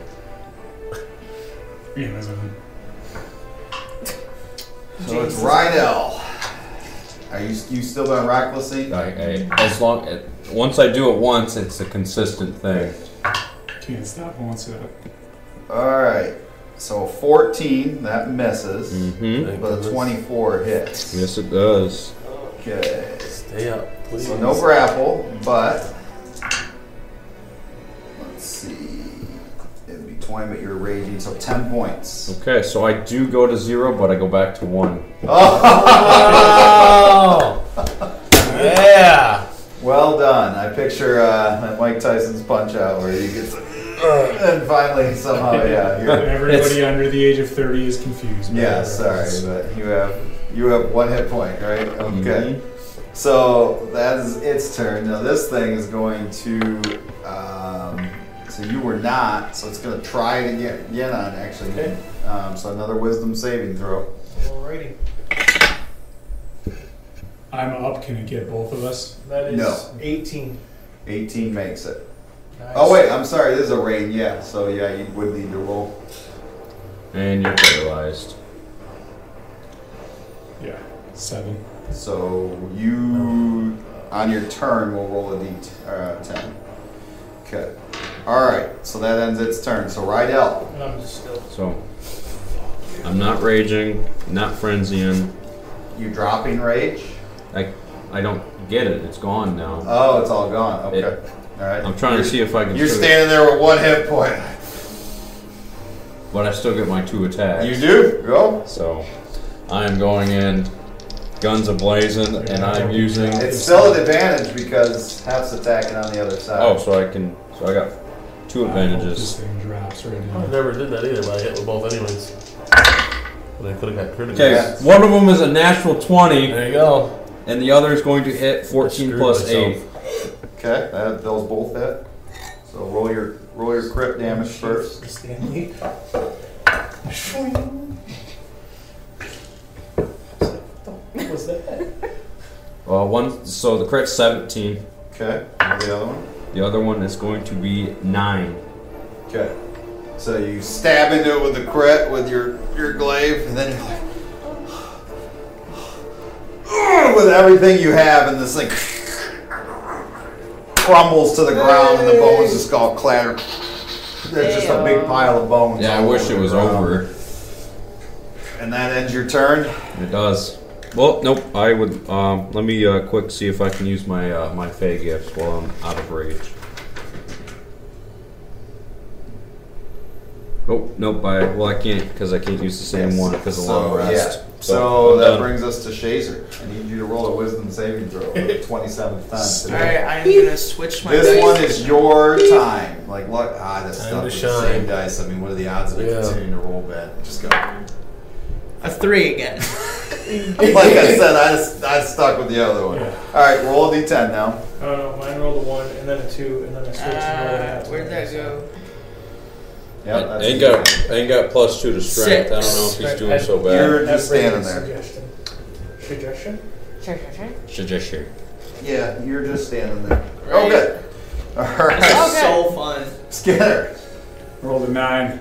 [SPEAKER 2] You know, so-
[SPEAKER 1] So it's Rydell. Are you you still been recklessly?
[SPEAKER 3] I, I, as long it, once I do it once, it's a consistent thing.
[SPEAKER 2] Can't stop
[SPEAKER 1] <laughs>
[SPEAKER 2] once it up.
[SPEAKER 1] All right. So 14 that misses,
[SPEAKER 3] Mm-hmm.
[SPEAKER 6] Thank
[SPEAKER 1] but a
[SPEAKER 6] goodness.
[SPEAKER 1] 24 hits.
[SPEAKER 3] Yes, it does.
[SPEAKER 1] Okay.
[SPEAKER 6] Stay up, please.
[SPEAKER 1] So no grapple, but let's see. It'd be 20, but you're raging, so 10 points.
[SPEAKER 3] Okay, so I do go to zero, but I go back to one.
[SPEAKER 6] Oh! yeah!
[SPEAKER 1] Well done. I picture uh, that Mike Tyson's punch out where you get and finally somehow yeah you're
[SPEAKER 2] <laughs> Everybody under the age of 30 is confused. by
[SPEAKER 1] Yeah,
[SPEAKER 2] that.
[SPEAKER 1] sorry, but you have you have one hit point, right?
[SPEAKER 3] Mm-hmm.
[SPEAKER 1] Okay. So that is its turn. Now this thing is going to. Um, so you were not. So it's going to try to get again on actually.
[SPEAKER 4] Okay.
[SPEAKER 1] Um, so another wisdom saving throw.
[SPEAKER 4] Alrighty,
[SPEAKER 2] I'm up. Can it get both of us?
[SPEAKER 4] that is
[SPEAKER 1] No.
[SPEAKER 4] 18.
[SPEAKER 1] 18 makes it.
[SPEAKER 4] Nice.
[SPEAKER 1] Oh wait, I'm sorry. This is a rain. Yeah. So yeah, you would need to roll.
[SPEAKER 3] Mm-hmm. And you're paralyzed.
[SPEAKER 2] Yeah. Seven.
[SPEAKER 1] So you on your turn will roll a d uh, 10. Okay. All right. So that ends its turn. So Rydell.
[SPEAKER 4] And I'm just still.
[SPEAKER 3] So I'm not raging, not frenzying.
[SPEAKER 1] You dropping rage?
[SPEAKER 3] I I don't get it. It's gone now.
[SPEAKER 1] Oh, it's all gone. Okay.
[SPEAKER 3] It-
[SPEAKER 1] all right.
[SPEAKER 3] I'm trying to see if I can.
[SPEAKER 1] You're
[SPEAKER 3] still-
[SPEAKER 1] standing there with one hit point.
[SPEAKER 3] but I still get my two attacks.
[SPEAKER 1] You do? Go.
[SPEAKER 3] So I am going in, guns ablazing, and I'm using.
[SPEAKER 1] Oh. It's still an advantage because Hef's attacking on the other side.
[SPEAKER 3] Oh, so I can. So I got Two
[SPEAKER 2] I hope
[SPEAKER 3] advantages.
[SPEAKER 2] This thing drops right
[SPEAKER 6] I
[SPEAKER 2] now.
[SPEAKER 6] never did that either, but I hit with both anyways. But I could have got critical.
[SPEAKER 3] Okay, one of them is a natural 20,
[SPEAKER 6] There you go.
[SPEAKER 3] and the other is going to hit 14
[SPEAKER 6] Screwed
[SPEAKER 3] plus
[SPEAKER 6] myself.
[SPEAKER 3] 8.
[SPEAKER 1] Okay, that, those both hit. So roll your roll your crit damage first.
[SPEAKER 4] Stanley. What's that?
[SPEAKER 3] Uh, one, so the crit's 17.
[SPEAKER 1] Okay, and the other one.
[SPEAKER 3] The other one is going to be 9.
[SPEAKER 1] Okay. So you stab into it with the crit with your your glaive, and then you're like, <sighs> "Ugh," with everything you have, and this thing <laughs> crumbles to the ground, and the bones just all clatter. There's just a big pile of bones.
[SPEAKER 3] Yeah, I
[SPEAKER 1] all
[SPEAKER 3] wish
[SPEAKER 1] over
[SPEAKER 3] it
[SPEAKER 1] the
[SPEAKER 3] was
[SPEAKER 1] ground.
[SPEAKER 3] over.
[SPEAKER 1] And that ends your turn.
[SPEAKER 3] It does. Well, nope. I would. Um, let me uh, quick see if I can use my uh, my fey gifts while I'm out of rage. Oh nope. I well I can't because I can't use the same
[SPEAKER 1] Yes.
[SPEAKER 3] one because of
[SPEAKER 1] So,
[SPEAKER 3] long rest.
[SPEAKER 1] yeah. So,
[SPEAKER 3] I'm
[SPEAKER 1] that
[SPEAKER 3] done.
[SPEAKER 1] brings us to Shazer. I need you to roll a wisdom saving throw for
[SPEAKER 3] <laughs>
[SPEAKER 1] the twenty seventh time. today.
[SPEAKER 7] Alright, I'm gonna switch my
[SPEAKER 1] This
[SPEAKER 7] dice.
[SPEAKER 1] one is your time. Like, look, ah, this
[SPEAKER 6] Time
[SPEAKER 1] stuff
[SPEAKER 6] to
[SPEAKER 1] is the
[SPEAKER 6] shine.
[SPEAKER 1] same dice. I mean, what are the odds of it
[SPEAKER 6] Yeah.
[SPEAKER 1] continuing to roll bad? Just go.
[SPEAKER 7] a three again.
[SPEAKER 1] Like I said, I just I stuck with the other one.
[SPEAKER 9] Yeah.
[SPEAKER 1] All right, roll a d10 now.
[SPEAKER 9] I don't know. Mine rolled a one, and then a two, and then I switched and
[SPEAKER 5] Ah,
[SPEAKER 9] rolled an
[SPEAKER 7] Uh,
[SPEAKER 9] out.
[SPEAKER 7] where'd
[SPEAKER 9] <laughs>
[SPEAKER 7] that go?
[SPEAKER 1] Yep,
[SPEAKER 3] I
[SPEAKER 1] that's
[SPEAKER 3] ain't got I ain't got plus two to strength. I don't know if
[SPEAKER 7] Six.
[SPEAKER 3] he's doing so bad.
[SPEAKER 1] You're just standing there.
[SPEAKER 9] Suggestion. Suggestion?
[SPEAKER 5] Sure, sure, sure. <laughs>
[SPEAKER 3] Should just shoot.
[SPEAKER 1] Yeah, you're just standing there. Oh,
[SPEAKER 7] Right.
[SPEAKER 1] good. All
[SPEAKER 7] This
[SPEAKER 1] right, <laughs>
[SPEAKER 7] is so fun.
[SPEAKER 1] Skinner.
[SPEAKER 2] Rolled a nine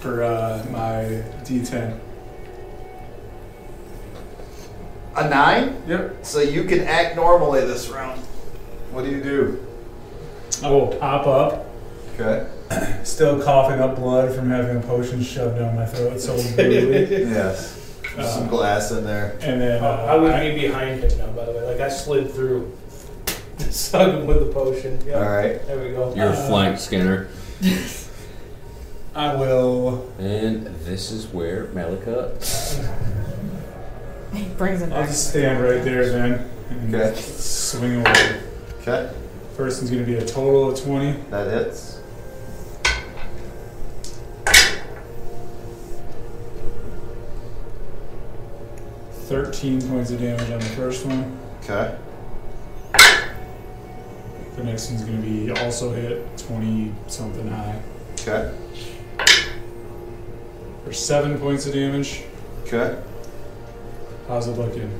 [SPEAKER 2] for uh, my D10.
[SPEAKER 1] A nine,
[SPEAKER 2] Yep.
[SPEAKER 1] so you can act normally this round. What do you do?
[SPEAKER 2] I will pop up,
[SPEAKER 1] Okay.
[SPEAKER 2] still coughing up blood from having a potion shoved down my throat so brutally.
[SPEAKER 1] Yes. There's
[SPEAKER 6] Uh,
[SPEAKER 1] some glass in there.
[SPEAKER 2] and then
[SPEAKER 4] Oh,
[SPEAKER 2] uh,
[SPEAKER 9] I would
[SPEAKER 2] I-
[SPEAKER 9] be behind him now, by the way. Like, I slid through. <laughs> Stuck him with the potion. Yeah.
[SPEAKER 1] All right.
[SPEAKER 9] There we go.
[SPEAKER 3] You're
[SPEAKER 2] Uh,
[SPEAKER 3] flank Skinner,
[SPEAKER 2] I will.
[SPEAKER 3] and this is where Malika.
[SPEAKER 5] He brings it
[SPEAKER 2] I'll
[SPEAKER 5] back.
[SPEAKER 2] just stand right there then and
[SPEAKER 1] Okay.
[SPEAKER 2] swing away.
[SPEAKER 1] Okay.
[SPEAKER 2] First one's gonna be a total of 20.
[SPEAKER 1] That hits.
[SPEAKER 2] Thirteen points of damage on the first one.
[SPEAKER 1] Okay.
[SPEAKER 2] The next one's gonna be also hit twenty something high
[SPEAKER 1] Okay.
[SPEAKER 2] for seven points of damage.
[SPEAKER 1] Okay.
[SPEAKER 2] How's it looking?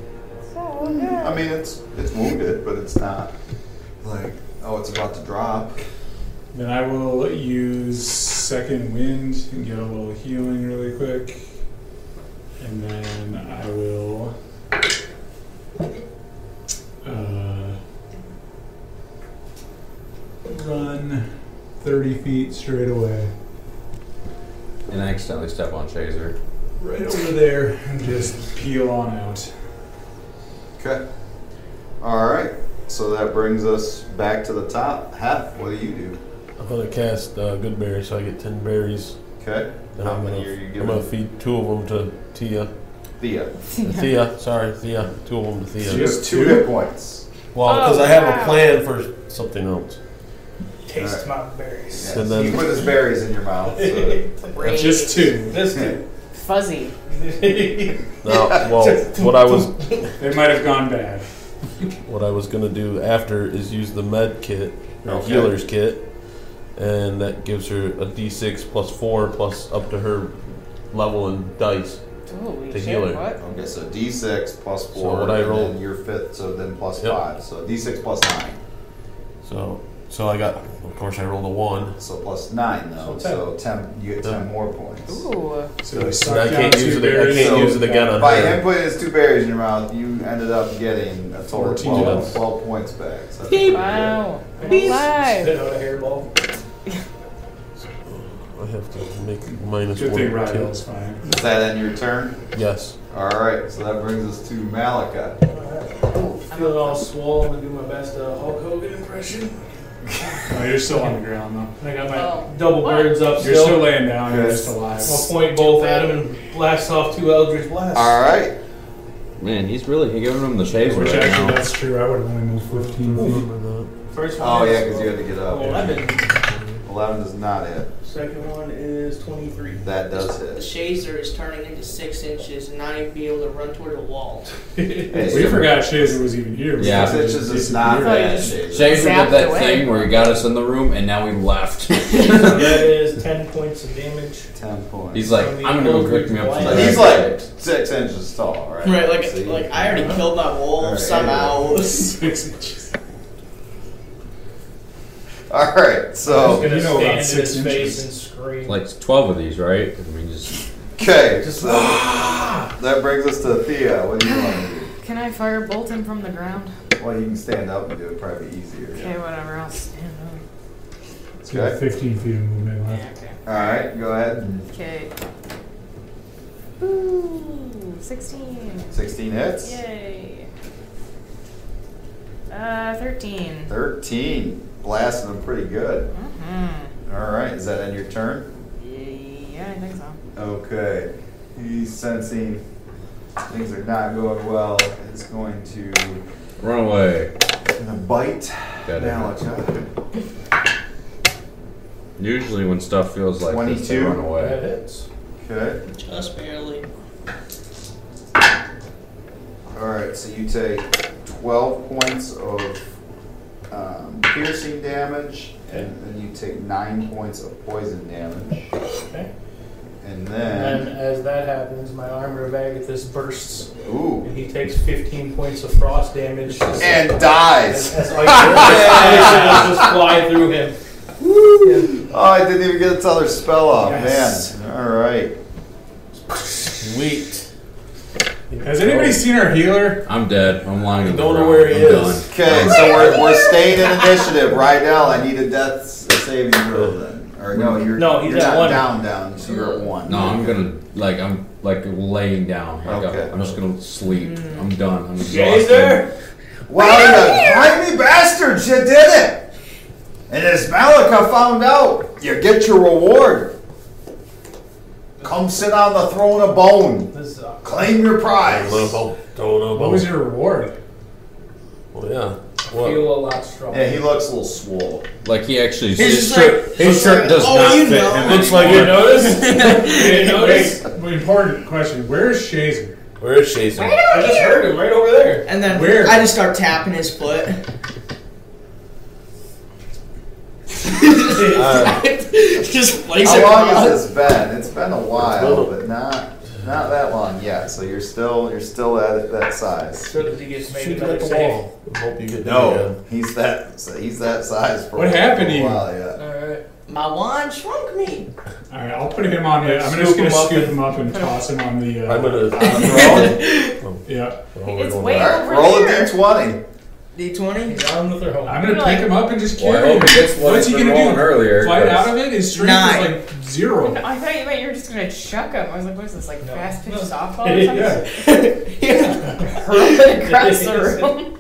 [SPEAKER 1] I mean, it's it's wounded, but it's not like oh, it's about to drop.
[SPEAKER 2] Then I will use second wind and get a little healing really quick, and then I will. Uh, run 30 feet straight away
[SPEAKER 3] And I accidentally step on Chaser.
[SPEAKER 2] right over there and just peel on out
[SPEAKER 1] Okay. All right. So that brings us back to the top. Hef, what do you do?
[SPEAKER 6] I'm gonna cast uh, good berries, so I get ten berries.
[SPEAKER 1] Okay.
[SPEAKER 6] Then
[SPEAKER 1] How
[SPEAKER 6] I'm
[SPEAKER 1] many
[SPEAKER 6] gonna-
[SPEAKER 1] are you
[SPEAKER 6] I'm gonna
[SPEAKER 1] giving?
[SPEAKER 6] feed two of them to Tia.
[SPEAKER 1] Thea.
[SPEAKER 6] Thea, sorry, Thea. Two of them to
[SPEAKER 1] You
[SPEAKER 6] Thea.
[SPEAKER 1] have two hit points.
[SPEAKER 6] Well, because I have a plan for something else.
[SPEAKER 9] Taste my berries.
[SPEAKER 1] Yes.
[SPEAKER 6] And then-
[SPEAKER 1] you put his berries in your mouth.
[SPEAKER 6] <laughs>
[SPEAKER 1] So.
[SPEAKER 7] Great.
[SPEAKER 2] just two
[SPEAKER 9] This
[SPEAKER 2] <laughs>
[SPEAKER 9] dude.
[SPEAKER 5] <laughs> Fuzzy.
[SPEAKER 6] No, well, what I was
[SPEAKER 2] They might have gone bad.
[SPEAKER 6] what I was gonna do after is use the med kit or
[SPEAKER 1] Okay.
[SPEAKER 6] healer's kit, and that gives her a D6 plus four plus up to her level in dice.
[SPEAKER 5] Holy
[SPEAKER 6] The
[SPEAKER 5] shit,
[SPEAKER 6] healer.
[SPEAKER 5] what?
[SPEAKER 1] Okay, so D6 plus
[SPEAKER 6] So
[SPEAKER 1] four,
[SPEAKER 6] what I
[SPEAKER 1] and
[SPEAKER 6] roll-
[SPEAKER 1] then your fifth, so then plus
[SPEAKER 6] Yep.
[SPEAKER 1] five. So D6 plus nine.
[SPEAKER 6] So, so I got. Of course, I rolled a one.
[SPEAKER 1] So plus nine, though.
[SPEAKER 9] So
[SPEAKER 1] So ten, you get ten more points.
[SPEAKER 5] Ooh.
[SPEAKER 2] So they
[SPEAKER 6] And I
[SPEAKER 2] sucked down
[SPEAKER 6] can't use
[SPEAKER 2] two
[SPEAKER 6] it. I
[SPEAKER 2] berries.
[SPEAKER 6] can't
[SPEAKER 1] So
[SPEAKER 6] use it again on
[SPEAKER 1] By
[SPEAKER 6] her.
[SPEAKER 1] him putting his two berries in your mouth, you ended up getting a total of
[SPEAKER 2] 14
[SPEAKER 1] 12,
[SPEAKER 6] points.
[SPEAKER 1] 12 points back. So
[SPEAKER 5] Wow. I'm
[SPEAKER 9] Beep.
[SPEAKER 5] alive.
[SPEAKER 9] Spit out a hairball.
[SPEAKER 6] I have to make minus
[SPEAKER 2] Good
[SPEAKER 6] one.
[SPEAKER 2] thing
[SPEAKER 6] to-
[SPEAKER 2] Rydell's fine.
[SPEAKER 1] Is that end your turn?
[SPEAKER 6] Yes.
[SPEAKER 1] All right, so that brings us to Malika.
[SPEAKER 9] Feeling all swollen. I'm gonna do my best uh, Hulk Hogan impression.
[SPEAKER 2] No, you're still on the ground though.
[SPEAKER 9] And I got my
[SPEAKER 5] Oh.
[SPEAKER 9] double birds up
[SPEAKER 2] You're
[SPEAKER 9] still.
[SPEAKER 2] still laying down. You're
[SPEAKER 1] Yes.
[SPEAKER 2] just alive.
[SPEAKER 9] I'll point both at him and blast off two Eldritch blasts.
[SPEAKER 1] All right,
[SPEAKER 3] Man, he's really giving him the Chaser
[SPEAKER 2] Which
[SPEAKER 3] right
[SPEAKER 2] actually,
[SPEAKER 3] now.
[SPEAKER 2] that's true. I would have only moved 15 feet.
[SPEAKER 6] Remember
[SPEAKER 9] First one.
[SPEAKER 1] Oh yeah, because you had to get up.
[SPEAKER 9] Eleven.
[SPEAKER 1] Eleven does not hit.
[SPEAKER 4] Second one is
[SPEAKER 2] <laughs>
[SPEAKER 4] 23.
[SPEAKER 1] That does
[SPEAKER 7] The
[SPEAKER 1] hit.
[SPEAKER 7] shazer is turning into six inches and not even be able to run toward a wall.
[SPEAKER 1] Hey,
[SPEAKER 2] We forgot Shazer was even here. We
[SPEAKER 3] Yeah.
[SPEAKER 2] thought he
[SPEAKER 1] Six
[SPEAKER 2] just
[SPEAKER 1] inches is not
[SPEAKER 5] Thought you
[SPEAKER 1] bad.
[SPEAKER 5] just-
[SPEAKER 1] Shazer.
[SPEAKER 3] Shazer
[SPEAKER 5] Zapped
[SPEAKER 3] did that
[SPEAKER 5] away.
[SPEAKER 3] thing where he got us in the room and now we left.
[SPEAKER 4] that is 10 points of damage.
[SPEAKER 1] Ten points.
[SPEAKER 3] He's like, I'm gonna go pick me up.
[SPEAKER 1] But he's like six inches tall, right?
[SPEAKER 7] Right, like
[SPEAKER 1] See?
[SPEAKER 7] like I already killed my wolf
[SPEAKER 1] Alright,
[SPEAKER 7] <laughs> somehow.
[SPEAKER 2] Six inches.
[SPEAKER 1] All right,
[SPEAKER 4] I'm
[SPEAKER 1] so
[SPEAKER 4] just gonna
[SPEAKER 2] Oh, You know
[SPEAKER 4] stand
[SPEAKER 2] about
[SPEAKER 4] in
[SPEAKER 2] six
[SPEAKER 4] his
[SPEAKER 2] inches.
[SPEAKER 4] face and scream.
[SPEAKER 3] like 12 of these, right? I mean, just
[SPEAKER 1] okay, so that brings us to Thea. What do you want to do?
[SPEAKER 5] Can I fire bolt him from the ground?
[SPEAKER 1] Well, you can stand up and do it. Probably easier.
[SPEAKER 5] Okay, whatever. I'll stand up.
[SPEAKER 2] It's got
[SPEAKER 1] Okay.
[SPEAKER 2] 15 feet of movement left.
[SPEAKER 5] Yeah, okay.
[SPEAKER 1] All right, go ahead. and
[SPEAKER 5] Okay. Ooh, 16.
[SPEAKER 1] Sixteen hits.
[SPEAKER 5] Yay. Uh, 13.
[SPEAKER 1] Thirteen, blasting them pretty good.
[SPEAKER 5] Mm-hmm.
[SPEAKER 1] All right, is that end your turn?
[SPEAKER 5] Yeah, I think so.
[SPEAKER 1] Okay, he's sensing things are not going well. It's going to
[SPEAKER 3] run away.
[SPEAKER 1] gonna bite.
[SPEAKER 3] Got it.
[SPEAKER 1] Malachi.
[SPEAKER 3] Usually when stuff feels like this, they
[SPEAKER 1] 22.
[SPEAKER 3] run away.
[SPEAKER 4] That hits.
[SPEAKER 1] Okay.
[SPEAKER 7] Just barely.
[SPEAKER 1] All right, so you take 12 points of um, piercing damage, and then you take 9 points of poison damage.
[SPEAKER 4] Okay.
[SPEAKER 1] And
[SPEAKER 4] And
[SPEAKER 1] then,
[SPEAKER 4] then as that happens, my armor of Agathis bursts,
[SPEAKER 1] ooh,
[SPEAKER 4] and he takes 15 points of frost damage.
[SPEAKER 1] and dies.
[SPEAKER 2] <laughs>
[SPEAKER 4] As like just fly through him.
[SPEAKER 1] Oh, I didn't even get its other spell off,
[SPEAKER 4] Yes.
[SPEAKER 1] man. All right.
[SPEAKER 6] Sweet.
[SPEAKER 2] Has anybody seen our
[SPEAKER 4] <laughs>
[SPEAKER 2] healer?
[SPEAKER 3] I'm dead. I'm lying. on the
[SPEAKER 6] Don't know
[SPEAKER 3] ground.
[SPEAKER 6] where he
[SPEAKER 3] I'm
[SPEAKER 6] is.
[SPEAKER 1] Okay, so we're, we're staying in initiative. Rydell, I need a death saving throw then. Or no, you're,
[SPEAKER 4] No, he's
[SPEAKER 1] you're
[SPEAKER 4] at
[SPEAKER 1] not
[SPEAKER 4] one.
[SPEAKER 1] down, down, so you're at 1.
[SPEAKER 3] No, I'm gonna like I'm like laying down. Like,
[SPEAKER 1] Okay.
[SPEAKER 3] I'm just gonna sleep.
[SPEAKER 5] Mm.
[SPEAKER 3] I'm done. I'm exhausted.
[SPEAKER 4] Gazer!
[SPEAKER 1] Well, you tiny bastards, you did it! And as Malika found out, you get your reward. Come sit on the throne of bone.
[SPEAKER 4] This is awkward.
[SPEAKER 1] Claim your prize.
[SPEAKER 6] Don't know. Don't know.
[SPEAKER 2] What was your reward?
[SPEAKER 6] Well, yeah.
[SPEAKER 4] I
[SPEAKER 6] What?
[SPEAKER 4] feel a lot stronger.
[SPEAKER 1] Yeah, he looks a little swole.
[SPEAKER 3] Like he actually
[SPEAKER 7] He's
[SPEAKER 3] his
[SPEAKER 7] just
[SPEAKER 3] shirt,
[SPEAKER 7] like-
[SPEAKER 3] his shirt does
[SPEAKER 7] Oh,
[SPEAKER 3] not
[SPEAKER 7] you
[SPEAKER 3] fit
[SPEAKER 7] know.
[SPEAKER 3] him.
[SPEAKER 6] Looks like
[SPEAKER 4] You
[SPEAKER 6] it.
[SPEAKER 4] notice? you notice?
[SPEAKER 2] Wait, important question. Where is Shazer?
[SPEAKER 6] Where is Shazer?
[SPEAKER 4] I just heard him right over there.
[SPEAKER 7] And then
[SPEAKER 2] Where?
[SPEAKER 7] I just start tapping his <laughs> foot. just place
[SPEAKER 1] How
[SPEAKER 7] it
[SPEAKER 1] long
[SPEAKER 7] on.
[SPEAKER 1] has this been? It's been a while,
[SPEAKER 6] It's
[SPEAKER 1] but
[SPEAKER 6] been
[SPEAKER 1] not not that long. Yeah, so you're still you're still at that size.
[SPEAKER 4] So does he get made
[SPEAKER 2] Shoot
[SPEAKER 4] another
[SPEAKER 2] at the
[SPEAKER 4] save?
[SPEAKER 2] wall.
[SPEAKER 6] I hope you get
[SPEAKER 1] No, he's that so he's that size for
[SPEAKER 2] What
[SPEAKER 1] a- for
[SPEAKER 2] happened to
[SPEAKER 1] a
[SPEAKER 2] you?
[SPEAKER 1] while. Yeah.
[SPEAKER 4] Alright.
[SPEAKER 7] My wand shrunk me.
[SPEAKER 2] All right, I'll put him on. The, I'm just
[SPEAKER 4] Scoop
[SPEAKER 2] gonna
[SPEAKER 4] him up
[SPEAKER 2] scoop
[SPEAKER 4] and-
[SPEAKER 2] him up and toss him on the. Uh,
[SPEAKER 5] <laughs>
[SPEAKER 6] I'm gonna.
[SPEAKER 2] <laughs>
[SPEAKER 1] Roll,
[SPEAKER 2] yeah,
[SPEAKER 6] Oh,
[SPEAKER 5] It's
[SPEAKER 6] we're going
[SPEAKER 5] way
[SPEAKER 6] back.
[SPEAKER 1] All right,
[SPEAKER 5] over
[SPEAKER 1] roll a d20.
[SPEAKER 5] here.
[SPEAKER 7] D20?
[SPEAKER 4] Down with her home. <laughs>
[SPEAKER 2] I'm gonna
[SPEAKER 5] You're
[SPEAKER 2] pick
[SPEAKER 5] like-
[SPEAKER 2] him up and just carry
[SPEAKER 3] Well, I
[SPEAKER 2] him.
[SPEAKER 3] hope he gets what
[SPEAKER 2] What's
[SPEAKER 3] he's
[SPEAKER 2] he
[SPEAKER 3] been
[SPEAKER 2] gonna
[SPEAKER 3] rolling
[SPEAKER 2] do?
[SPEAKER 3] earlier,
[SPEAKER 2] Fly
[SPEAKER 3] 'cause-
[SPEAKER 2] out of it? His strength
[SPEAKER 7] Nine.
[SPEAKER 2] is like zero.
[SPEAKER 5] I thought you meant you were just gonna chuck him. I was like, what is this, like
[SPEAKER 4] No.
[SPEAKER 5] fast pitch
[SPEAKER 4] No.
[SPEAKER 2] <laughs>
[SPEAKER 5] softball or something?
[SPEAKER 2] yeah.
[SPEAKER 5] <laughs> Hurl it across the room.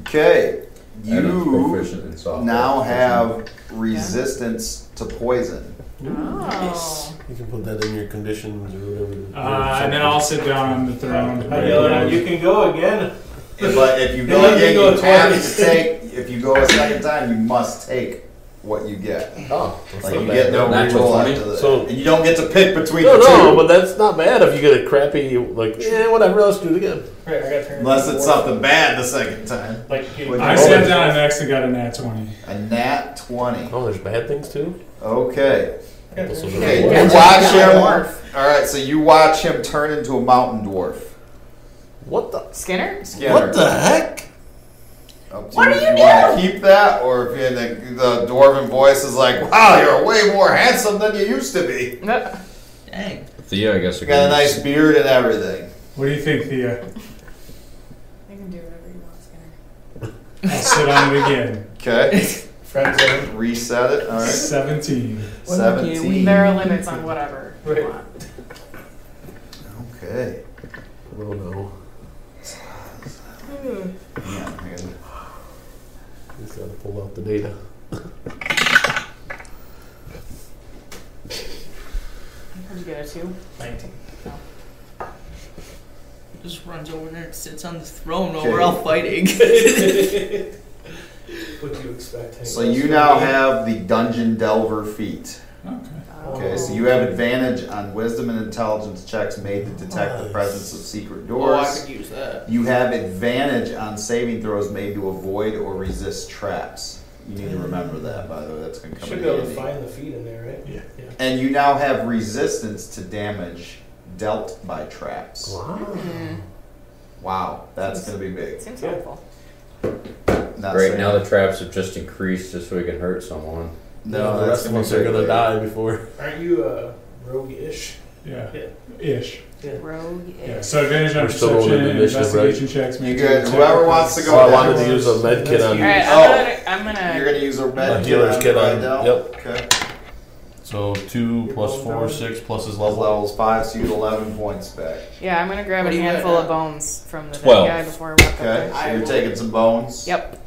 [SPEAKER 1] Okay,
[SPEAKER 3] And he's
[SPEAKER 1] you
[SPEAKER 3] proficient in software.
[SPEAKER 1] now have resistance to poison.
[SPEAKER 5] Oh.
[SPEAKER 6] You can put that in your conditions or whatever.
[SPEAKER 2] Uh, and then I'll sit down on the throne.
[SPEAKER 4] Hi, Dylan. You can go again.
[SPEAKER 1] But if you go
[SPEAKER 4] Then you
[SPEAKER 1] again,
[SPEAKER 4] go
[SPEAKER 1] you have to
[SPEAKER 4] twice.
[SPEAKER 1] take. If you go a second time, you must take what you get.
[SPEAKER 6] Oh, that's
[SPEAKER 1] Like
[SPEAKER 6] not
[SPEAKER 1] you
[SPEAKER 6] bad.
[SPEAKER 1] get no
[SPEAKER 3] Natural
[SPEAKER 1] reroll
[SPEAKER 3] 20?
[SPEAKER 1] after the,
[SPEAKER 6] So-
[SPEAKER 1] and you don't get to pick between
[SPEAKER 6] No,
[SPEAKER 1] the
[SPEAKER 6] no,
[SPEAKER 1] two
[SPEAKER 6] but that's not bad if you get a crappy, like, eh, whatever, let's do it again.
[SPEAKER 4] Right, I got turned
[SPEAKER 1] unless it's
[SPEAKER 4] into
[SPEAKER 1] something bad the second time.
[SPEAKER 4] a dwarf. Like, you
[SPEAKER 1] With
[SPEAKER 2] I sat down and actually got a nat twenty.
[SPEAKER 1] A nat twenty.
[SPEAKER 6] Oh, there's bad things too?
[SPEAKER 1] Okay.
[SPEAKER 6] This was a
[SPEAKER 1] Okay.
[SPEAKER 6] reward.
[SPEAKER 1] You watch him. All right. So you watch him turn into a mountain dwarf.
[SPEAKER 6] What the?
[SPEAKER 5] Skinner?
[SPEAKER 1] Skinner.
[SPEAKER 6] What the heck?
[SPEAKER 1] Up to
[SPEAKER 5] What
[SPEAKER 1] you
[SPEAKER 5] do
[SPEAKER 1] if
[SPEAKER 5] you
[SPEAKER 1] wanna keep that, or if you, the, the dwarven voice is like, "Wow, you're way more handsome than you used to be.
[SPEAKER 5] No.
[SPEAKER 7] Dang.
[SPEAKER 3] Thea, I guess.
[SPEAKER 1] You got a nice beard and everything."
[SPEAKER 2] What do you think, Thea?
[SPEAKER 5] You can do whatever you want, Skinner.
[SPEAKER 2] I'll sit on it again.
[SPEAKER 1] Okay.
[SPEAKER 4] friends of him.
[SPEAKER 1] Reset it. <laughs> All right.
[SPEAKER 2] Seventeen.
[SPEAKER 1] Seventeen.
[SPEAKER 5] There are limits on whatever you
[SPEAKER 4] Right.
[SPEAKER 5] want.
[SPEAKER 1] Okay.
[SPEAKER 6] Oh no.
[SPEAKER 1] Yeah, I gotta-
[SPEAKER 6] He's gotta pull out the data.
[SPEAKER 5] Did you get a two?
[SPEAKER 4] <laughs> 19.
[SPEAKER 7] Just <laughs> runs over there and sits on the throne while
[SPEAKER 1] Okay.
[SPEAKER 7] we're all fighting.
[SPEAKER 4] Would you
[SPEAKER 9] expect.
[SPEAKER 1] So you now have the dungeon delver feat.
[SPEAKER 2] Okay.
[SPEAKER 1] Okay, so you have advantage on wisdom and intelligence checks made to detect the presence of secret doors.
[SPEAKER 7] Oh, I could use that.
[SPEAKER 1] You have advantage on saving throws made to avoid or resist traps. You need to remember that, by the way. That's going to come
[SPEAKER 4] Should
[SPEAKER 1] in
[SPEAKER 4] be able to
[SPEAKER 1] handy.
[SPEAKER 4] find the feet in there, right?
[SPEAKER 1] And you now have resistance to damage dealt by traps.
[SPEAKER 6] Wow.
[SPEAKER 5] Mm,
[SPEAKER 1] Wow, that's going to be big.
[SPEAKER 5] seems helpful.
[SPEAKER 1] Not
[SPEAKER 3] Great,
[SPEAKER 1] saying-
[SPEAKER 3] now the traps have just increased just so we can hurt someone.
[SPEAKER 1] no,
[SPEAKER 6] the
[SPEAKER 1] that's
[SPEAKER 6] rest of
[SPEAKER 1] going
[SPEAKER 6] us
[SPEAKER 1] to be
[SPEAKER 6] are
[SPEAKER 1] big.
[SPEAKER 6] gonna die before.
[SPEAKER 4] Aren't you uh, rogue-ish?
[SPEAKER 2] Yeah.
[SPEAKER 4] Yeah.
[SPEAKER 2] Ish.
[SPEAKER 5] Rogue.
[SPEAKER 2] Yeah. So advantage on
[SPEAKER 6] We're still rolling
[SPEAKER 2] perception,
[SPEAKER 6] initiative,
[SPEAKER 2] investigation checks.
[SPEAKER 1] You
[SPEAKER 2] make
[SPEAKER 1] good?
[SPEAKER 2] sure
[SPEAKER 1] Whoever
[SPEAKER 2] check
[SPEAKER 1] wants to
[SPEAKER 2] is-
[SPEAKER 1] go
[SPEAKER 6] So Oh, I
[SPEAKER 1] that
[SPEAKER 6] wanted
[SPEAKER 1] was-
[SPEAKER 6] to use a med kit on
[SPEAKER 5] All right,
[SPEAKER 1] Oh.
[SPEAKER 5] I'm gonna. I'm
[SPEAKER 1] You're
[SPEAKER 5] gonna.
[SPEAKER 1] going to use a
[SPEAKER 6] a
[SPEAKER 1] med
[SPEAKER 6] healer's kit on.
[SPEAKER 1] now?
[SPEAKER 6] Yep.
[SPEAKER 1] Okay.
[SPEAKER 6] So two plus four, six plus his
[SPEAKER 1] Love
[SPEAKER 6] level.
[SPEAKER 1] levels five, so you get 11 points back.
[SPEAKER 5] Yeah, I'm gonna grab
[SPEAKER 7] What
[SPEAKER 5] a
[SPEAKER 7] do you got
[SPEAKER 5] handful
[SPEAKER 7] now?
[SPEAKER 5] of bones from the dead
[SPEAKER 3] Twelve.
[SPEAKER 5] guy before I walk up
[SPEAKER 1] Okay,
[SPEAKER 5] there.
[SPEAKER 1] so you're taking some bones.
[SPEAKER 5] Yep.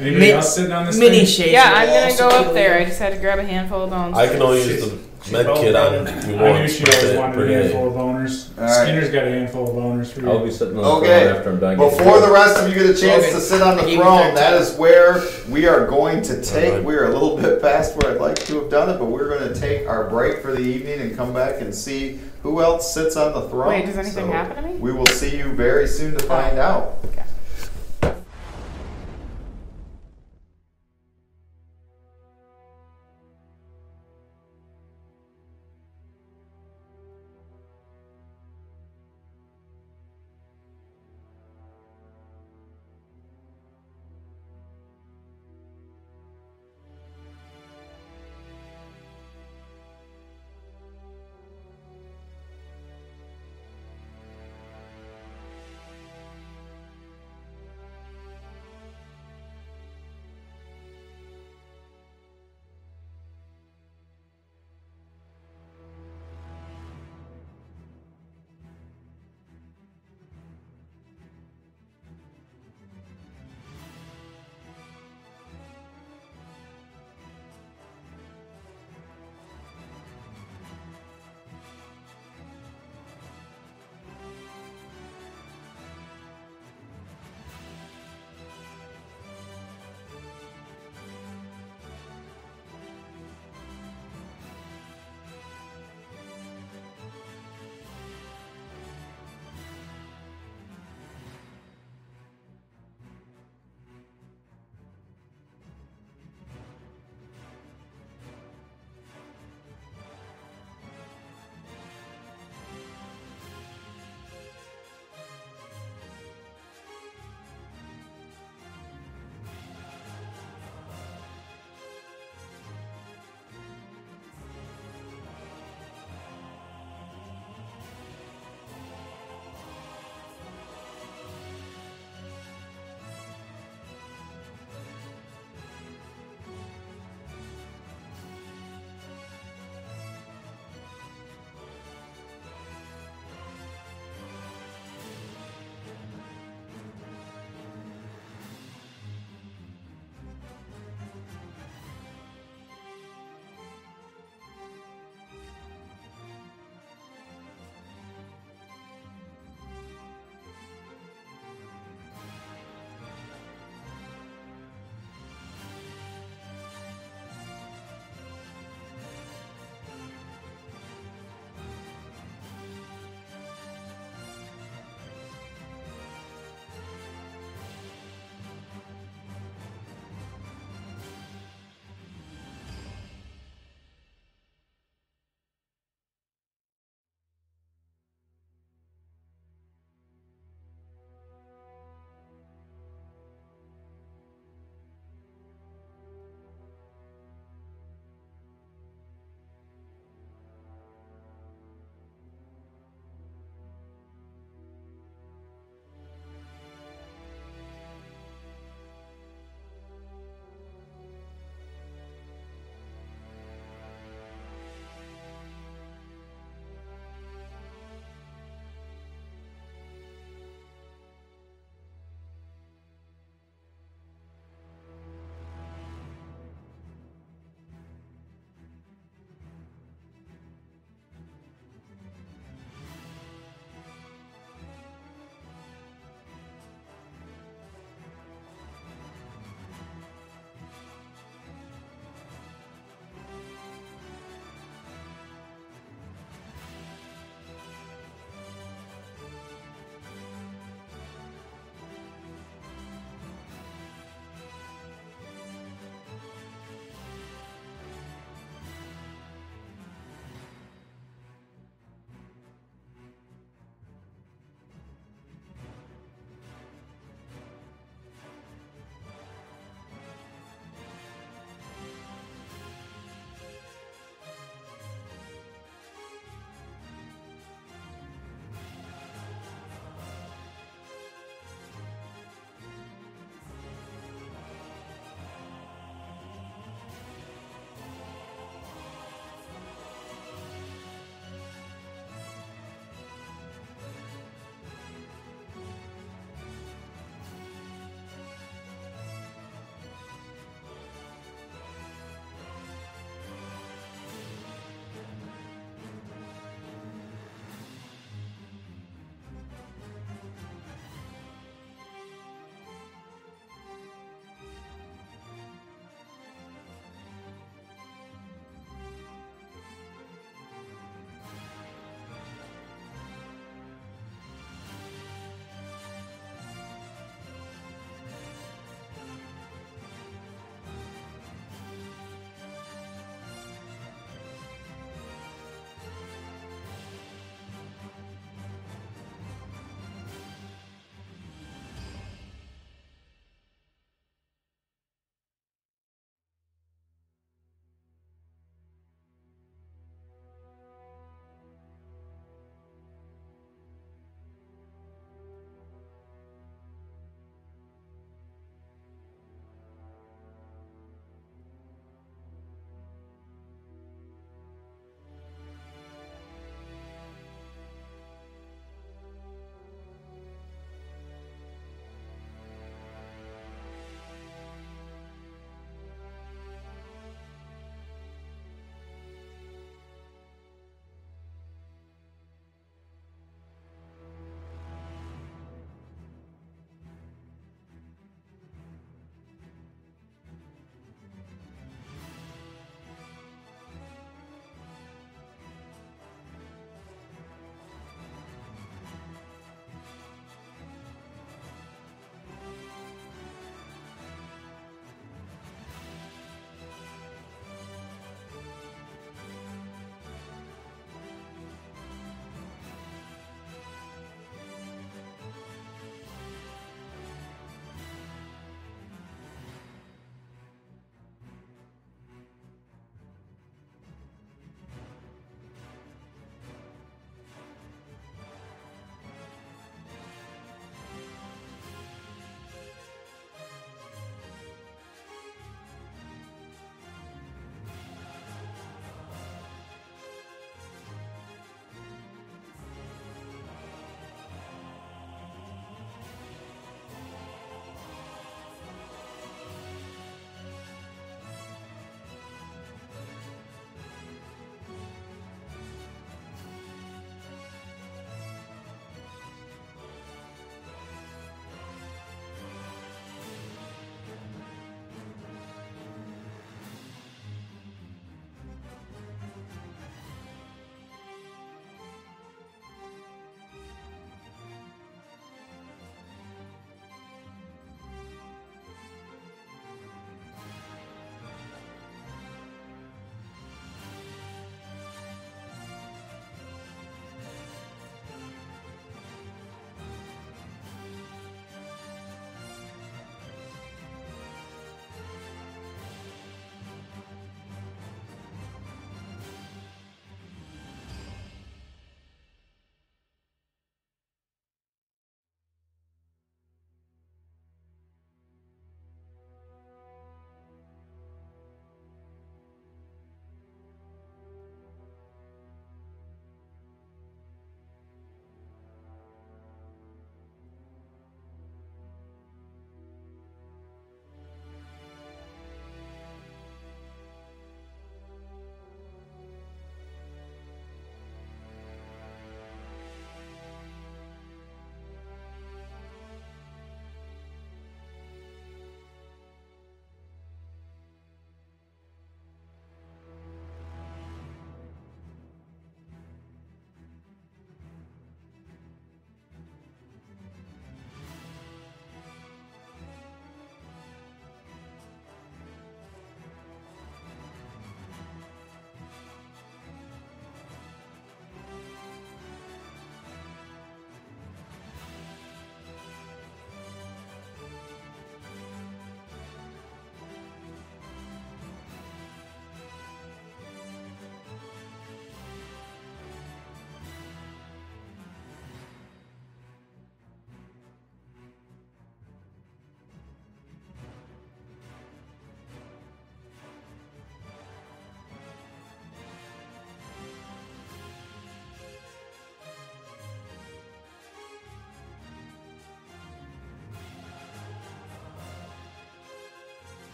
[SPEAKER 2] Anybody
[SPEAKER 7] Mid-
[SPEAKER 2] else sitting on this
[SPEAKER 7] Mini
[SPEAKER 2] thing?
[SPEAKER 7] shades.
[SPEAKER 5] Yeah,
[SPEAKER 7] will
[SPEAKER 5] I'm gonna go
[SPEAKER 7] also kill
[SPEAKER 5] up there. I
[SPEAKER 7] you.
[SPEAKER 5] just had to grab a handful of bones.
[SPEAKER 6] I can only use the med kit on if you want.
[SPEAKER 2] I knew she
[SPEAKER 6] but
[SPEAKER 2] always
[SPEAKER 6] that-
[SPEAKER 2] wanted a
[SPEAKER 6] pretty-
[SPEAKER 2] handful of boners.
[SPEAKER 1] All right.
[SPEAKER 2] Skinner's got a handful of boners for you.
[SPEAKER 3] I'll be sitting on the
[SPEAKER 1] Okay.
[SPEAKER 3] throne after I'm done. getting
[SPEAKER 1] Before the
[SPEAKER 3] killed.
[SPEAKER 1] rest of you get a chance
[SPEAKER 7] Okay.
[SPEAKER 1] to sit on the
[SPEAKER 7] I gave you
[SPEAKER 1] throne,
[SPEAKER 7] thirteen.
[SPEAKER 1] that is where we are going to take.
[SPEAKER 6] Alright.
[SPEAKER 1] We are a little bit past where I'd like to have done it, but we're going to take our break for the evening and come back and see who else sits on the throne.
[SPEAKER 5] Wait, does anything
[SPEAKER 1] So
[SPEAKER 5] happen to me?
[SPEAKER 1] We will see you very soon to find out.
[SPEAKER 5] Okay.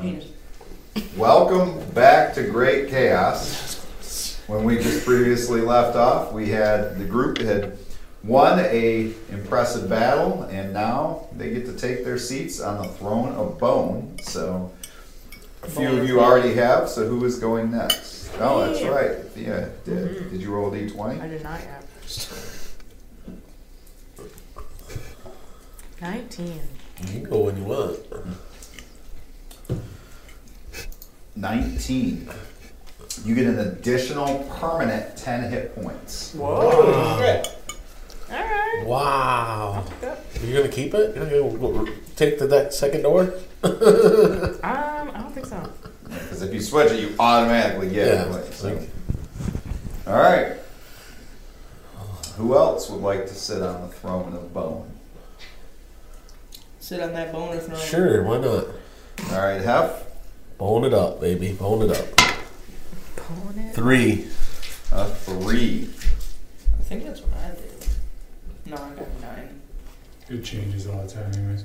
[SPEAKER 7] Penis.
[SPEAKER 1] Welcome back to Great Chaos. When we just previously left off, we had the group had won a impressive battle, and now they get to take their seats on the throne of Bone. So a few of you already have. So who is going next? Oh, that's right. Yeah, did did you roll d twenty?
[SPEAKER 5] I did not have. Nineteen.
[SPEAKER 6] You can go when you want.
[SPEAKER 1] 19. You get an additional permanent 10 hit points.
[SPEAKER 5] All right.
[SPEAKER 6] Wow. You're gonna keep it? You're not gonna go- take the that second door?
[SPEAKER 5] Um, I don't think so.
[SPEAKER 1] Because if you switch it, you automatically get it. Like, so. All right. Who else would like to sit on the throne of bone?
[SPEAKER 7] Sit on that boner throne.
[SPEAKER 6] Sure, why not?
[SPEAKER 1] All right, Hef.
[SPEAKER 6] Bone it up, baby. Bone it up.
[SPEAKER 5] Pulling it.
[SPEAKER 6] Three.
[SPEAKER 1] A three.
[SPEAKER 7] I think that's what I did. No, I got nine.
[SPEAKER 2] It changes all the time, anyways.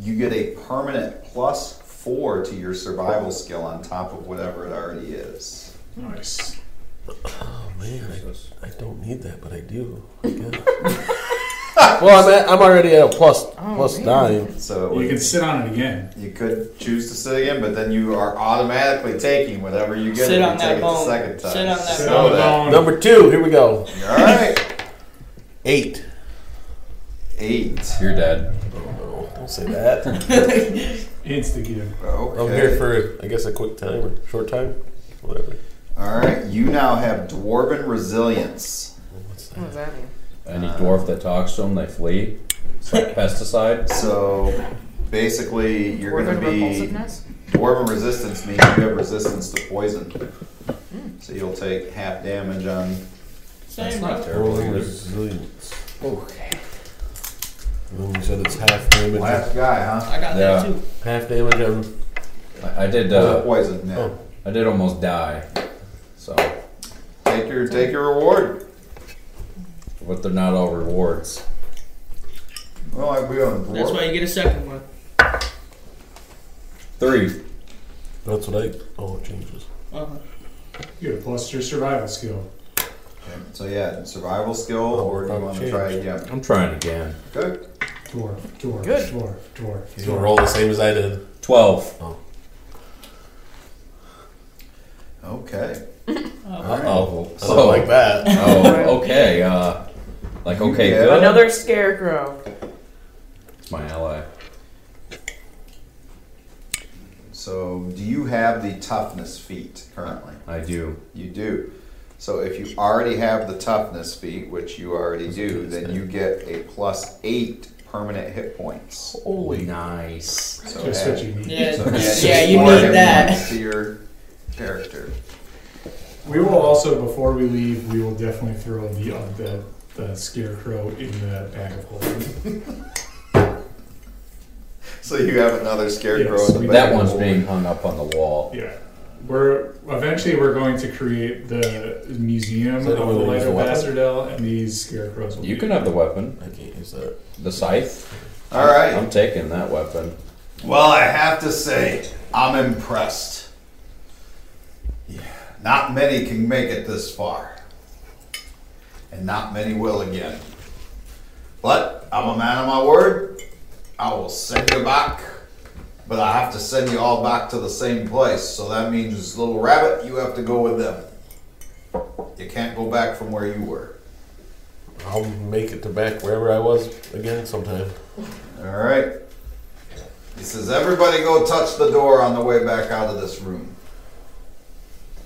[SPEAKER 1] You get a permanent plus four to your survival skill on top of whatever it already is.
[SPEAKER 2] Nice.
[SPEAKER 6] Oh man, I, I don't need that, but I do. I <laughs> guess. well, I'm, at, I'm already at a plus plus
[SPEAKER 5] man.
[SPEAKER 6] nine.
[SPEAKER 1] So it
[SPEAKER 2] You
[SPEAKER 1] would-
[SPEAKER 2] can sit on it again.
[SPEAKER 1] you could choose to sit again, but then you are automatically taking whatever you get
[SPEAKER 7] Sit
[SPEAKER 1] if you
[SPEAKER 7] on
[SPEAKER 1] take
[SPEAKER 7] that
[SPEAKER 1] it
[SPEAKER 7] bone.
[SPEAKER 1] the second time.
[SPEAKER 7] Sit on that
[SPEAKER 2] Sit
[SPEAKER 1] Know
[SPEAKER 2] on the
[SPEAKER 1] that.
[SPEAKER 2] bone.
[SPEAKER 6] Number two. Here we go.
[SPEAKER 1] All right,
[SPEAKER 6] Eight.
[SPEAKER 1] eight.
[SPEAKER 3] You're dead.
[SPEAKER 6] Oh, don't say <laughs> that.
[SPEAKER 2] Insta give.
[SPEAKER 1] Okay.
[SPEAKER 6] I'm here for I guess a quick time or short time, whatever.
[SPEAKER 1] All right, you now have dwarven resilience.
[SPEAKER 6] What's
[SPEAKER 5] What
[SPEAKER 6] that?
[SPEAKER 5] does that mean?
[SPEAKER 3] Any dwarf that talks to them, they flee.
[SPEAKER 1] <laughs>
[SPEAKER 3] It's like pesticide.
[SPEAKER 1] So basically, you're going
[SPEAKER 5] Dwarven
[SPEAKER 1] to be
[SPEAKER 5] repulsiveness.
[SPEAKER 1] dwarven resistance means you have resistance to poison. So you'll take half damage on.
[SPEAKER 3] That's
[SPEAKER 7] Same.
[SPEAKER 3] not
[SPEAKER 7] bro.
[SPEAKER 3] terrible
[SPEAKER 6] Rolling
[SPEAKER 3] either.
[SPEAKER 6] resilience.
[SPEAKER 1] Okay.
[SPEAKER 6] And then you said it's half damage.
[SPEAKER 1] Last guy, huh?
[SPEAKER 7] I got
[SPEAKER 3] Yeah.
[SPEAKER 7] that too.
[SPEAKER 6] Half damage on.
[SPEAKER 3] I, I did.
[SPEAKER 1] Uh,
[SPEAKER 3] Uh,
[SPEAKER 1] poison. Yeah.
[SPEAKER 6] Oh.
[SPEAKER 3] I did almost die. So,
[SPEAKER 1] Take your take your reward.
[SPEAKER 3] but they're not all rewards.
[SPEAKER 1] Well, I we on
[SPEAKER 7] That's why
[SPEAKER 1] dwarf.
[SPEAKER 7] you get a second one.
[SPEAKER 3] Three.
[SPEAKER 6] That's what I. Oh, it changes.
[SPEAKER 7] Uh-huh.
[SPEAKER 2] You get a plus to your survival skill.
[SPEAKER 1] So yeah, survival skill, or
[SPEAKER 6] Oh,
[SPEAKER 1] you want to
[SPEAKER 6] change.
[SPEAKER 1] try again?
[SPEAKER 3] I'm trying again.
[SPEAKER 1] Good.
[SPEAKER 2] Dwarf, dwarf,
[SPEAKER 5] Good.
[SPEAKER 2] dwarf, dwarf,
[SPEAKER 6] He's gonna
[SPEAKER 2] dwarf.
[SPEAKER 6] roll the same as I did.
[SPEAKER 3] Twelve.
[SPEAKER 1] Oh. Okay.
[SPEAKER 3] Oh.
[SPEAKER 6] I don't
[SPEAKER 3] So.
[SPEAKER 6] Uh-huh. like that.
[SPEAKER 3] Oh. Okay. Uh. Like okay.
[SPEAKER 1] Yeah.
[SPEAKER 3] Good.
[SPEAKER 5] Another scarecrow.
[SPEAKER 3] It's my ally.
[SPEAKER 1] So do you have the toughness feat currently?
[SPEAKER 3] I do.
[SPEAKER 1] You do. So if you already have the toughness feat, which you already do, then you get a plus eight permanent hit points.
[SPEAKER 3] Holy nice.
[SPEAKER 1] So
[SPEAKER 2] Just
[SPEAKER 1] add-
[SPEAKER 2] what you need.
[SPEAKER 7] Yeah,
[SPEAKER 1] so
[SPEAKER 3] <laughs>
[SPEAKER 1] add
[SPEAKER 7] yeah,
[SPEAKER 1] six
[SPEAKER 7] you
[SPEAKER 1] more
[SPEAKER 7] need
[SPEAKER 1] hit
[SPEAKER 7] that.
[SPEAKER 1] points To your character.
[SPEAKER 2] We will also, before we leave, we will definitely throw the uh, the, the scarecrow in the bag of holding.
[SPEAKER 6] <laughs>
[SPEAKER 1] So you have another scarecrow
[SPEAKER 2] Yes,
[SPEAKER 1] in the
[SPEAKER 2] we-
[SPEAKER 1] back.
[SPEAKER 3] That one's being hung up on the wall.
[SPEAKER 2] Yeah, we're eventually we're going to create the museum
[SPEAKER 6] So
[SPEAKER 2] of
[SPEAKER 6] they
[SPEAKER 2] the
[SPEAKER 6] will
[SPEAKER 2] Light
[SPEAKER 6] use the
[SPEAKER 2] of
[SPEAKER 6] weapon?
[SPEAKER 2] Basardel, and these scarecrows. Will
[SPEAKER 3] You
[SPEAKER 2] be-
[SPEAKER 3] can have the weapon.
[SPEAKER 6] I can't use that.
[SPEAKER 3] The scythe.
[SPEAKER 1] All right.
[SPEAKER 3] I'm taking that weapon.
[SPEAKER 1] Well, I have to say, I'm impressed. Yeah, not many can make it this far, and not many will again. But I'm a man of my word. I will send you back, but I have to send you all back to the same place. So that means, little rabbit, you have to go with them. You can't go back from where you were.
[SPEAKER 6] I'll make it to back wherever I was again sometime.
[SPEAKER 1] All right. He says, everybody go touch the door on the way back out of this room.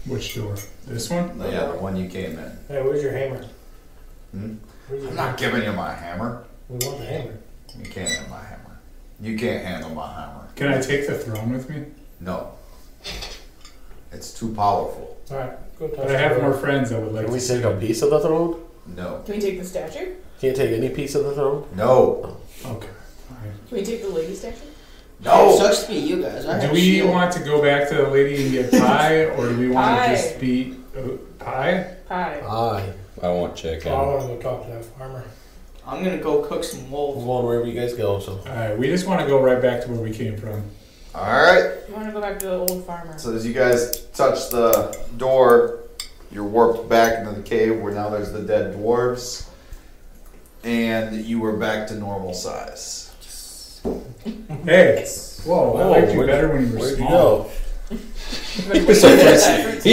[SPEAKER 2] Which door? This one?
[SPEAKER 1] Yeah, the one you came in.
[SPEAKER 9] Hey, where's your hammer?
[SPEAKER 1] Hmm?
[SPEAKER 9] Where's your
[SPEAKER 1] I'm
[SPEAKER 9] hammer?
[SPEAKER 1] not giving you my hammer.
[SPEAKER 9] We want the hammer.
[SPEAKER 1] You can't have my hammer. You can't handle my hammer.
[SPEAKER 2] Can I take the throne with me?
[SPEAKER 1] No. It's too powerful.
[SPEAKER 9] All right, go touch
[SPEAKER 2] But I
[SPEAKER 9] the
[SPEAKER 2] have
[SPEAKER 9] door.
[SPEAKER 2] more friends that would like
[SPEAKER 6] Can
[SPEAKER 2] to
[SPEAKER 6] we
[SPEAKER 2] see
[SPEAKER 6] take a piece of the throne?
[SPEAKER 1] No.
[SPEAKER 5] Can we take the statue?
[SPEAKER 6] Can't take any piece of the throne.
[SPEAKER 1] No.
[SPEAKER 2] Okay. Fine.
[SPEAKER 5] Can we take the lady statue?
[SPEAKER 7] It
[SPEAKER 1] No.
[SPEAKER 7] sucks to be you guys. I
[SPEAKER 2] Do
[SPEAKER 7] have
[SPEAKER 2] we
[SPEAKER 7] shield.
[SPEAKER 2] want to go back to the lady and get pie, or do we want to
[SPEAKER 5] Pie.
[SPEAKER 2] just be uh, pie?
[SPEAKER 5] Hi.
[SPEAKER 6] Aye.
[SPEAKER 3] I want
[SPEAKER 9] Oh, I
[SPEAKER 3] <laughs> chicken.
[SPEAKER 9] want to go talk to that farmer.
[SPEAKER 7] I'm gonna go cook some
[SPEAKER 6] I'm
[SPEAKER 7] wolves.
[SPEAKER 6] going wherever you guys go. So
[SPEAKER 2] All right, we just want to go right back to where we came from.
[SPEAKER 1] All right.
[SPEAKER 5] You want to go back to the old farmer?
[SPEAKER 1] So as you guys touch the door, you're warped back into the cave where now there's the dead dwarves, and you are back to normal size.
[SPEAKER 2] Hey, whoa, I liked Oh, you
[SPEAKER 6] Oh, where'd-
[SPEAKER 2] better when you were
[SPEAKER 6] Where'd you
[SPEAKER 2] small.
[SPEAKER 6] go?
[SPEAKER 3] He's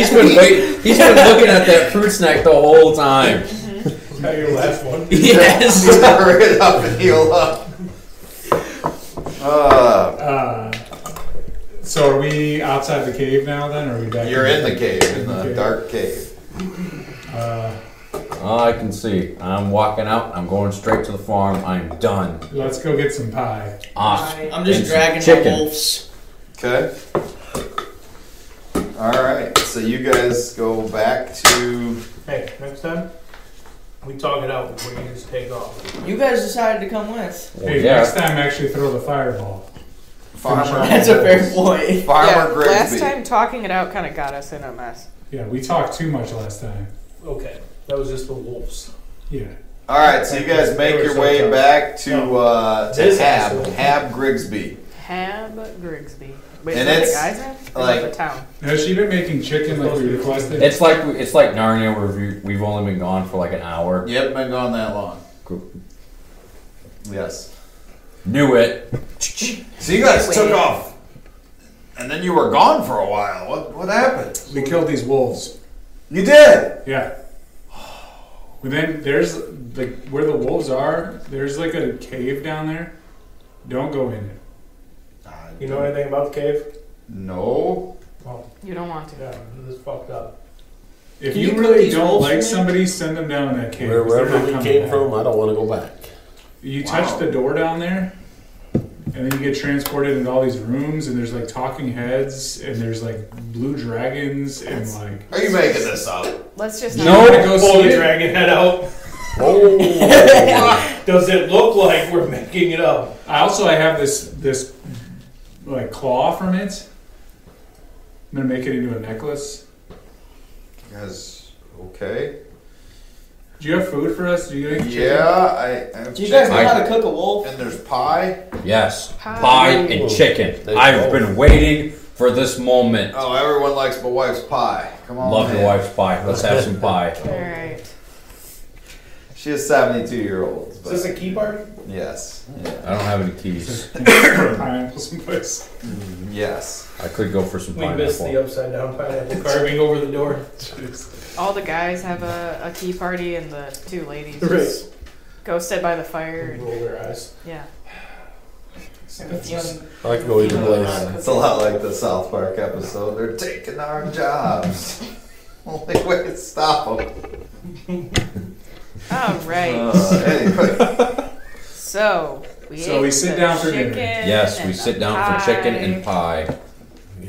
[SPEAKER 3] been wait, he's been looking at that fruit snack the whole time.
[SPEAKER 2] Is that your last one?
[SPEAKER 3] Yes.
[SPEAKER 1] Hurry it up and heal up. Uh,
[SPEAKER 2] Uh, so are we outside the cave now then, or are we back?
[SPEAKER 1] you're in the cave, in the dark cave.
[SPEAKER 2] Uh,
[SPEAKER 3] All I can see. I'm walking out. I'm going straight to the farm. I'm done.
[SPEAKER 2] let's go get some pie.
[SPEAKER 3] Off.
[SPEAKER 7] I'm just
[SPEAKER 3] And
[SPEAKER 7] dragging
[SPEAKER 3] chicken.
[SPEAKER 7] my wolves.
[SPEAKER 1] Okay. All right. So you guys go back to.
[SPEAKER 4] Hey, next time we talk it out before you just take off.
[SPEAKER 7] You guys decided to come with.
[SPEAKER 3] Well,
[SPEAKER 2] Hey,
[SPEAKER 3] yeah.
[SPEAKER 2] next time actually throw the fireball.
[SPEAKER 1] Farmer-
[SPEAKER 7] <laughs> That's a fair point.
[SPEAKER 1] Farmer Grigsby.
[SPEAKER 5] last time talking it out kind of got us in a mess.
[SPEAKER 2] Yeah, we talked too much last time.
[SPEAKER 4] Okay, that was just the wolves.
[SPEAKER 2] Yeah.
[SPEAKER 1] All right, so you guys make your way back to uh, to
[SPEAKER 4] This
[SPEAKER 1] Hab,
[SPEAKER 4] asshole.
[SPEAKER 1] Hab Grigsby.
[SPEAKER 5] Hab Grigsby. Wait,
[SPEAKER 1] And
[SPEAKER 5] is that
[SPEAKER 1] it's,
[SPEAKER 5] the guy's name? Or is that
[SPEAKER 1] like-
[SPEAKER 5] the town.
[SPEAKER 2] Has she been making chicken like we requested?
[SPEAKER 3] It's like it's like Narnia where we- we've only been gone for like an hour.
[SPEAKER 1] You haven't been gone that long.
[SPEAKER 3] Cool.
[SPEAKER 1] Yes.
[SPEAKER 3] Knew it.
[SPEAKER 1] So you guys
[SPEAKER 5] Wait.
[SPEAKER 1] took off, and then you were gone for a while. What what happened?
[SPEAKER 2] we killed these wolves.
[SPEAKER 1] You did.
[SPEAKER 2] Yeah. But then there's like where the wolves are. There's like a cave down there. Don't go in it.
[SPEAKER 4] You know anything about the cave?
[SPEAKER 1] No.
[SPEAKER 4] Well,
[SPEAKER 5] You don't want to.
[SPEAKER 4] yeah, this is fucked up.
[SPEAKER 2] If
[SPEAKER 7] Can
[SPEAKER 2] you,
[SPEAKER 7] you cook
[SPEAKER 2] really
[SPEAKER 7] these
[SPEAKER 2] don't
[SPEAKER 7] wolves for
[SPEAKER 2] like
[SPEAKER 7] me?
[SPEAKER 2] somebody, send them down in that cave.
[SPEAKER 6] Where,
[SPEAKER 2] 'cause they're
[SPEAKER 6] wherever
[SPEAKER 2] not
[SPEAKER 6] we
[SPEAKER 2] coming
[SPEAKER 6] came
[SPEAKER 2] back.
[SPEAKER 6] from, I don't want to go back.
[SPEAKER 2] You
[SPEAKER 1] Wow.
[SPEAKER 2] touch the door down there, and then you get transported into all these rooms, and there's like talking heads, and there's like blue dragons, and like
[SPEAKER 1] Are you making this up?
[SPEAKER 5] Let's just not.
[SPEAKER 3] No.
[SPEAKER 4] Pull
[SPEAKER 2] go see
[SPEAKER 4] the
[SPEAKER 2] it.
[SPEAKER 4] dragon head out.
[SPEAKER 6] Oh!
[SPEAKER 4] Does it look like we're making it up?
[SPEAKER 2] I also I have this this like claw from it. I'm gonna make it into a necklace.
[SPEAKER 1] You guys okay?
[SPEAKER 2] Do you have food for us? Do you get
[SPEAKER 1] Yeah, I. I've
[SPEAKER 7] Do you guys
[SPEAKER 1] checked.
[SPEAKER 7] know how to cook a wolf?
[SPEAKER 1] and there's pie.
[SPEAKER 3] Yes.
[SPEAKER 5] Pie.
[SPEAKER 3] Pie and chicken.
[SPEAKER 6] They
[SPEAKER 3] I've
[SPEAKER 6] both.
[SPEAKER 3] been waiting for this moment.
[SPEAKER 1] Oh, everyone likes my wife's pie. Come on.
[SPEAKER 3] Love your
[SPEAKER 1] man.
[SPEAKER 3] wife's pie. Let's have some pie.
[SPEAKER 5] All right.
[SPEAKER 1] She is 72 year olds.
[SPEAKER 4] Is this a key party?
[SPEAKER 1] Yes.
[SPEAKER 3] I don't have any keys.
[SPEAKER 2] <coughs> pineapple someplace?
[SPEAKER 1] Yes.
[SPEAKER 3] I could go for some
[SPEAKER 4] We missed
[SPEAKER 3] pineapple.
[SPEAKER 4] the upside down pineapple carving over the door.
[SPEAKER 9] <laughs>
[SPEAKER 5] All the guys have a, a tea party, and the two ladies
[SPEAKER 4] Right.
[SPEAKER 5] just go sit by the fire. and-
[SPEAKER 4] Roll their eyes.
[SPEAKER 5] yeah.
[SPEAKER 6] I could go either place.
[SPEAKER 1] It's a lot like the South Park episode. They're taking our jobs. <laughs> Only way to stop them.
[SPEAKER 5] All right.
[SPEAKER 1] Uh, anyway,
[SPEAKER 5] So we
[SPEAKER 2] So we
[SPEAKER 5] ate
[SPEAKER 2] sit
[SPEAKER 5] the
[SPEAKER 2] down for dinner.
[SPEAKER 5] chicken
[SPEAKER 3] Yes, we
[SPEAKER 5] and
[SPEAKER 3] sit
[SPEAKER 5] the
[SPEAKER 3] down for chicken and
[SPEAKER 5] pie.
[SPEAKER 3] pie.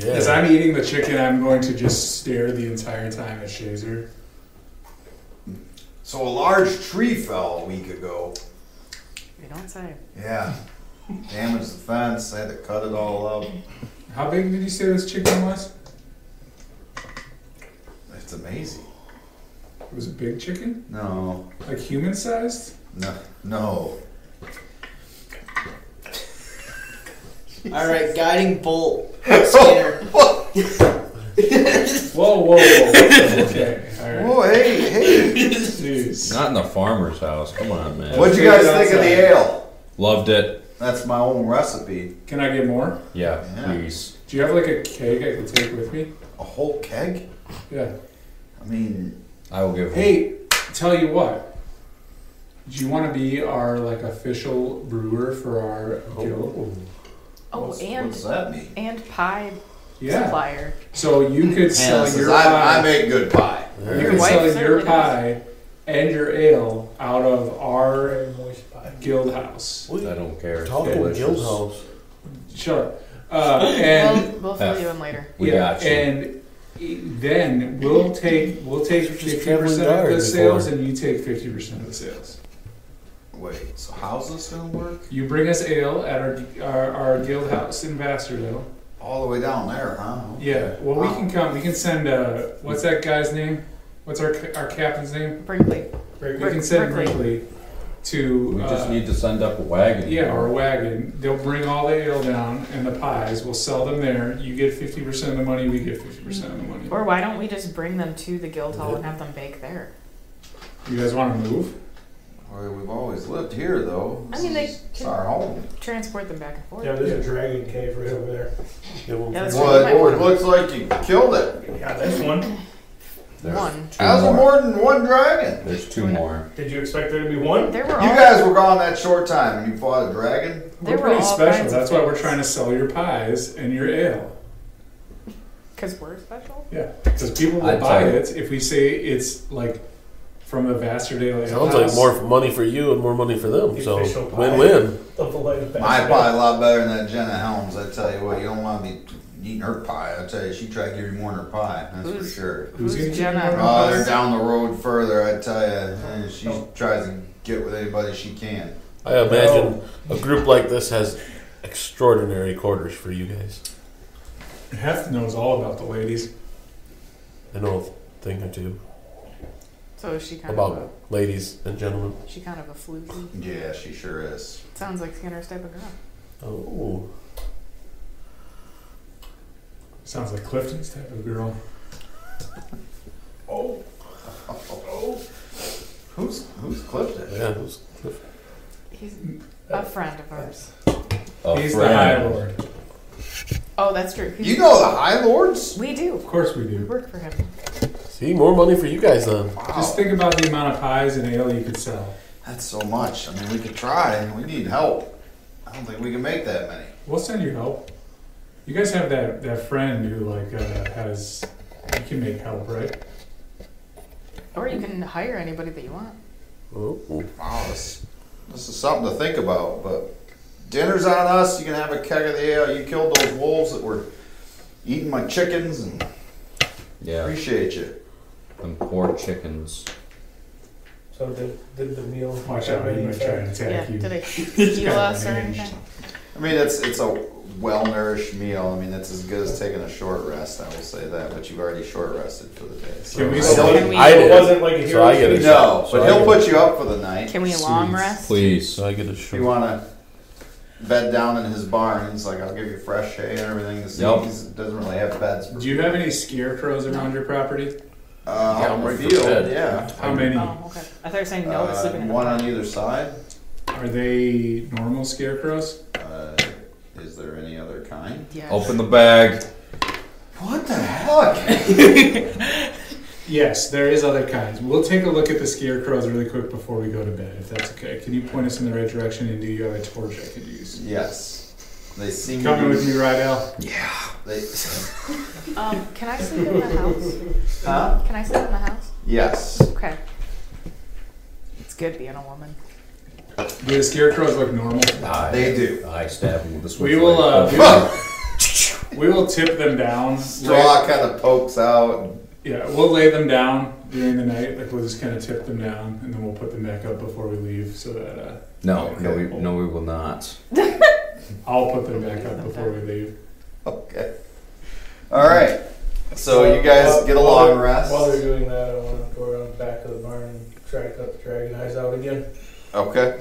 [SPEAKER 2] As
[SPEAKER 6] Yeah.
[SPEAKER 2] I'm eating the chicken, I'm going to just stare the entire time at Shazer.
[SPEAKER 1] so a large tree fell a week ago.
[SPEAKER 5] You don't say.
[SPEAKER 1] Yeah. Damaged the fence. I had to cut it all up.
[SPEAKER 2] How big did you say this chicken was?
[SPEAKER 1] It's amazing.
[SPEAKER 2] It was a big chicken,
[SPEAKER 1] No.
[SPEAKER 2] like human sized.
[SPEAKER 1] No. No.
[SPEAKER 7] All right, guiding bolt. Skinner.
[SPEAKER 2] Whoa,
[SPEAKER 1] <laughs>
[SPEAKER 2] whoa, whoa! okay, all right.
[SPEAKER 1] Oh, hey, hey.
[SPEAKER 2] Jeez.
[SPEAKER 3] Not in the farmer's house. Come on, man.
[SPEAKER 1] What'd you guys think of the ale?
[SPEAKER 3] Loved it.
[SPEAKER 1] That's my own recipe.
[SPEAKER 2] Can I get more?
[SPEAKER 3] Yeah,
[SPEAKER 1] Yeah.
[SPEAKER 3] please.
[SPEAKER 2] Do you have like a cake I could take with me?
[SPEAKER 1] A whole keg?
[SPEAKER 2] Yeah.
[SPEAKER 1] I mean,
[SPEAKER 3] I will give him.
[SPEAKER 2] Hey, tell you what. Do you want to be our like official brewer for our
[SPEAKER 1] Oh.
[SPEAKER 2] guild?
[SPEAKER 5] Oh,
[SPEAKER 1] what's,
[SPEAKER 5] and
[SPEAKER 1] what's that mean?
[SPEAKER 5] and pie
[SPEAKER 2] Yeah.
[SPEAKER 5] supplier.
[SPEAKER 2] So you could
[SPEAKER 1] Hannah
[SPEAKER 2] sell
[SPEAKER 1] says,
[SPEAKER 2] your
[SPEAKER 1] I, I
[SPEAKER 2] pie.
[SPEAKER 1] make good pie.
[SPEAKER 5] Your
[SPEAKER 2] You could
[SPEAKER 5] wife
[SPEAKER 2] sell
[SPEAKER 5] certainly
[SPEAKER 2] your
[SPEAKER 5] does.
[SPEAKER 2] pie and your ale out of our
[SPEAKER 4] Very moist pie.
[SPEAKER 2] guild house.
[SPEAKER 3] I don't care. It's
[SPEAKER 6] Talking
[SPEAKER 3] delicious.
[SPEAKER 6] Guildhouse.
[SPEAKER 2] Shut up. Uh, and
[SPEAKER 5] we'll, we'll fill you in later.
[SPEAKER 3] We
[SPEAKER 2] yeah,
[SPEAKER 3] got you.
[SPEAKER 2] and i- then we'll take we'll take
[SPEAKER 6] Just
[SPEAKER 2] fifty
[SPEAKER 6] traveling
[SPEAKER 2] percent of the
[SPEAKER 6] diary
[SPEAKER 2] sales,
[SPEAKER 6] before.
[SPEAKER 2] and you take fifty percent of the sales.
[SPEAKER 1] Wait, so how's this gonna work?
[SPEAKER 2] You bring us ale at our our, our guild house in Vassardale.
[SPEAKER 1] All the way down there, huh?
[SPEAKER 2] Yeah. Well, we can come. We can send. Uh, what's that guy's name? What's our ca- our captain's name?
[SPEAKER 5] Brinkley.
[SPEAKER 2] We
[SPEAKER 5] Brick-
[SPEAKER 2] can send
[SPEAKER 5] Brickley.
[SPEAKER 2] Brinkley to.
[SPEAKER 3] We just
[SPEAKER 2] uh,
[SPEAKER 3] need to send up a wagon.
[SPEAKER 2] Yeah, or a wagon. They'll bring all the ale down and the pies. We'll sell them there. You get 50% of the money, we get 50% of the money.
[SPEAKER 5] Or why don't we just bring them to the guild hall and have them bake there?
[SPEAKER 2] You guys want to move?
[SPEAKER 1] Well, we've always lived here, though.
[SPEAKER 5] I mean, they
[SPEAKER 1] This is
[SPEAKER 5] can-
[SPEAKER 1] our home.
[SPEAKER 5] Transport them back and forth.
[SPEAKER 9] Yeah, there's a dragon cave right over there.
[SPEAKER 6] Yeah, well,
[SPEAKER 5] Yeah, that's
[SPEAKER 1] Well,
[SPEAKER 5] right.
[SPEAKER 1] it, well, it looks like you killed it.
[SPEAKER 4] Yeah, that's one.
[SPEAKER 3] There's
[SPEAKER 5] One.
[SPEAKER 3] two
[SPEAKER 1] How's
[SPEAKER 3] more.
[SPEAKER 1] it more than one dragon?
[SPEAKER 3] There's two more.
[SPEAKER 4] Did you expect there to be one?
[SPEAKER 5] There were
[SPEAKER 1] You
[SPEAKER 5] all,
[SPEAKER 1] guys were gone that short time and you fought a dragon?
[SPEAKER 5] They
[SPEAKER 2] We're
[SPEAKER 5] were
[SPEAKER 2] pretty
[SPEAKER 5] all
[SPEAKER 2] special.
[SPEAKER 5] kinds of
[SPEAKER 2] That's why we're
[SPEAKER 5] things.
[SPEAKER 2] trying to sell your pies and your ale.
[SPEAKER 5] because we're special.
[SPEAKER 2] Yeah, because people will
[SPEAKER 3] I'd
[SPEAKER 2] buy
[SPEAKER 3] say-
[SPEAKER 2] it if we say it's like from a Vasterdale ale
[SPEAKER 6] Sounds
[SPEAKER 2] house.
[SPEAKER 6] like more money for you and more money for them.
[SPEAKER 9] The
[SPEAKER 6] So
[SPEAKER 9] official pie.
[SPEAKER 6] win-win.
[SPEAKER 9] The polite
[SPEAKER 1] My
[SPEAKER 9] bastard.
[SPEAKER 1] pie a lot better than that Jenna Helms, I tell you what. You don't want to be eating her pie. I tell you, she tried to give you more than her pie, that's
[SPEAKER 5] Who's-
[SPEAKER 1] for sure.
[SPEAKER 2] Who's
[SPEAKER 5] Who's
[SPEAKER 2] gonna keep
[SPEAKER 5] Jenna?
[SPEAKER 2] them
[SPEAKER 1] Oh, they're
[SPEAKER 2] around?
[SPEAKER 1] down the road further, I tell you. And she tries to get with anybody she can.
[SPEAKER 6] I imagine a group like this has extraordinary quarters for you guys.
[SPEAKER 2] Heft knows all about the ladies.
[SPEAKER 6] I know a thing or two
[SPEAKER 5] So is she kind of
[SPEAKER 6] about ladies and gentlemen.
[SPEAKER 5] a, she kind of a floozy.
[SPEAKER 1] Yeah, she sure is.
[SPEAKER 5] Sounds like Skinner's type of girl.
[SPEAKER 6] Oh,
[SPEAKER 2] Sounds like Clifton's type of girl. Oh,
[SPEAKER 1] Who's who's clipped it?
[SPEAKER 6] yeah. those-
[SPEAKER 5] He's
[SPEAKER 2] Mm, uh,
[SPEAKER 5] a friend of ours.
[SPEAKER 3] A
[SPEAKER 2] He's the High
[SPEAKER 3] friend.
[SPEAKER 2] Lord.
[SPEAKER 5] Oh, that's true. He's-
[SPEAKER 1] You know the High Lords?
[SPEAKER 5] we do.
[SPEAKER 2] Of course we
[SPEAKER 5] We
[SPEAKER 2] do.
[SPEAKER 5] work for him.
[SPEAKER 6] See, more money for you guys then.
[SPEAKER 1] Wow,
[SPEAKER 2] Just think about the amount of pies and ale you could sell.
[SPEAKER 1] that's so much. I mean, we could try. We need help. I don't think we can make that many.
[SPEAKER 2] We'll send you help. You guys have that, that friend who like uh, has you can make help, right?
[SPEAKER 5] Or you can hire anybody that you want.
[SPEAKER 6] Oh,
[SPEAKER 1] Wow, this, this is something to think about. But dinner's on us. You can have a keg of the ale. You killed those wolves that were eating my chickens, and
[SPEAKER 3] Yeah,
[SPEAKER 1] appreciate you.
[SPEAKER 3] them poor chickens.
[SPEAKER 9] So did, did the meal.
[SPEAKER 2] Watch out, he might try and
[SPEAKER 5] yeah.
[SPEAKER 2] attack you. <laughs>
[SPEAKER 5] Did I heal us or anything?
[SPEAKER 1] I mean, it's it's a well-nourished meal. I mean, it's as good as taking a short rest. I will say that. But you've already short rested for the day. So
[SPEAKER 2] Can we
[SPEAKER 1] I
[SPEAKER 2] still-
[SPEAKER 1] don't-
[SPEAKER 5] Can we,
[SPEAKER 6] I
[SPEAKER 9] It
[SPEAKER 6] did.
[SPEAKER 9] wasn't like a
[SPEAKER 6] So I get
[SPEAKER 9] hero.
[SPEAKER 6] a
[SPEAKER 1] No,
[SPEAKER 6] shot. So
[SPEAKER 1] but
[SPEAKER 6] I
[SPEAKER 1] he'll
[SPEAKER 6] get-
[SPEAKER 1] put you up for the night.
[SPEAKER 5] can we long rest?
[SPEAKER 3] Please.
[SPEAKER 6] So I get a
[SPEAKER 1] If you
[SPEAKER 6] short.
[SPEAKER 1] want to bed down in his barn, he's like, I'll give you fresh hay and everything. This
[SPEAKER 3] Yep.
[SPEAKER 1] he doesn't really have beds.
[SPEAKER 2] Do you have any scarecrows around your property?
[SPEAKER 1] Uh, out in the
[SPEAKER 3] right for
[SPEAKER 1] field,
[SPEAKER 3] bed.
[SPEAKER 1] yeah.
[SPEAKER 2] How many?
[SPEAKER 5] Oh, okay. I thought you were saying no to
[SPEAKER 1] Uh,
[SPEAKER 5] sleeping in the
[SPEAKER 1] one on
[SPEAKER 5] bed.
[SPEAKER 1] either side.
[SPEAKER 2] Are they normal scarecrows?
[SPEAKER 1] Uh, is there any other kind?
[SPEAKER 5] Yeah.
[SPEAKER 3] Open the bag.
[SPEAKER 1] What the heck?
[SPEAKER 2] Yes, there is other kinds. We'll take a look at the scarecrows really quick before we go to bed, if that's okay. Can you point us in the right direction and do you have a torch I could use?
[SPEAKER 1] yes. They seem to
[SPEAKER 2] Coming
[SPEAKER 1] be-
[SPEAKER 2] with me, Rydell.
[SPEAKER 5] <laughs>
[SPEAKER 1] They,
[SPEAKER 5] Um, can I sleep in the house?
[SPEAKER 1] huh?
[SPEAKER 5] Can I sleep in the house?
[SPEAKER 1] Yes.
[SPEAKER 5] Okay. It's good being a woman.
[SPEAKER 2] Do the scarecrows look normal?
[SPEAKER 3] I,
[SPEAKER 1] They do.
[SPEAKER 3] I stab him with a switch.
[SPEAKER 2] We will, uh, we
[SPEAKER 1] Huh.
[SPEAKER 2] will, we will tip them down.
[SPEAKER 1] Straw kind of pokes out.
[SPEAKER 2] Yeah, we'll lay them down during the night. Like we'll just kind of tip them down, and then we'll put them back up before we leave, so that uh,
[SPEAKER 3] no, no, we, no, we will not.
[SPEAKER 2] I'll put them back up before we leave.
[SPEAKER 1] Okay. All right. So you guys get a
[SPEAKER 9] While-
[SPEAKER 1] long rest.
[SPEAKER 9] While they're doing that, I want to go around the back of the barn and track up the dragon eyes out again.
[SPEAKER 1] Okay.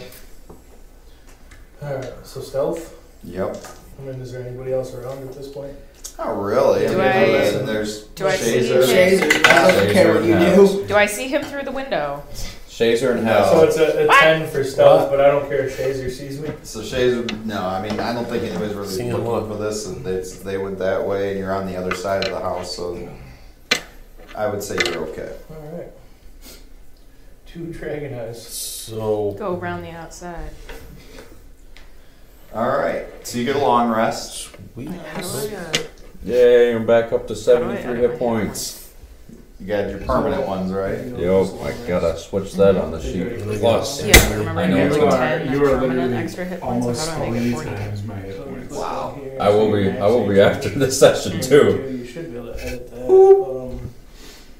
[SPEAKER 9] Alright, so stealth.
[SPEAKER 1] Yep.
[SPEAKER 9] I mean, is there anybody else around at this point?
[SPEAKER 1] Not really.
[SPEAKER 5] Do
[SPEAKER 1] I
[SPEAKER 5] I-
[SPEAKER 1] mean, there's
[SPEAKER 5] Do I see
[SPEAKER 1] Shazer.
[SPEAKER 5] him?
[SPEAKER 7] Shazer, I don't
[SPEAKER 3] Shazer
[SPEAKER 7] care what you
[SPEAKER 3] and
[SPEAKER 7] do.
[SPEAKER 5] Do I see him through the window?
[SPEAKER 3] Shazer and
[SPEAKER 1] No.
[SPEAKER 3] Hal.
[SPEAKER 9] So it's a, a
[SPEAKER 5] What?
[SPEAKER 9] 10 for stealth, but I don't care if Shazer sees me.
[SPEAKER 1] So Shays, no, I mean, I don't think anybody's really
[SPEAKER 6] Seen
[SPEAKER 1] looking
[SPEAKER 6] what?
[SPEAKER 1] for this, and it's, they went that way, and you're on the other side of the house, so I would say you're okay.
[SPEAKER 9] Alright. Two dragon eyes.
[SPEAKER 6] So
[SPEAKER 5] Go around the outside.
[SPEAKER 1] All right, so you get a long rest.
[SPEAKER 6] we.
[SPEAKER 5] How do I, uh,
[SPEAKER 3] Yay, I'm back up to
[SPEAKER 5] how do Oh,
[SPEAKER 3] 73
[SPEAKER 5] I edit my
[SPEAKER 3] hit points.
[SPEAKER 1] You got your permanent ones, right?
[SPEAKER 3] Yo, I gotta switch that on the sheet. Plus,
[SPEAKER 5] Yeah, I remember
[SPEAKER 3] I
[SPEAKER 5] I
[SPEAKER 3] know
[SPEAKER 5] had
[SPEAKER 3] it's
[SPEAKER 5] like
[SPEAKER 2] You are-
[SPEAKER 5] 10
[SPEAKER 2] you are
[SPEAKER 5] permanent
[SPEAKER 2] literally
[SPEAKER 5] extra hit points,
[SPEAKER 2] Almost
[SPEAKER 5] so how do I make
[SPEAKER 2] three
[SPEAKER 5] it 40?
[SPEAKER 2] times my hit points.
[SPEAKER 1] Wow.
[SPEAKER 3] I will be. I will be after the <laughs> session too.
[SPEAKER 9] You should be able to edit that. Um,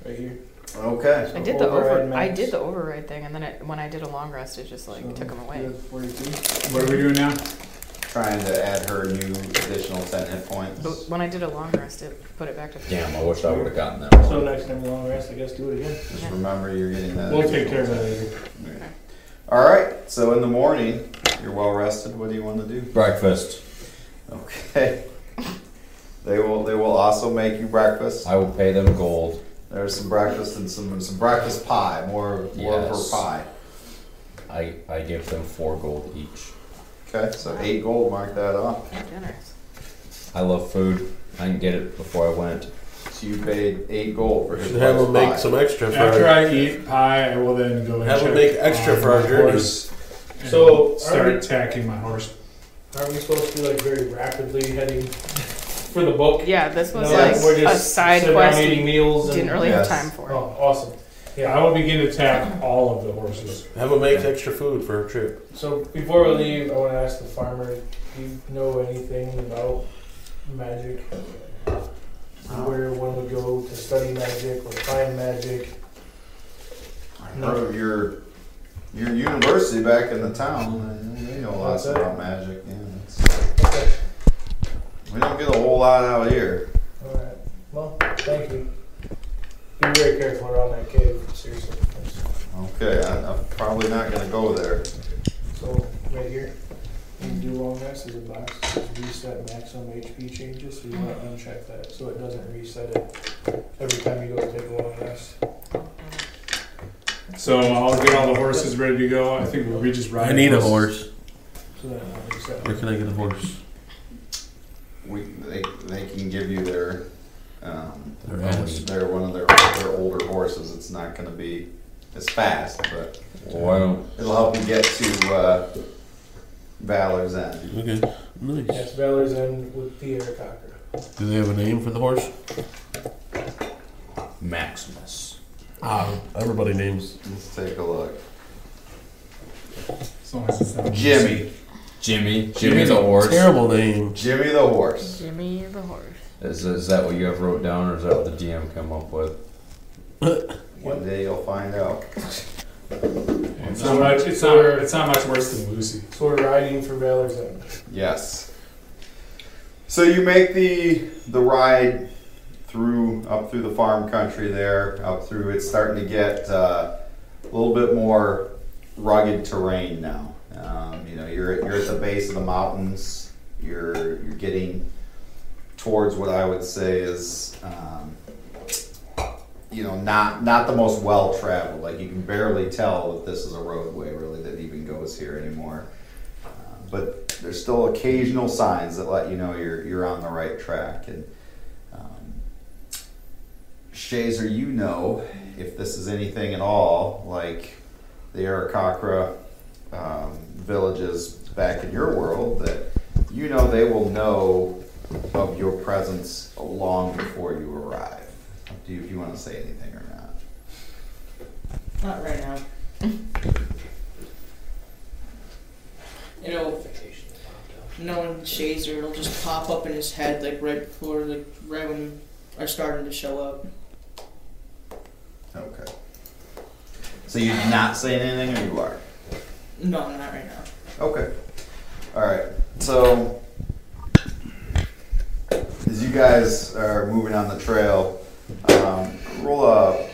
[SPEAKER 9] right here.
[SPEAKER 1] Okay.
[SPEAKER 5] I did the
[SPEAKER 9] Override
[SPEAKER 5] over. I
[SPEAKER 9] max.
[SPEAKER 5] did the override thing, and then it, when I did a long rest, it just like
[SPEAKER 9] So,
[SPEAKER 5] took him
[SPEAKER 9] you
[SPEAKER 5] away.
[SPEAKER 9] have 42.
[SPEAKER 2] What are we doing now?
[SPEAKER 1] Trying to add her new additional ten hit points.
[SPEAKER 5] But when I did a long rest, it put it back to.
[SPEAKER 3] Damn, I wish I would have gotten that one.
[SPEAKER 9] So next time we long rest, I guess do it again.
[SPEAKER 1] Just remember you're getting that.
[SPEAKER 2] We'll take care of that later.
[SPEAKER 1] All right, right. So in the morning, you're well rested. What do you want to do?
[SPEAKER 3] Breakfast.
[SPEAKER 1] Okay. <laughs> They will. They will also make you breakfast.
[SPEAKER 3] I will pay them gold.
[SPEAKER 1] There's some breakfast and some some breakfast pie. More more
[SPEAKER 3] Yes.
[SPEAKER 1] for pie.
[SPEAKER 3] I, I give them four gold each.
[SPEAKER 1] Okay. So eight gold. Mark that off.
[SPEAKER 5] How generous.
[SPEAKER 3] I love food. I didn't get it before I went.
[SPEAKER 1] So you paid eight gold for his
[SPEAKER 6] Should have
[SPEAKER 1] breakfast
[SPEAKER 6] them make
[SPEAKER 1] pie.
[SPEAKER 6] some extra for
[SPEAKER 2] After
[SPEAKER 6] our,
[SPEAKER 2] I eat pie, I will then go and
[SPEAKER 6] have
[SPEAKER 2] check
[SPEAKER 6] them make extra
[SPEAKER 2] on
[SPEAKER 6] for our
[SPEAKER 2] my
[SPEAKER 6] journeys.
[SPEAKER 2] horse and
[SPEAKER 4] So, are
[SPEAKER 2] start
[SPEAKER 4] we-
[SPEAKER 2] attacking my horse.
[SPEAKER 4] Are we supposed to be like very rapidly heading for the book?
[SPEAKER 5] Yeah, this was
[SPEAKER 1] No,
[SPEAKER 5] like
[SPEAKER 4] we're
[SPEAKER 5] a
[SPEAKER 4] just
[SPEAKER 5] side
[SPEAKER 4] sitting
[SPEAKER 5] quest.
[SPEAKER 4] Around eating
[SPEAKER 5] We
[SPEAKER 4] meals and,
[SPEAKER 5] didn't really
[SPEAKER 1] Yes.
[SPEAKER 5] have time for.
[SPEAKER 4] Oh, awesome.
[SPEAKER 2] Yeah, I will begin to attack all of the horses.
[SPEAKER 6] have them make extra food for our trip.
[SPEAKER 4] So before we leave, I want to ask the farmer, do you know anything about magic? Where one would go to study magic or find magic?
[SPEAKER 1] I heard of your your university back in the town. They know lots about magic. Yeah. it's-
[SPEAKER 4] Okay.
[SPEAKER 1] We don't get a whole lot out here.
[SPEAKER 4] All right. Well, thank you. Be very careful around that cave. Seriously.
[SPEAKER 1] Okay. I, I'm probably not gonna go there.
[SPEAKER 4] So right here, when you do long rest, there's a box that says reset maximum HP changes. So you want to uncheck that so it doesn't reset it every time you go to take a long rest.
[SPEAKER 2] So I'll get all the horses ready to go. I think we just ride. horses.
[SPEAKER 4] So then I'll reset.
[SPEAKER 6] Where can I get a horse?
[SPEAKER 1] We they they can give you their. Um,
[SPEAKER 6] Their
[SPEAKER 1] Unless they're one of their, their older horses, it's not gonna be as fast, but
[SPEAKER 3] Why don't
[SPEAKER 1] it'll help you get to, uh, Valor's End.
[SPEAKER 6] Okay. Nice.
[SPEAKER 4] Yes, Valor's End with the air cocker.
[SPEAKER 6] Do they have a name for the horse?
[SPEAKER 3] Maximus?
[SPEAKER 6] Ah, everybody names.
[SPEAKER 1] Let's take a look.
[SPEAKER 2] As long as it's not
[SPEAKER 1] Jimmy,
[SPEAKER 3] Jimmy. Jimmy the horse.
[SPEAKER 6] Terrible name.
[SPEAKER 1] Jimmy the horse.
[SPEAKER 5] Jimmy the horse.
[SPEAKER 3] Is, is that what you have wrote down, or is that what the DM came up with?
[SPEAKER 1] One day you'll find out.
[SPEAKER 2] It's not much. It's not. It's not much worse than Lucy.
[SPEAKER 4] So we're riding for Valor's End.
[SPEAKER 1] Yes. So you make the the ride through up through the farm country there, up through it's starting to get uh, a little bit more rugged terrain now. Um, you know, you're at- you're at the base of the mountains. You're you're getting towards what I would say is um, you know not not the most well traveled. Like you can barely tell that this is a roadway really that even goes here anymore. Uh, but there's still occasional signs that let you know you're you're on the right track. And um, Shazer, you know if this is anything at all like the Arakakra um, villages back in your world that you know they will know of your presence long before you arrive. Up to you if you want to say anything or not.
[SPEAKER 7] Not right now. It'll. Knowing Shazer, it'll just pop up in his head like right before, like right when are starting to show up.
[SPEAKER 1] Okay. So you're not saying anything, or you are.
[SPEAKER 7] No, not right now.
[SPEAKER 1] Okay. All right. So, as you guys are moving on the trail, um, roll a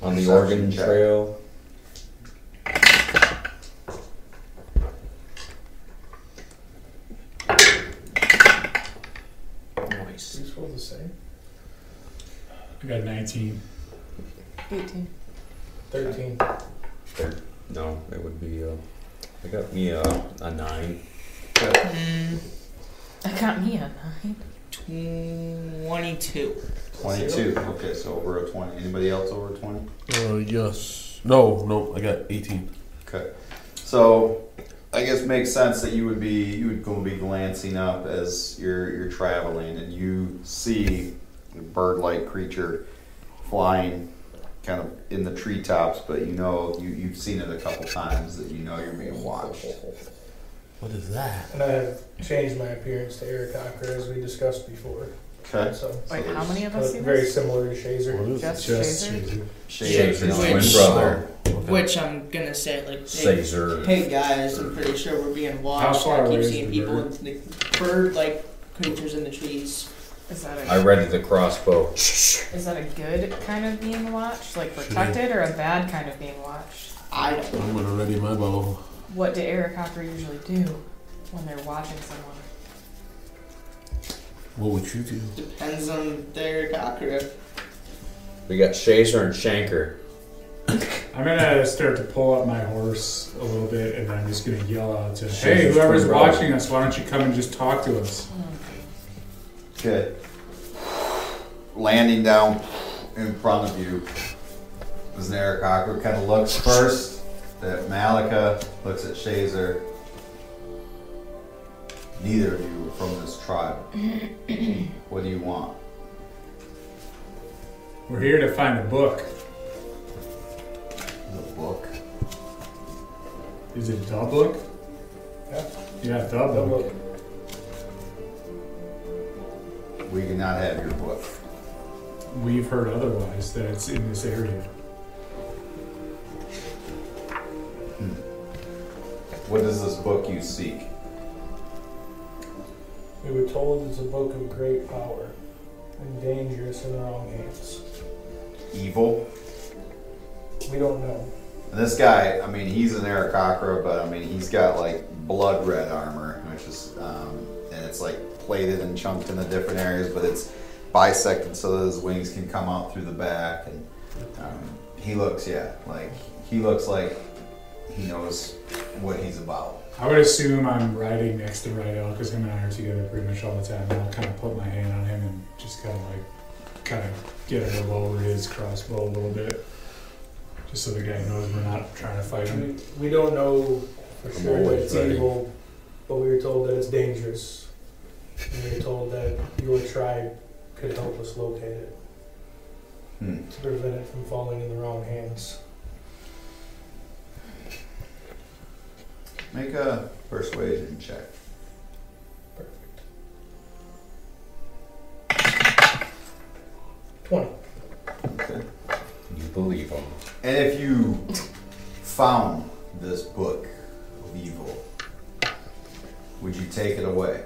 [SPEAKER 3] On the
[SPEAKER 1] Perception
[SPEAKER 3] Oregon
[SPEAKER 1] check.
[SPEAKER 3] Trail.
[SPEAKER 4] Are you supposed to say?
[SPEAKER 2] I got 19.
[SPEAKER 5] 18.
[SPEAKER 4] 13.
[SPEAKER 3] No, it would be. Uh, I got me a, a nine.
[SPEAKER 5] I got me a nine.
[SPEAKER 7] Mm, Twenty-two.
[SPEAKER 1] 22. Okay, so over a 20. Anybody else over 20?
[SPEAKER 6] Uh, yes. No, no, I got 18.
[SPEAKER 1] Okay. So, I guess it makes sense that you would be you would going to be glancing up as you're you're traveling and you see a bird-like creature flying kind of in the treetops, but you know you you've seen it a couple times that you know you're being watched.
[SPEAKER 6] What is that?
[SPEAKER 4] And I have changed my appearance to Eric Cocker as we discussed before.
[SPEAKER 1] Okay.
[SPEAKER 4] So,
[SPEAKER 5] Wait, how many of
[SPEAKER 4] I
[SPEAKER 5] us
[SPEAKER 4] look
[SPEAKER 5] see
[SPEAKER 4] very
[SPEAKER 5] this?
[SPEAKER 4] similar to Shazer.
[SPEAKER 6] What is
[SPEAKER 5] Just
[SPEAKER 2] Just
[SPEAKER 5] Shazer.
[SPEAKER 1] Shades
[SPEAKER 7] Shades.
[SPEAKER 1] is twin
[SPEAKER 7] Twins.
[SPEAKER 1] brother.
[SPEAKER 7] Which I'm gonna say like. hey,
[SPEAKER 3] Caesar.
[SPEAKER 7] Hey guys, I'm pretty sure we're being watched.
[SPEAKER 2] far
[SPEAKER 7] I
[SPEAKER 2] away
[SPEAKER 7] keep
[SPEAKER 2] is
[SPEAKER 7] seeing
[SPEAKER 2] the
[SPEAKER 7] people,
[SPEAKER 2] bird?
[SPEAKER 7] with the bird-like creatures in the trees.
[SPEAKER 5] Is that a
[SPEAKER 3] I ready the crossbow.
[SPEAKER 5] is that a good kind of being watched, like protected, or a bad kind of being watched?
[SPEAKER 7] I don't.
[SPEAKER 6] I'm gonna ready my bow.
[SPEAKER 5] What do Eric Hopper usually do when they're watching someone?
[SPEAKER 6] What would you do?
[SPEAKER 7] Depends on their cocker.
[SPEAKER 3] We got Shazer and Shanker.
[SPEAKER 2] I'm gonna start to pull up my horse a little bit, and I'm just gonna yell out to,
[SPEAKER 3] Shit,
[SPEAKER 2] "Hey,
[SPEAKER 3] it's
[SPEAKER 2] whoever's
[SPEAKER 3] pretty rough.
[SPEAKER 2] watching us, why don't you come and just talk to us?"
[SPEAKER 1] Good. Landing down in front of you is Eric Cocker. Kind of looks first at Malika, looks at Shazer. Neither of you are from this
[SPEAKER 5] <clears throat>
[SPEAKER 1] tribe. what do you want?
[SPEAKER 2] We're here to find a book.
[SPEAKER 1] The book?
[SPEAKER 2] Is it the book? Yeah, the book.
[SPEAKER 1] We cannot have your book.
[SPEAKER 2] We've heard otherwise that it's in this area.
[SPEAKER 1] What is this book you seek?
[SPEAKER 4] We were told it's a book of great power and dangerous in the wrong hands.
[SPEAKER 1] Evil?
[SPEAKER 4] We don't know.
[SPEAKER 1] And this guy, I mean, he's an Arakakra, but I mean, he's got like blood red armor, which is, um, and it's like plated and chunked into different areas, but it's bisected so that his wings can come out through the back. And um, he looks, yeah, like he looks like he knows what he's about.
[SPEAKER 2] I would assume I'm riding next to Rydell because him and I are together pretty much all the time. And I'll kind of put my hand on him and just kind of like, kind of get him to lower his crossbow a little bit, just so the guy knows we're not trying to fight him.
[SPEAKER 4] We, we don't know for
[SPEAKER 3] I'm
[SPEAKER 4] sure that
[SPEAKER 3] always
[SPEAKER 4] it's
[SPEAKER 3] ready.
[SPEAKER 4] evil, but we were told that it's dangerous. And we were told that your tribe could help us locate it
[SPEAKER 1] Hmm.
[SPEAKER 4] to prevent it from falling in the wrong hands.
[SPEAKER 1] Make a persuasion check.
[SPEAKER 4] Perfect. 20.
[SPEAKER 1] Okay.
[SPEAKER 3] You believe him.
[SPEAKER 1] And if you found this book of evil, would you take it away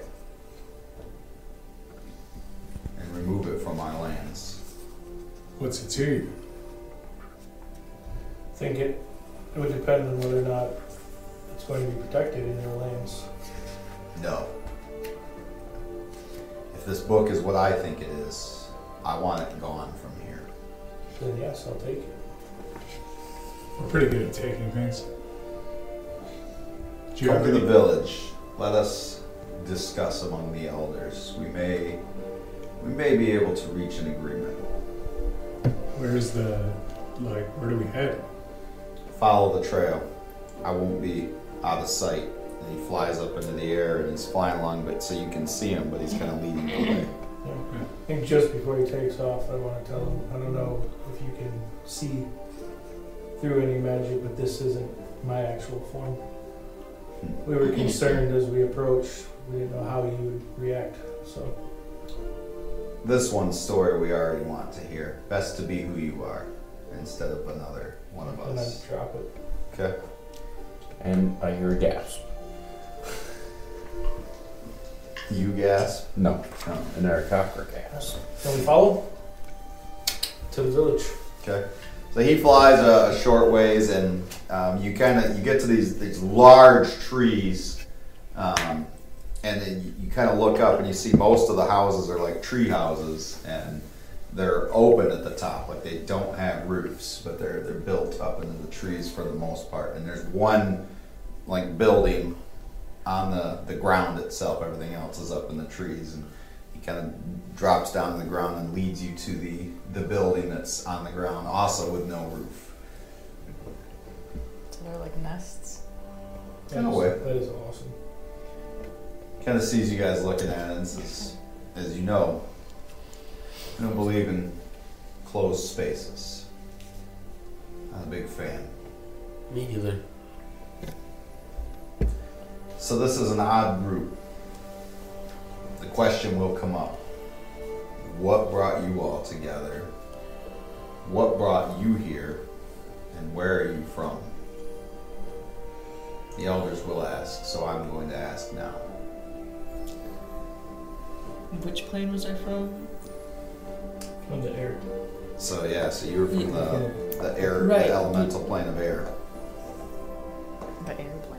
[SPEAKER 1] and remove it from our lands?
[SPEAKER 2] What's it to you?
[SPEAKER 4] think it, it would depend on whether or not it's going to be protected in your lands.
[SPEAKER 1] No. If this book is what I think it is, I want it gone from here.
[SPEAKER 4] Then yes, I'll take it.
[SPEAKER 2] We're pretty good at taking things. Do you
[SPEAKER 1] Come
[SPEAKER 2] have
[SPEAKER 1] to the
[SPEAKER 2] any-
[SPEAKER 1] village. Let us discuss among the elders. We may, we may be able to reach an agreement.
[SPEAKER 2] Where's the, like, where do we head?
[SPEAKER 1] follow the trail. I won't be out of sight. And he flies up into the air and he's flying along, but so you can see him, but he's kind of leading the way.
[SPEAKER 4] I think just before he takes off, I want to tell him, I don't know if you can see through any magic, but this isn't my actual form.
[SPEAKER 1] Hmm.
[SPEAKER 4] We were concerned as we approached. We didn't know how you would react, so
[SPEAKER 1] This one story we already want to hear. Best to be who you are instead of another one of
[SPEAKER 4] and then
[SPEAKER 1] us.
[SPEAKER 4] drop it.
[SPEAKER 1] Okay.
[SPEAKER 3] And I hear a gasp.
[SPEAKER 1] You gasp.
[SPEAKER 3] No,
[SPEAKER 1] No.
[SPEAKER 3] an Arakakra gasp.
[SPEAKER 4] Can we follow? To the village.
[SPEAKER 1] Okay. So he flies a, a short ways, and um, you kind of you get to these these large trees, um, and then you, you kind of look up and you see most of the houses are like tree houses, and they're open at the top, like they don't have roofs, but they're they're built up into the trees for the most part. And there's one like building on the the ground itself. Everything else is up in the trees, and he kind of drops down to the ground and leads you to the the building that's on the ground, also with no roof.
[SPEAKER 5] So they're like nests.
[SPEAKER 4] That
[SPEAKER 1] No
[SPEAKER 4] is-
[SPEAKER 1] way.
[SPEAKER 4] That is awesome.
[SPEAKER 1] Kind of sees you guys looking at it and says, "As you know, I don't believe in closed spaces. Not a big fan."
[SPEAKER 6] Me either.
[SPEAKER 1] So this is an odd group. The question will come up. What brought you all together? What brought you here? And where are you from? The elders will ask, so I'm going to ask now.
[SPEAKER 7] Which plane was I from?
[SPEAKER 4] From the air.
[SPEAKER 1] So yeah, so you were from the, the air,
[SPEAKER 5] Right.
[SPEAKER 1] the elemental plane of air.
[SPEAKER 5] The airplane.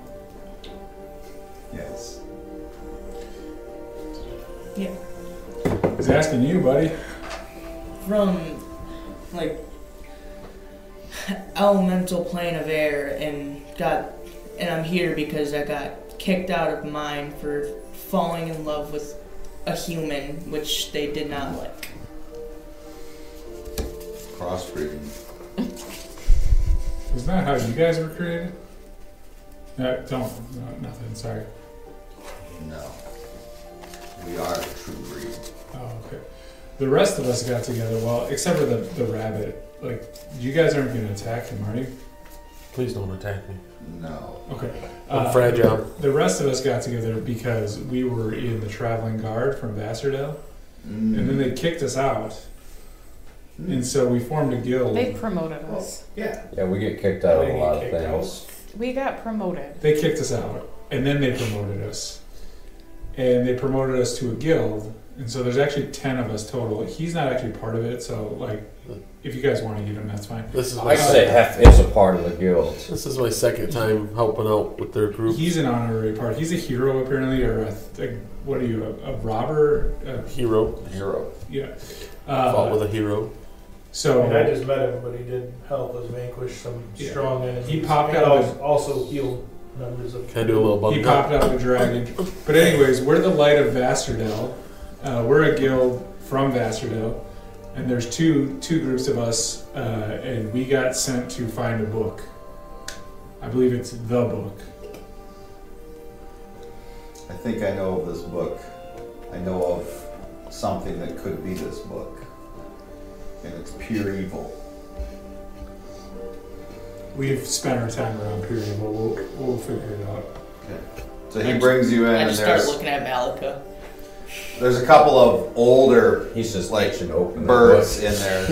[SPEAKER 2] He's asking you, buddy.
[SPEAKER 7] from like elemental plane of air and got and I'm here because I got kicked out of mine for falling in love with a human which they did not like.
[SPEAKER 1] Crossbreeding.
[SPEAKER 2] Is that how you guys were created? No, don't. No, nothing. Sorry.
[SPEAKER 1] No. We are a true breed.
[SPEAKER 2] Oh, okay. The rest of us got together, well, except for the, the rabbit. Like, you guys aren't going to attack him, are you?
[SPEAKER 6] Please don't attack me.
[SPEAKER 1] No.
[SPEAKER 2] Okay.
[SPEAKER 6] I'm
[SPEAKER 2] Uh,
[SPEAKER 6] fragile.
[SPEAKER 2] The rest of us got together because we were in the traveling guard from Vassardale, and then they kicked us out,
[SPEAKER 1] Mm.
[SPEAKER 2] and so we formed a guild.
[SPEAKER 5] They promoted us.
[SPEAKER 1] Yeah.
[SPEAKER 3] Yeah, we get kicked out of a
[SPEAKER 9] They
[SPEAKER 3] lot of
[SPEAKER 9] get kicked
[SPEAKER 3] things.
[SPEAKER 5] We got promoted.
[SPEAKER 2] They kicked us out, and then they promoted us. And they promoted us to a guild, and so there's actually 10 of us total. He's not actually part of it, so, like, if you guys want to get him, that's fine.
[SPEAKER 6] This is my
[SPEAKER 3] I say Hef is a part of the guild.
[SPEAKER 6] This is my second time helping out with their group.
[SPEAKER 2] He's an honorary part. He's a hero, apparently, or a, a what are you, a, a robber? Uh,
[SPEAKER 6] Hero.
[SPEAKER 3] Hero.
[SPEAKER 2] yeah.
[SPEAKER 6] Fought
[SPEAKER 2] Uh,
[SPEAKER 6] with a hero.
[SPEAKER 2] so,
[SPEAKER 9] I mean, I just met him, but he did help us vanquish some
[SPEAKER 2] Yeah.
[SPEAKER 9] strong enemies.
[SPEAKER 2] He popped
[SPEAKER 9] and
[SPEAKER 2] out of
[SPEAKER 9] al- also healed members of.
[SPEAKER 6] Can I do a little
[SPEAKER 2] He
[SPEAKER 6] bump up?
[SPEAKER 2] popped out of the dragon. But anyways, we're the light of Vastardel. Uh, we're a guild from Vastardel, and there's two two groups of us, uh, and we got sent to find a book. I believe it's the book.
[SPEAKER 1] I think I know of this book. I know of something that could be this book. And it's pure evil.
[SPEAKER 2] We've spent our time around period, but we'll we'll figure it out.
[SPEAKER 1] So he brings you in,
[SPEAKER 7] I
[SPEAKER 1] and
[SPEAKER 7] just started
[SPEAKER 1] there's
[SPEAKER 7] looking at Malika.
[SPEAKER 1] there's a couple of older
[SPEAKER 3] He's just
[SPEAKER 1] Like,
[SPEAKER 3] like an open
[SPEAKER 1] birds in there. I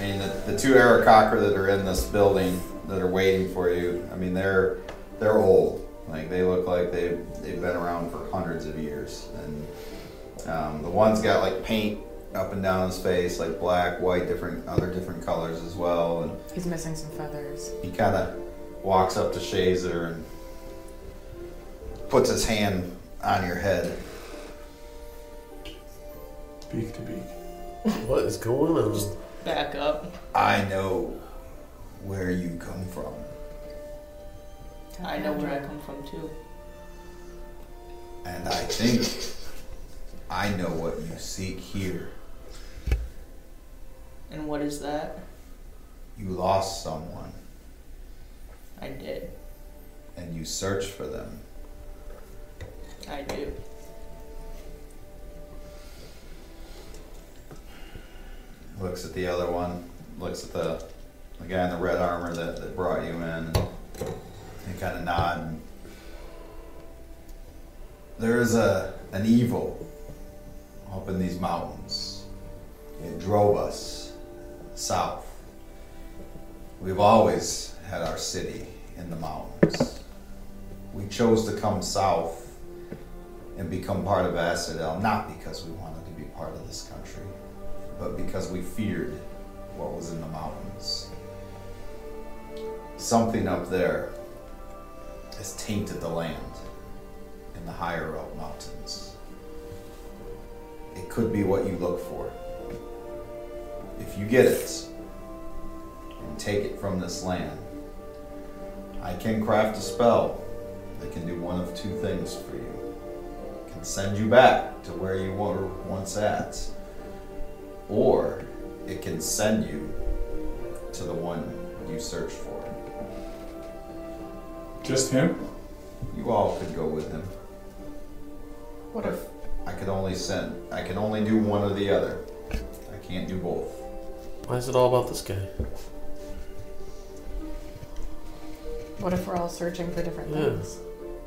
[SPEAKER 1] mean, the, the two Aracocker that are in this building that are waiting for you. I mean, they're they're old. Like they look like they they've been around for hundreds of years. And um, the one's got like paint up and down his face, like black, white, different other different colors as well. And
[SPEAKER 5] He's missing some feathers.
[SPEAKER 1] he kind of walks up to Shazer and puts his hand on your head.
[SPEAKER 6] Beak to beak. What is going on?
[SPEAKER 7] Back up.
[SPEAKER 1] I know where you come from.
[SPEAKER 7] I know where I come from too.
[SPEAKER 1] And I think I know what you seek here.
[SPEAKER 7] And what is that?
[SPEAKER 1] You lost someone
[SPEAKER 7] I did.
[SPEAKER 1] and you search for them.
[SPEAKER 7] I do.
[SPEAKER 1] Looks at the other one, looks at the, the guy in the red armor that, that brought you in, and they kind of nod. And there is a an evil up in these mountains. It drove us south. We've always had our city in the mountains. We chose to come south and become part of Asadel, not because we wanted to be part of this country, but because we feared what was in the mountains. Something up there has tainted the land in the higher up mountains. It could be what you look for. If you get it and take it from this land, I can craft a spell that can do one of two things for you. It can send you back to where you were once at, or it can send you to the one you searched for.
[SPEAKER 2] Just him?
[SPEAKER 1] You all could go with him.
[SPEAKER 5] What if
[SPEAKER 1] I could only send. I can only do one or the other. I can't do both.
[SPEAKER 6] Why is it all about this guy?
[SPEAKER 5] what if we're all searching for different
[SPEAKER 6] Yeah.
[SPEAKER 5] things?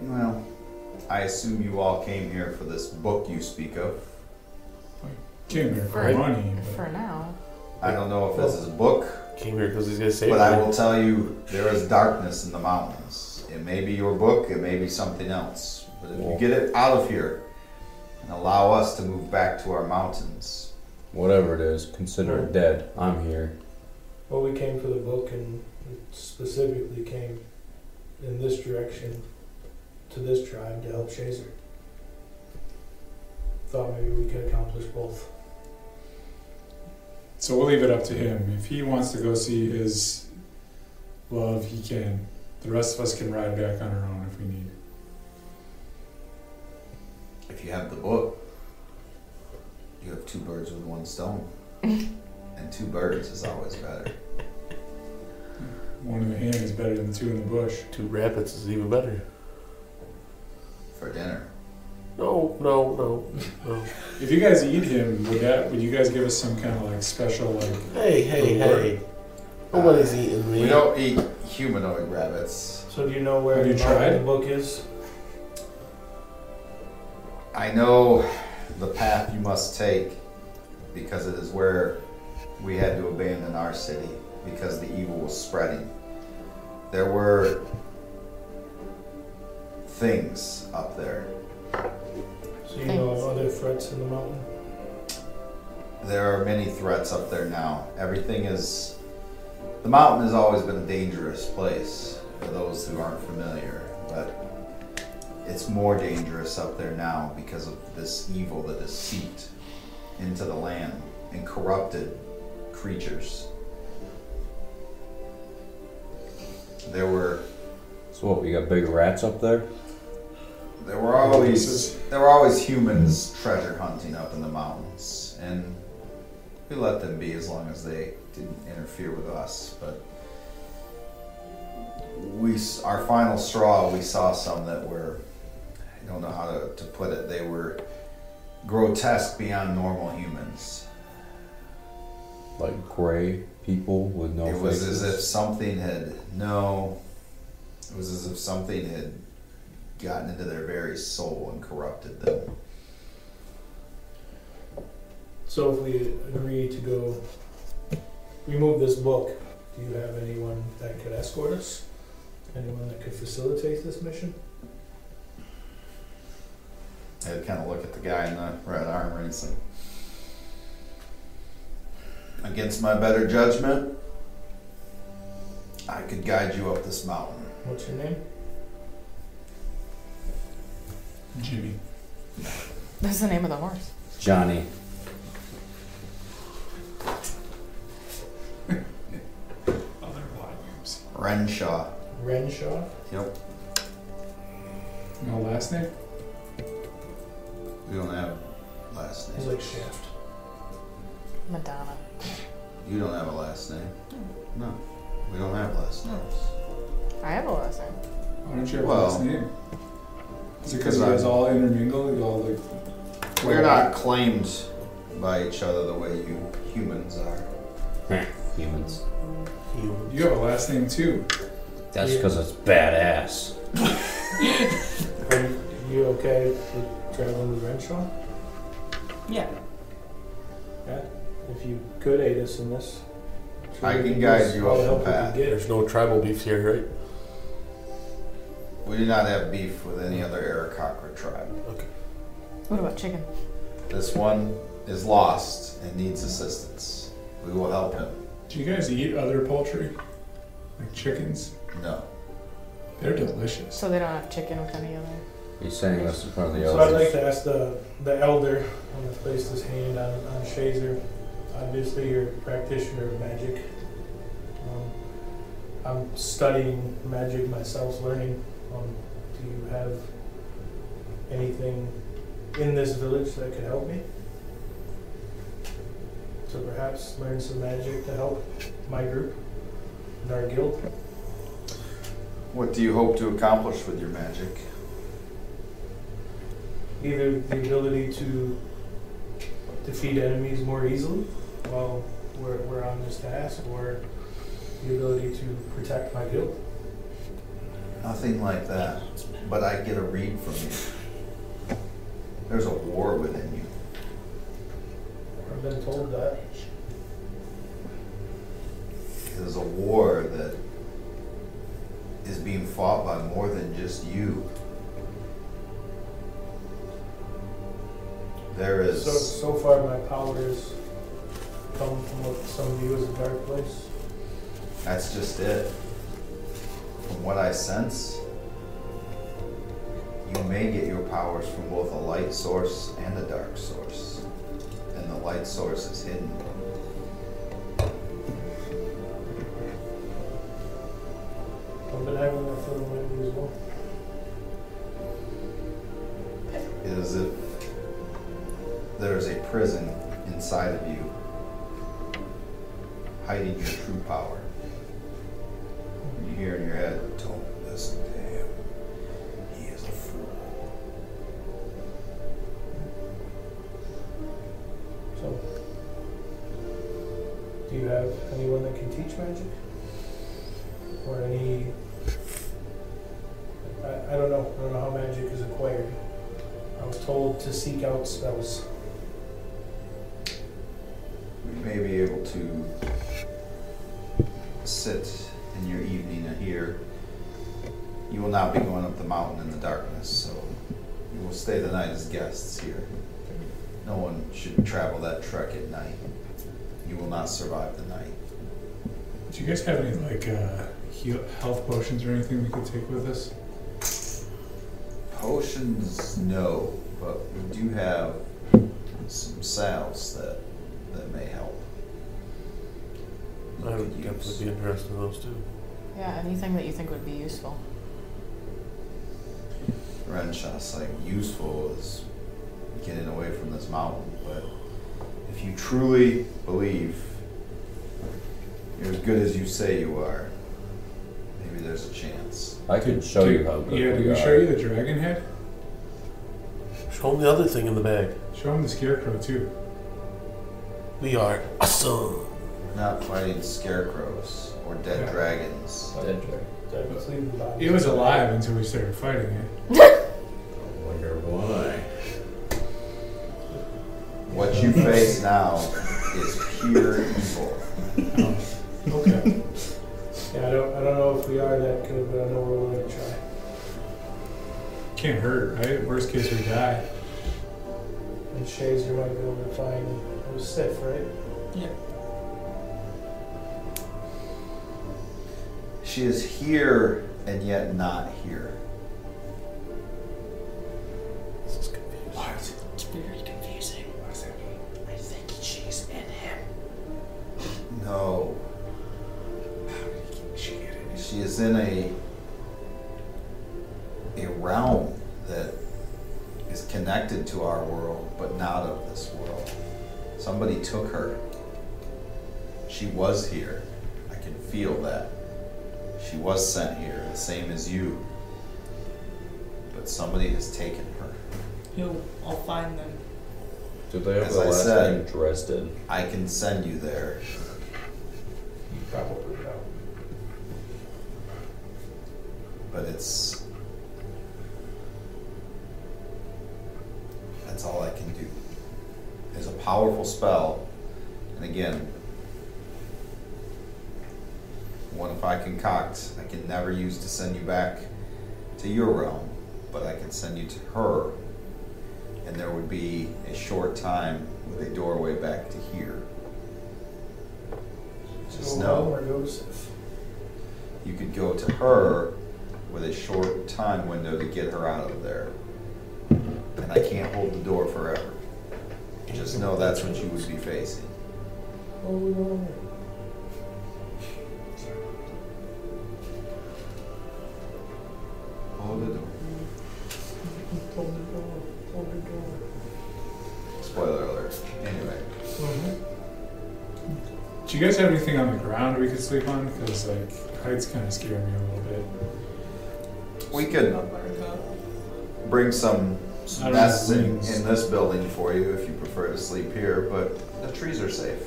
[SPEAKER 1] Well, I assume you all came here for this book you speak of.
[SPEAKER 2] Came here for
[SPEAKER 5] Right.
[SPEAKER 2] money.
[SPEAKER 5] For now.
[SPEAKER 1] I don't know if this is a book,
[SPEAKER 6] Came here because he's gonna save
[SPEAKER 1] but I will
[SPEAKER 6] me.
[SPEAKER 1] tell you there is darkness in the mountains. It may be your book, it may be something else. But if you
[SPEAKER 3] Cool.
[SPEAKER 1] get it out of here and allow us to move back to our mountains,
[SPEAKER 3] Whatever it is, consider it dead. I'm here.
[SPEAKER 9] Well, we came for the book and we specifically came in this direction to this tribe to help Shazer.
[SPEAKER 4] thought maybe we could accomplish both.
[SPEAKER 2] So we'll leave it up to him. If he wants to go see his love, he can. The rest of us can ride back on our own if we need.
[SPEAKER 1] If you have the book, you have two birds with one stone. and two birds is always better.
[SPEAKER 2] One in the hand is better than two in the bush.
[SPEAKER 6] Two rabbits is even better.
[SPEAKER 1] For dinner.
[SPEAKER 6] No, no, no.
[SPEAKER 2] If you guys eat him, would that? Would you guys give us some kind of like special like?
[SPEAKER 6] Hey, hey, hey. Nobody's eating me.
[SPEAKER 1] We don't eat humanoid rabbits.
[SPEAKER 4] So do you know where
[SPEAKER 2] Have you
[SPEAKER 4] the bottom of
[SPEAKER 2] tried?
[SPEAKER 4] the book is?
[SPEAKER 1] I know the path you must take because it is where we had to abandon our city because the evil was spreading. There were things up there.
[SPEAKER 4] So you know of other threats in the mountain?
[SPEAKER 1] There are many threats up there now. Everything is. The mountain has always been a dangerous place for those who aren't familiar, but it's more dangerous up there now because of this evil that is seeped into the land and corrupted creatures. There were
[SPEAKER 3] So what? We got big rats up there.
[SPEAKER 1] there were always there were always humans treasure hunting up in the mountains, and we let them be as long as they didn't interfere with us. But we s- our final straw, we saw some that were I don't know how to, to put it. They were grotesque beyond normal humans.
[SPEAKER 3] Like gray people with no
[SPEAKER 1] it was
[SPEAKER 3] faces.
[SPEAKER 1] as if something had no it was as if something had gotten into their very soul and corrupted them
[SPEAKER 4] So if we agree to go remove this book, do you have anyone that could escort us? Anyone that could facilitate this mission?
[SPEAKER 1] I'd kind of look at the guy in the red armor and he's like, against my better judgment, I could guide you up this mountain.
[SPEAKER 4] What's your name?
[SPEAKER 2] Jimmy.
[SPEAKER 5] That's the name of the horse.
[SPEAKER 3] Johnny.
[SPEAKER 2] Other Vladimirs.
[SPEAKER 1] Renshaw.
[SPEAKER 4] Renshaw?
[SPEAKER 1] Yep.
[SPEAKER 2] No last name.
[SPEAKER 1] We don't have a last
[SPEAKER 4] He's
[SPEAKER 1] name.
[SPEAKER 4] like Shaft.
[SPEAKER 5] Madonna.
[SPEAKER 1] You don't have a last name. No. We don't have last names.
[SPEAKER 5] I have a last name.
[SPEAKER 2] Why don't you have a
[SPEAKER 1] Well,
[SPEAKER 2] last name? Is it because
[SPEAKER 1] because
[SPEAKER 2] you guys
[SPEAKER 1] I'm-
[SPEAKER 2] all intermingle? You all like.
[SPEAKER 1] We're not claimed by each other the way you humans are.
[SPEAKER 3] Humans.
[SPEAKER 2] You have a last name too.
[SPEAKER 3] That's because it's badass.
[SPEAKER 4] Are you- you okay with traveling with Renshaw?
[SPEAKER 5] Yeah.
[SPEAKER 4] Yeah. If you could aid us in this.
[SPEAKER 1] I
[SPEAKER 4] sure we
[SPEAKER 1] can guide
[SPEAKER 4] use
[SPEAKER 1] you
[SPEAKER 4] all
[SPEAKER 1] off the
[SPEAKER 4] help we can
[SPEAKER 1] path.
[SPEAKER 4] get.
[SPEAKER 6] There's no tribal beefs here, right?
[SPEAKER 1] We do not have beef with any other Arakakra tribe.
[SPEAKER 5] What about chicken?
[SPEAKER 1] This one is lost and needs assistance. We will help him.
[SPEAKER 2] Do you guys eat other poultry? Like chickens?
[SPEAKER 1] No.
[SPEAKER 2] They're delicious.
[SPEAKER 5] So they don't have chicken with any other.
[SPEAKER 3] He's saying this in front of the
[SPEAKER 4] So I'd
[SPEAKER 3] others.
[SPEAKER 4] like to ask the, the elder on the placed his hand on, on Shazer. Obviously, you're a practitioner of magic. Um, I'm studying magic myself, learning. Um, do you have anything in this village that could help me? To perhaps learn some magic to help my group and our guild?
[SPEAKER 1] What do you hope to accomplish with your magic?
[SPEAKER 4] either the ability to defeat enemies more easily while we're, we're on this task, or the ability to protect my guild.
[SPEAKER 1] Nothing like that. But I get a read from you. There's a war within you.
[SPEAKER 4] I've been told that.
[SPEAKER 1] There's a war that is being fought by more than just you. There is.
[SPEAKER 4] So, so far, my powers come from what some view as a dark place.
[SPEAKER 1] That's just it. From what I sense, You may get your powers from both a light source and a dark source, and the light source is hidden.
[SPEAKER 9] I've been having that feeling lately as well.
[SPEAKER 1] It is if there is a prison inside of you hiding your true power. You hear in your head, don't listen to him. He is a fool.
[SPEAKER 9] So, do you have anyone that can teach magic? Or any. I, I don't know. I don't know how magic is acquired. I was told to seek out spells.
[SPEAKER 1] We may be able to sit in your evening and hear. You will not be going up the mountain in the darkness, so you will stay the night as guests here. No one should travel that trek at night. You will not survive the night.
[SPEAKER 2] Do you guys have any like uh, heal- health potions or anything we could take with us?
[SPEAKER 1] Potions, no, but we do have some salves that that may help. You
[SPEAKER 6] I
[SPEAKER 1] could
[SPEAKER 6] would
[SPEAKER 1] use.
[SPEAKER 6] definitely be interested in those too.
[SPEAKER 5] Yeah, anything that you think would be useful.
[SPEAKER 1] Renshaw's like useful is getting away from this mountain, but if you truly believe you're as good as you say you are, maybe there's a chance.
[SPEAKER 3] I could show you
[SPEAKER 1] Oh
[SPEAKER 3] how good
[SPEAKER 2] Yeah,
[SPEAKER 3] we
[SPEAKER 2] did we
[SPEAKER 3] are.
[SPEAKER 2] show you the dragon head?
[SPEAKER 6] Show him the other thing in the bag.
[SPEAKER 2] Show him the scarecrow too.
[SPEAKER 6] We are awesome.
[SPEAKER 1] We're not fighting scarecrows or dead
[SPEAKER 2] Yeah.
[SPEAKER 1] dragons.
[SPEAKER 3] Dead dragon.
[SPEAKER 9] Let's leave the body.
[SPEAKER 2] It was alive until we started fighting it.
[SPEAKER 3] Wonder why.
[SPEAKER 1] What you face now is pure evil. Oh.
[SPEAKER 9] Okay. yeah, I don't, I don't know if we are that good, but I know we're willing to try.
[SPEAKER 2] Can't hurt, right? Worst case, we die.
[SPEAKER 9] And Shazer might be able to find. It was Sif, right?
[SPEAKER 1] She is here and yet not here.
[SPEAKER 6] This is confusing.
[SPEAKER 7] It's very confusing. I think she's in him.
[SPEAKER 1] No. She is in a a realm that is connected to our world, but not of this world. Somebody took her. She was here. I can feel that. She was sent here, the same as you. But somebody has taken her.
[SPEAKER 7] Who? I'll find them.
[SPEAKER 3] Did they have
[SPEAKER 1] As
[SPEAKER 3] the
[SPEAKER 1] I
[SPEAKER 3] last
[SPEAKER 1] said-
[SPEAKER 3] name Dresden?
[SPEAKER 1] I can send you there.
[SPEAKER 9] Probably no.
[SPEAKER 1] but it's that's all I can do. It's a powerful spell, and again, one if I concoct, I can never use to send you back to your realm, but I can send you to her, and there would be a short time with a doorway back to here. Just
[SPEAKER 9] Go
[SPEAKER 1] know.
[SPEAKER 9] home Or go to Sif.
[SPEAKER 1] You could go to her with a short time window to get her out of there. And I can't hold the door forever. Just know that's what you would be facing.
[SPEAKER 9] Oh, no.
[SPEAKER 1] Hold the door.
[SPEAKER 9] Hold the door. Hold the door.
[SPEAKER 1] Spoiler alert. Anyway,
[SPEAKER 9] Mm-hmm.
[SPEAKER 2] Do you guys have anything on the ground we could sleep on? Because like heights kind of scare me a little bit.
[SPEAKER 1] we could bring some
[SPEAKER 2] I don't
[SPEAKER 1] nests
[SPEAKER 2] have
[SPEAKER 1] in,
[SPEAKER 2] wings.
[SPEAKER 1] in this building for you if you prefer to sleep here, but the trees are safe.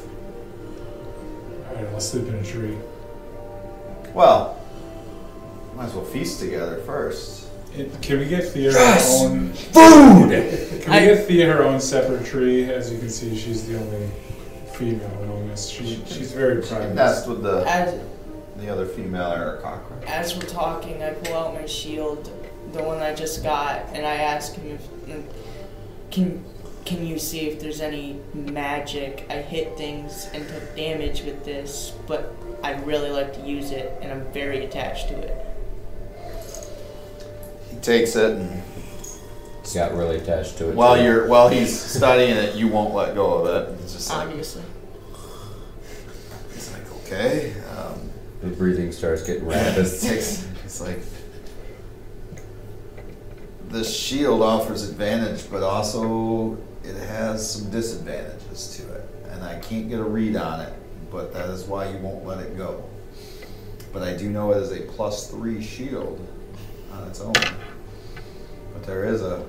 [SPEAKER 2] All right, I'll sleep in a tree.
[SPEAKER 1] Well, might as well feast together first.
[SPEAKER 2] It, can we get Thea her own food? Can we
[SPEAKER 7] I-
[SPEAKER 2] get Thea her own separate tree? As you can see, she's the only female among us. She, she's very
[SPEAKER 1] You can
[SPEAKER 2] private.
[SPEAKER 1] nest with the,
[SPEAKER 7] As
[SPEAKER 1] the other female or cockroach.
[SPEAKER 7] as we're talking, I pull out my shield, the one I just got, and I ask him if can can you see if there's any magic? I hit things and took damage with this, but I really like to use it, and I'm very attached to it.
[SPEAKER 1] He takes it and
[SPEAKER 3] He's got really attached to it.
[SPEAKER 10] While
[SPEAKER 3] too.
[SPEAKER 10] you're while he's studying it, you won't let go of it. It's just like,
[SPEAKER 7] Obviously.
[SPEAKER 10] it's like okay. Um,
[SPEAKER 3] the breathing starts getting rapid.
[SPEAKER 1] <laughs>
[SPEAKER 10] it's, like- it's like the shield offers advantage, but also it has some disadvantages to it, and I can't get a read on it. But that is why you won't let it go. But I do know it is a plus three shield on its own. But there is a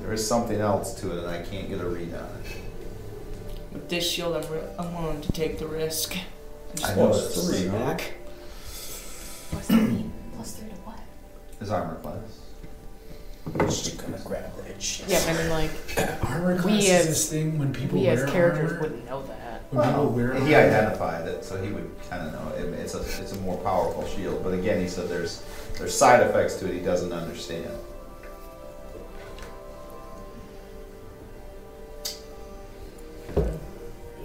[SPEAKER 10] there is something else to it, and I can't get a read on it.
[SPEAKER 7] With this shield, I'm, re- I'm willing to take the risk. I'm just
[SPEAKER 10] I know
[SPEAKER 7] gonna
[SPEAKER 10] it's
[SPEAKER 7] sit
[SPEAKER 10] three,
[SPEAKER 7] back.
[SPEAKER 11] Plus three. Plus three to what?
[SPEAKER 10] His armor class.
[SPEAKER 9] Just gonna grab that shit.
[SPEAKER 5] Yeah, but I mean, like,
[SPEAKER 2] Armor class
[SPEAKER 5] We
[SPEAKER 2] is
[SPEAKER 5] as-
[SPEAKER 2] this thing when people
[SPEAKER 5] we
[SPEAKER 2] wear
[SPEAKER 5] as characters
[SPEAKER 2] armor.
[SPEAKER 5] wouldn't know that.
[SPEAKER 2] When people wear
[SPEAKER 1] He
[SPEAKER 2] armor.
[SPEAKER 1] identified it, so he would kind of know. It, it's a it's a more powerful shield, but again, he said there's there's side effects to it. He doesn't understand.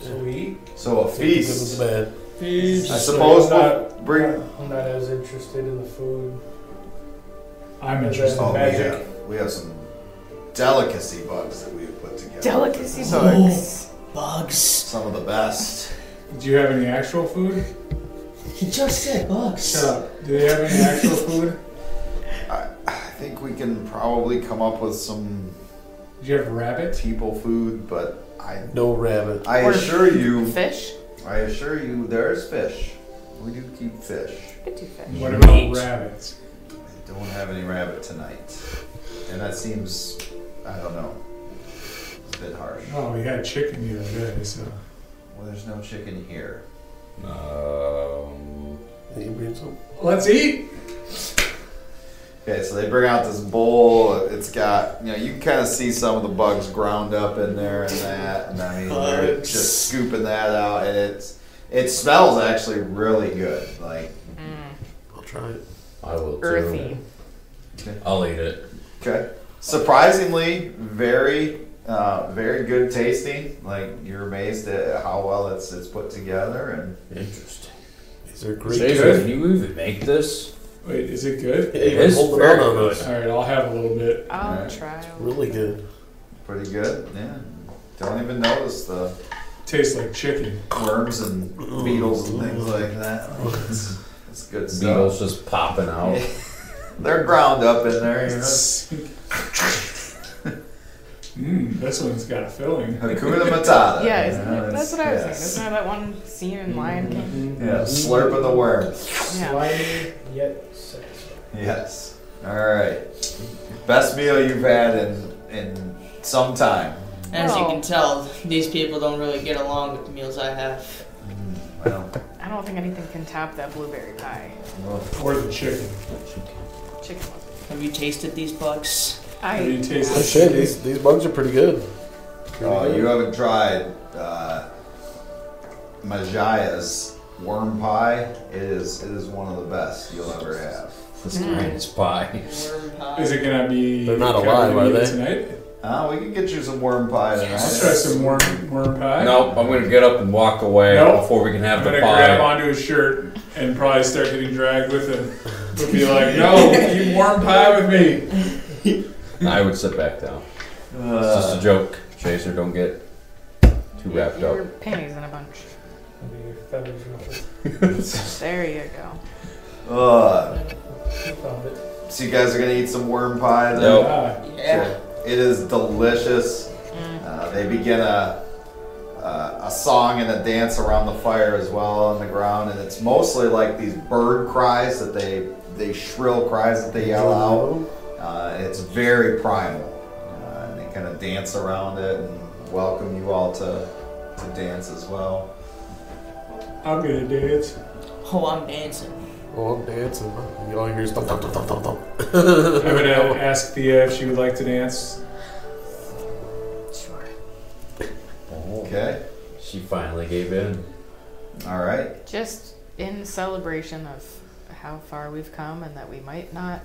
[SPEAKER 9] So we eat.
[SPEAKER 1] So a
[SPEAKER 6] This is
[SPEAKER 1] feast.
[SPEAKER 6] bad.
[SPEAKER 1] I suppose
[SPEAKER 9] I'm not,
[SPEAKER 1] we'll bring.
[SPEAKER 9] I'm not as interested in the food.
[SPEAKER 2] I'm
[SPEAKER 9] As
[SPEAKER 2] interested.
[SPEAKER 9] in
[SPEAKER 1] Oh, we
[SPEAKER 9] magic.
[SPEAKER 1] have we have some delicacy bugs that we've put together.
[SPEAKER 5] Delicacy
[SPEAKER 1] So,
[SPEAKER 5] books.
[SPEAKER 7] Bugs.
[SPEAKER 1] Some of the best.
[SPEAKER 2] Do you have any actual food?
[SPEAKER 7] He just said bugs.
[SPEAKER 2] Shut up. Do they have any actual food?
[SPEAKER 1] I, I think we can probably come up with some
[SPEAKER 2] Do you have rabbit?
[SPEAKER 1] people food, but I
[SPEAKER 6] No rabbit.
[SPEAKER 1] I
[SPEAKER 5] Or
[SPEAKER 1] assure you,
[SPEAKER 5] Fish?
[SPEAKER 1] I assure you, there's fish. We do keep fish.
[SPEAKER 5] Could do fish.
[SPEAKER 2] What about rabbits?
[SPEAKER 1] I don't have any rabbit tonight, and that seems, I don't know, a bit harsh.
[SPEAKER 2] Oh, we had chicken the other day, so.
[SPEAKER 1] Well, there's no chicken here.
[SPEAKER 3] Um,
[SPEAKER 6] Can you bring some?
[SPEAKER 2] Let's eat!
[SPEAKER 1] Okay, so they bring out this bowl. It's got, you know, you can kind of see some of the bugs ground up in there and that. And I mean, they're
[SPEAKER 7] Bugs.
[SPEAKER 1] just scooping that out. And it's, it smells actually really good. Like,
[SPEAKER 6] I'll try it.
[SPEAKER 3] I will too.
[SPEAKER 5] Mm. Earthy.
[SPEAKER 3] I'll eat it.
[SPEAKER 1] okay. Surprisingly, very, uh, very good tasting. Like, you're amazed at how well it's, it's put together. And
[SPEAKER 3] Interesting.
[SPEAKER 6] These are great.
[SPEAKER 3] Xavier, can you even make this?
[SPEAKER 2] Wait, is it good?
[SPEAKER 6] Hey,
[SPEAKER 3] It is
[SPEAKER 6] holding
[SPEAKER 3] very
[SPEAKER 6] out on
[SPEAKER 3] good.
[SPEAKER 6] us.
[SPEAKER 2] Alright, I'll have a little bit.
[SPEAKER 5] I'll
[SPEAKER 1] Alright.
[SPEAKER 5] try.
[SPEAKER 6] Really good.
[SPEAKER 1] pretty good. Yeah. Don't even notice the
[SPEAKER 2] Tastes like chicken.
[SPEAKER 1] worms and beetles and things like that. It's, it's good stuff.
[SPEAKER 3] Beetles just popping out.
[SPEAKER 1] They're ground up in there. You know?
[SPEAKER 2] <laughs> Mmm, this one's got a filling.
[SPEAKER 1] Hakuna Matata.
[SPEAKER 5] <laughs> Yeah,
[SPEAKER 1] you
[SPEAKER 5] isn't
[SPEAKER 1] know,
[SPEAKER 5] it, that's
[SPEAKER 1] it's-
[SPEAKER 5] what I was
[SPEAKER 1] yes.
[SPEAKER 5] thinking. Isn't there that one scene in Lion King?
[SPEAKER 1] Yeah, slurping the worm.
[SPEAKER 5] Yeah.
[SPEAKER 9] Slimy yet satisfying.
[SPEAKER 1] Yes. All right. Best meal you've had in in some time.
[SPEAKER 7] As you
[SPEAKER 5] No.
[SPEAKER 7] can tell, these people don't really get along with the meals I have.
[SPEAKER 1] Mm, Well,
[SPEAKER 5] I don't think anything can top that blueberry pie.
[SPEAKER 1] well,
[SPEAKER 2] Or the chicken.
[SPEAKER 5] Chicken was
[SPEAKER 7] Have you tasted these bugs?
[SPEAKER 5] I
[SPEAKER 2] Have you tasted
[SPEAKER 6] Oh, shit, these, these bugs are pretty good. Pretty
[SPEAKER 1] oh,
[SPEAKER 6] good.
[SPEAKER 1] you haven't tried uh, Majaya's worm pie. It is it is one of the best you'll ever have.
[SPEAKER 3] This greatest pie.
[SPEAKER 7] Worm
[SPEAKER 2] Is
[SPEAKER 7] pie.
[SPEAKER 2] it gonna be.
[SPEAKER 6] They're not
[SPEAKER 2] can we
[SPEAKER 6] alive, are
[SPEAKER 2] eat it
[SPEAKER 6] they?
[SPEAKER 2] Tonight?
[SPEAKER 1] Uh, we can get you some worm pie tonight.
[SPEAKER 2] Let's try some worm, worm pie.
[SPEAKER 3] Nope, I'm gonna get up and walk away
[SPEAKER 2] Nope.
[SPEAKER 3] before we can have
[SPEAKER 2] I'm
[SPEAKER 3] the
[SPEAKER 2] gonna grab
[SPEAKER 3] pie.
[SPEAKER 2] onto his shirt and probably start getting dragged with him. We'll be like, no, eat warm pie with me.
[SPEAKER 3] I would sit back down. It's just a
[SPEAKER 1] Uh,
[SPEAKER 3] joke. Chaser, don't get too wrapped
[SPEAKER 5] your
[SPEAKER 3] up.
[SPEAKER 5] panties in a bunch.
[SPEAKER 9] I mean, if that was nothing.
[SPEAKER 5] There you go.
[SPEAKER 1] uh,
[SPEAKER 9] I found it.
[SPEAKER 1] so you guys are gonna eat some worm pie then?
[SPEAKER 3] Nope.
[SPEAKER 2] Ah,
[SPEAKER 7] Yeah.
[SPEAKER 1] It is delicious. Uh, they begin a, a a song and a dance around the fire as well on the ground, and it's mostly like these bird cries that they they shrill cries that they yell out. Uh, it's very primal, uh, and they kind of dance around it and welcome you all to to dance as well.
[SPEAKER 2] I'm gonna dance.
[SPEAKER 7] Oh, I'm dancing.
[SPEAKER 6] Oh, I'm dancing. You all hear is thump, thump, thump, thump, thump, thump.
[SPEAKER 2] I'm gonna uh, ask Thea if she would like to dance.
[SPEAKER 5] Sure.
[SPEAKER 3] Oh,
[SPEAKER 1] Okay,
[SPEAKER 3] she finally gave in.
[SPEAKER 1] all right.
[SPEAKER 5] Just in celebration of how far we've come and that we might not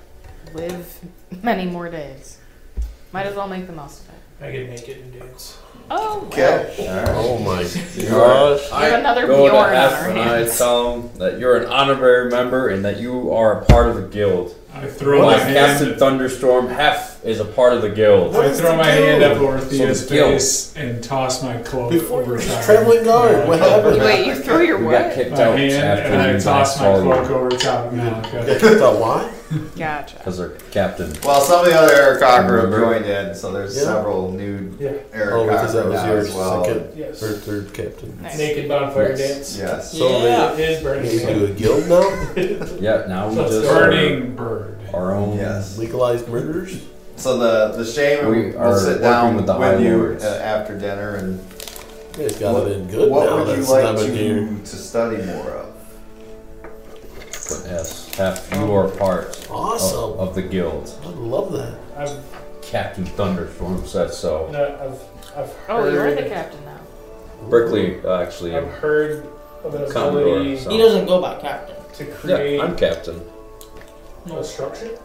[SPEAKER 5] live many more days. Might as well make the most of it.
[SPEAKER 9] I can make it and dance.
[SPEAKER 5] Oh,
[SPEAKER 1] Okay, all right.
[SPEAKER 6] Oh my gosh.
[SPEAKER 5] We have another
[SPEAKER 3] go to
[SPEAKER 5] Bjorn on
[SPEAKER 3] F
[SPEAKER 5] our
[SPEAKER 3] and I
[SPEAKER 5] hands.
[SPEAKER 3] tell him that you're an honorary member and that you are a part of the guild.
[SPEAKER 2] I throw
[SPEAKER 3] Like
[SPEAKER 2] my hand.
[SPEAKER 3] Captain Thunderstorm, half is a part of the guild.
[SPEAKER 2] I throw my hand up over Thea's
[SPEAKER 3] Some guilt.
[SPEAKER 2] face and toss my cloak
[SPEAKER 6] Before
[SPEAKER 2] over Tyra.
[SPEAKER 6] traveling guard, what happened?
[SPEAKER 5] Wait, you throw your
[SPEAKER 3] We got
[SPEAKER 5] what?
[SPEAKER 3] kicked
[SPEAKER 2] My
[SPEAKER 3] out
[SPEAKER 2] hand
[SPEAKER 3] after
[SPEAKER 2] and I
[SPEAKER 3] we
[SPEAKER 2] toss my
[SPEAKER 3] saw
[SPEAKER 2] cloak
[SPEAKER 3] you
[SPEAKER 2] over top of Malika.
[SPEAKER 6] The why?
[SPEAKER 5] Gotcha.
[SPEAKER 3] because they're captain.
[SPEAKER 1] Well, some of the other Arakakra have
[SPEAKER 3] Remember?
[SPEAKER 1] joined in, so there's
[SPEAKER 6] Yeah.
[SPEAKER 1] several new
[SPEAKER 9] Yeah.
[SPEAKER 6] Oh,
[SPEAKER 1] Arakakra
[SPEAKER 6] because that was
[SPEAKER 1] now
[SPEAKER 6] your
[SPEAKER 1] as well.
[SPEAKER 6] second
[SPEAKER 9] Yes.
[SPEAKER 6] or third captain.
[SPEAKER 5] Nice.
[SPEAKER 4] Naked bonfire
[SPEAKER 3] Yes.
[SPEAKER 4] dance.
[SPEAKER 1] Yes.
[SPEAKER 6] So
[SPEAKER 4] Yeah, it is
[SPEAKER 6] they
[SPEAKER 4] Burning
[SPEAKER 6] need to
[SPEAKER 4] Man.
[SPEAKER 6] do a guild now?
[SPEAKER 3] Yeah, now we
[SPEAKER 4] Let's
[SPEAKER 3] just are
[SPEAKER 2] Burning bird.
[SPEAKER 3] our own.
[SPEAKER 1] Yes.
[SPEAKER 6] Legalized murders?
[SPEAKER 1] So the the shaman
[SPEAKER 3] We
[SPEAKER 1] will
[SPEAKER 3] are
[SPEAKER 1] sit down
[SPEAKER 3] working with the High
[SPEAKER 1] you
[SPEAKER 3] Lords.
[SPEAKER 1] uh, after dinner and
[SPEAKER 6] You guys got it in good
[SPEAKER 1] what
[SPEAKER 6] now.
[SPEAKER 1] would you
[SPEAKER 6] That's
[SPEAKER 1] like
[SPEAKER 6] not been here.
[SPEAKER 1] to, to study more of?
[SPEAKER 3] Yes, half you are part of,
[SPEAKER 6] Awesome.
[SPEAKER 3] of the guild.
[SPEAKER 6] I love that.
[SPEAKER 9] I've,
[SPEAKER 3] Captain Thunderstorm said so.
[SPEAKER 9] no, I've, I've heard.
[SPEAKER 5] Oh, you're the captain now.
[SPEAKER 3] Brickley uh, actually.
[SPEAKER 9] I've heard of an
[SPEAKER 3] Commodore,
[SPEAKER 9] ability
[SPEAKER 3] so-
[SPEAKER 7] He doesn't go by captain.
[SPEAKER 9] to create
[SPEAKER 3] Yeah, I'm captain.
[SPEAKER 9] a structure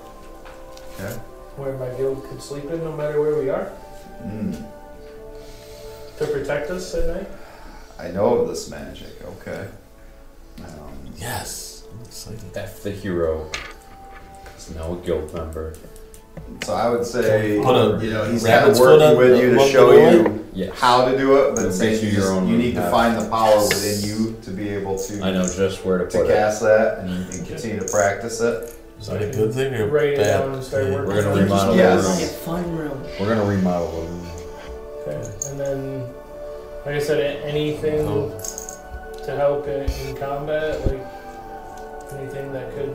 [SPEAKER 1] Yeah.
[SPEAKER 9] where my guild could sleep in no matter where we are
[SPEAKER 1] Mm,
[SPEAKER 9] to protect us at night.
[SPEAKER 1] I know of this magic. Okay. Um,
[SPEAKER 6] Yes. I'm excited.
[SPEAKER 3] F the hero. He's now a guild member.
[SPEAKER 1] so I would say
[SPEAKER 6] Put a
[SPEAKER 1] you know he's kind of
[SPEAKER 6] rabbit's foot
[SPEAKER 1] working
[SPEAKER 6] on-
[SPEAKER 1] with you to
[SPEAKER 6] on
[SPEAKER 1] show
[SPEAKER 6] the way?
[SPEAKER 1] you
[SPEAKER 3] Yes.
[SPEAKER 1] how to do it,
[SPEAKER 3] It'll
[SPEAKER 1] but saying
[SPEAKER 3] make you
[SPEAKER 1] you
[SPEAKER 3] your
[SPEAKER 1] just,
[SPEAKER 3] own
[SPEAKER 1] you need to
[SPEAKER 3] path.
[SPEAKER 1] find the power within you to be able to
[SPEAKER 3] I know just where to
[SPEAKER 1] to
[SPEAKER 3] put it.
[SPEAKER 1] cast that and, and continue to practice it.
[SPEAKER 6] Is that a good thing or a
[SPEAKER 9] Write it
[SPEAKER 6] bad
[SPEAKER 9] down and start
[SPEAKER 6] thing?
[SPEAKER 9] working.
[SPEAKER 3] We're gonna remodel
[SPEAKER 1] Yes.
[SPEAKER 3] the room.
[SPEAKER 7] fun room.
[SPEAKER 3] We're gonna remodel the room.
[SPEAKER 9] Okay. And then, like I said, a- anything
[SPEAKER 6] Oh.
[SPEAKER 9] to help in, in combat, like anything that could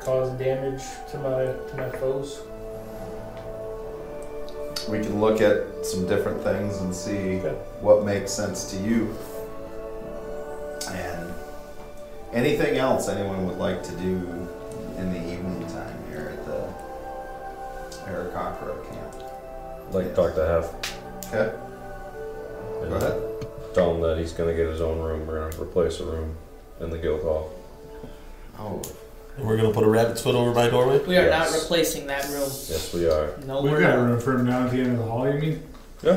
[SPEAKER 9] cause damage to my to my foes.
[SPEAKER 1] We can look at some different things and see
[SPEAKER 9] Okay.
[SPEAKER 1] what makes sense to you. And anything else anyone would like to do in the evening time here at the Arakakra camp.
[SPEAKER 3] I'd Like talk to Hef.
[SPEAKER 1] Okay,
[SPEAKER 3] and
[SPEAKER 1] go ahead.
[SPEAKER 3] Tell him that he's gonna get his own room. We're gonna replace a room in the guild hall.
[SPEAKER 1] Oh,
[SPEAKER 6] And we're gonna put a rabbit's foot over my doorway?
[SPEAKER 7] We are
[SPEAKER 3] Yes.
[SPEAKER 7] not replacing that room.
[SPEAKER 3] Yes, we are.
[SPEAKER 7] No,
[SPEAKER 2] We've
[SPEAKER 7] we're
[SPEAKER 2] got
[SPEAKER 7] not.
[SPEAKER 2] room for him down at the end of the hall, you mean?
[SPEAKER 9] Oh,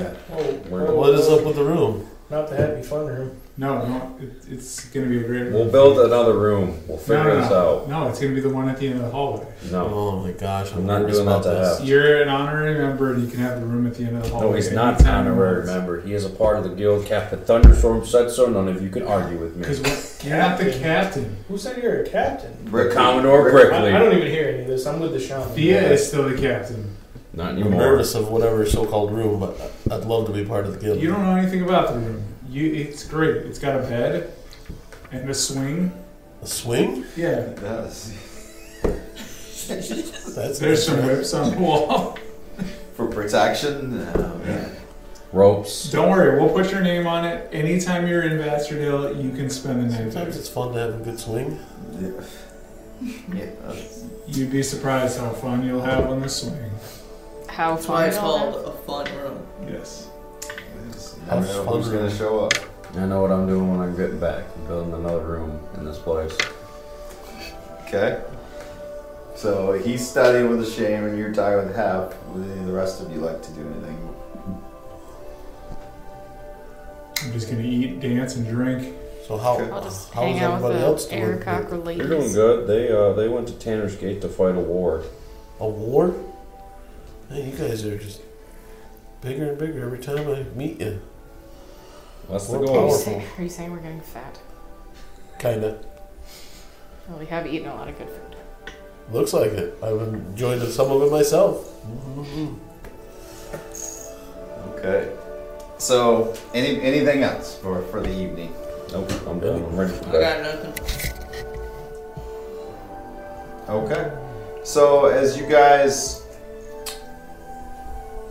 [SPEAKER 3] We're-
[SPEAKER 9] oh,
[SPEAKER 6] What is up with the room?
[SPEAKER 9] Not the happy fun room.
[SPEAKER 2] No, no, it, it's gonna be a great.
[SPEAKER 3] We'll build another room. We'll
[SPEAKER 2] No,
[SPEAKER 3] figure
[SPEAKER 2] no,
[SPEAKER 3] this
[SPEAKER 2] no.
[SPEAKER 3] out.
[SPEAKER 2] no, it's gonna be the one at the end of the hallway.
[SPEAKER 3] No.
[SPEAKER 6] Oh my gosh, I'm,
[SPEAKER 3] I'm not
[SPEAKER 6] nervous
[SPEAKER 3] doing
[SPEAKER 6] about
[SPEAKER 3] that to
[SPEAKER 6] this.
[SPEAKER 3] Hef.
[SPEAKER 2] You're an honorary member, and you can have the room at the end of the hallway.
[SPEAKER 3] No, he's not an
[SPEAKER 2] anytime Oh, you
[SPEAKER 3] honorary
[SPEAKER 2] want.
[SPEAKER 3] member. He is a part of the guild. Captain Thunderstorm said so. None of you can argue with me.
[SPEAKER 2] Because we're you're not the captain.
[SPEAKER 9] Who said you're a captain?
[SPEAKER 3] The
[SPEAKER 1] Brickley.
[SPEAKER 3] Commodore
[SPEAKER 9] I,
[SPEAKER 3] Brickley.
[SPEAKER 9] I don't even hear any of this. I'm with the shaman.
[SPEAKER 2] Thea is still the captain.
[SPEAKER 3] Not
[SPEAKER 6] I'm
[SPEAKER 3] anymore.
[SPEAKER 6] nervous of whatever so-called room, but I- I'd love to be part of the guild.
[SPEAKER 2] You don't know anything about the room. You, it's great. It's got a bed and a swing.
[SPEAKER 6] a swing?
[SPEAKER 2] Yeah,
[SPEAKER 1] Yes.
[SPEAKER 6] That's
[SPEAKER 2] there's some whips on the wall.
[SPEAKER 1] <laughs>
[SPEAKER 2] <laughs>
[SPEAKER 1] For protection, um,
[SPEAKER 3] Ropes.
[SPEAKER 2] Don't worry, we'll put your name on it. Anytime you're in Bastardale, you can spend the night there.
[SPEAKER 6] Sometimes it's fun to have a good swing.
[SPEAKER 1] yeah. yeah, that's-
[SPEAKER 2] You'd be surprised how fun you'll have on the swing.
[SPEAKER 5] How
[SPEAKER 7] That's why
[SPEAKER 5] fun
[SPEAKER 7] it's
[SPEAKER 5] is all
[SPEAKER 7] called
[SPEAKER 5] that?
[SPEAKER 7] a fun room.
[SPEAKER 2] Yes.
[SPEAKER 1] you
[SPEAKER 6] Have
[SPEAKER 1] never know
[SPEAKER 6] fun
[SPEAKER 1] who's gonna
[SPEAKER 6] room.
[SPEAKER 1] show up.
[SPEAKER 3] I know what I'm doing when I'm getting back. I'm building another room in this place.
[SPEAKER 1] Okay. So he's studying with the shame, and you're talking with Hap. Would any of the rest of you like to do anything?
[SPEAKER 2] I'm just gonna eat, dance, and drink.
[SPEAKER 6] So how,
[SPEAKER 1] Okay.
[SPEAKER 5] I'll just
[SPEAKER 6] how
[SPEAKER 5] hang
[SPEAKER 6] is
[SPEAKER 5] out
[SPEAKER 6] everybody else
[SPEAKER 5] with the
[SPEAKER 6] doing?
[SPEAKER 5] Eric Cocker ladies.
[SPEAKER 3] You're doing good. They uh, they went to Tanner's Gate to fight a war.
[SPEAKER 6] A war? Man, you guys are just bigger and bigger every time I meet you.
[SPEAKER 3] That's the
[SPEAKER 6] More
[SPEAKER 5] Are you,
[SPEAKER 3] goal.
[SPEAKER 6] power.
[SPEAKER 5] saying, are you saying we're getting fat?
[SPEAKER 6] Kinda.
[SPEAKER 5] Well, we have eaten a lot of good food.
[SPEAKER 6] Looks like it. I've enjoyed some of it myself.
[SPEAKER 1] Okay. So any anything else for for the evening?
[SPEAKER 3] Nope, I'm done. I'm ready for
[SPEAKER 7] I
[SPEAKER 3] bed.
[SPEAKER 7] got nothing.
[SPEAKER 1] Okay. So as you guys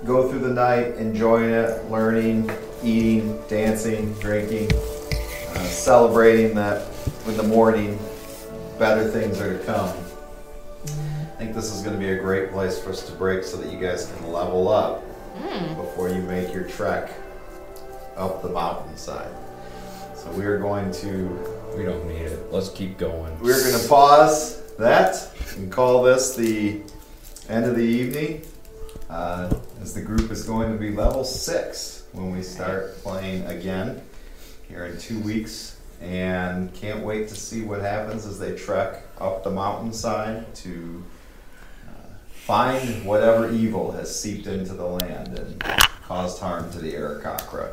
[SPEAKER 1] go through the night, enjoying it, learning, eating, dancing, drinking, uh, celebrating that in the morning, better things are to come. I think this is going to be a great place for us to break so that you guys can level up before you make your trek up the mountainside. So we are going to
[SPEAKER 3] We don't need it. Let's keep going.
[SPEAKER 1] we're going to pause that and call this the end of the evening uh, as the group is going to be level six when we start playing again here in two weeks. And can't wait to see what happens as they trek up the mountainside to uh, Find whatever evil has seeped into the land and caused harm to the Arakakra.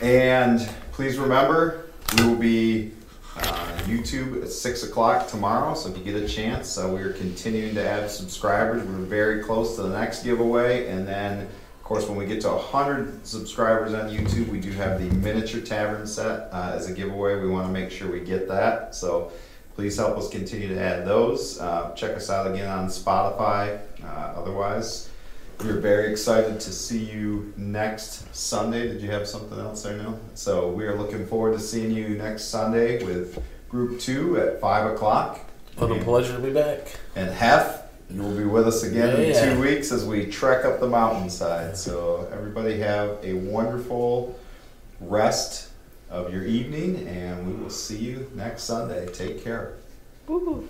[SPEAKER 1] And please remember, we will be uh, YouTube at 6 o'clock tomorrow. So if you get a chance, uh, we are continuing to add subscribers. We're very close to the next giveaway. And then, of course, when we get to 100 subscribers on YouTube, we do have the miniature tavern set uh, as a giveaway. We want to make sure we get that. So please help us continue to add those. Uh, check us out again on Spotify. Uh, otherwise, we're very excited to see you next Sunday. Did you have something else there now? So we are looking forward to seeing you next Sunday with Group Two at five o'clock.
[SPEAKER 6] What a pleasure to be back.
[SPEAKER 1] And Hef, you'll be with us again
[SPEAKER 6] Yeah.
[SPEAKER 1] in two weeks as we trek up the mountainside. So everybody have a wonderful rest of your evening, and we will see you next Sunday. Take care.
[SPEAKER 5] Woo.